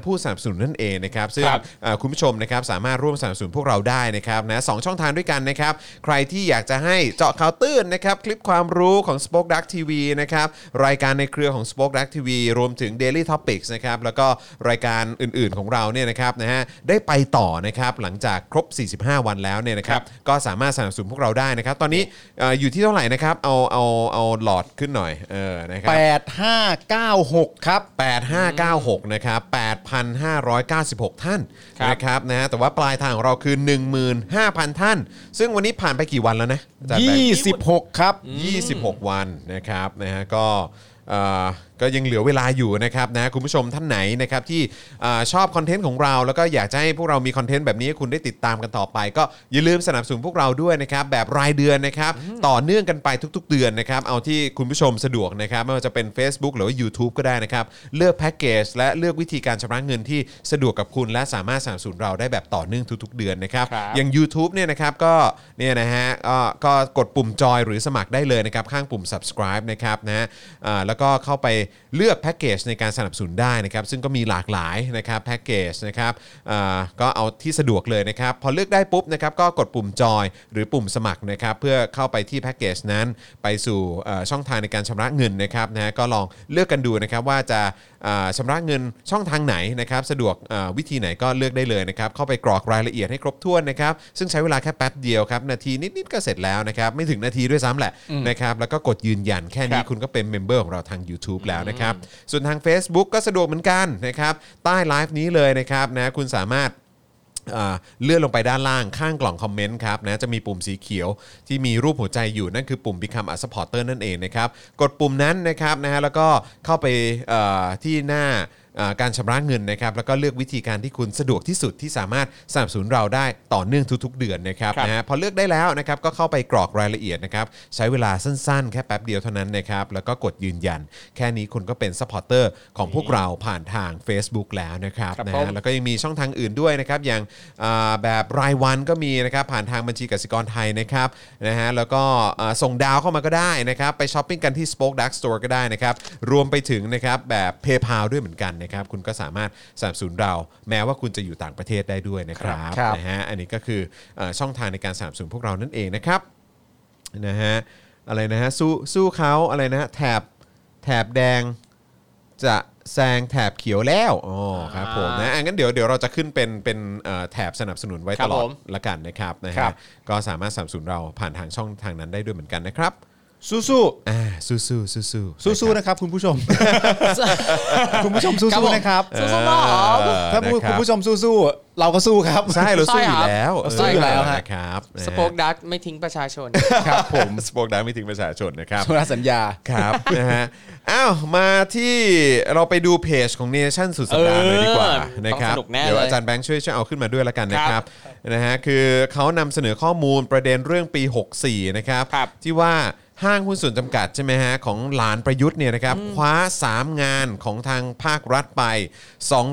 ผู้สนับสนุนนั่นเองนะครับซึ่ง
ครับ
เอ่อคุณผู้ชมนะครับสามารถร่วมสนับสนุนพวกเราได้นะครับนะสองช่องทางด้วยกันนะครับ ใครที่อยากจะให้เจาะข่าวตื้นนะครับคลิปความรู้ของ Spoke Dark TV นะครับรายการในเครือของ Spoke Dark TV รวมถึง Daily Topics นะครับแล้วก็รายการอื่นๆของเราเนี่ยนะครับนะฮะได้ไปต่อนะครับหลังจากครบ 45 วันแล้วเนี่ยนะครับก็สามารถสนับสนุนพวกเราได้นะครับ ตอนนี้เอ่ออยู่ที่เท่าไหร่นะครับเอาเอาเอาหลอดขึ้นหน่อยเออนะครับ
8596 ครับ
8596 นะครับ 8,596 ท่าน
ครับ
นะครับนะฮะแต่ว่าปลายทางของเราคือ 15,000 ท่าน ซึ่งวันนี้ผ่านไปกี่วันแล้วนะอาจารย์แบงค์
26 ครับ
26 วันนะครับนะฮะก็เอ่อก็ยังเหลือเวลาอยู่นะครับนะคุณผู้ชมท่านไหนนะครับที่เอ่อชอบคอนเทนต์ของเรา แล้วก็อยากจะให้พวกเรามีคอนเทนต์แบบนี้ให้คุณได้ติดตามกันต่อไป ก็อย่าลืมสนับสนุนพวกเราด้วยนะครับแบบรายเดือนนะครับต่อเนื่องกันไปทุก ๆ เดือนนะครับเอาที่คุณผู้ชมสะดวกนะครับไม่ว่าจะเป็น Facebook หรือว่า YouTube ก็ได้นะครับเลือกแพ็กเกจและเลือกวิธีการชำระเงินที่สะดวกกับคุณ และสามารถสนับสนุนเราได้แบบต่อเนื่องทุก ๆ เดือนนะครับ
ครับ
อย่าง u t u b e เนี่ยนะครับก็เนี่ยนะฮะก็ก็กดปุ่มจอยหรือสมัครได้เลยนะครับ ข้างปุ่ม subscribe นะครับนะฮะอ่าแล้วก็เข้าไปเลือกแพ็กเกจในการสนับสนุนได้นะครับ ซึ่งก็มีหลากหลายนะครับแพ็กเกจนะครับอ่าก็เอาที่สะดวกเลยนะครับ พอเลือกได้ปุ๊บนะครับก็กดปุ่มจอยหรือปุ่มสมัครนะครับ เพื่อเข้าไปที่แพ็กเกจนั้นไปสู่เอ่อช่องทางในการชำระเงินนะครับนะฮะก็ลองเลือกกันดูนะครับว่าจะ อ่าชำระเงินช่องทางไหนนะครับสะดวกอ่าวิธีไหนก็เลือกได้เลยนะครับเข้าไปกรอกรายละเอียดให้ครบถ้วนนะครับซึ่งใช้เวลาแค่แป๊บเดียวครับนาทีนิดๆก็เสร็จแล้วนะครับไม่ถึงนาทีด้วยซ้ำแหละนะครับแล้วก็กดยืนยันแค่นี้คุณก็เป็นเมมเบอร์ของเราทาง YouTube แล้ว แล้วนะครับ ส่วนทาง Facebook ก็สะดวกเหมือนกันนะครับ ใต้ไลฟ์นี้เลยนะครับนะคุณสามารถ อ่าเลื่อนลงไปด้านล่างข้างกล่องคอมเมนต์ครับนะจะมีปุ่มสีเขียวที่มีรูปหัวใจอยู่นั่นคือปุ่ม Become a supporter นั่นเองนะครับ กดปุ่มนั้นนะครับนะฮะแล้วก็เข้าไปเอ่อที่หน้าเอ่อการชำระเงินนะครับ แล้วก็เลือกวิธีการที่คุณสะดวกที่สุดที่สามารถสนับสนุนเราได้ต่อเนื่องทุกๆ เดือนนะครับ
ครับ
นะฮะพอเลือกได้แล้วนะครับก็เข้าไปกรอกรายละเอียดนะครับใช้เวลาสั้นๆ แค่แป๊บเดียวเท่านั้นนะครับแล้วก็กดยืนยัน แค่นี้คุณก็เป็น supporter ของพวกเราผ่านทาง Facebook แล้วนะครับ
ครับ
นะ
ผม
ฮะ แล้วก็ยังมีช่องทางอื่นด้วยนะครับ อย่างอ่าแบบรายวันก็มีนะครับ ผ่านทางบัญชีกสิกรไทยนะครับนะฮะแล้วก็อ่าส่งดาวเข้ามาก็ได้นะครับ ไปช้อปปิ้งกันที่ Spoke Dark Store ก็ได้นะครับ รวมไปถึงนะครับแบบ PayPal ด้วยเหมือนกันนะครับ คุณก็สามารถสนับสนุนเรา แม้ว่าคุณจะอยู่ต่างประเทศได้ด้วยนะครับ
ครับ
นะฮะอันนี้ก็คือเอ่อช่องทางในการสนับสนุนพวกเรานั่นเองนะครับ นะฮะอะไรนะฮะสู้สู้เขาอะไรนะฮะแถบแถบแดงจะแซงแถบเขียวแล้วอ๋อครับผมนะอ่ะงั้นเดี๋ยวเดี๋ยวเราจะขึ้นเป็นเป็นเอ่อแถบสนับสนุนไว้
ครั
ต
บ
ลอด
ผม
ละกันนะครับนะ
ครั
ฮะ
บ
ก็สามารถสนับสนุนเราผ่านทางช่องทางนั้นได้ด้วยเหมือนกันนะครับ สู้ๆอ่าสู้ๆสู้ๆ
สู้ๆนะครับคุณผู้ช
[laughs]
ม คุณผู้ชมสู้
ครับผม
ๆนะครับ
สู้ๆหรอ
เออ
ถ้าพูด
นะครั
คุณ
บ
ผู้ชมสู้ๆเราก็สู้ครับ
ใช่เราสู้อยู่
ใช่ครับ
แล้ว
เราสู้อยู่แล้วฮะ
นะครับ
สปอคดักไม่ทิ้งประชาชน
ครับผมสปอกดังไม่ถึงประชาชนนะครับ
ชนะสัญญา
ครับ นะฮะอ้าวมาที่เราไปดูเพจของเนชั่นสุดสัปดาห์เลยดีกว่า
เออ
นะครับ
ต้องสนุกแน่
เดี๋ยว
เลย
อาจารย์แบงค์ช่วยช่วยเอาขึ้นมาด้วยละกันนะค
ครั
รับบ นะฮะคือเขานำเสนอข้อมูลประเด็นเรื่องปี 64 นะครับ
ครับ
ที่ว่าห้างหุ้นส่วนจำกัดใช่ไหมฮะของหลานประยุทธ์เนี่ยนะครับคว้า 3 งานของทางภาครัฐไป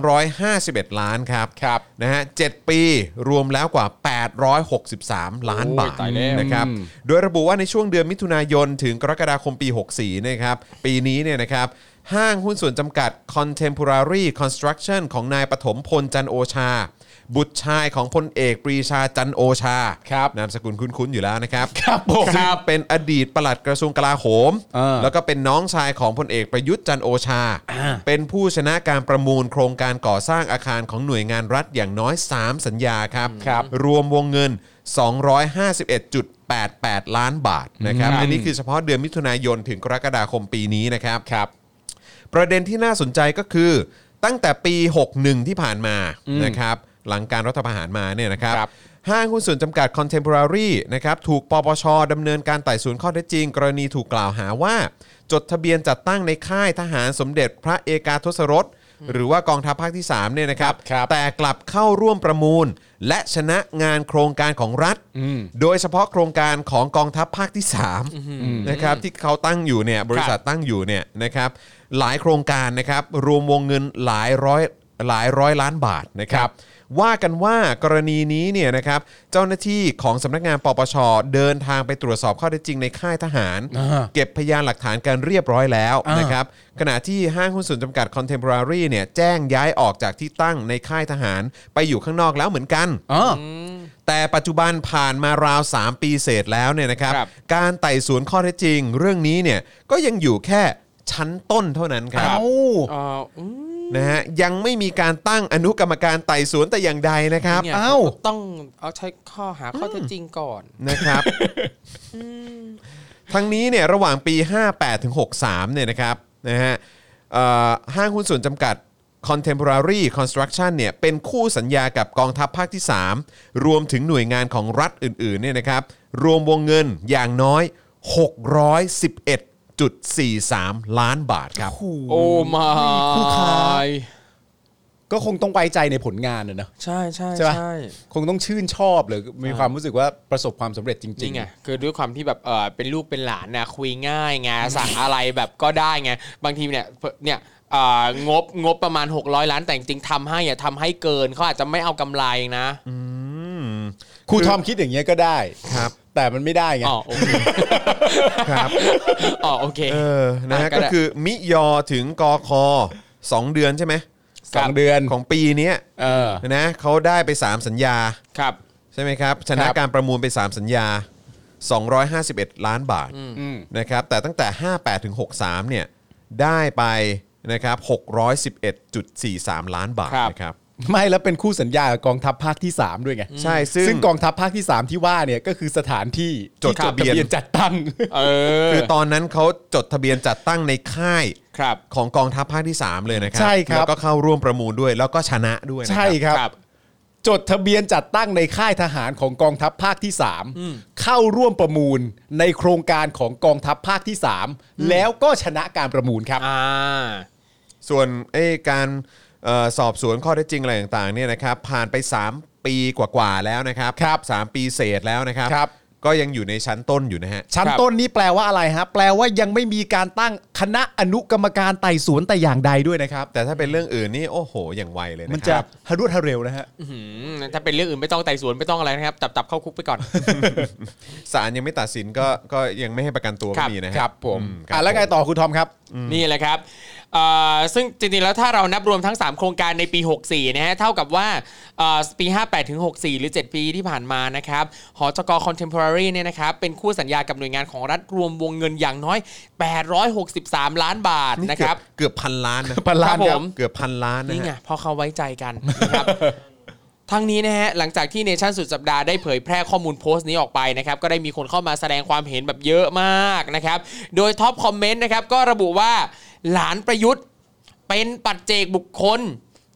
251 ล้านครับ
ครับ
นะฮะ7ปีรวมแล้วกว่า 863 ล้านบาท
ตายแล้ว
นะครับ โดยระบุว่าในช่วงเดือนมิถุนายน ถึงกรกฎาคมปี 64 นะครับ ปีนี้เนี่ยนะครับ ห้างหุ้นส่วนจำกัด Contemporary Construction ของนายปฐมพลจันโอชา บุตรชายของพลเอกปรีชาจันโอชา
ครับ
นามสกุลคุ้นๆอยู่แล้วนะครับ
ครับผม
ซึ่งเป็นอดีตปลัดกระทรวงกลาโหม
เออ
แล้วก็เป็นน้องชายของพลเอกประยุทธ์จันโอชา เป็นผู้ชนะการประมูลโครงการก่อสร้างอาคารของหน่วยงานรัฐอย่างน้อย 3 สัญญาครับ
ครับ
รวมวงเงิน 251.88 ล้านบาทนะครับ อันนี้คือเฉพาะเดือนมิถุนายนถึงกรกฎาคมปีนี้นะครับ ประเด็นที่น่าสนใจก็คือ ตั้งแต่ปี 61 ที่ผ่านมานะครับหลังการรัฐประหารมาเนี่ยนะครับ
ครับ
ห้างหุ้นส่วนจำกัด Contemporary นะครับถูกปปชดำเนินการไต่สวนข้อเท็จจริง กรณีถูกกล่าวหาว่า จดทะเบียนจัดตั้งในค่ายทหารสมเด็จพระเอกาทศรส หรือว่ากองทัพภาคที่3เนี่ยนะครับ
ครับ
แต่กลับเข้าร่วมประมูล และชนะงานโครงการของรัฐ โดยเฉพาะโครงการของกองทัพภาคที่3นะครับที่เขาตั้งอยู่เนี่ยบริษัทตั้งอยู่เนี่ยนะครับหลายโครงการนะครับรวมวงเงินหลายร้อยหลายร้อยล้านบาทนะครับ ว่ากันว่ากรณีนี้เนี่ยนะครับเจ้าหน้าที่ของสำนักงานปปชเดินทางไปตรวจสอบข้อเท็จจริงในค่ายทหาร เก็บพยานหลักฐานกันเรียบร้อยแล้วนะครับขณะที่ห้างหุ้นส่วนจำกัด Contemporary เนี่ยแจ้งย้ายออกจากที่ตั้งในค่ายทหารไปอยู่ข้างนอกแล้วเหมือนกัน
อ๋อ
แต่ปัจจุบันผ่านมาราว 3 ปีเศษแล้วเนี่ยนะครับ
ครับ
การไต่สวนข้อเท็จจริง เรื่องนี้เนี่ยก็ยังอยู่แค่ชั้นต้นเท่านั้นครับ
เอ้า
เอ่ออืม
นะฮะยังไม่มีการตั้งอนุกรรมการไต่สวนแต่อย่างใดนะครับ
เนี่ย
อ้าว
ต้องเอาใช้ข้อหาข้อเท็จจริงก่อน
นะครับ ทั้งนี้เนี่ยระหว่างปี 58ถึง63เนี่ยนะครับนะฮะเอ่อห้างหุ้นส่วนจำกัด Contemporary Construction เนี่ยเป็นคู่สัญญากับกองทัพภาคที่ 3 รวมถึงหน่วยงานของรัฐอื่นๆเนี่ยนะครับรวมวงเงินอย่างน้อย 611.43 ล้านบาทครับ
โอ้ my
ก็คงต้องไว้ใจในผลงานนะเนอะ
ใช่ใช่
ใช่ปะ
ใช่
คงต้องชื่นชอบหรือมีความรู้สึกว่าประสบความสำเร็จจริ
นี่
ง
ไงคือด้วยความที่แบบเออเป็นลูกเป็นหลานนะคุยง่ายไงสั่งอะไรแบบก็ได้ไงบางทีเนี่ยเนี่ยเอ่องบงบประมาณ 600 ล้านแต่จริงๆทำให้อะทำให้เกินเขาอาจจะไม่เอากำไรนะ
ๆครูทอมคิดอย่างเงี้ยก็ได้
ครับ
แต่มันไม่ได้ไง
อ๋อโอเค
ครับ
อ๋อโอเค
เออ นะฮะ
อ่ะก็
ก็
ได้
คือมิยอถึงกอคอสองเดือนใช่ไหม
สองเดือน
ของปีเนี้ย
เออ
นะเขาได้ไป 3 สัญญา
ครับ
ใช่ไหมครับ ชนะครับ การประมูลไป 3 สัญญา 251 ล้านบาท
อืม
นะครับ แต่ตั้งแต่ 58ถึง63 เนี่ย ได้ไปนะครับ611.43 ล้านบาท
ครับ
นะครับ
ไม่แล้วเป็นคู่สัญญากับกองทัพภาคที่ 3 ด้วยไง
ใช่ซึ่ง
ซึ่งกองทัพภาคที่ 3 ที่ว่าเนี่ยก็คือสถานที่
จด
ที่
ทะเบียน
จัดตั้ง
เออ
คือตอนนั้นเขาจดทะเบียนจัดตั้งในค่าย
ครับ
ของกองทัพภาคที่ 3 เลยนะครั
ใช่ครับ
แล้วก็เข้าร่วมประมูลด้วย แล้วก็ชนะด้วยนะค
ใช่
รับ
ครับ
ครับ
จดทะเบียนจัดตั้งในค่ายทหารของกองทัพภาคที่ 3 เข้าร่วมประมูลในโครงการของกองทัพภาคที่ 3 แล้วก็ชนะการประมูลครับ
อ่า
ส่วนเอ้ยการเอ่อสอบสวนข้อเท็จจริงอะไรต่างๆเนี่ยนะครับผ่านไป 3 ปีกว่าๆแล้วนะครับ
ครับ
สามปีเศษแล้วนะครับ
ครับ
ก็ยังอยู่ในชั้นต้นอยู่นะฮะ
ชั้น
ครับ
ต้นนี้แปลว่าอะไรฮะ แปลว่ายังไม่มีการตั้งคณะอนุกรรมการไต่สวนแต่อย่างใดด้วยนะครับ
แต่ถ้าเป็นเรื่องอื่นนี่โอ้โห อย่างไวเลย
มัน
นะค
จะ
รับ
ฮารวดฮาเร็วนะฮะ
อื้อหือถ้าเป็นเรื่องอื่นไม่ต้องไต่สวนไม่ต้องอะไรนะครับ ตับตับเข้าคุกไปก่อน
ศาลยังไม่ตัดสินก็ก็ยังไม่ให้ประกันตัว
ครั
ก็
บ
มีนะฮะ
ครับผม
อืครับ
อ่ะแล้วไง
ผม
ต่อคุณทอมครับ
นี่แหละครับเอ่อซึ่งจริงๆ แล้วถ้าเรานับรวมทั้ง 3 โครงการในปี 64 นะฮะ เท่ากับว่าเอ่อปี 58 ถึง 64 หรือ 7 ปีที่ผ่านมานะครับ หอจกคอนเทมพอร์รีเนี่ยนะครับ เป็นคู่สัญญากับหน่วยงานของรัฐรวมวงเงินอย่างน้อย 863 ล้านบาทนะครับ
เกือบพันล้านนะ
พันล้าน
ครับผ
ครับ
ม
เกือบพันล้านนะ
นี่ไง
ฮะ
เพอเขาไว้ใจกันนะครับ [laughs] ทั้งนี้นะฮะ หลังจากที่เนชั่นสุดสัปดาห์ได้เผยแพร่ข้อมูลโพสต์นี้ออกไปนะครับ ก็ได้มีคนเข้ามาแสดงความเห็นแบบเยอะมากนะครับ โดยท็อปคอมเมนต์นะครับ ก็ระบุว่าหลานประยุทธ์เป็นปัจเจกบุคคล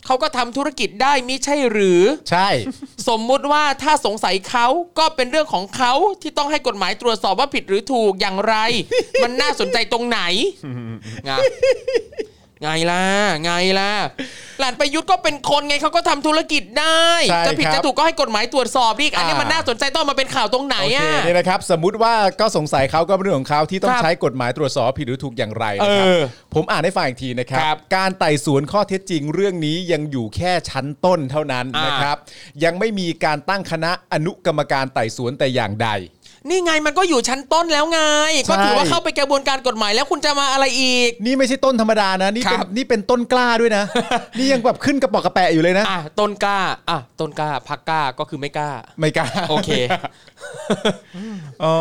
เขาก็ทำธุรกิจได้มิใช่หรือ
ใช่
สมมุติว่าถ้าสงสัยเขาก็เป็นเรื่องของเขาที่ต้องให้กฎหมายตรวจสอบว่าผิดหรือถูกอย่างไร [laughs] มันน่าสนใจตรงไหน [laughs] ไงไงล่ะไงล่ะ หลานประยุทธ์ก็เป็นคนไงเขาก็ทำธุรกิจได้
ใช่
จะผิด
ครับ
จะถูกก็ให้กฎหมายตรวจสอบดิอันนี้
อ่ามั
มันน่าสนใจต้องมาเป็นข่าวตรงไหน
โอเค
อ่ะ
เนี่ยนะครับ สมมุติว่าก็สงสัยเขาก็เป็นเรื่องของเขาที่ต้อ
ค
ง
รับ
ใช้กฎหมายตรวจสอบผิดหรือถูกอย่างไรนะครั
เออ
ผมอ่านให้ฟังอีกทีนะครับ
ครับ
การไต่สวนข้อเท็จจริงเรื่องนี้ยังอยู่แค่ชั้นต้นเท่านั้น
อ่าน
นะครับ ยังไม่มีการตั้งคณะอนุกรรมการไต่สวนแต่อย่างใด
นี่ไงมันก็อยู่ชั้นต้นแล้วไง ก็ถือว่า
ใช่
เข้าไปกระบวนการกฎหมายแล้วคุณจะมาอะไรอีก
นี่ไม่ใช่ต้นธรรมดานะนี่เป็น
ครับ
นี่เป็นต้นกล้า
[laughs]
ด้วยนะ นี่ยังแบบขึ้นกระปอกกระแปะอยู่เลยนะ
อ่ะต้นกล้าอ่ะต้นกล้าพักกล้าก็คือไม่กล้า
ไม่กล้า
โอเค
อ๋อ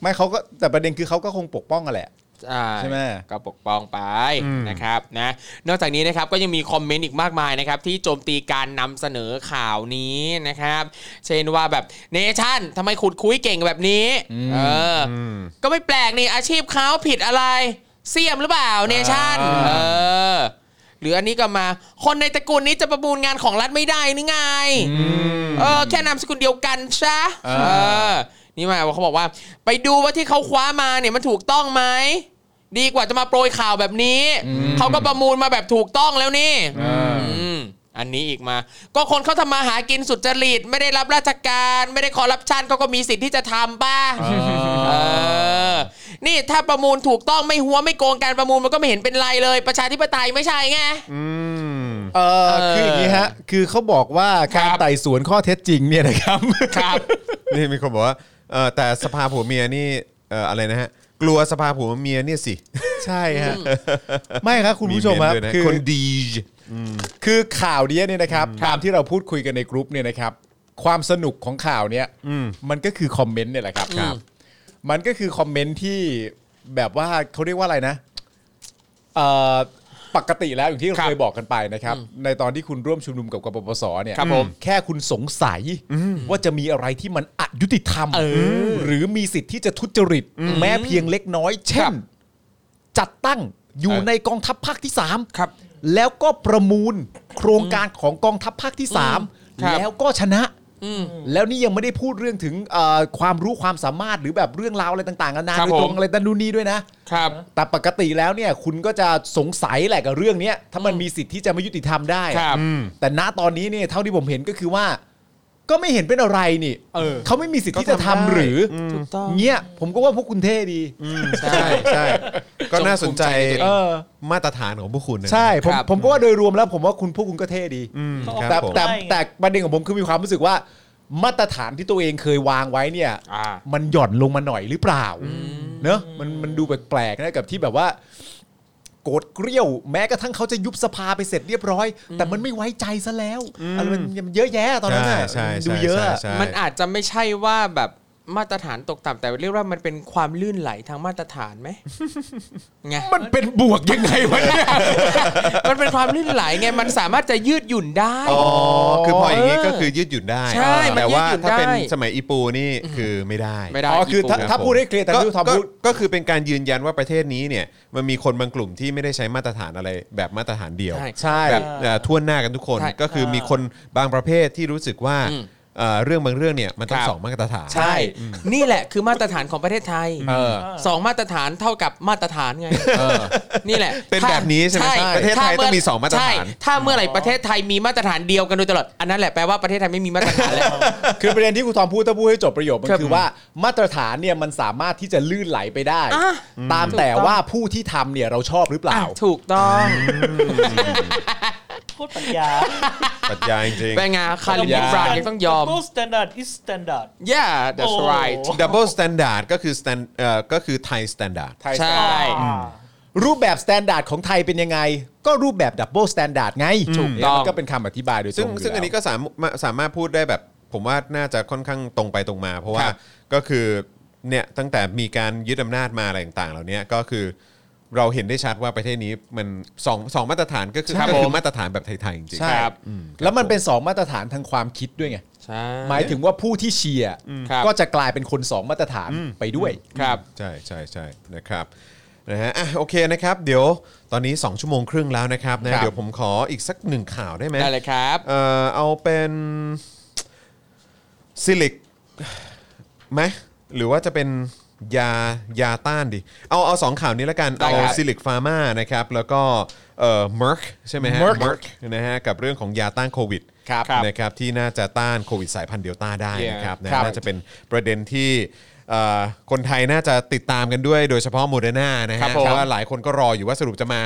ไม่เขาก็แต่ประเด็นคือเขาก็คงปกป้องกันแหละ
อ่า
ใช่ไหม
ก็ปกป้องไปนะครับนะนอกจากนี้นะครับก็ยังมีคอมเมนต์อีกมากมายนะครับที่โจมตีการนำเสนอข่าวนี้นะครับ เช่นว่าแบบเนชั่นทำไมขุดคุยเก่งแบบนี้เอออก็ไม่แปลกนี่อาชีพเขาผิดอะไร เสียมหรือเปล่าเนชั่นเออหรืออันนี้ก็มาคนในตระกูลนี้จะประมูลงานของรัฐไม่ได้นี่ไง เออแค่นามสกุลเดียวกันใช่เออ นี่มาเขาบอกว่า ไปดูว่าที่เขาคว้ามาเนี่ยมันถูกต้องไหม ดีกว่าจะมาโปรยข่าวแบบนี้ เขาก็ประมูลมาแบบถูกต้องแล้วนี่อืมอันนี้อีกมา ก็คนเขาทำมาหากินสุจริต ไม่ได้รับราชการ ไม่ได้คอร์รัปชันเขาก็มีสิทธิ์ที่จะทำป่ะเออ นี่ถ้าประมูลถูกต้องไม่หัวไม่โกงการประมูลมันก็ไม่เห็นเป็นไรเลย ประชาธิปไตยไม่ใช่ไง
อืม
เออ
เออ
คืออย่างนี้ฮะ คือเขาบอกว่าการ
ครับ
ไต่สวนข้อเท็จจริงเนี่ยนะครับ
ครับ
นี่มีคนบอกว่าเออแต่สภาผัวเมียนี่เอ่ออะไรนะฮะ กลัวสภาผัวเมียเนี่ยสิ
[laughs] ใช่ฮะ ไม่ครับคุณผู้ชมครับ
เนด้วยนะ
คือ
คนดี
คือข่าวเนี้ยเนี่ยนะครับ ตามที่เราพูดคุยกันในกรุ๊ปเนี่ยนะครับ ความสนุกของข่าวเนี้ย
อืม
มันก็คือคอมเมนต์เนี่ยแหละครับ
อืม
มันก็คือคอมเมนต์ที่แบบว่าเขาเรียกว่าอะไรนะเอ่อปกติแล้วอย่างที่เราเคยบอกกันไปนะครับ ในตอนที่คุณร่วมชุมนุมกับกปปสเนี่ย
ครับผม
แค่คุณสงสัยว่าจะมีอะไรที่มันอยุติธรรม หรือมีสิทธิ์ที่จะทุจริต แม้เพียงเล็กน้อย เช่น จัดตั้งอยู่
เออ
ในกองทัพภาคที่ 3
ครับ
แล้วก็ประมูลโครงการของกองทัพภาคที่
ครั
3
บ
แล้วก็ชนะ
อืม
แล้วนี่ยังไม่ได้พูดเรื่องถึงเอ่อความรู้ความสามารถหรือแบบเรื่องราวอะไรต่างๆนานา
ครับ
โดยตร
ผ
ง
ม
อะไรตันนูนนี่ด้วยนะ
ครับ
แต่ปกติแล้วเนี่ยคุณก็จะสงสัยแหละกับเรื่องเนี้ยถ้ามันมีสิทธิ์ที่จะไม่ยุติธรรมได้
ครับ
อืม
แต่ณตอนนี้เนี่ยเท่าที่ผมเห็นก็คือว่า ก็ไม่เห็นเป็นอะไรนี่
เออ
เขาไม่มีสิทธิ์ที่จะ
ก็ทำ
ทำ
ได้
หรืออ
ถูกต้อง
เงี้ยผมก็ว่าพวกคุณเท่ดี
ใช่
ใช่ก็น่าสนใจ
เอ
เออ
มาตรฐานของพวกคุณนะ
ใช่ผม
ครับ
ผมก็ว่าโดยรวมแล้วผมว่าคุณพวกคุณก็เท่ดี
อืมค
แต่
แต่
รับผม
แต่
ได้
แต่ประเด็นของผมคือมีความรู้สึกว่า มาตรฐานที่ตัวเองเคยวางไว้เนี่ย
อ่า
มันหย่อนลงมาหน่อยหรือเปล่า เนอะมันมันดูแปลกๆนะกับที่แบบว่า โกรธเกรี้ยว แม้กระทั่งเขาจะยุบสภาไปเสร็จเรียบร้อย แต่มันไม่ไว้ใจซะแล้วอะไรมันมันเยอะแยะตอนนั้น
ใช่
น่ะ
ใช่
ดู
ใช่
เยอะ
ใช่ใช่
มันอาจจะไม่ใช่ว่าแบบ มาตรฐานตกต่ำแต่เรียกว่ามันเป็นความลื่นไหลทางมาตรฐานไหม ไง
มันเป็นบวกยังไงวะเนี่ย
[laughs] มันเป็นความลื่นไหลไงมันสามารถจะยืดหยุ่นได้
อ๋อ คือพออย่างนี้
เออ
ก็คือยืดหยุ่นได้
ใช่มัน
แต่ว่า
ยืดหยุ่น
ถ้าเป็น
ได้
สมัยอีปูนี่คือไม่ได้
ไม่ได้
อ๋อคือถ้า
ญี่ปุ่น
ถ้าพูดให้เคลียร์แต่
ก็
ที่ทอม
ก็
พูด
ก็คือเป็นการยืนยันว่าประเทศนี้เนี่ยมันมีคนบางกลุ่มที่ไม่ได้ใช้มาตรฐานอะไรแบบมาตรฐานเดียว
ใช่
ใช่
แบบเอ่อทั่วหน้ากันทุกคน
ใช่
ก็คือมีคนบางประเภทที่รู้สึกว่า
อืม
เอ่อเรื่องบางเรื่องเนี่ยมันต้อง
ครับ
สองมาตรฐาน
ใช่ นี่แหละคือมาตรฐานของประเทศไทย
เออ
สองมาตรฐานเท่ากับมาตรฐานไงนี่แหละ
เป็นแบบนี้ใช่ไหมประเทศไทย
ถ้า
ต้องมีสองมาตรฐาน
ใช่ถ้าเมื่อไหร่ประเทศไทยมีมาตรฐานเดียวกันโดยตลอดอันนั้นแหละแปลว่าประเทศไทยไม่มีมาตรฐานแล้ว
คือประเด็นที่ครูทอมพูดถ้าพูดให้จบประโยคมัน
ครับ
คือว่ามาตรฐานเนี่ยมันสามารถที่จะลื่นไหลไปได้
อ่ะ
ตามแต่ว่าผู้ที่ทำเนี่ยเราชอบหรือเปล่า
ถูกต้อง
โคตรปัญญา
ปรัจจัยจริง
เป็นไงคาริ
ย
บินบราวน์ยังต้องยอม
โ double standard is standard
yeah that's
โอ้
right
ดับเบิลสแตนดาร์ดก็คือสแตนเอ่อก็คือไทยสแตนดาร์ด
ไทย
ใช่
อ่า
รูปแบบสแตนดาร์ดของไทยเป็นยังไง ก็รูปแบบดับเบิลสแตนดาร์ดไง
ถูกต้อง
มันก็เป็นคำอธิบายโดยต
ซึ่
รง งยู่
ซึ่งอันนี้
แล้ว
ก็สามารถสามารถพูดได้แบบผมว่าน่าจะค่อนข้างตรงไปตรงมา เพราะว่า
ครับ
ก็คือเนี่ยตั้งแต่มีการยึดอำนาจมาอะไรต่างๆเหล่านี้ก็คือเราเห็นได้ชัดว่าประเทศนี้มันสองสองมาตรฐานก็คือ
ครับ
ก็คื
ผ
อ
ม
มาตรฐานแบบไทยๆจริงๆ
ใช่
ครับ
แล้วมันเป็นสองมาตรฐานทางความคิดด้วยไง
ใช่
หมายถึงว่าผู้ที่เชียร์
ครับ
ก็จะกลายเป็นคนสองมาตรฐานไปด้วย
ครับ
ใช่ใช่ใช่นะครับนะฮะอ่ะโอเคนะครับ เดี๋ยวตอนนี้ 2 ชั่วโมงครึ่งแล้วนะครับนะครับ เดี๋ยวผมขออีกสักหนึ่งข่าวได้ไหม
ได้เลยครับ
เอ่อเอาเป็นซิลิกไหมหรือว่าจะเป็นยายาต้านดิ เอาเอาสองข่าวนี้แล้วกัน
ได้
เอา
ครับ
ซิลิกฟาร์มานะครับ แล้วก็เอ่อมร์กใช่ไหมฮะ
Merck
มร์กนะฮะกับเรื่องของยาต้านโควิด
ครับ
นะครับที่น่าจะต้านโควิดสายพันธุ์เดลต้าได้
Yeah.
นะครับนะครับ น่าจะเป็นประเด็นที่เอ่อคนไทยน่าจะติดตามกันด้วยโดยเฉพาะโมเดอร์นานะ
ครั
ฮะ
บ
เพ
ผม
ราะว่าหลายคนก็รออยู่ว่าสรุปจะมา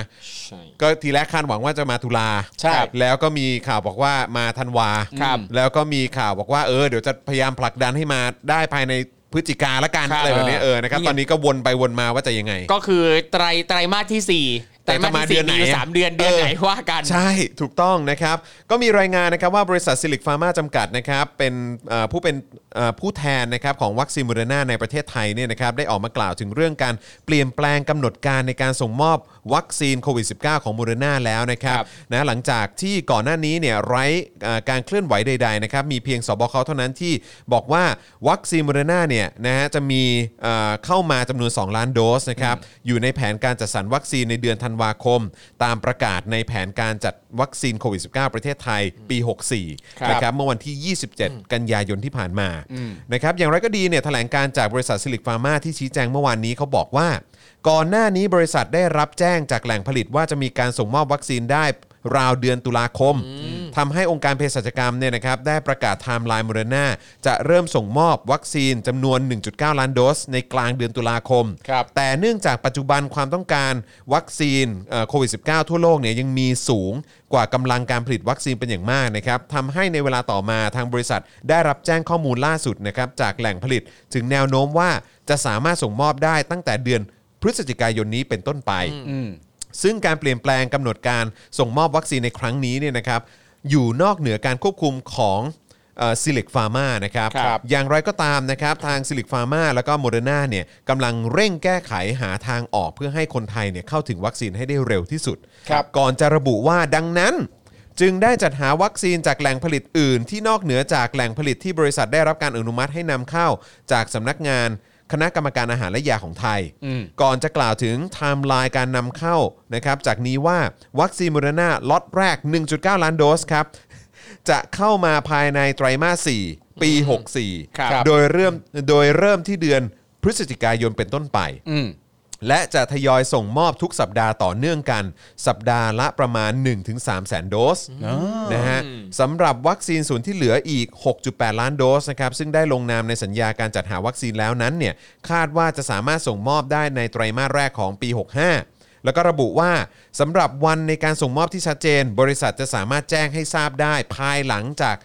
ก็ทีแรกคาดหวังว่าจะมาตุลา
ใช่
แล้วก็มีข่าวบอกว่ามาธันวา
ครับ
แล้วก็มีข่าวบอกว่าเออเดี๋ยวจะพยายามผลักดันให้มาได้ภายในพฤศจิกาละกัน
ครับ
อะไรแบบนี้เออนะครับ
นี่ไง
ตอนนี้ก็วนไปวนมาว่าจะยังไง
ก็คือไตรไตรมาสที่สี่ไตรมาสที่สี่มีอยู่สามเดือนเดือนไหนว่ากัน
ใช่ถูกต้องนะครับ ก็มีรายงานนะครับว่าบริษัทซิลิกฟาร์มาจำกัดนะครับเป็นเอ่อผู้เป็นเอ่อผู้แทนนะครับของวัคซีนโมเดอร์นาในประเทศไทยเนี่ยนะครับได้ออกมากล่าวถึงเรื่องการเปลี่ยนแปลงกำหนดการในการส่งมอบวัคซีนโควิด -19 ของโมเดอร์นาแล้วนะครับ
ครับ
นะหลังจากที่ก่อนหน้านี้เนี่ยไร้เอ่อการเคลื่อนไหวใดๆนะครับมีเพียงสบคเท่านั้นที่บอกว่าวัคซีนโมเดอร์นาเนี่ยนะฮะจะมีเอ่อเข้ามาจำนวน 2 ล้านโดสนะครับอยู่ในแผนการจัดสรรวัคซีนในเดือนธันวาคม ตามประกาศในแผนการจัดวัคซีนโควิด -19 ประเทศไทยปี
ครับ
64นะครับ นะครับเมื่อวันที่ 27 กันยายนที่ผ่านมา นะครับ อย่างไรก็ดีเนี่ยแถลงการจากบริษัทซิลิกฟาร์มาที่ชี้แจงเมื่อวานนี้เขาบอกว่า ก่อนหน้านี้บริษัทได้รับแจ้งจากแหล่งผลิตว่าจะมีการส่งมอบวัคซีนได้ราวเดือนตุลาคม ทำให้องค์การเภสัชกรรมเนี่ยนะครับได้ประกาศไทม์ไลน์โมเดอร์นาจะเริ่มส่งมอบวัคซีนจำนวน 1.9 ล้านโดส ในกลางเดือนตุลาคม
ครับ
แต่เนื่องจากปัจจุบันความต้องการวัคซีนเอ่อโควิด -19 ทั่วโลกเนี่ยยังมีสูงกว่ากำลังการผลิตวัคซีนเป็นอย่างมากนะครับทำให้ในเวลาต่อมาทางบริษัทได้รับแจ้งข้อมูลล่าสุดนะครับจากแหล่งผลิตถึงแนวโน้มว่าจะสามารถส่งมอบได้ตั้งแต่เดือนพฤศจิกายนนี้เป็นต้นไป ซึ่งการเปลี่ยนแปลงกำหนดการส่งมอบวัคซีนในครั้งนี้เนี่ยนะครับอยู่นอกเหนือการควบคุมของซิลิกฟาร์มานะครับ
ครับ
อย่างไรก็ตามนะครับทางซิลิกฟาร์มาแล้วก็โมเดอร์นาเนี่ยกำลังเร่งแก้ไขหาทางออกเพื่อให้คนไทยเนี่ยเข้าถึงวัคซีนให้ได้เร็วที่สุด
ครับ
ก่อนจะระบุว่าดังนั้น จึงได้จัดหาวัคซีนจากแหล่งผลิตอื่น ที่นอกเหนือจากแหล่งผลิตที่บริษัทได้รับการอนุมัติให้นำเข้าจากสำนักงานคณะกรรมการอาหารและยาของไทย ก่อนจะกล่าวถึงไทม์ไลน์การนำเข้านะครับจากนี้ว่าวัคซีนโมเดอร์นาล็อตแรก 1.9 ล้านโดสครับ จะเข้ามาภายในไตรมาส 4 ปี
ครับ
64 โดยเริ่มโดยเริ่มที่เดือนพฤศจิกายนเป็นต้นไป และจะทยอยส่งมอบทุกสัปดาห์ต่อเนื่องกัน สัปดาห์ละประมาณ 1-3 แสนโดสนะฮะสำหรับวัคซีนส่วนที่เหลืออีก 6.8 ล้านโดสนะครับซึ่งได้ลงนามในสัญญาการจัดหาวัคซีนแล้วนั้นเนี่ยคาดว่าจะสามารถส่งมอบได้ในไตรมาสแรกของปี 65 แล้วก็ระบุว่าสำหรับวันในการส่งมอบที่ชัดเจน บริษัทจะสามารถแจ้งให้ทราบได้ภายหลังจาก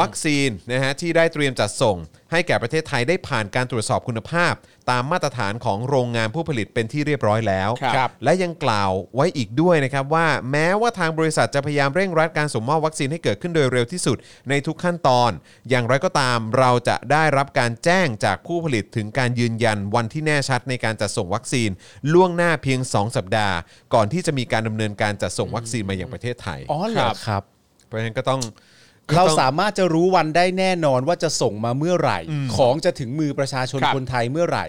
วัคซีนนะฮะที่ได้เตรียมจัดส่ง ให้แก่ประเทศไทยได้ผ่านการตรวจสอบคุณภาพ ตามมาตรฐานของโรงงานผู้ผลิตเป็นที่เรียบร้อยแล้ว
ครับ
และยังกล่าวไว้อีกด้วยนะครับว่าแม้ว่าทางบริษัทจะพยายามเร่งรัดการส่งมอบวัคซีนให้เกิดขึ้นโดยเร็วที่สุดในทุกขั้นตอน อย่างไรก็ตามเราจะได้รับการแจ้งจากผู้ผลิตถึงการยืนยันวันที่แน่ชัดในการจัดส่งวัคซีน ล่วงหน้าเพียง 2 สัปดาห์ ก่อนที่จะมีการดำเนินการจัดส่งวัคซีนมาอย่างประเทศไทย
อ๋อเหรอครับ
เพราะฉะนั้นก็ต้อง
เรา
ก็ต้อง
สามารถจะรู้วันได้แน่นอนว่าจะส่งมาเมื่อไหร่ ของจะถึงมือประชาชน
ครับ
คนไทยเมื่อไหร่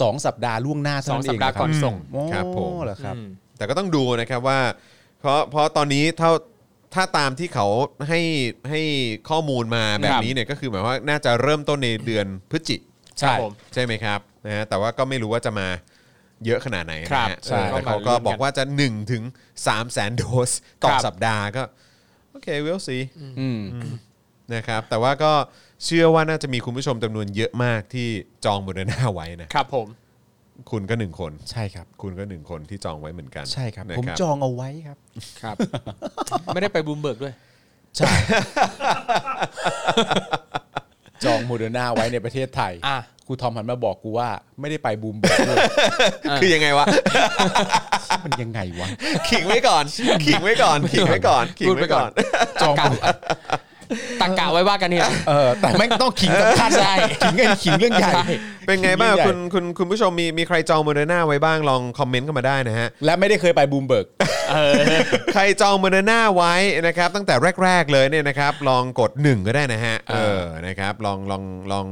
สองสัปดาห์ล่วงหน้า
ส
เท่า
องสั
นั้นเอ
ป
ง
ดาห์ก่อนส่ง
อ๋อ
ครับผม
เหรอครับ
แต่ก็ต้องดูนะครับว่า เพราะเพราะตอนนี้เท่าถ้าตามที่เขาให้ให้ข้อมูลมาแบบนี้เนี่ยก็คือหมายว่าน่าจะเริ่มต้นในเดือนพฤศจิ
ใช่ครับผม
ใช่ไหมครับนะฮะแต่ว่าก็ไม่รู้ว่าจะมาเยอะขนาดไหนนะครับ ฮะ
ใช่
เออแต่เขาก็บอกว่าจะ1ถึง3แสนโดสต่อ
ครับ
สัปดาห์ก็ โอเค we'll see
อืม
นะครับ แต่ว่าก็เชื่อว่าน่าจะมีคุณผู้ชมจำนวนเยอะมากที่จองบนเดอร์นาไว้นะครับ
ผม
คุณก็หนึ่งคน
ใช่ครับ
คุณก็หนึ่งคนที่จองไว้เหมือนกัน
ใช่ครับ
นะ
ผมจองเอาไว้ครับ
ครับ ไม่ได้ไปบูมเบิร์กด้วย
ใช่ จองโมเดอร์นาไว้ในประเทศไทย
อ่ะ
ครูทอมหันมาบอกกูว่า ไม่ได้ไปบูมเบิร์กด้วย
คือยังไงวะ
มันยังไงวะ
ขิงไว้ก่อน ขิงไว้ก่อนขิงไว้ก่อนขิงไว้ก่อน
จอง
ตะกะตักกะไว้ว่ากันเนี่ย
เออแต่แม่งต้องขิงสำคัญ
ใช่
ขิงไงขิงเรื่องใหญ่
ใช่
เป็นไงบ้าง
ขิงใหญ่
คุณคุณคุณผู้ชมมีมีใครจองโมเดอร์นาไว้บ้างลองคอมเมนต์เข้ามาได้ [laughs] นะฮะ
และไม่ได้เคยไปบูมเบิร์ก
ใครจองโมเดอร์นาไว้นะครับ ตั้งแต่แรก ๆ เลยเนี่ยนะครับ ลองกด 1 ก็ได้นะฮะ เออนะครับ ลองลองลอง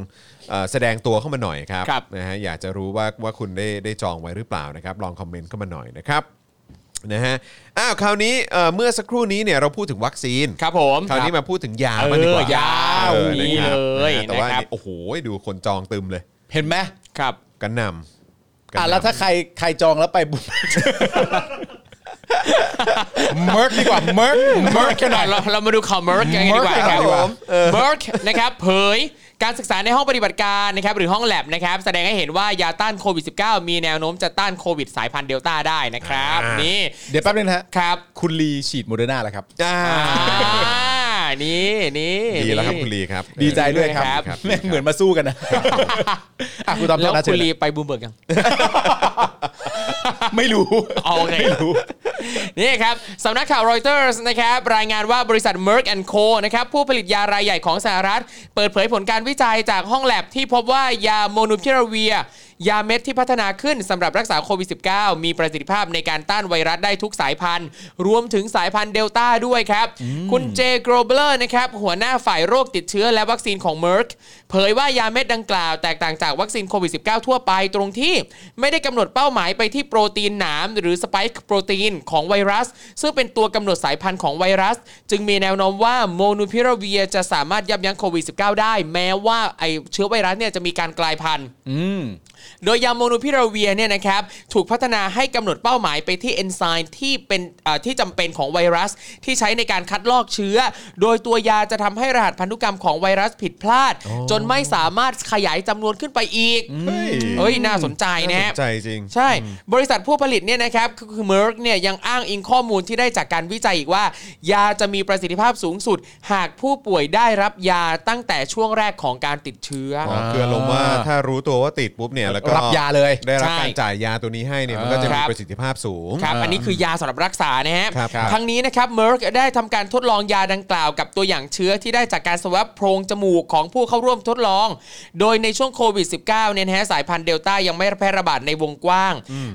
เอ่อแสดงตัวเข้ามาหน่อยครับ
ครับ
นะฮะอยากจะรู้ว่าว่าคุณได้ได้จองไว้หรือเปล่านะครับ ลองคอมเมนต์เข้ามาหน่อยนะครับนะฮะอ้าวคราวนี้เอ่อเมื่อสักครู่นี้เนี่ยเราพูดถึงวัคซีน
ครับผม
คราวนี้มาพูดถึงยาบ้างดีกว่า
เออยาว
เออ
นี่เลย
นะครับแต่
นะ
ว่า
ครับ
เนี่ยโอ้โห ดูคนจองตึมเลย
เห็นไหม
ครับ
กันนำกันนำ
อ่ะแล้วถ้าใครใครจองแล้วไปบูม [laughs] เมิร์กดีกว่าเมิร์กเมิร์กขนาด
เราเรามาดูข่าวเมิร์กกันดีกว่า
ครับผม
เมิร์กนะครับเผยการศึกษาในห้องปฏิบัติการนะครับหรือห้องแลบนะครับ แสดงให้เห็นว่ายาต้านโควิด -19 มีแนวโน้มจะต้านโควิดสายพันธุ์เดลต้าได้นะครับ นี่
เดี๋ยวแป๊บนึงนะฮะ
ครับ
คุณลีฉีดโมเดอร์นาแล้วครับ
อ่า
อ่านี่นี่
ดีแล้วครับ
นี่
คุณลีครับ
ดีใจด้วยค
ครั
รับ บแม่งเหมือนมาสู้กันนะอ่ะคุณตอม
แล้ว
นะเชิ
คุ
ญ
ณลี
นะ
ไปบูมเบิร์กยัง
ไม่รู้
อ๋อโอ
[laughs]
เคนี่ครับสำนักข่าวรอยเตอร์สนะครับรายงานว่าบริษัท Merck Co นะครับผู้ผลิตยารายใหญ่ของสหรัฐ เปิดเผยผลการวิจัยจากห้องแลบที่พบว่ายาโมนูพิราเวีย ยาเม็ดที่พัฒนาขึ้นสำหรับรักษาโควิด -19 มีประสิทธิภาพในการต้านไวรัสได้ทุกสายพันธุ์ รวมถึงสายพันธุ์เดลต้าด้วยครับ คุณเจโกรเบลอร์นะครับหัวหน้าฝ่ายโรคติดเชื้อและวัคซีนของ Merck เผยว่ายาเม็ดดังกล่าวแตกต่างจากวัคซีนโควิด -19 ทั่วไปตรงที่ ไม่ได้กำหนดเป้าหมายไปที่โปรตีนหนาม หรือสไปค์โปรตีนของไวรัส ซึ่งเป็นตัวกำหนดสายพันธุ์ของไวรัส จึงมีแนวโน้มว่าโมนูพิราเวียจะสามารถยับยั้งโควิด -19 ได้ แม้ว่าไอเชื้อไวรัสเนี่ยจะมีการกลายพันธุ์ โดยยาโมนูพิราเวียเนี่ยนะครับถูกพัฒนาให้กำหนดเป้าหมายไปที่เอนไซม์ที่เป็นเอ่อที่จำเป็นของไวรัส ที่ใช้ในการคัดลอกเชื้อ โดยตัวยาจะทำให้รหัสพันธุกรรมของไวรัสผิดพลาด จนไม่สามารถขยายจำนวนขึ้นไปอีก
เฮ้ย
เฮ้ยน่าสนใจนะ
น่า
ฮะ
สนใจจริง
ใช่ บริษัทผู้ผลิตเนี่ยนะครับก็คือ Merck เนี่ยยังอ้างอิงข้อมูลที่ได้จากการวิจัยอีกว่า ยาจะมีประสิทธิภาพสูงสุด หากผู้ป่วยได้รับยาตั้งแต่ช่วงแรกของการติดเชื้ออ
อ๋อคืออารมณ์ว่าถ้ารู้ตัวว่าติดปุ๊บเนี่ยแล้วก็
รับยาเลย
ได้รับ
ใช่
การจ่ายยาตัวนี้ให้เนี่ยมันก็จะ
ครั
มี
บ
ประสิทธิภาพสูง
ครับ อันนี้คือยาสำหรับรักษานะฮะ
ครับครับ
ทั้งนี้นะครับ Merck ได้ทำการทดลองยาดังกล่าวกับตัวอย่างเชื้อที่ได้จากการสวบโพรงจมูกของผู้เข้าร่วมทดลอง โดยในช่วงโควิด -19 เนี่ยนะฮะสายพันธุ์เดลต้ายังไม่แพร่ระบาดในวงกว้าง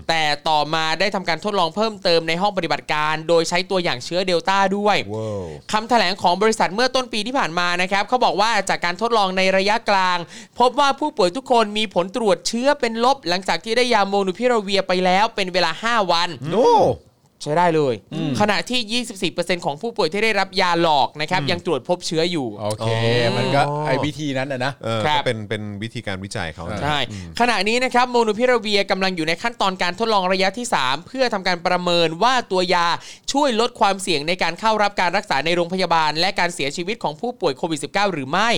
แต่ต่อมาได้ทำการทดลองเพิ่มเติมในห้องปฏิบัติการ โดยใช้ตัวอย่างเชื้อเดลต้าด้วย
ว้าว
คำแถลงของบริษัทเมื่อต้นปีที่ผ่านมานะครับเขาบอกว่าจากการทดลองในระยะกลาง พบว่าผู้ป่วยทุกคนมีผลตรวจเชื้อเป็นลบ หลังจากที่ได้ยาโมนูพิราเวียไปแล้วเป็นเวลา 5 วัน
โอ้
ใช้ได้เลย ขณะที่ 24%ของผู้ป่วยที่ได้รับยาหลอกนะครับยังตรวจพบเชื้ออยู่
โอเค
อ๋อ
มันก็ไอ้วิธีนั้นนะนะ
เออ
ครั
ก็
บ
เป็นเป็นวิธีการวิจัยเขานะ
ใช่ขณะนี้นะครับโมนูพิราเวียกำลังอยู่ในขั้นตอนการทดลองระยะที่ 3 เพื่อทำการประเมินว่าตัวยาช่วยลดความเสี่ยงในการเข้ารับการรักษาในโรงพยาบาล และการเสียชีวิตของผู้ป่วยโควิด -19 หรือไม่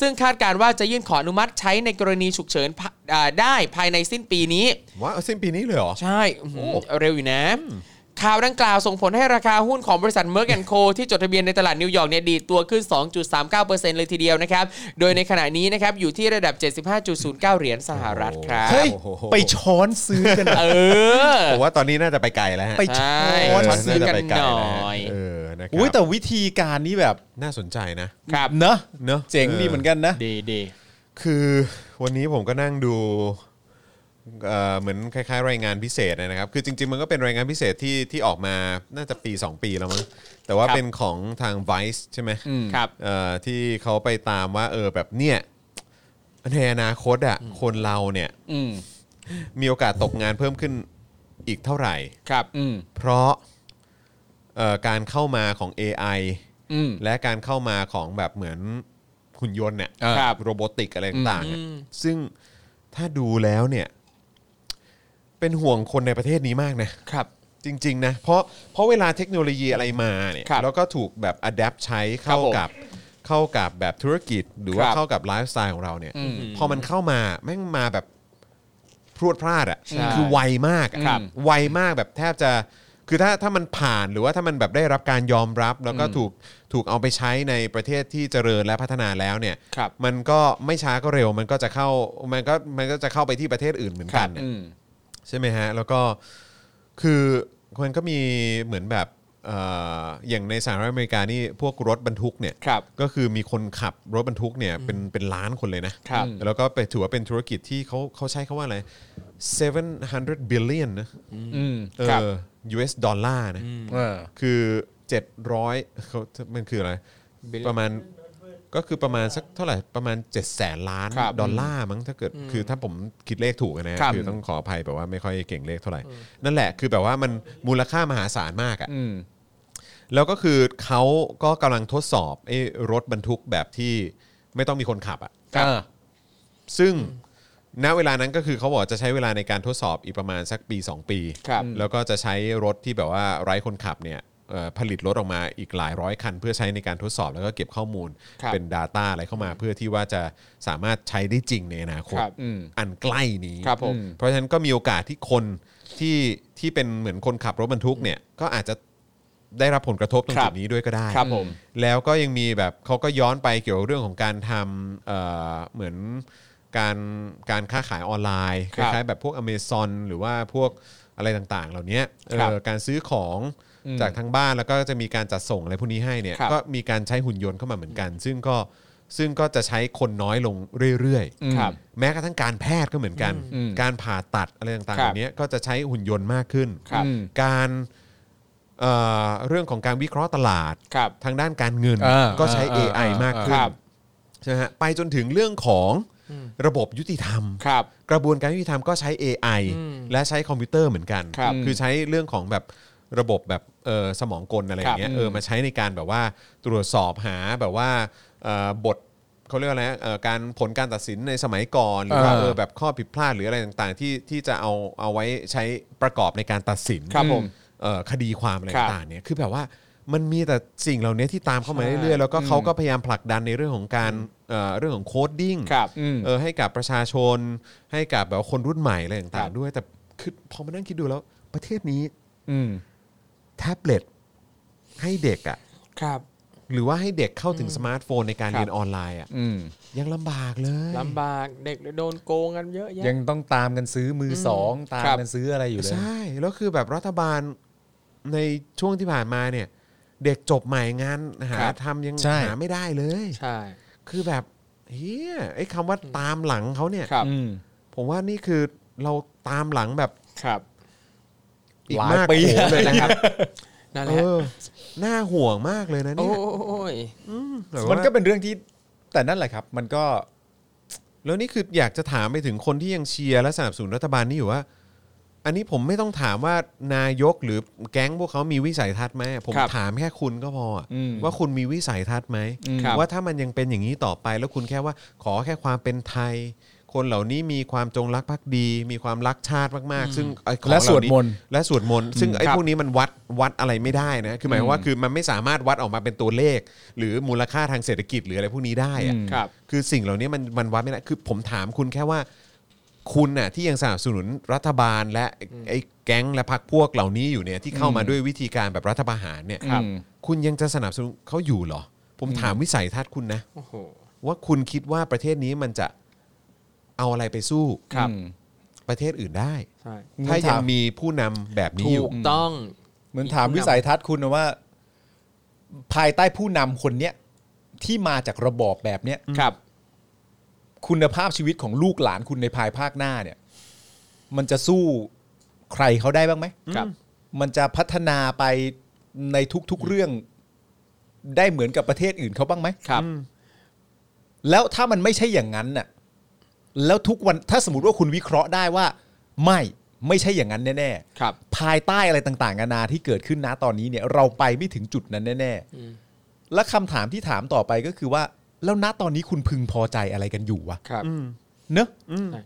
ซึ่งคาดการณ์ว่าจะยื่นขออนุมัติใช้ในกรณีฉุกเฉินพะอ่าได้ภายในสิ้นปีนี้
ว้าวสิ้นปีนี้เลยเหรอ
ใช่อื้อหือเร็วอยู่นะ ข ข่าวดังกล่าวส่งผลให้ราคาหุ้นของบริษัท Merck Co ที่จดทะเบียนในตลาดนิวยอร์กเนี่ยดีดตัวขึ้น 2.39%เลยทีเดียวนะครับ โดยในขณะนี้นะครับอยู่ที่ระดับ 75.09 เหรียญสหรัฐครับ
เฮ้ยไปช้อนซื้อกัน
เออ
ผมว่าตอนนี้น่าจะไปไกลแล้วฮะ
ไป
ใช่
ช้
เอ
อ
อน น่า
ซื้
ซื้อ
อกั
จะ
น
ไปไกลแล้ว
หน่อย
เออนะค
อุ้ย
รับ
แต่วิธีการนี้แบบ
น่าสนใจนะครับ
เนอะ
เนอะ
เจ๋งดีเหมือนกันนะ
ดีดี
คือวันนี้ผมก็นั่งดูเอ่อเหมือนคล้ายๆ รายงานพิเศษนะครับ คือจริง ๆ มันก็เป็นรายงานพิเศษที่ที่ออกมาน่าจะปี 2 ปีแล้วมั้งแต่ว่าเป็นของทาง Vice ใช่ไหม
ครับ
เอ่อที่เขาไปตามว่าเออแบบเนี่ยในอนาคตอ่ะคนเราเนี่ย
อืม
มีโอกาสตกงานเพิ่มขึ้นอีกเท่าไหร่
ครับ
อืม
เพราะเอ่อการเข้ามาของ AI
อืม
และการเข้ามาของแบบเหมือนหุ่นยนต์เนี่ย
อ่า
โรบอติกอะไรต่างๆเนี่ยซึ่งถ้าดูแล้วเนี่ยเป็นห่วงคนในประเทศนี้มากนะ
ครับ
จริง ๆ นะ เพราะเพราะเวลาเทคโนโลยีอะไรมาเนี่ย
ครับ
แล้วก็ถูกแบบอัดแอปใช้เข้ากับเข้ากับแบบธุรกิจ หรือว่า
ครับ
เข้ากับไลฟ์สไตล์ของเราเนี่ยพอมันเข้ามาแม่งมาแบบพรวดพลาดอ่ะ
ใช่
คือไวมากอะ
ครับ
ไวมากแบบแทบจะคือถ้าถ้ามันผ่านหรือว่าถ้ามันแบบได้รับการยอมรับ แล้วก็ถูกถูกเอาไปใช้ในประเทศที่เจริญและพัฒนาแล้วเนี่ย
ครับ
มันก็ไม่ช้าก็เร็ว มันก็จะเข้ามันก็มันก็จะเข้าไปที่ประเทศอื่นเหมือนกันเนี่ย
อืม
ใช่ไหมฮะ แล้วก็คือมันก็มีเหมือนแบบเอ่ออย่างในสหรัฐอเมริกานี่พวกรถบรรทุกเนี่ย
ครับ
ก็คือมีคนขับรถบรรทุกเนี่ยเป็นเป็นล้านคนเลยนะครับ แล้วก็ไปถือว่าเป็นธุรกิจที่เขาเขาใช้คาว่าอะไร 700 billion นะ
อืม
เอ
ครับ
อ US ดอลลาร์นะ
เออ
คือ 700เขามันคืออะไร ประมาณก็คือประมาณสักเท่าไหร่ประมาณ 7 0 0แสนล้าน
ครับ
ดอลลาร์มั้งถ้าเกิดคือถ้าผมคิดเลขถูกนะฮะ
ครับ
คือต้องขออภัยแบบว่าไม่ค่อยเก่งเลขเท่าไหร่ นั่นแหละคือแบบว่ามันมูลค่ามหาศาลมากอะ่ะ
อืม
แล้วก็คือเขาก็กำลังทดสอบไอ้รถบรรทุกแบบที่ไม่ต้องมีคนขับอ่ะ
อ่า
ซึ่งณเวลานั้นก็คือเขาบอกจะใช้เวลาในการทดสอบอีกประมาณสักปี 2 ปี
ครับ
แล้วก็จะใช้รถที่แบบว่าไร้คนขับเนี่ยเอ่อผลิตรถออกมาอีกหลายร้อยคัน เพื่อใช้ในการทดสอบแล้วก็เก็บข้อมูล
ครับ
เป็น Data อะไรเข้ามา เพื่อที่ว่าจะสามารถใช้ได้จริงในอนาคต
ครับ
อืม
อันใกล้นี้
ครับผม
เพราะฉะนั้นก็มีโอกาสที่คนที่ที่เป็นเหมือนคนขับรถบรรทุกเนี่ยก็อาจจะได้รับผลกระทบตรง
ครั
จุ
บ
ดนี้ด้วยก็ได้
ครับผม
แล้วก็ยังมีแบบเขาก็ย้อนไปเกี่ยวกับเรื่องของการทำเอ่อเหมือนการการค้าขายออนไลน์ค
ครับ
ล้ายๆแบบพวก Amazon หรือว่าพวกอะไรต่างๆ เหล่านี้เอ
ครับ
อการซื้อของจากทางบ้านแล้วก็จะมีการจัดส่งอะไรพวกนี้ให้เนี่ย
ครับ
ก็มีการใช้หุ่นยนต์เข้ามาเหมือนกัน ซึ่งก็ซึ่งก็จะใช้คนน้อยลงเรื่อยๆ
ครับ
แม้กระทั่งการแพทย์ก็เหมือนกัน การผ่าตัดอะไรต่างๆ
ค
เห
รับ
ล่านี้ก็จะใช้หุ่นยนต์มากขึ้น
ครับ
การเอ่อเรื่องของการวิเคราะห์ตลาด
ครับ
ทางด้านการเงิน
อ่า
ก็ใช้
อ่า
AI
อ่าม
มากขึ้น
ครับ
ใช่ไหมฮะไปจนถึงเรื่องของระบบยุติธรรม
ครับ
กระบวนการยุติธรรมก็ใช้ AI และใช้คอมพิวเตอร์เหมือนกัน
ครับ
คือใช้เรื่องของแบบระบบแบบเอ่อสมองกลอะไรอย่างเงี้ย
ครับ
เออมาใช้ในการแบบว่าตรวจสอบหาแบบว่าเอ่อบทเขาเรียกว่าอะไรนะเอ่อการผลการตัดสินในสมัยก่อน หรือว่า
เออ
เออแบบข้อผิดพลาดหรืออะไรต่างๆ ที่ที่จะเอาเอาไว้ใช้ประกอบในการตัดสิน
ครับผม
เอ่อคดีความอะไร
ครับ
ต่างๆเนี่ยคือแบบว่ามันมีแต่สิ่งเหล่านี้ที่ตามเข้ามา
ใช่
เรื่อยๆแล้วก็เขาก็พยายามผลักดันในเรื่องของการเอ่อเรื่องของโคดดิ้ง
ครับ
อืม
เออให้กับประชาชนให้กับแบบว่าคนรุ่นใหม่อะไร
ครั
ต่าง
บ
ๆด้วย แต่คือพอมานั่งคิดดูแล้วประเทศนี้
อืม
แท็บเล็ตให้เด็กอะ่ะ
ครับ
หรือว่าให้เด็กเข้าถึงสมาร์ทโฟนในการ
ครับ
เรียนออนไลน์อะ่ะ
อืม
ยังลำบากเลย
ลำบากเด็กโดนโกงกันเยอะแยะ
ยังต้องตามกันซื้อมือสองตาม
ครับ
กันซื้ออะไรอยู่เลย
ใช่แล้วคือแบบรัฐบาลในช่วงที่ผ่านมาเนี่ย เด็กจบใหม่งานหา
ครับ
ทำยัง
ใช่
หาไม่ได้เลย
ใช่
คือแบบเฮียไอ้คำว่าตามหลังเขาเนี่ย
ครับ
อืม
ผมว่านี่คือเราตามหลังแบบ
ครับ
อีก
หลาย
มาก
ปี
โขนเลยนะครับ
นั่นแห
เอ
ละ
อน่าห่วงมากเลยนะ
โอ้
เนี่ย
ย
แบบว่า
มันก็เป็นเรื่องที่แต่นั่นแหละครับ มันก็
แล้วนี่คืออยากจะถามไปถึงคนที่ยังเชียร์และสนับสนุนรัฐบาลนี่อยู่ว่า อันนี้ผมไม่ต้องถามว่านายกหรือแก๊งพวกเขามีวิสัยทัศน์ไหมผม
ครับ
ถามแค่คุณก็พออะ
อืม
ว่าคุณมีวิสัยทัศน์ไหม
อืม
ว่าถ้ามันยังเป็นอย่างนี้ต่อไป แล้วคุณแค่ว่าขอแค่ความเป็นไทย คนเหล่านี้มีความจงรักภักดี มีความรักชาติมากๆ ซึ่งไอ้ของ
และ
เห
ส
ล่าว
ด
นี้
มนต์
และสวดมนต์ซึ่งไอ้
ครับ
พวกนี้มันวัดวัดอะไรไม่ได้นะ คือหมายความว่าคือมันไม่สามารถวัดออกมาเป็นตัวเลข หรือมูลค่าทางเศรษฐกิจหรืออะไรพวกนี้ได้อะ
อืม
ครับ
คือสิ่งเหล่านี้มันมันวัดไม่ได้คือผมถามคุณแค่ว่า คุณน่ะที่ยังสนับสนุนรัฐบาลและไอ้แก๊งและพรรคพวกเหล่านี้อยู่เนี่ยที่เข้ามาด้วยวิธีการแบบรัฐประหารเนี่ย
ครับ
คุณยังจะสนับสนุนเขาอยู่เหรอ ผมถามวิสัยทัศน์คุณนะ
โอ้โห
ว่าคุณคิดว่าประเทศนี้มันจะเอาอะไรไปสู้
ครับ
อืม
ประเทศอื่นได้
ใช่
งั้น
ถ้ายัง
ถาม
มีผู้นำแบบนี้อ
ถู
ยู่
กต้อง
เหมือนถามวิสัยทัศน์คุณนะว่า ภายใต้ผู้นำคนเนี้ยที่มาจากระบอบแบบเนี้ย
ครับ
คุณภาพชีวิตของลูกหลานคุณในภายภาคหน้าเนี่ย มันจะสู้ใครเขาได้บ้างไหม
ครับ
มันจะพัฒนาไปในทุกๆเรื่องได้เหมือนกับประเทศอื่นเขาบ้างไหม
ครับ
แล้วถ้ามันไม่ใช่อย่างนั้นน่ะ แล้วทุกวันถ้าสมมติว่าคุณวิเคราะห์ได้ว่า ไม่ไม่ใช่อย่างนั้นแน่ๆ
ครับ
ภายใต้อะไรต่างๆนานาที่เกิดขึ้นนะตอนนี้เนี่ย เราไปไม่ถึงจุดนั้นแน่ๆ และคำถามที่ถามต่อไปก็คือว่า แล้วณตอนนี้คุณพึงพอใจอะไรกันอยู่วะ
ครับ
เนอะ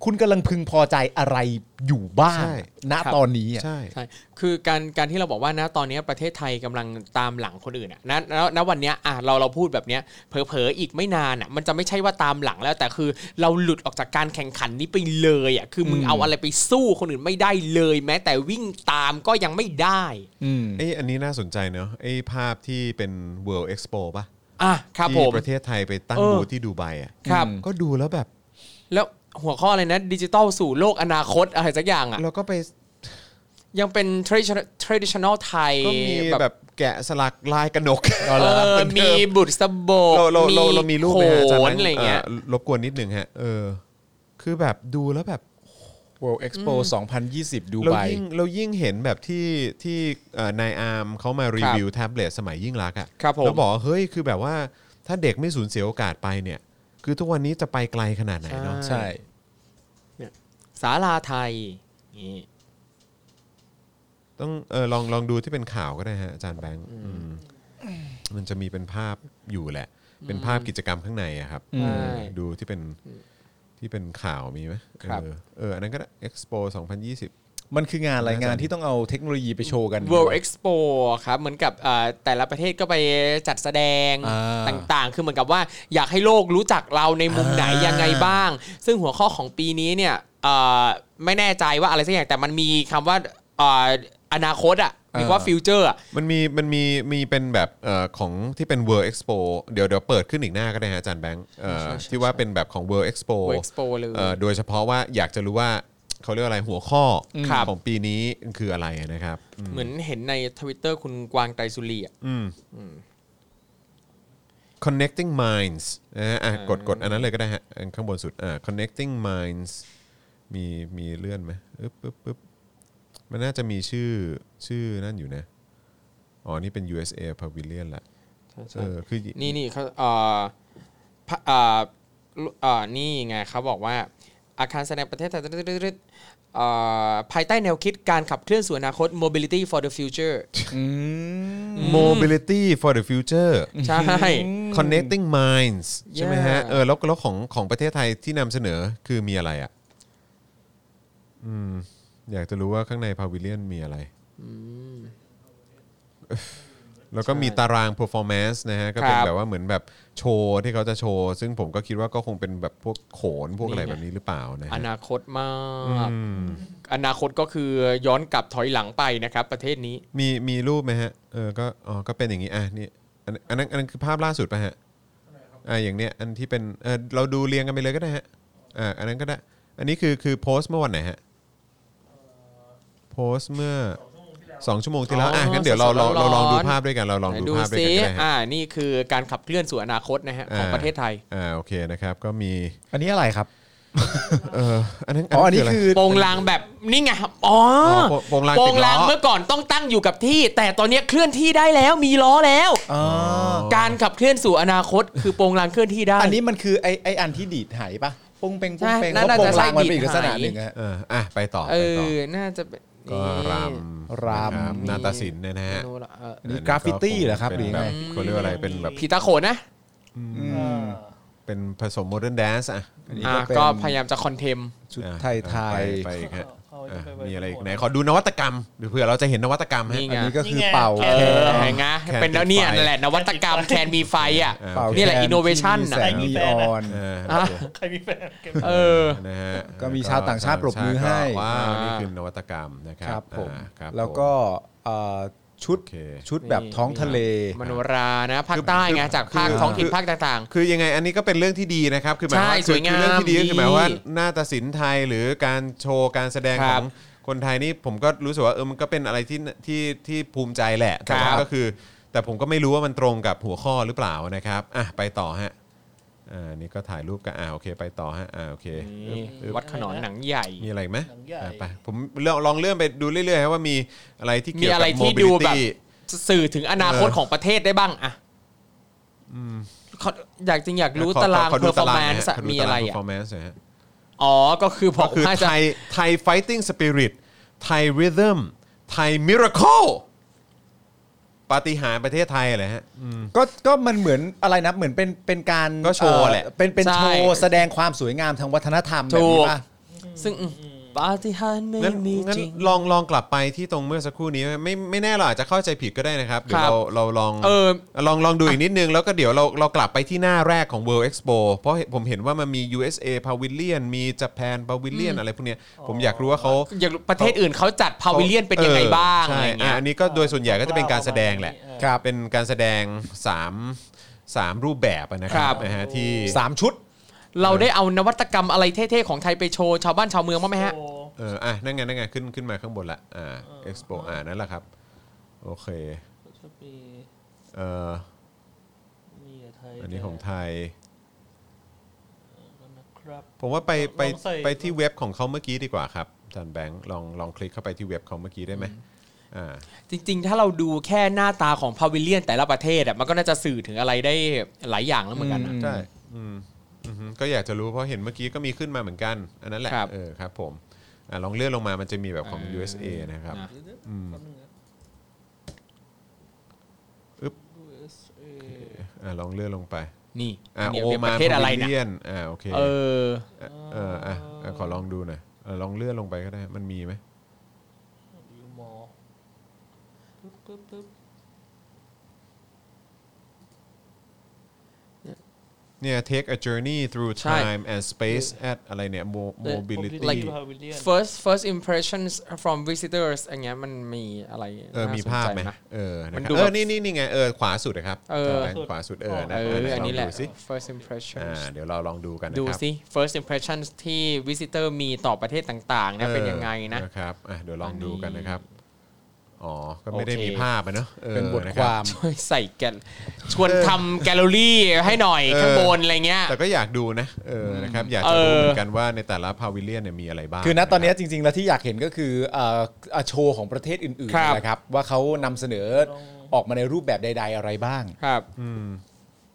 คุณกำลังพึงพอใจอะไรอยู่บ้าง
ใช่
ณ
ครับ
ตอนนี้อะ
ใช่
ใช่ คือการการที่เราบอกว่านะตอนนี้ประเทศไทยกำลังตามหลังคนอื่นอ่ะนะแล้วณวันเนี้ยอ่ะเราเราพูดแบบเนี้ยเผลอๆอีกไม่นานอ่ะมันจะไม่ใช่ว่าตามหลังแล้ว แต่คือเราหลุดออกจากการแข่งขันนี้ไปเลยอ่ะคือมึง
อืม
เอาอะไรไปสู้คนอื่นไม่ได้เลย แม้แต่วิ่งตามก็ยังไม่ได้
อืม
ไอ้ยอันนี้น่าสนใจเนอะไอ้ภาพที่เป็น World Expo ป่ะ
อ่ะครับผ
ที่
ม
ประเทศไทยไปตั้ง
เออ
บูธที่ดูไบอ่ะ
ครับ
อืม
ก็ดูแล้วแบบ
แล้วหัวข้ออะไรนะดิจิตอลสู่โลกอนาคตอะไรสักอย่างอ่ะ
เราก็ไป
ยังเป็น traditional traditional ไทย
ก็มีแบบแกะสลักลายกระหนก
เออ
หน
มี
เดิ
บุตรสะโบก
เราเราเราเรามีรูป
โข
ไหมฮะอาจารย์แบง
น
ค์
อะไรเงี้ย
อ่อรบกวนนิดหนึ่งฮะ เออ คือแบบดูแล้วแบบ
World Expo 2020 ดู
เรา
ไบ
ยิ่งเรายิ่งเห็นแบบที่ที่เอ่อนายอาร์มเขามารีวิวแท็บเล็ตสมัยยิ่งรักษณ์อ่ะ
ครับผม
แล้วบอกว่าเฮ้ยคือแบบว่าถ้าเด็กไม่สูญเสียโอกาสไปเนี่ย คือทุกวันนี้จะไปไกลขนาดไหนเนาะ
ใช่
ศาลาไทยนี่
ต้องเออลองลองดูที่เป็นข่าวก็ได้ฮะอาจารย์แบงค์อืมมันจะมีเป็นภาพอยู่แหละ เป็นภาพกิจกรรมข้างในอะครับ
อืม
เออดูที่เป็นที่เป็นข่าวมีไหม
ครับ
เออเอออันนั้นก็เอ็กซ์โป2020
มันคืองานอะไรงานที่ต้องเอาเทคโนโลยีไปโชว์กัน
World Expo ครับเหมือนกับเอ่อแต่ละประเทศก็ไปจัดแสดง
อ่า
ต่างๆ คือเหมือนกับว่าอยากให้โลกรู้จักเราในมุมไหน
อ่ายั
ยังไงบ้าง ซึ่งหัวข้อของปีนี้เนี่ยเอ่อไม่แน่ใจว่าอะไรสักอย่างแต่มันมีคำว่าเอ่ออนาคตอ่ะมีว่า
อ่า
ฟิวเจอร์
มันมีมันมีมีเป็นแบบเอ่อของที่เป็น World Expo เดี๋ยวเดี๋ยวเปิดขึ้นอีกหน้าก็ได้ฮะอาจารย์แบงค์เอ่อ
ใช่ใช่
ที่ว่าเป็นแบบของ World Expo
World Expo เลย
อ่อโดยเฉพาะว่าอยากจะรู้ว่าเขาเรียกอะไรหัวข้อ
ครับ
ของปีนี้คืออะไรนะครับอืม
เหมือนเห็นในทวิตเตอร์คุณกวางไตรสุรีอ่ะ
อืม connecting minds นะฮะอ่ะกดกดอันนั้นเลยก็ได้ฮะอันข้างบนสุดอ่า connecting minds มีมีเลื่อนไหมอึ๊บปึ๊บปึ๊บมันน่าจะมีชื่อชื่อนั่นอยู่นะ อ๋อ นี่เป็น USA Pavilion ละเออคือ
นี่นี่เขาเอ่อพะเอ่อลุเอ่อนี่ไงเขาบอกว่าอาคารแสดงประเทศไทยเอ่อภายใต้แนวคิดการขับเคลื่อนสู่อนาคต mobility for the future
mobility for the future
ใช่
[laughs] connecting minds ใช่ไหมฮะ
Yeah
เออแล้วแล้วของของประเทศไทยที่นำเสนอคือมีอะไรอ่ะอืมอยากจะรู้ว่าข้างในพาวิเลียนมีอะไร แล้วก็มีตาราง performance นะฮะ ก็เป็น
ครับ
แบบว่าเหมือนแบบโชว์ที่เขาจะโชว์ ซึ่งผมก็คิดว่าก็คงเป็นแบบพวกโขนพวกอะไร
นี่ไง
แบบนี้หรือเปล่านะ
อ
ฮะ
นาคตมาก อนาคตก็คือย้อนกลับถอยหลังไปนะครับ ประเทศนี้
มีมีรูปไหมฮะ เออก็อ๋อก็เป็นอย่างนี้อ่ะนี่อันอันนั้นอันนั้นคือภาพล่าสุดป่ะฮะ อ่าอย่างเนี้ยอันที่เป็นเออเราดูเรียงกันไปเลยก็ได้ฮะอ่าอันนั้นก็ได้ อันนี้คือคือโพสต์เมื่อวันไหนฮะโพสต์เมื่อสองชั่วโมงที่แล้วอ่ะ
อ๋อ
งั้นเดี๋ยวเราเราเราล
สดๆร้อนๆ
องดูภาพด้วยกันเราลองดู
ดู
ภาพด้วย
ซิ
กันก็ได้ฮะ
อ่านี่คือการขับเคลื่อนสู่อนาคตนะฮะของประเทศไทย
อ่าโอเคนะครับ ก็มี
อันนี้อะไรครับ
เอออันนั้น
อ๋ออันนี้
ะไร
คือ
โปรงลางแบบนี่ไงครับอ๋ออ
อโปโปรงลาง
โปรงลาง
ติดล้อ
เมื่อก่อนต้องตั้งอยู่กับที่ แต่ตอนนี้เคลื่อนที่ได้แล้วมีล้อแล้ว
อ๋อ
การขับเคลื่อนสู่อนาคต คือโปรงลางเคลื่อนที่ได้
อันนี้มันคือไอไออันที่ดีดหายปะปุ้งเปงปุ้งเปง
ใช่
แล้ว
น่า
โปร
จะ
ง
ใช่
ลางมันเป็น
ดี
อี
ด
กลักษณะ
หาย
หนึ่งอะฮะ
เอออ่ะไปต่อไป
เอ
ต่อ
อ น่าจะเป็น
ก็ราม
ราม
นะคบนาฏศิลป์เนยนะฮะ
โนละเออ
อันนี้กราฟฟิตี้เหรอครับห
เป็
รื
น
อยัง
แบ
ไง
บเขาเรียกว่าอะไรเป็นแบบ
ผีตาโขนนะ
อืม
เป็นผสมโมเดิร์นแดนซ์อ่ะ
อันนี้
อ่ะ
เป็น
ก็พยายามจะคอนเทม
ชุดไทยไท
ไป
ย
ไปอีกฮะ
เอา มันจะไป
มีอะไรอีกไหนขอดูนวัตกรรมเดี๋ยวเผื่อเราจะเห็นนวัตกรรมฮะ
นี่ไง
อันนี้ก็คือเป่า
เออเห็นไงเป็นแล้วเนี่ยนั่นแหละนวัตกรรมแคนมีไฟอ่ะ
เออ
เป่า
นี่แหละ
ค
innovation
ที่มี
น่ะ
แสงนีออน
เออ
อ่ะ
ใครมีแฟนเก็บ
เออ
นะฮะ
ก็มีชาวต่างชาติปรบมือให้
ก็ว้าวนี่คือนวัตกรรมนะค
ค
รั
รั
บบ
ผม
อ่าครับ
แล้วก็เอ่อชุด
โอเค
ชุดแบบท้องทะเล
มโนรานะภาคใต้ไงจากภาคท้องถิ่นภาคต่าง
คือยังไงอันนี้ก็เป็นเรื่องที่ดีนะครับ คือหมาย
ใช่
ว่า
สวยงา
คื
ม
อเรื่องที่ดีก็คือหมาย
ดี
ว่าหน้าตศิลป์ไทยหรือการโชว์การแสดง
ค
ข
รั
อบ งคนไทยนี่ผมก็รู้สึกว่าเออมันก็เป็นอะไรที่ที่ที่ภูมิใจแหละแต่ว่า
ครับ
ก็คือ แต่ผมก็ไม่รู้ว่ามันตรงกับหัวข้อหรือเปล่านะครับอ่ะไปต่อฮะอ่านี่ก็ถ่ายรูปก็อ่าโอเค ไปต่อฮะอ่าโอเค
ๆ
อึ๊
นี่
บอึ๊บ
วัดขนอนหนังใหญ่
มีอะไรอีกไหม
หนังใหญ่
อ่ะไปผมเลือกลองเลื่อนไปดูเรื่อยๆครับว่ามีอะไรที่
มี
เกี่ยว
อะไร
กับ
ที่
mobility
ดูแบบสื่อถึงอนาคต
เออ
ของประเทศได้บ้างอะขออยากจริงอยาก
ข
รู้
อขอ
ตาราง
ขอ
เพ
ดู
อร์ฟอร์
ตา
แม
ง
น
ห
ซ์
น่ยฮขดู
มีอะไร
ตาาง
อ่ะ
performance หน่ยฮะ
อ๋อ ก็คือบอก
ก็คือ
ว่าจะ
ไทยไทย fighting spirit ไทย rhythm ไทย miracle ปาฏิหาริย์ประเทศไทยอะไรฮะ
ก็ก็มันเหมือนอะไรนะเหมือนเป็นเป็นการ
ก็โชว์
เอ่อ
แหละ
เป็นเป็น
ใช่
โชว์แสดงความสวยงามทางวัฒนธรรมแบบ
ถู
นี้
ก
ป่ะ
ซึ่งอืมปาฏิหาริย์ไม่
งั้น
มี
งั้น
จริง
ลองลองกลับไปที่ตรงเมื่อสักครู่นี้ไหมไม่ไม่แน่เราอาจจะเข้าใจผิดก็ได้นะครับเดี๋ยว
ครับ
เราเราลอง
เออ
ลองลองดูอีกนิดนึง แล้วก็เดี๋ยวเราเรากลับไปที่หน้าแรกของ World Expo เพราะผมเห็นว่ามันมี USA Pavilion มี Japan Pavilion อะไรพวกเนี้ยผมอยากรู้ว่าเขา
อยากรู้ประเทศอื่นเขาจัดพาวิเลียนเป็นยังไงบ้าง
เออ
อะ
ใช่
ไรเงี้ย
อ่ะอันนี้ก็โดยส่วนใหญ่ก็จะเป็นการแสดงแหละ
ครับ
เป็นการแสดง3 3รูปแบบอะนะค
ครั
รับบ นะฮะที่
สามชุด
เราได้เอานวัตกรรมอะไรเท่ๆ ของไทยไปโชว์ชาวบ้านชาวเมืองบ้างไหมฮะ
โอ้
เอออ่ะนั่นไงนั่นไงขึ้นขึ้นมาข้างบนละอ่าเอ็กซ์โปอ่านั่นแหละครับ โอเค
จะมี
เอ่อ
มีะไร
อันนี้ของไทย
นะครับ
ผมว่าไปไป
ลองใส่
ไปที่เว็บของเขาเมื่อกี้ดีกว่าครับอาจานแบงค์ลองลองคลิกเข้าไปที่เว็บเขาเมื่อกี้ได้ไหมอ่า
จริงๆ ถ้าเราดูแค่หน้าตาของพาวิเลียนแต่ละประเทศอะมันก็น่าจะสื่อถึงอะไรได้หลายอย่างแล้วเหมือนกันนะ
ใช่อืมอือฮึก็อยากจะรู้เพราะเห็นเมื่อกี้ก็มีขึ้นมาเหมือนกัน อันนั้นแหละ
ครับ
เออครับผมอ่ะลองเลื่อนลงมามันจะมีแบบของ
เออ
USA นะครับ
นะ
อืม
แป๊บนึงนะ
อึ๊บ
USA
อ่ะลองเลื่อนลงไป
นี่
อ่ะ
เนี่ย
โอ
เป็นป
มา
ระเทศอะไรเนี่ย
ยนอ่ะโอเค
เออ
เอออ่ะอ่ะขอลองดูหน่อยเออลองเลื่อนลงไปก็ได้ มันมีไหม
ยูมอปึ๊บปึ๊บปึ๊บ
เนี่ย take a journey through
ใช่
time and space at อะไรเนี่ย Mo-
เออ
mobility
ไล
Like-
พาวิเลียน
first first impressions from visitors อย่างเงี้ยมันมีอะไร
เออ
น่
มี
สน
ภาพ
ใจ
ไหมเออนะ
มัน
ครับ
ดู
เออ
แบบ
นี่นี่นี่ไงเออขวาสุดนะครับ
เออ
แบงค์ขวาสุดเออนะ
เอออันนี้แหละ
งดูสิ
first
อ่า
impressions
เดี๋ยวเราลองดูกันนะ
ดู
ครับ
สิ first impressions ที่ visitor มีต่อประเทศต่างๆนะเป็นยังไงนะ
ครับอ่ะเดี๋ยวลองดูกันนะครับ อ๋อ ก็
โอเค
ไม่ได้มีภาพอะเนอะออ
เป็นบท
ะ
ค
รั
วาม
ช่วยใส่แกลชวนทำแกลเลอรี่ให้หน่อย
เออ
ข้างบนอะไรเงี้ย
แต่ก็อยากดูนะ เออ นะครับ อยาก
เอ
จะ
อ
รู้เหมือนกันว่าในแต่ละพาวิเลียนเนี่ยมีอะไรบ้าง
คือณตอนเนี้ย
ะ
จริงๆ แล้วที่อยากเห็นก็คือเอ่อเอ่อโชว์ของประเทศอื่น
ครับ
ๆนะครับว่าเขานำเสนอออกมาในรูปแบบใด ๆ อะไรบ้าง
ครับ
ครับ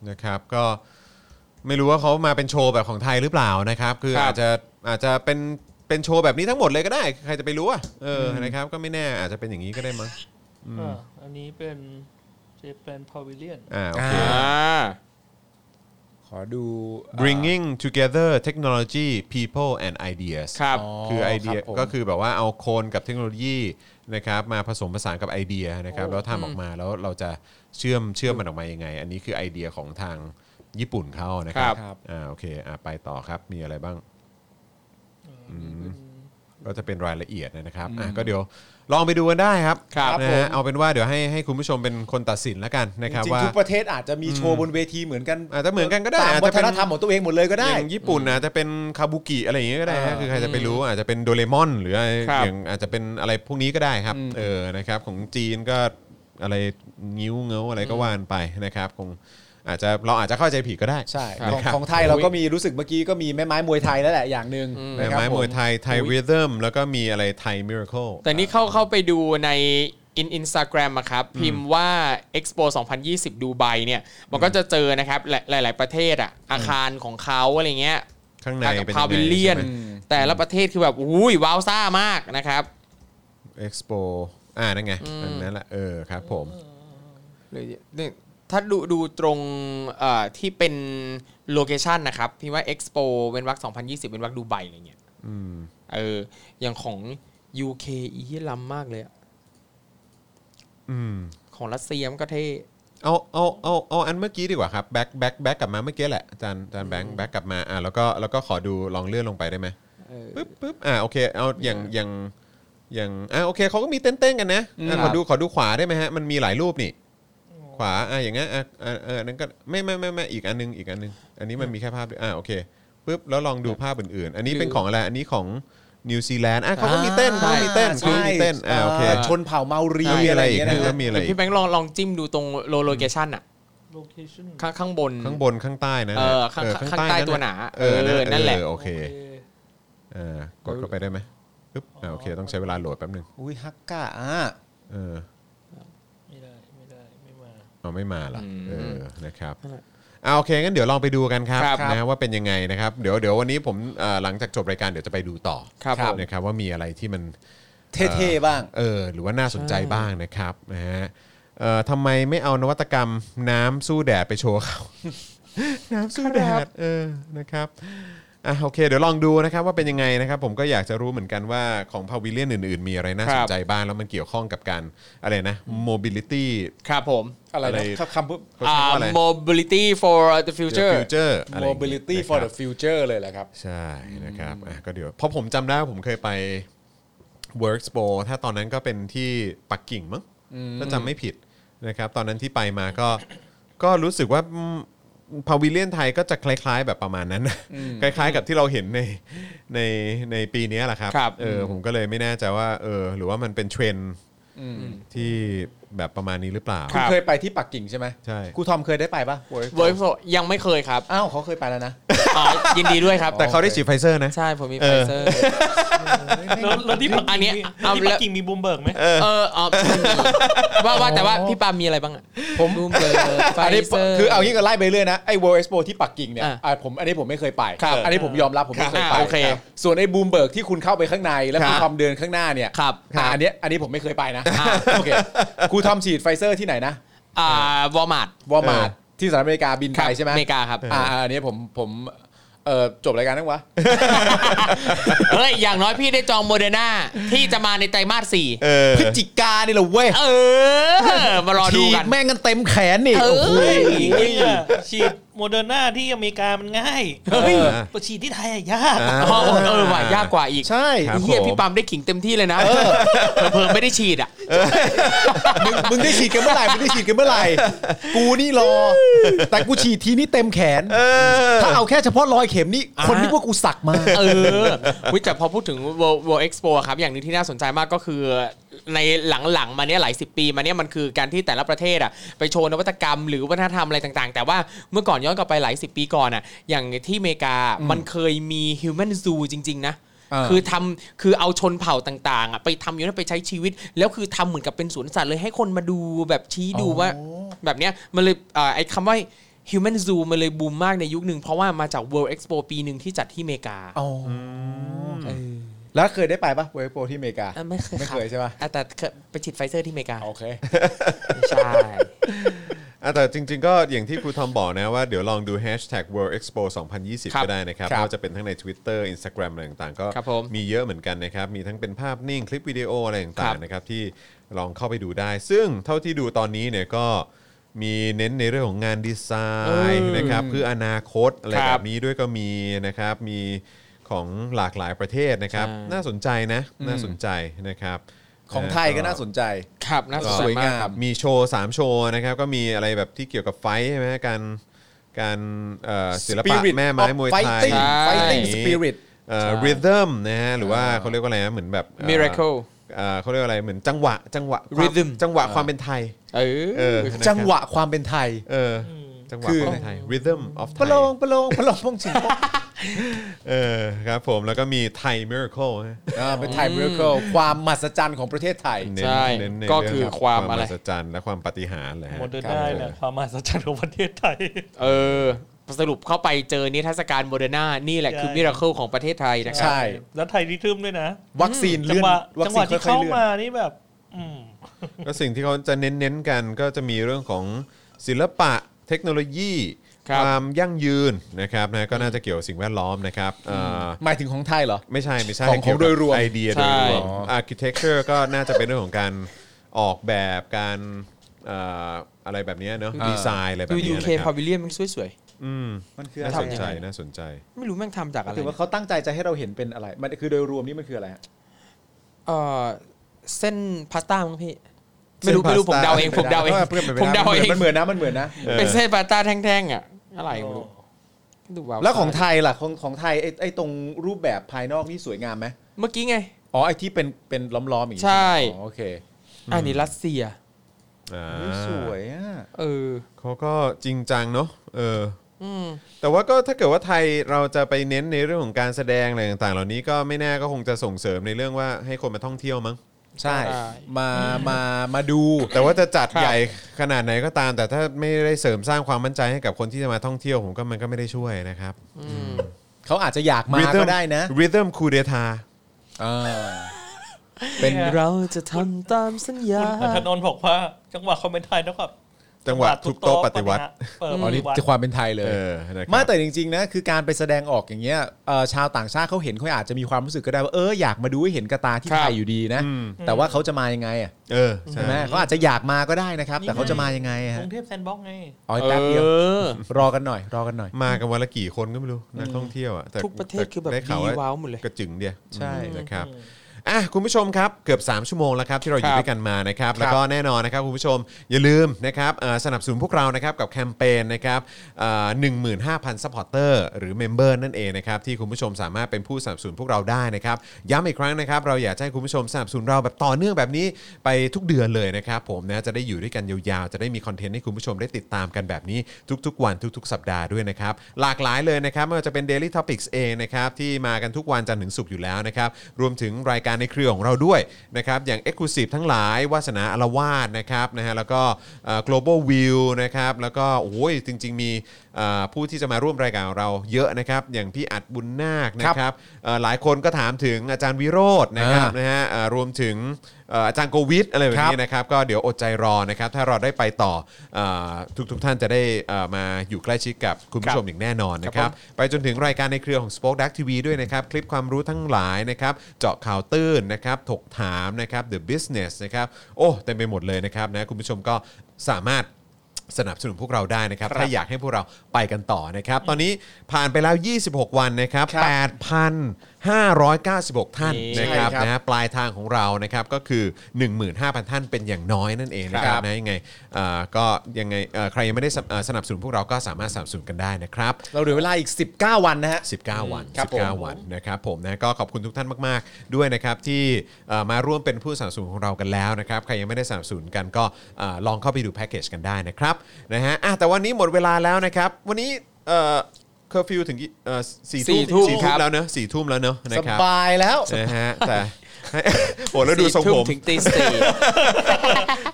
นะครับก็ไม่รู้ว่าเขามาเป็นโชว์แบบของไทยหรือเปล่านะครับ คือ
ครับ
อาจจะอาจจะเป็นเป็นโชว์แบบนี้ทั้งหมดเลยก็ได้ ใครจะไปรู้อ่ะเอออนะครับ ก็ไม่แน่อาจจะเป็นอย่างนี้ก็ได้มั้ง
อ่าอันนี้เป็นเจแปนพาวิเลียน
อ่าโอเค
อ่า
า
ขอดูเอ่อ
bringing together technology people and ideas
ครับ
คือไอเดีย
ครับผม
ก็คือแบบว่าเอาโคนกับเทคโนโลยีนะครับมาผสมผสานกับไอเดียนะครับ
โอ้
แล้วทำออกมาแล้วเราจะเชื่อมเชื่อมมันออกมายังไง อันนี้คือไอเดียของทางญี่ปุ่นเขานะครั
ครับ บ
ครับ
อ่าโอเคอ่าไปต่อครับมีอะไรบ้าง
อันนี้เป็น
ก็จะเป็นรายละเอียดนะครับอ่ะก็เดี๋ยวลองไปดูกันได้ครับ
ครับ
นะ
ผม
ฮะเอาเป็นว่าเดี๋ยวให้ให้คุณผู้ชมเป็นคนตัดสินแล้วกันนะค
จ
รับ
ริง
ว่า
ๆทุกประเทศอาจจะมีโชว์บนเวทีเหมือนกัน
อาจจะเหมือนกันก็ได้
ตาม
อาจ
วั
จะ
ฒ
เป็น
นธรรมของตัวเองหมดเลยก็ได้
อย่างญี่ปุ่นอาจจะเป็นคาบุกิอะไรอย่างเงี้ยก็ได้ฮะ
เออ
คือใครจะไปรู้อาจจะเป็นโดเรมอน หรืออะไร
ครับ
อย่างอาจจะเป็นอะไรพวกนี้ก็ได้ครับ เออนะครับ ของจีนก็อะไรนิ้วเงาอะไรก็ว่านไปนะครับคงอาจจะเราอาจจะเข้าใจผิดก็ได้
ใช่
ครับ
ของของไทยเราก็มีรู้สึกเมื่อกี้ก็มีแม่ไม้มวยไทยแล้วแหละอย่างหนึ่งนะ
แม่
ครับ
ไม้
ผม
วยไทยไทยริทึมแล้วก็มีอะไรไทยมิราเคิล
แต่นี่เข้าเข้าไปดูในอินอินสตาแกรมอะครับ พิมพ์ว่า Expo 2020 ดูไบเนี่ย มันก็จะเจอนะครับหลายหลาย ๆ ประเทศอะอาคารของเขาอะไรเงี้ย
ข้างใน
กับ
เป็น
พาวิเลียน แต่ละประเทศคือแบบอุ้ยว้าวซ่ามากนะครับ
เอ็กซ์โปอ่านั่นไงอันนั้นแหละเออครับผม
เลยเนี่ยถ้าดูดูตรงเอ่อที่เป็นโลเคชันนะครับพี่ว่า Expo เว้นวรรค2020 เว้นวรรคดูไบอะไรเงี้ยเอออย่างของ UK อีที่ล้ำมากเลยอะ
อืม
ของรัสเซียมันก็เท่
เอาเอาเอาเอาอันเมื่อกี้ดีกว่าครับแบ็คแบ็คแบ็คกลับมาเมื่อกี้แหละอาจารย์อาจารย์แบงค์แบ็คกลับมาอ่ะแล้วก็แล้วก็ขอดูลองเลื่อนลงไปได้ไหมปึ๊บปึ๊บอ่ะโอเคเอาอย่างอย่างอย่างอ่ะโอเคเขาก็มีเต้นเต้นๆกันนะอ่ะขอดูขอดูขวาได้ไหมฮะมันมีหลายรูปนี่ ขวาอ่ะอย่างงั้นอ่ะอ่ะเอออันนั้นก็ไม่ไม่ไม่ไม่อีกอันนึงอีกอันนึงอันนี้มันมีแค่ภาพเดียวอ่ะโอเคปึ๊บแล้วลองดูภาพอื่นๆ อันนี้เป็นของอะไรอันนี้ของนิวซีแลนด์อ่ะเขาก็มีเต้นเขาก็มีเต้นเขาก็มีเต้นอ่ะโอเค
ชนเผ่าเมารี
มี
อะ
อะไรไร
อ
อี
ย่าง
ก
เงี้ย
นะ
นะฮะ
มีอะไรอี
พี่
ก
แบงค์ลองลองจิ้มดูตรงโลโลเคชันอะ
โลเคชั่น
ข้างข้างบน
ข้างบนข้างใต้นะ
เออข้างข้างข้างใต้ตัวหนา
เออ
เออนั่นแหละ
เออโอเคอ่ากดเข้าไปได้ไหมปึ๊บอ่าโอเค ต้องใช้เวลาโหลดแป๊บหนึง
อุ้ยฮักกะอ่ะ
เออ
ไม่ได้ ไม่ได้ ไม่มา
เอาไม่มาละ
อืม
เออนะครับอ่าโอเคงั้นเดี๋ยวลองไปดูกันครับ
ครับ
นะว่าเป็นยังไงนะครับเดี๋ยวเดี๋ยววันนี้ผมเอ่อหลังจากจบรายการเดี๋ยวจะไปดูต่อ
ครับผม
นะครับว่ามีอะไรที่มัน
เท่ๆบ้าง
เออหรือว่าน่าสนใจบ้างนะครับนะฮะเอ่อทำไมไม่เอานวัตกรรมน้ำสู้แดดไปโชว์เขา น้ำสู้แดดเออนะครับอ่ะโอเค เดี๋ยวลองดูนะครับว่าเป็นยังไงนะครับ ผมก็อยากจะรู้เหมือนกันว่าของพาวิเลียนอื่นๆ มีอะไรน่า
ค
ส
รั
น
บ
ใจบ้างแล้วมันเกี่ยวข้องกับการอะไรนะ mobility
ครับผม
อะไร
อะไร
นะคำพูด
เขา
อ่า
ใช้ว่าอะไร
mobility for the future
future อะไรอย่างเงี้ย
mobility
นะค
for
รับ
the future เลยแหละครับ
ใช่นะครับอ่ะก็เดี๋ยวเพราะผมจำได้ว่าผมเคยไป Workspo ถ้าตอนนั้นก็เป็นที่ปักกิ่งมั้งถ้าจำไม่ผิดนะครับ ตอนนั้นที่ไปมาก็ ก็รู้สึกว่าพาวิเลียนไทยก็จะคล้าย ๆ แบบประมาณนั้นนะคล้าย ๆ กับที่เราเห็นในในในปีนี้แหละครับ
ครับ
เออผมก็เลยไม่แน่ใจว่าเออหรือว่ามันเป็นเทรนด์ที่แบบประมาณนี้หรือเปล่า
คุณเคยไปที่ปักกิ่งใช่ไหม
ใช่
ครูทอมเคยได้ไปปะ Work
w o r k f o r ยังไม่เคยครับ [laughs]
อ้าวเขาเคยไปแล้วนะ
อ๋อยินดีด้วยครับ
แต่เขาได้ฉีดไฟเซอร์นะ
ใช่ผมมี
เอ
ไฟ
อ
เซอร์
แล้วแล้วที่ปัก
อั
กิ่
น
ง
เนี้ย
มีแล้
เอา
วที่ปักกิ่งมีบูมเบิร์กไหม
เอออ๋อว่าว่าแต่ว่าพี่ปาล์มมีอะไรบ้างอะผมรูมเบอร์ไฟ
อันนี้
เซอร์
คือเอางี้ก็ไล่ไปเรื่อยนะไอ้ World Expo ที่ปักกิ่งเนี่ย
อ่ะ
อ่ะผมอันนี้ผมไม่เคยไป
ครับ
อันนี้ผมยอมรับผมไม่เคยไป
อ่ะโอเค
ครับส่วนไอ้บูมเบิร์กที่คุณเข้าไปข้างในแล้ว
ครับ
คุณทอมเดินข้างหน้าเนี่ย
ครับค
อ่ะ
รับ
อันเนี้ยอันนี้ผมไม่เคยไปนะโอเคครูทอมฉีดไฟเซอร์ที่ไหนนะ
อ่าวอร์มาร์ท
วอร์มาร์ทที่สหรัฐอเมริกาบินไปใช่ไหม
อเมริกาครับ
อ่ะอันนี้ผมผมเอ่อจบรายการนั้งวะ
เฮ้ย อย่างน้อยพี่ได้จองโมเดอร์นาที่จะมาในไตรมาสสี่
เออ
พฤศจิกานี่แหละเว้ย
เออ มารอดูกัน
ฉีแม่งกันเต็มแขนนี่
เออ
โอ้โห
เฮ้ยฉีดโมเดอร์นาที่อเมริกามันง่าย
เฮ้ย
ไปฉีดที่ไทยอะยาก
อ๋อเออว่ะยากกว่าอีก
ใช่
ครับ
เฮีย
ผม
พี่ปาล์มได้ขิงเต็มที่เลยนะเพิ่มไม่ได้ฉีดอ่ะ
มึงมึงได้ฉีดกันเมื่อไหร่มึงได้ฉีดกันเมื่อไหร่กูนี่รอ แต่กูฉีดทีนี่เต็มแขน ถ้าเอาแค่เฉพาะรอยเข็มนี่
อ่า
คนนึกว่ากูสักมา
เออวิแต่พอพูดถึง World World Expo อะครับ อย่างหนึงที่น่าสนใจมากก็คือ ในหลังๆ มาเนี้ยหลายสิบปีมาเนี้ยมันคือการที่แต่ละประเทศอ่ะไปโชว์นวัตกรรมหรือวัฒนธรรมอะไรต่างๆ แต่ว่าเมื่อก่อนย้อนกลับไปหลายสิบปีก่อนอ่ะอย่างที่อเมริกามันเคยมี Human Zoo จริง ๆ นะ
อ่า
คือทำคือเอาชนเผ่าต่างๆอ่ะไปทำอยู่นั่นไปใช้ชีวิต แล้วคือทำเหมือนกับเป็นสวนสัตว์เลยให้คนมาดูแบบชี้ดูว่า แบบเนี้ยมันเลยเอ่อไอ้คำว่า Human Zoo มันเลยบูมมากในยุคหนึ่งเพราะว่ามาจาก World Expo ปีหนึ่งที่จัดที่อเมริกา
อ๋อเออแล้วเคยได้ไปปะเวโปรที่อเมริกา
อ่ะไม่เคย
ไม่เคย
รับ
ใช่ปะ
อ่แต่เคยไปฉีดไฟเซอร์ที่อเมริกา
โอเค
ใช่
อ่ะแต่จริงๆ ก็อย่างที่ครูทอมบอกนะว่าเดี๋ยวลองดู hashtag World Expo 2020 ก็ได้นะครับ
ครับ
ไม่ว่าจะเป็นทั้งใน Twitter Instagram อะไรต่างๆ ก็
ครับผม
มีเยอะเหมือนกันนะครับ มีทั้งเป็นภาพนิ่งคลิปวิดีโออะไร
ครั
ต่าง
บ
ๆนะครับที่ลองเข้าไปดูได้ ซึ่งเท่าที่ดูตอนนี้เนี่ยก็มีเน้นในเรื่องของงานดีไซน์
เออ
นะครับเพื่ออนาคตอะไร
ค
แบ
รับบ
นี้ด้วยก็มีนะครับมีของหลากหลายประเทศนะครับ
ใช่
น่าสนใจนะน่าสนใจนะครับ
ของไทยก็น่าสนใจ
ครับน่าสน
ส
ใจ
วย
มาก
งาม
ครับ
มีโชว์3โชว์นะครับก็มีอะไรแบบที่เกี่ยวกับไฟท์ใช่ไหมการการเอ่อศิลปะ
Spirit
แม่ไม้
of
มวยไทย
fighting
ใช่
fighting spirit
ริทึมนะฮะหรือว่าเขาเรียกว่าอะไรนะเหมือนแบบเอ่อ
Miracle
เอ่อเขาเรียกว่าอะไรเหมือนจังหวะจังหวะความ
Rhythm
จังหวะความเป็นไทย
เออ
เออ
จังหวะความเป็นไทย
เอออจังหวะ
คือ
ความเป็นไทย rhythm of
ป
Thai
ระโลงประโลงประโลงพงชิงปง
เออครับผมแล้วก็มี Thai miracle ฮะ
อ่าเป็นไทยมิราเคิลความมหัศจรรย์ของประเทศไทย
เน้น
ใช่
เน้นใน
ก็
เรื่ง
คือ
รับ
ความ
ม
อะไร
หัศจรรย์และความปาฏิหารย์แหละฮะ
โมเดอร์นา
ครับ
เนี่ยความมหัศจรรย์ของประเทศไทย
เออ สรุปเข้าไปเจอนิทรรศการโมเดอร์นานี่แหละคือ
ใช่
มิราเคิลของประเทศไทยนะครั
ใช่
แล้วไทยริทึมด้วยนะ
วัคซีน
จั
เลื่อน
หวะ
วัค
จัง
ซี
หวะ
น
ที่
ค่อย
เข้า
ๆเลื่อน
มานี่แบบ อืม
[laughs] ก็สิ่งที่เขาจะเน้นๆกันก็จะมีเรื่องของศิลปะเทคโนโลยี
ครับ
ความยั่งยืนนะครับนะก็น่าจะเกี่ยวกับสิ่งแวดล้อมนะครับเอ่อ
หมายถึงของไทยเหรอ
ไม่ใช่ไม่ใช่
ของของโดยรวม
ไอเดียโด
ใช่
ยรวม architecture ก็น่าจะเป็นเรื่องของการออกแบบการเอ่ออะไรแบบเนี้ยเนอะดีไซน์อะไรแบบ
ดูยู
เนี้ย
เค
นะค
พา
รับ
วิเลียนมันสวย
อืม
มันคืออะ
น่า
ไร
สนใจ
ทำยังไง
น่าสนใจ
ๆ ไม่รู้แม่งทำจากอะไร
ถือว่าเขาตั้งใจจะให้เราเห็นเป็นอะไร มันคือโดยรวมนี่มันคืออะไรฮะ
เออเส้นพาสต้ามั้งพี่
เส้
ไม่
น
รู้ไม่รู้
พาส
ผม
ต้า
เดาเองผมเดาเอง
เพื่อนเป็นไป
ผม
ได้
เดาเอง
มันเหมือนนะมันเหมือนนะ
เออ
เป็นเส้นพาสต้าแท่งๆอ่ะอะไรไม่รู้ดูวาว
แล้วของไทยล่ะของของไทยไอ้ไอ้ตรงรูปแบบภายนอกนี่สวยงามไหม
เมื่อกี้ไง
อ๋อไอ้ที่เป็นเป็นล้อมๆอย่างงี้
ใช่
ไหมอ๋อโอเค
อันนี้รัสเซีย
อ่า
เฮ้ยสวยอ่ะ
เออ
เขาก็จริงจังเนาะเออ
อืม
แต่ว่าก็ถ้าเกิดว่าไทยเราจะไปเน้นในเรื่องของการแสดงอะไรต่างๆ เหล่านี้ก็ไม่แน่ก็คงจะส่งเสริมในเรื่องว่าให้คนมาท่องเที่ยวมั้ง
ใช่
ใช่
มามามาดู
แต่ว่าจะจัด
ครับ
ใหญ่ขนาดไหนก็ตาม แต่ถ้าไม่ได้เสริมสร้างความมั่นใจให้กับคนที่จะมาท่องเที่ยวผมก็มันก็ไม่ได้ช่วยนะครับ
เขาอาจจะอยากมาก็ได้นะ
ริทึมคูเดทา
อ่าเป็น
เราจะทำตามสัญญา
คุณอัธนนท์บอกว่าจังหวะเขาเป็นไทยเท่ากับ
จังหวะทุบโต๊ะปฏิวัติ
เปิด
อ๋อ
ปฏิ
นี่
วัติ
จะความเป็นไทยเลย
เออนะครับ
ไมาแต่จริงๆนะคือการไปแสดงออกอย่างเงี้ยเอ่อชาวต่างชาติเขาเห็นเขาอาจจะมีความรู้สึกก็ได้ว่าเอออยากมาดูให้เห็นกระตาที่
ครับ
ไทยอยู่ดีนะ
อืม
แต่ว่าเขาจะมายังไงอ่ะ
เออใช่
ใช่ไหมเขาอาจจะอยากมาก็ได้นะครับ
นี่ไง
แต่เขาจะมายังไงอะ
ก
ฮะ
รุงเทพแซนด์บ็อกซ์ไง
อ๋อ
เอ
แป๊บเดียว
อ
รอกันหน่อย รอกันหน่อย
มากันวันละกี่คนก็ไม่รู้นักท่องเที่ยวอ่ะแต่
ทุกประเทศคือแบบ
ได้ข่
ดีว้าวหมดเลย
กระจึงเดียว
ใช่
อืมนะครับอ่ะคุณผู้ชมครับเกือบ 3 ชั่วโมงแล้วครับที่เราอยู่
ครับ
ด้วยกันมานะครับแล้วก็แน่นอนนะครับคุณผู้ชมอย่าลืมนะครับเอ่อสนับสนุนพวกเรานะครับกับแคมเปญนะครับหนึ่งหมื่นห้าพันซัพพอร์เตอร์หรือเมมเบอร์นั่นเองนะครับที่คุณผู้ชมสามารถเป็นผู้สนับสนุนพวกเราได้นะครับย้ำอีกครั้งนะครับเราอยากจะให้คุณผู้ชมสนับสนุนเราแบบต่อเนื่องแบบนี้ไปทุกเดือนเลยนะครับผมนะจะได้อยู่ด้วยกันยาวๆจะได้มีคอนเทนต์ให้คุณผู้ชมได้ติดตามกันแบบนี้ทุกๆ วันทุก ๆ สัปดาห์ด้วยนะครับหลากหลายเลยนะครับไม่ว่าจะเป็น Daily Topics เองนะครับที่มากันทุกวันจันทร์ถึงศุกร์อยู่แล้วนะครับรวมถึงรายการในเครือของเราด้วยนะครับอย่าง e x c l u s i v e ทั้งหลายวาสนาอารวาสนะครับนะฮะแล้วก็เอ่อ global view นะครับแล้วก็โอ้ยจริง ๆ มีเอ่อผู้ที่จะมาร่วมรายการของเราเยอะนะครับอย่างพี่อัดบุญนาคนะครับเอ่อหลายคนก็ถามถึงอาจารย์วิโรจน์นะครับ
อ่าน
นะฮะเอ่อรวมถึงเอ่ออาจารย์โควิดอะไรแบบนี้นะครับ ก็เดี๋ยวอดใจรอนะครับ ถ้าเราได้ไปต่อเออทุกทุกท่านจะได้เอ่อมาอยู่ใกล้ชิดกับคุณผู้ชมอย่างแน่นอนนะครับ ไปจนถึงรายการในเครือของ Spoke Dark TV ด้วยนะครับ คลิปความรู้ทั้งหลายนะครับ เจาะข่าวตื้นนะครับ ถกถามนะครับ The Business นะครับ โอ้เต็มไปหมดเลยนะครับนะคุณผู้ชมก็สามารถ สนับสนุนพวกเราได้นะครับ ถ้าอยากให้พวกเราไปกันต่อนะครับ ตอนนี้ผ่านไปแล้ว 26 วันนะครับ 8,596 ท่าน
นี่
นะครับ
ใช่ครับ
นะฮะปลายทางของเรานะครับก็คือ 15,000 ท่านเป็นอย่างน้อยนั่นเองนะครับ
ครับ
นะยังไงเอ่อก็ยังไงเอ่อใครยังไม่ได้สนับเอ่อสนับสนุนพวกเราก็สามารถสนับสนุนกันได้นะครับ
เราเหลือเวลาอีก 19 วันนะฮะ
19 วัน
ครับผม
19 วันนะครับผมนะก็ขอบคุณทุกท่านมาก ๆ ด้วยนะครับที่เอ่อมาร่วมเป็นผู้สนับสนุนของเรากันแล้วนะครับใครยังไม่ได้สนับสนุนกันก็เอ่อลองเข้าไปดูแพ็กเกจกันได้นะครับนะฮะอ่ะแต่วันนี้หมดเวลาแล้วนะครับ วันนี้เอ่อเคอร์ฟิวถึงกี่เอ่อสี่ทุ่ม
สี่ทุ่ม
สี่
ครั
ทุ่ม
บ
แล้วเนอะสี่ทุ่มแล้วเนอะนะ
ส
ครับ
บายแล้ว
นะฮะแต่ โอ้แล้วดูทรง
ทุ่
ผม
ถึงตีสี่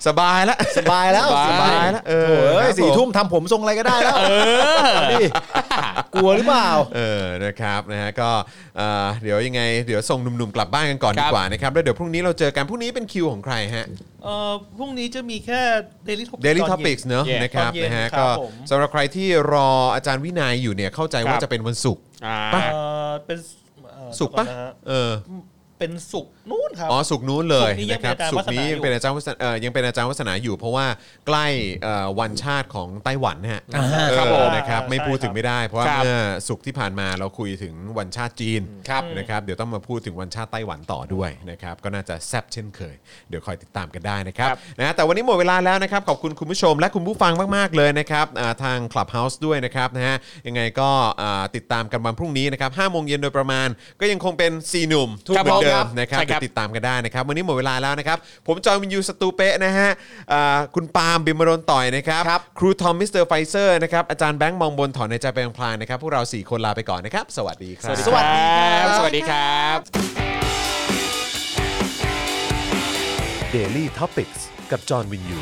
สบายแล้ว
สบายแล้ว
สบาย
แล้วเออ
เออ
ครับผ
สี่ทุ่มทำผมทรงอะไรก็ได้แล้วดิกลัวหรือเปล่า
เออ นะครับนะฮะก็เอ่อเดี๋ยวยังไงเดี๋ยวส่งหนุ่มๆกลับบ้านกันก่อน
ค
ดี
รับ
กว่านะครับ แล้วเดี๋ยวพรุ่งนี้เราเจอกันพรุ่งนี้เป็นคิวของใครฮะ
เอ่อพรุ่งนี้จะมีแค่ Daily Topics
Daily
ตอนย็น
Topics เนอะ
ตอ
นะครับ
เย็
นะฮะ
ครับ
ก็
ผม
สำหรับใครที่รออาจารย์วินัยอยู่เนี่ยเข้าใจว่า
ครับ
จะเป็นวันศุกร์
อ่า
ป่ะ
เอ่อเป็นเอ่อ
ศุกร์ปะ
เดี๋ยวอนนฮ
เออ
เป็นสุกร์นู่นครับ
อ๋อศุกร์นู้นเลย
ศุกร์นี้
นะครับ
ยังเป็นอาจารย์
ศุกร์นี้
วัฒนาอยู่
ยังเป็นอาจารย์วัฒนาเอ่อยังเป็นอาจารย์วัฒนาอยู่ เพราะว่าใกล้เอ่อวันชาติของไต้หวันฮะ เออ
ครับผม
นะครับไม่พูดถึงไม่ได้ เพราะว่า
ครับ
เมื่อสุกร์ที่ผ่านมาเราคุยถึงวันชาติจีน
ครับ
นะครับเดี๋ยวต้องมาพูดถึงวันชาติไต้หวันต่อด้วยนะครับก็น่าจะแซ่บเช่นเคย เดี๋ยวคอยติดตามกันได้นะครับ
ครับ
นะแต่วันนี้หมดเวลาแล้วนะครับขอบคุณคุณผู้ชมและคุณผู้ฟังมาก ๆ เลยนะครับอ่าทาง Clubhouse ด้วยนะครับนะฮะยังไงก็อ่าติดตามกันวันพรุ่งนี้นะครับห้าโมงเย็นโดยประมาณ ก็ยังคงเป็น4หนุ่มทุก
ครับ
เหมือนเดิ
ผมครั
ม
บ
นะครับ
ใช่ครับ
เดี๋ยวติดตามกันได้นะครับวันนี้หมดเวลาแล้วนะครับผมจอห์นวินยูสตูเปะนะฮะอ่าคุณปาล์มบิมรนต่อยนะครับ
ครับ
ครูทอมมิสเตอร์ไฟเซอร์นะครับ อาจารย์แบงค์มองบนถอนในใจไปพลางๆนะครับ พวกเรา 4 คนลาไปก่อนนะครับ สวัสดีครับ
สวัสดีครับสวัสดีครับ
Daily Topics กับจอห์นวินยู